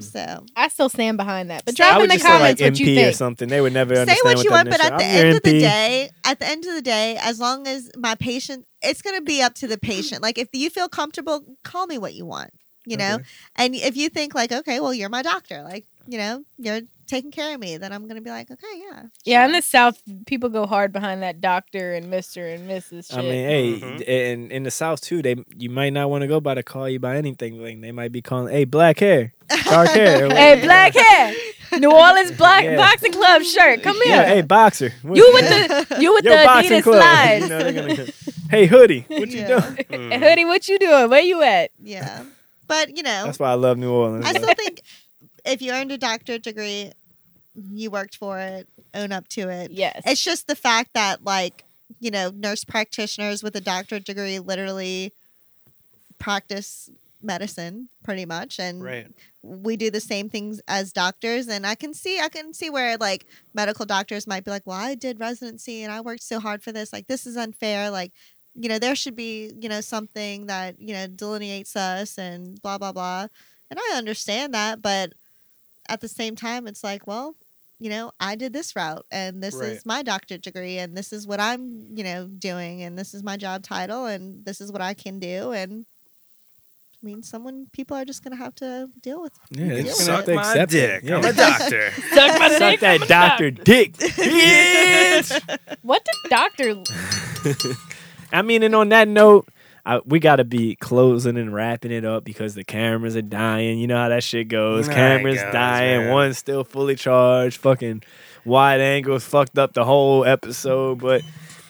Speaker 3: So
Speaker 15: I still stand behind that. But
Speaker 3: Say- I
Speaker 15: drop
Speaker 1: would
Speaker 15: in the
Speaker 1: just say,
Speaker 15: comments
Speaker 1: like,
Speaker 15: what
Speaker 1: MP
Speaker 15: you think.
Speaker 1: or something. They would never
Speaker 3: say
Speaker 1: understand
Speaker 3: what
Speaker 1: that
Speaker 3: you want, but
Speaker 1: initial-
Speaker 3: at the
Speaker 1: I'm
Speaker 3: end
Speaker 1: your
Speaker 3: of the
Speaker 1: MP.
Speaker 3: day, at the end of the day, as long as my patient, it's going to be up to the patient. Like if you feel comfortable, call me what you want, you know.
Speaker 1: Okay.
Speaker 3: And if you think like, okay, well, you're my doctor, like you know, you're taking care of me, then I'm going to be like, okay, yeah,
Speaker 15: Yeah, in the South, people go hard behind that doctor and Mister and Mrs. Shit.
Speaker 1: I mean, hey,
Speaker 2: Mhm.
Speaker 1: and in the South too, they you might not want to go by to call you by anything. Like they might be calling, hey, black hair,
Speaker 15: [LAUGHS]
Speaker 1: dark hair.
Speaker 15: hey,
Speaker 1: or whatever.
Speaker 15: black hair, New Orleans black
Speaker 1: Yeah.
Speaker 15: boxing club shirt. Come here.
Speaker 1: Yeah, hey, boxer.
Speaker 15: you with
Speaker 5: [LAUGHS]
Speaker 15: the you with
Speaker 1: Yo,
Speaker 15: the
Speaker 1: boxing
Speaker 15: Adidas
Speaker 1: club. [LAUGHS]
Speaker 15: slides.
Speaker 1: You know, they're gonna go, hey, hoodie, what you
Speaker 3: Yeah.
Speaker 1: doing?
Speaker 2: mm-hmm.
Speaker 15: Hey, Hoodie, what you doing? Where you at?
Speaker 3: [LAUGHS] yeah. But you know,
Speaker 1: That's why I love New Orleans.
Speaker 3: I still think if you earned a doctorate degree, you worked for it, own up to it.
Speaker 15: Yes.
Speaker 3: It's just the fact that, like, you know, nurse practitioners with a doctorate degree literally practice medicine pretty much and
Speaker 2: Right.
Speaker 3: we do the same things as doctors and i can see i can see where like medical doctors might be like well i did residency and i worked so hard for this like this is unfair like you know there should be you know something that you know delineates us and blah blah blah and i understand that but at the same time it's like well you know i did this route and this
Speaker 2: Right.
Speaker 3: is my doctorate degree and this is what i'm you know doing and this is my job title and this is what i can do and i mean someone people are just gonna have to deal with
Speaker 1: Yeah,
Speaker 3: deal
Speaker 1: it's
Speaker 3: with
Speaker 1: suck
Speaker 3: it.
Speaker 1: they
Speaker 2: my
Speaker 1: accept it.
Speaker 2: dick.
Speaker 1: Yeah.
Speaker 2: I'm a doctor.
Speaker 15: Suck my
Speaker 1: Suck
Speaker 15: dick.
Speaker 1: that doctor dick, bitch. [LAUGHS]
Speaker 15: What did doctor?
Speaker 1: I mean, and on that note, I, we got to be closing and wrapping it up because the cameras are dying. You know how that shit goes.
Speaker 2: Nah, it
Speaker 1: cameras
Speaker 2: goes,
Speaker 1: dying.
Speaker 2: man.
Speaker 1: One's still fully charged. Fucking wide angles fucked up the whole episode. But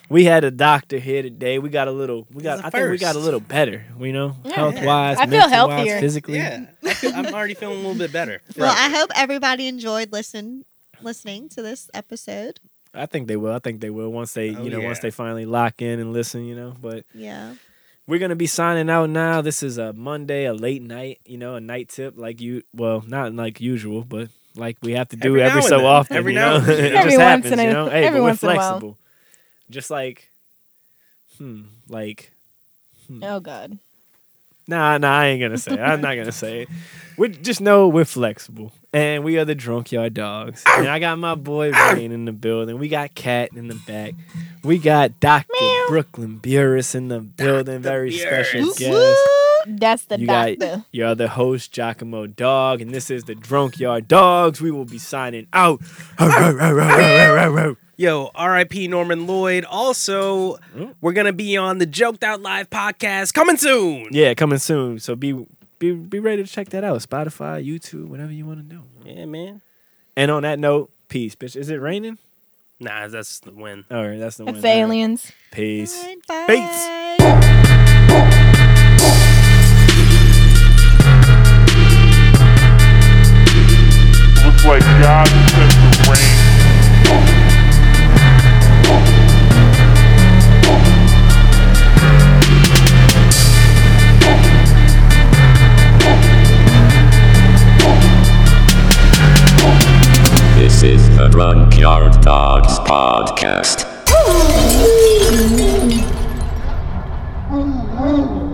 Speaker 1: we had a doctor here today. We got a little. We got.
Speaker 2: This is a
Speaker 1: I think we got a
Speaker 2: first.
Speaker 1: little better. You know,
Speaker 15: Yeah.
Speaker 1: health wise,
Speaker 15: I feel healthier.
Speaker 2: [LAUGHS]
Speaker 1: physically.
Speaker 2: yeah, I feel, I'm already feeling a little bit better.
Speaker 3: well i hope everybody enjoyed listen listening to this episode
Speaker 1: I think they will. I think they will once they,
Speaker 2: Oh,
Speaker 1: you know,
Speaker 2: yeah.
Speaker 1: once they finally lock in and listen. You know, but
Speaker 3: yeah
Speaker 1: we're gonna be signing out now. This is a Monday, a late night, you know, a night tip like you. Well, not like usual, but like we have to do
Speaker 2: Every
Speaker 1: every,
Speaker 2: now and
Speaker 1: so
Speaker 2: then.
Speaker 1: often.
Speaker 2: Every
Speaker 1: you
Speaker 2: now
Speaker 1: [LAUGHS] know?
Speaker 2: and then.
Speaker 1: it
Speaker 15: Every
Speaker 1: just
Speaker 15: once
Speaker 1: happens,
Speaker 15: in a-
Speaker 1: you know. Hey,
Speaker 15: every
Speaker 1: but we're
Speaker 15: once in a while.
Speaker 1: flexible. Just like, hmm, like
Speaker 15: Oh God.
Speaker 1: Nah, nah, I ain't gonna say it. I'm not gonna
Speaker 15: [LAUGHS]
Speaker 1: say it. We just know we're flexible, and we are the drunk yard dogs. And I got my boy Rain in the building. We got Cat in the back. We got Doctor Brooklyn Burris in the building. Very special
Speaker 3: Whoop,
Speaker 1: guest.
Speaker 15: That's the
Speaker 1: You
Speaker 15: doctor.
Speaker 1: got your other host Giacomo Dog, and this is the drunk yard dogs. We will be signing out.
Speaker 2: Yo, R.I.P. Norman Lloyd. Also, we're gonna be on the Joked Out Live podcast coming soon.
Speaker 1: Yeah, coming soon. So be be be ready to check that out. Spotify, YouTube, whatever you want to do.
Speaker 2: Yeah, man.
Speaker 1: And on that note, peace, bitch. Is it raining?
Speaker 2: Nah, that's the win.
Speaker 1: All right, that's the one.
Speaker 15: It's aliens.
Speaker 1: Peace.
Speaker 3: Bye.
Speaker 1: Peace.
Speaker 6: Looks like God sent the rain.
Speaker 7: This is the Drunkyard Dogs Podcast.
Speaker 6: Woo!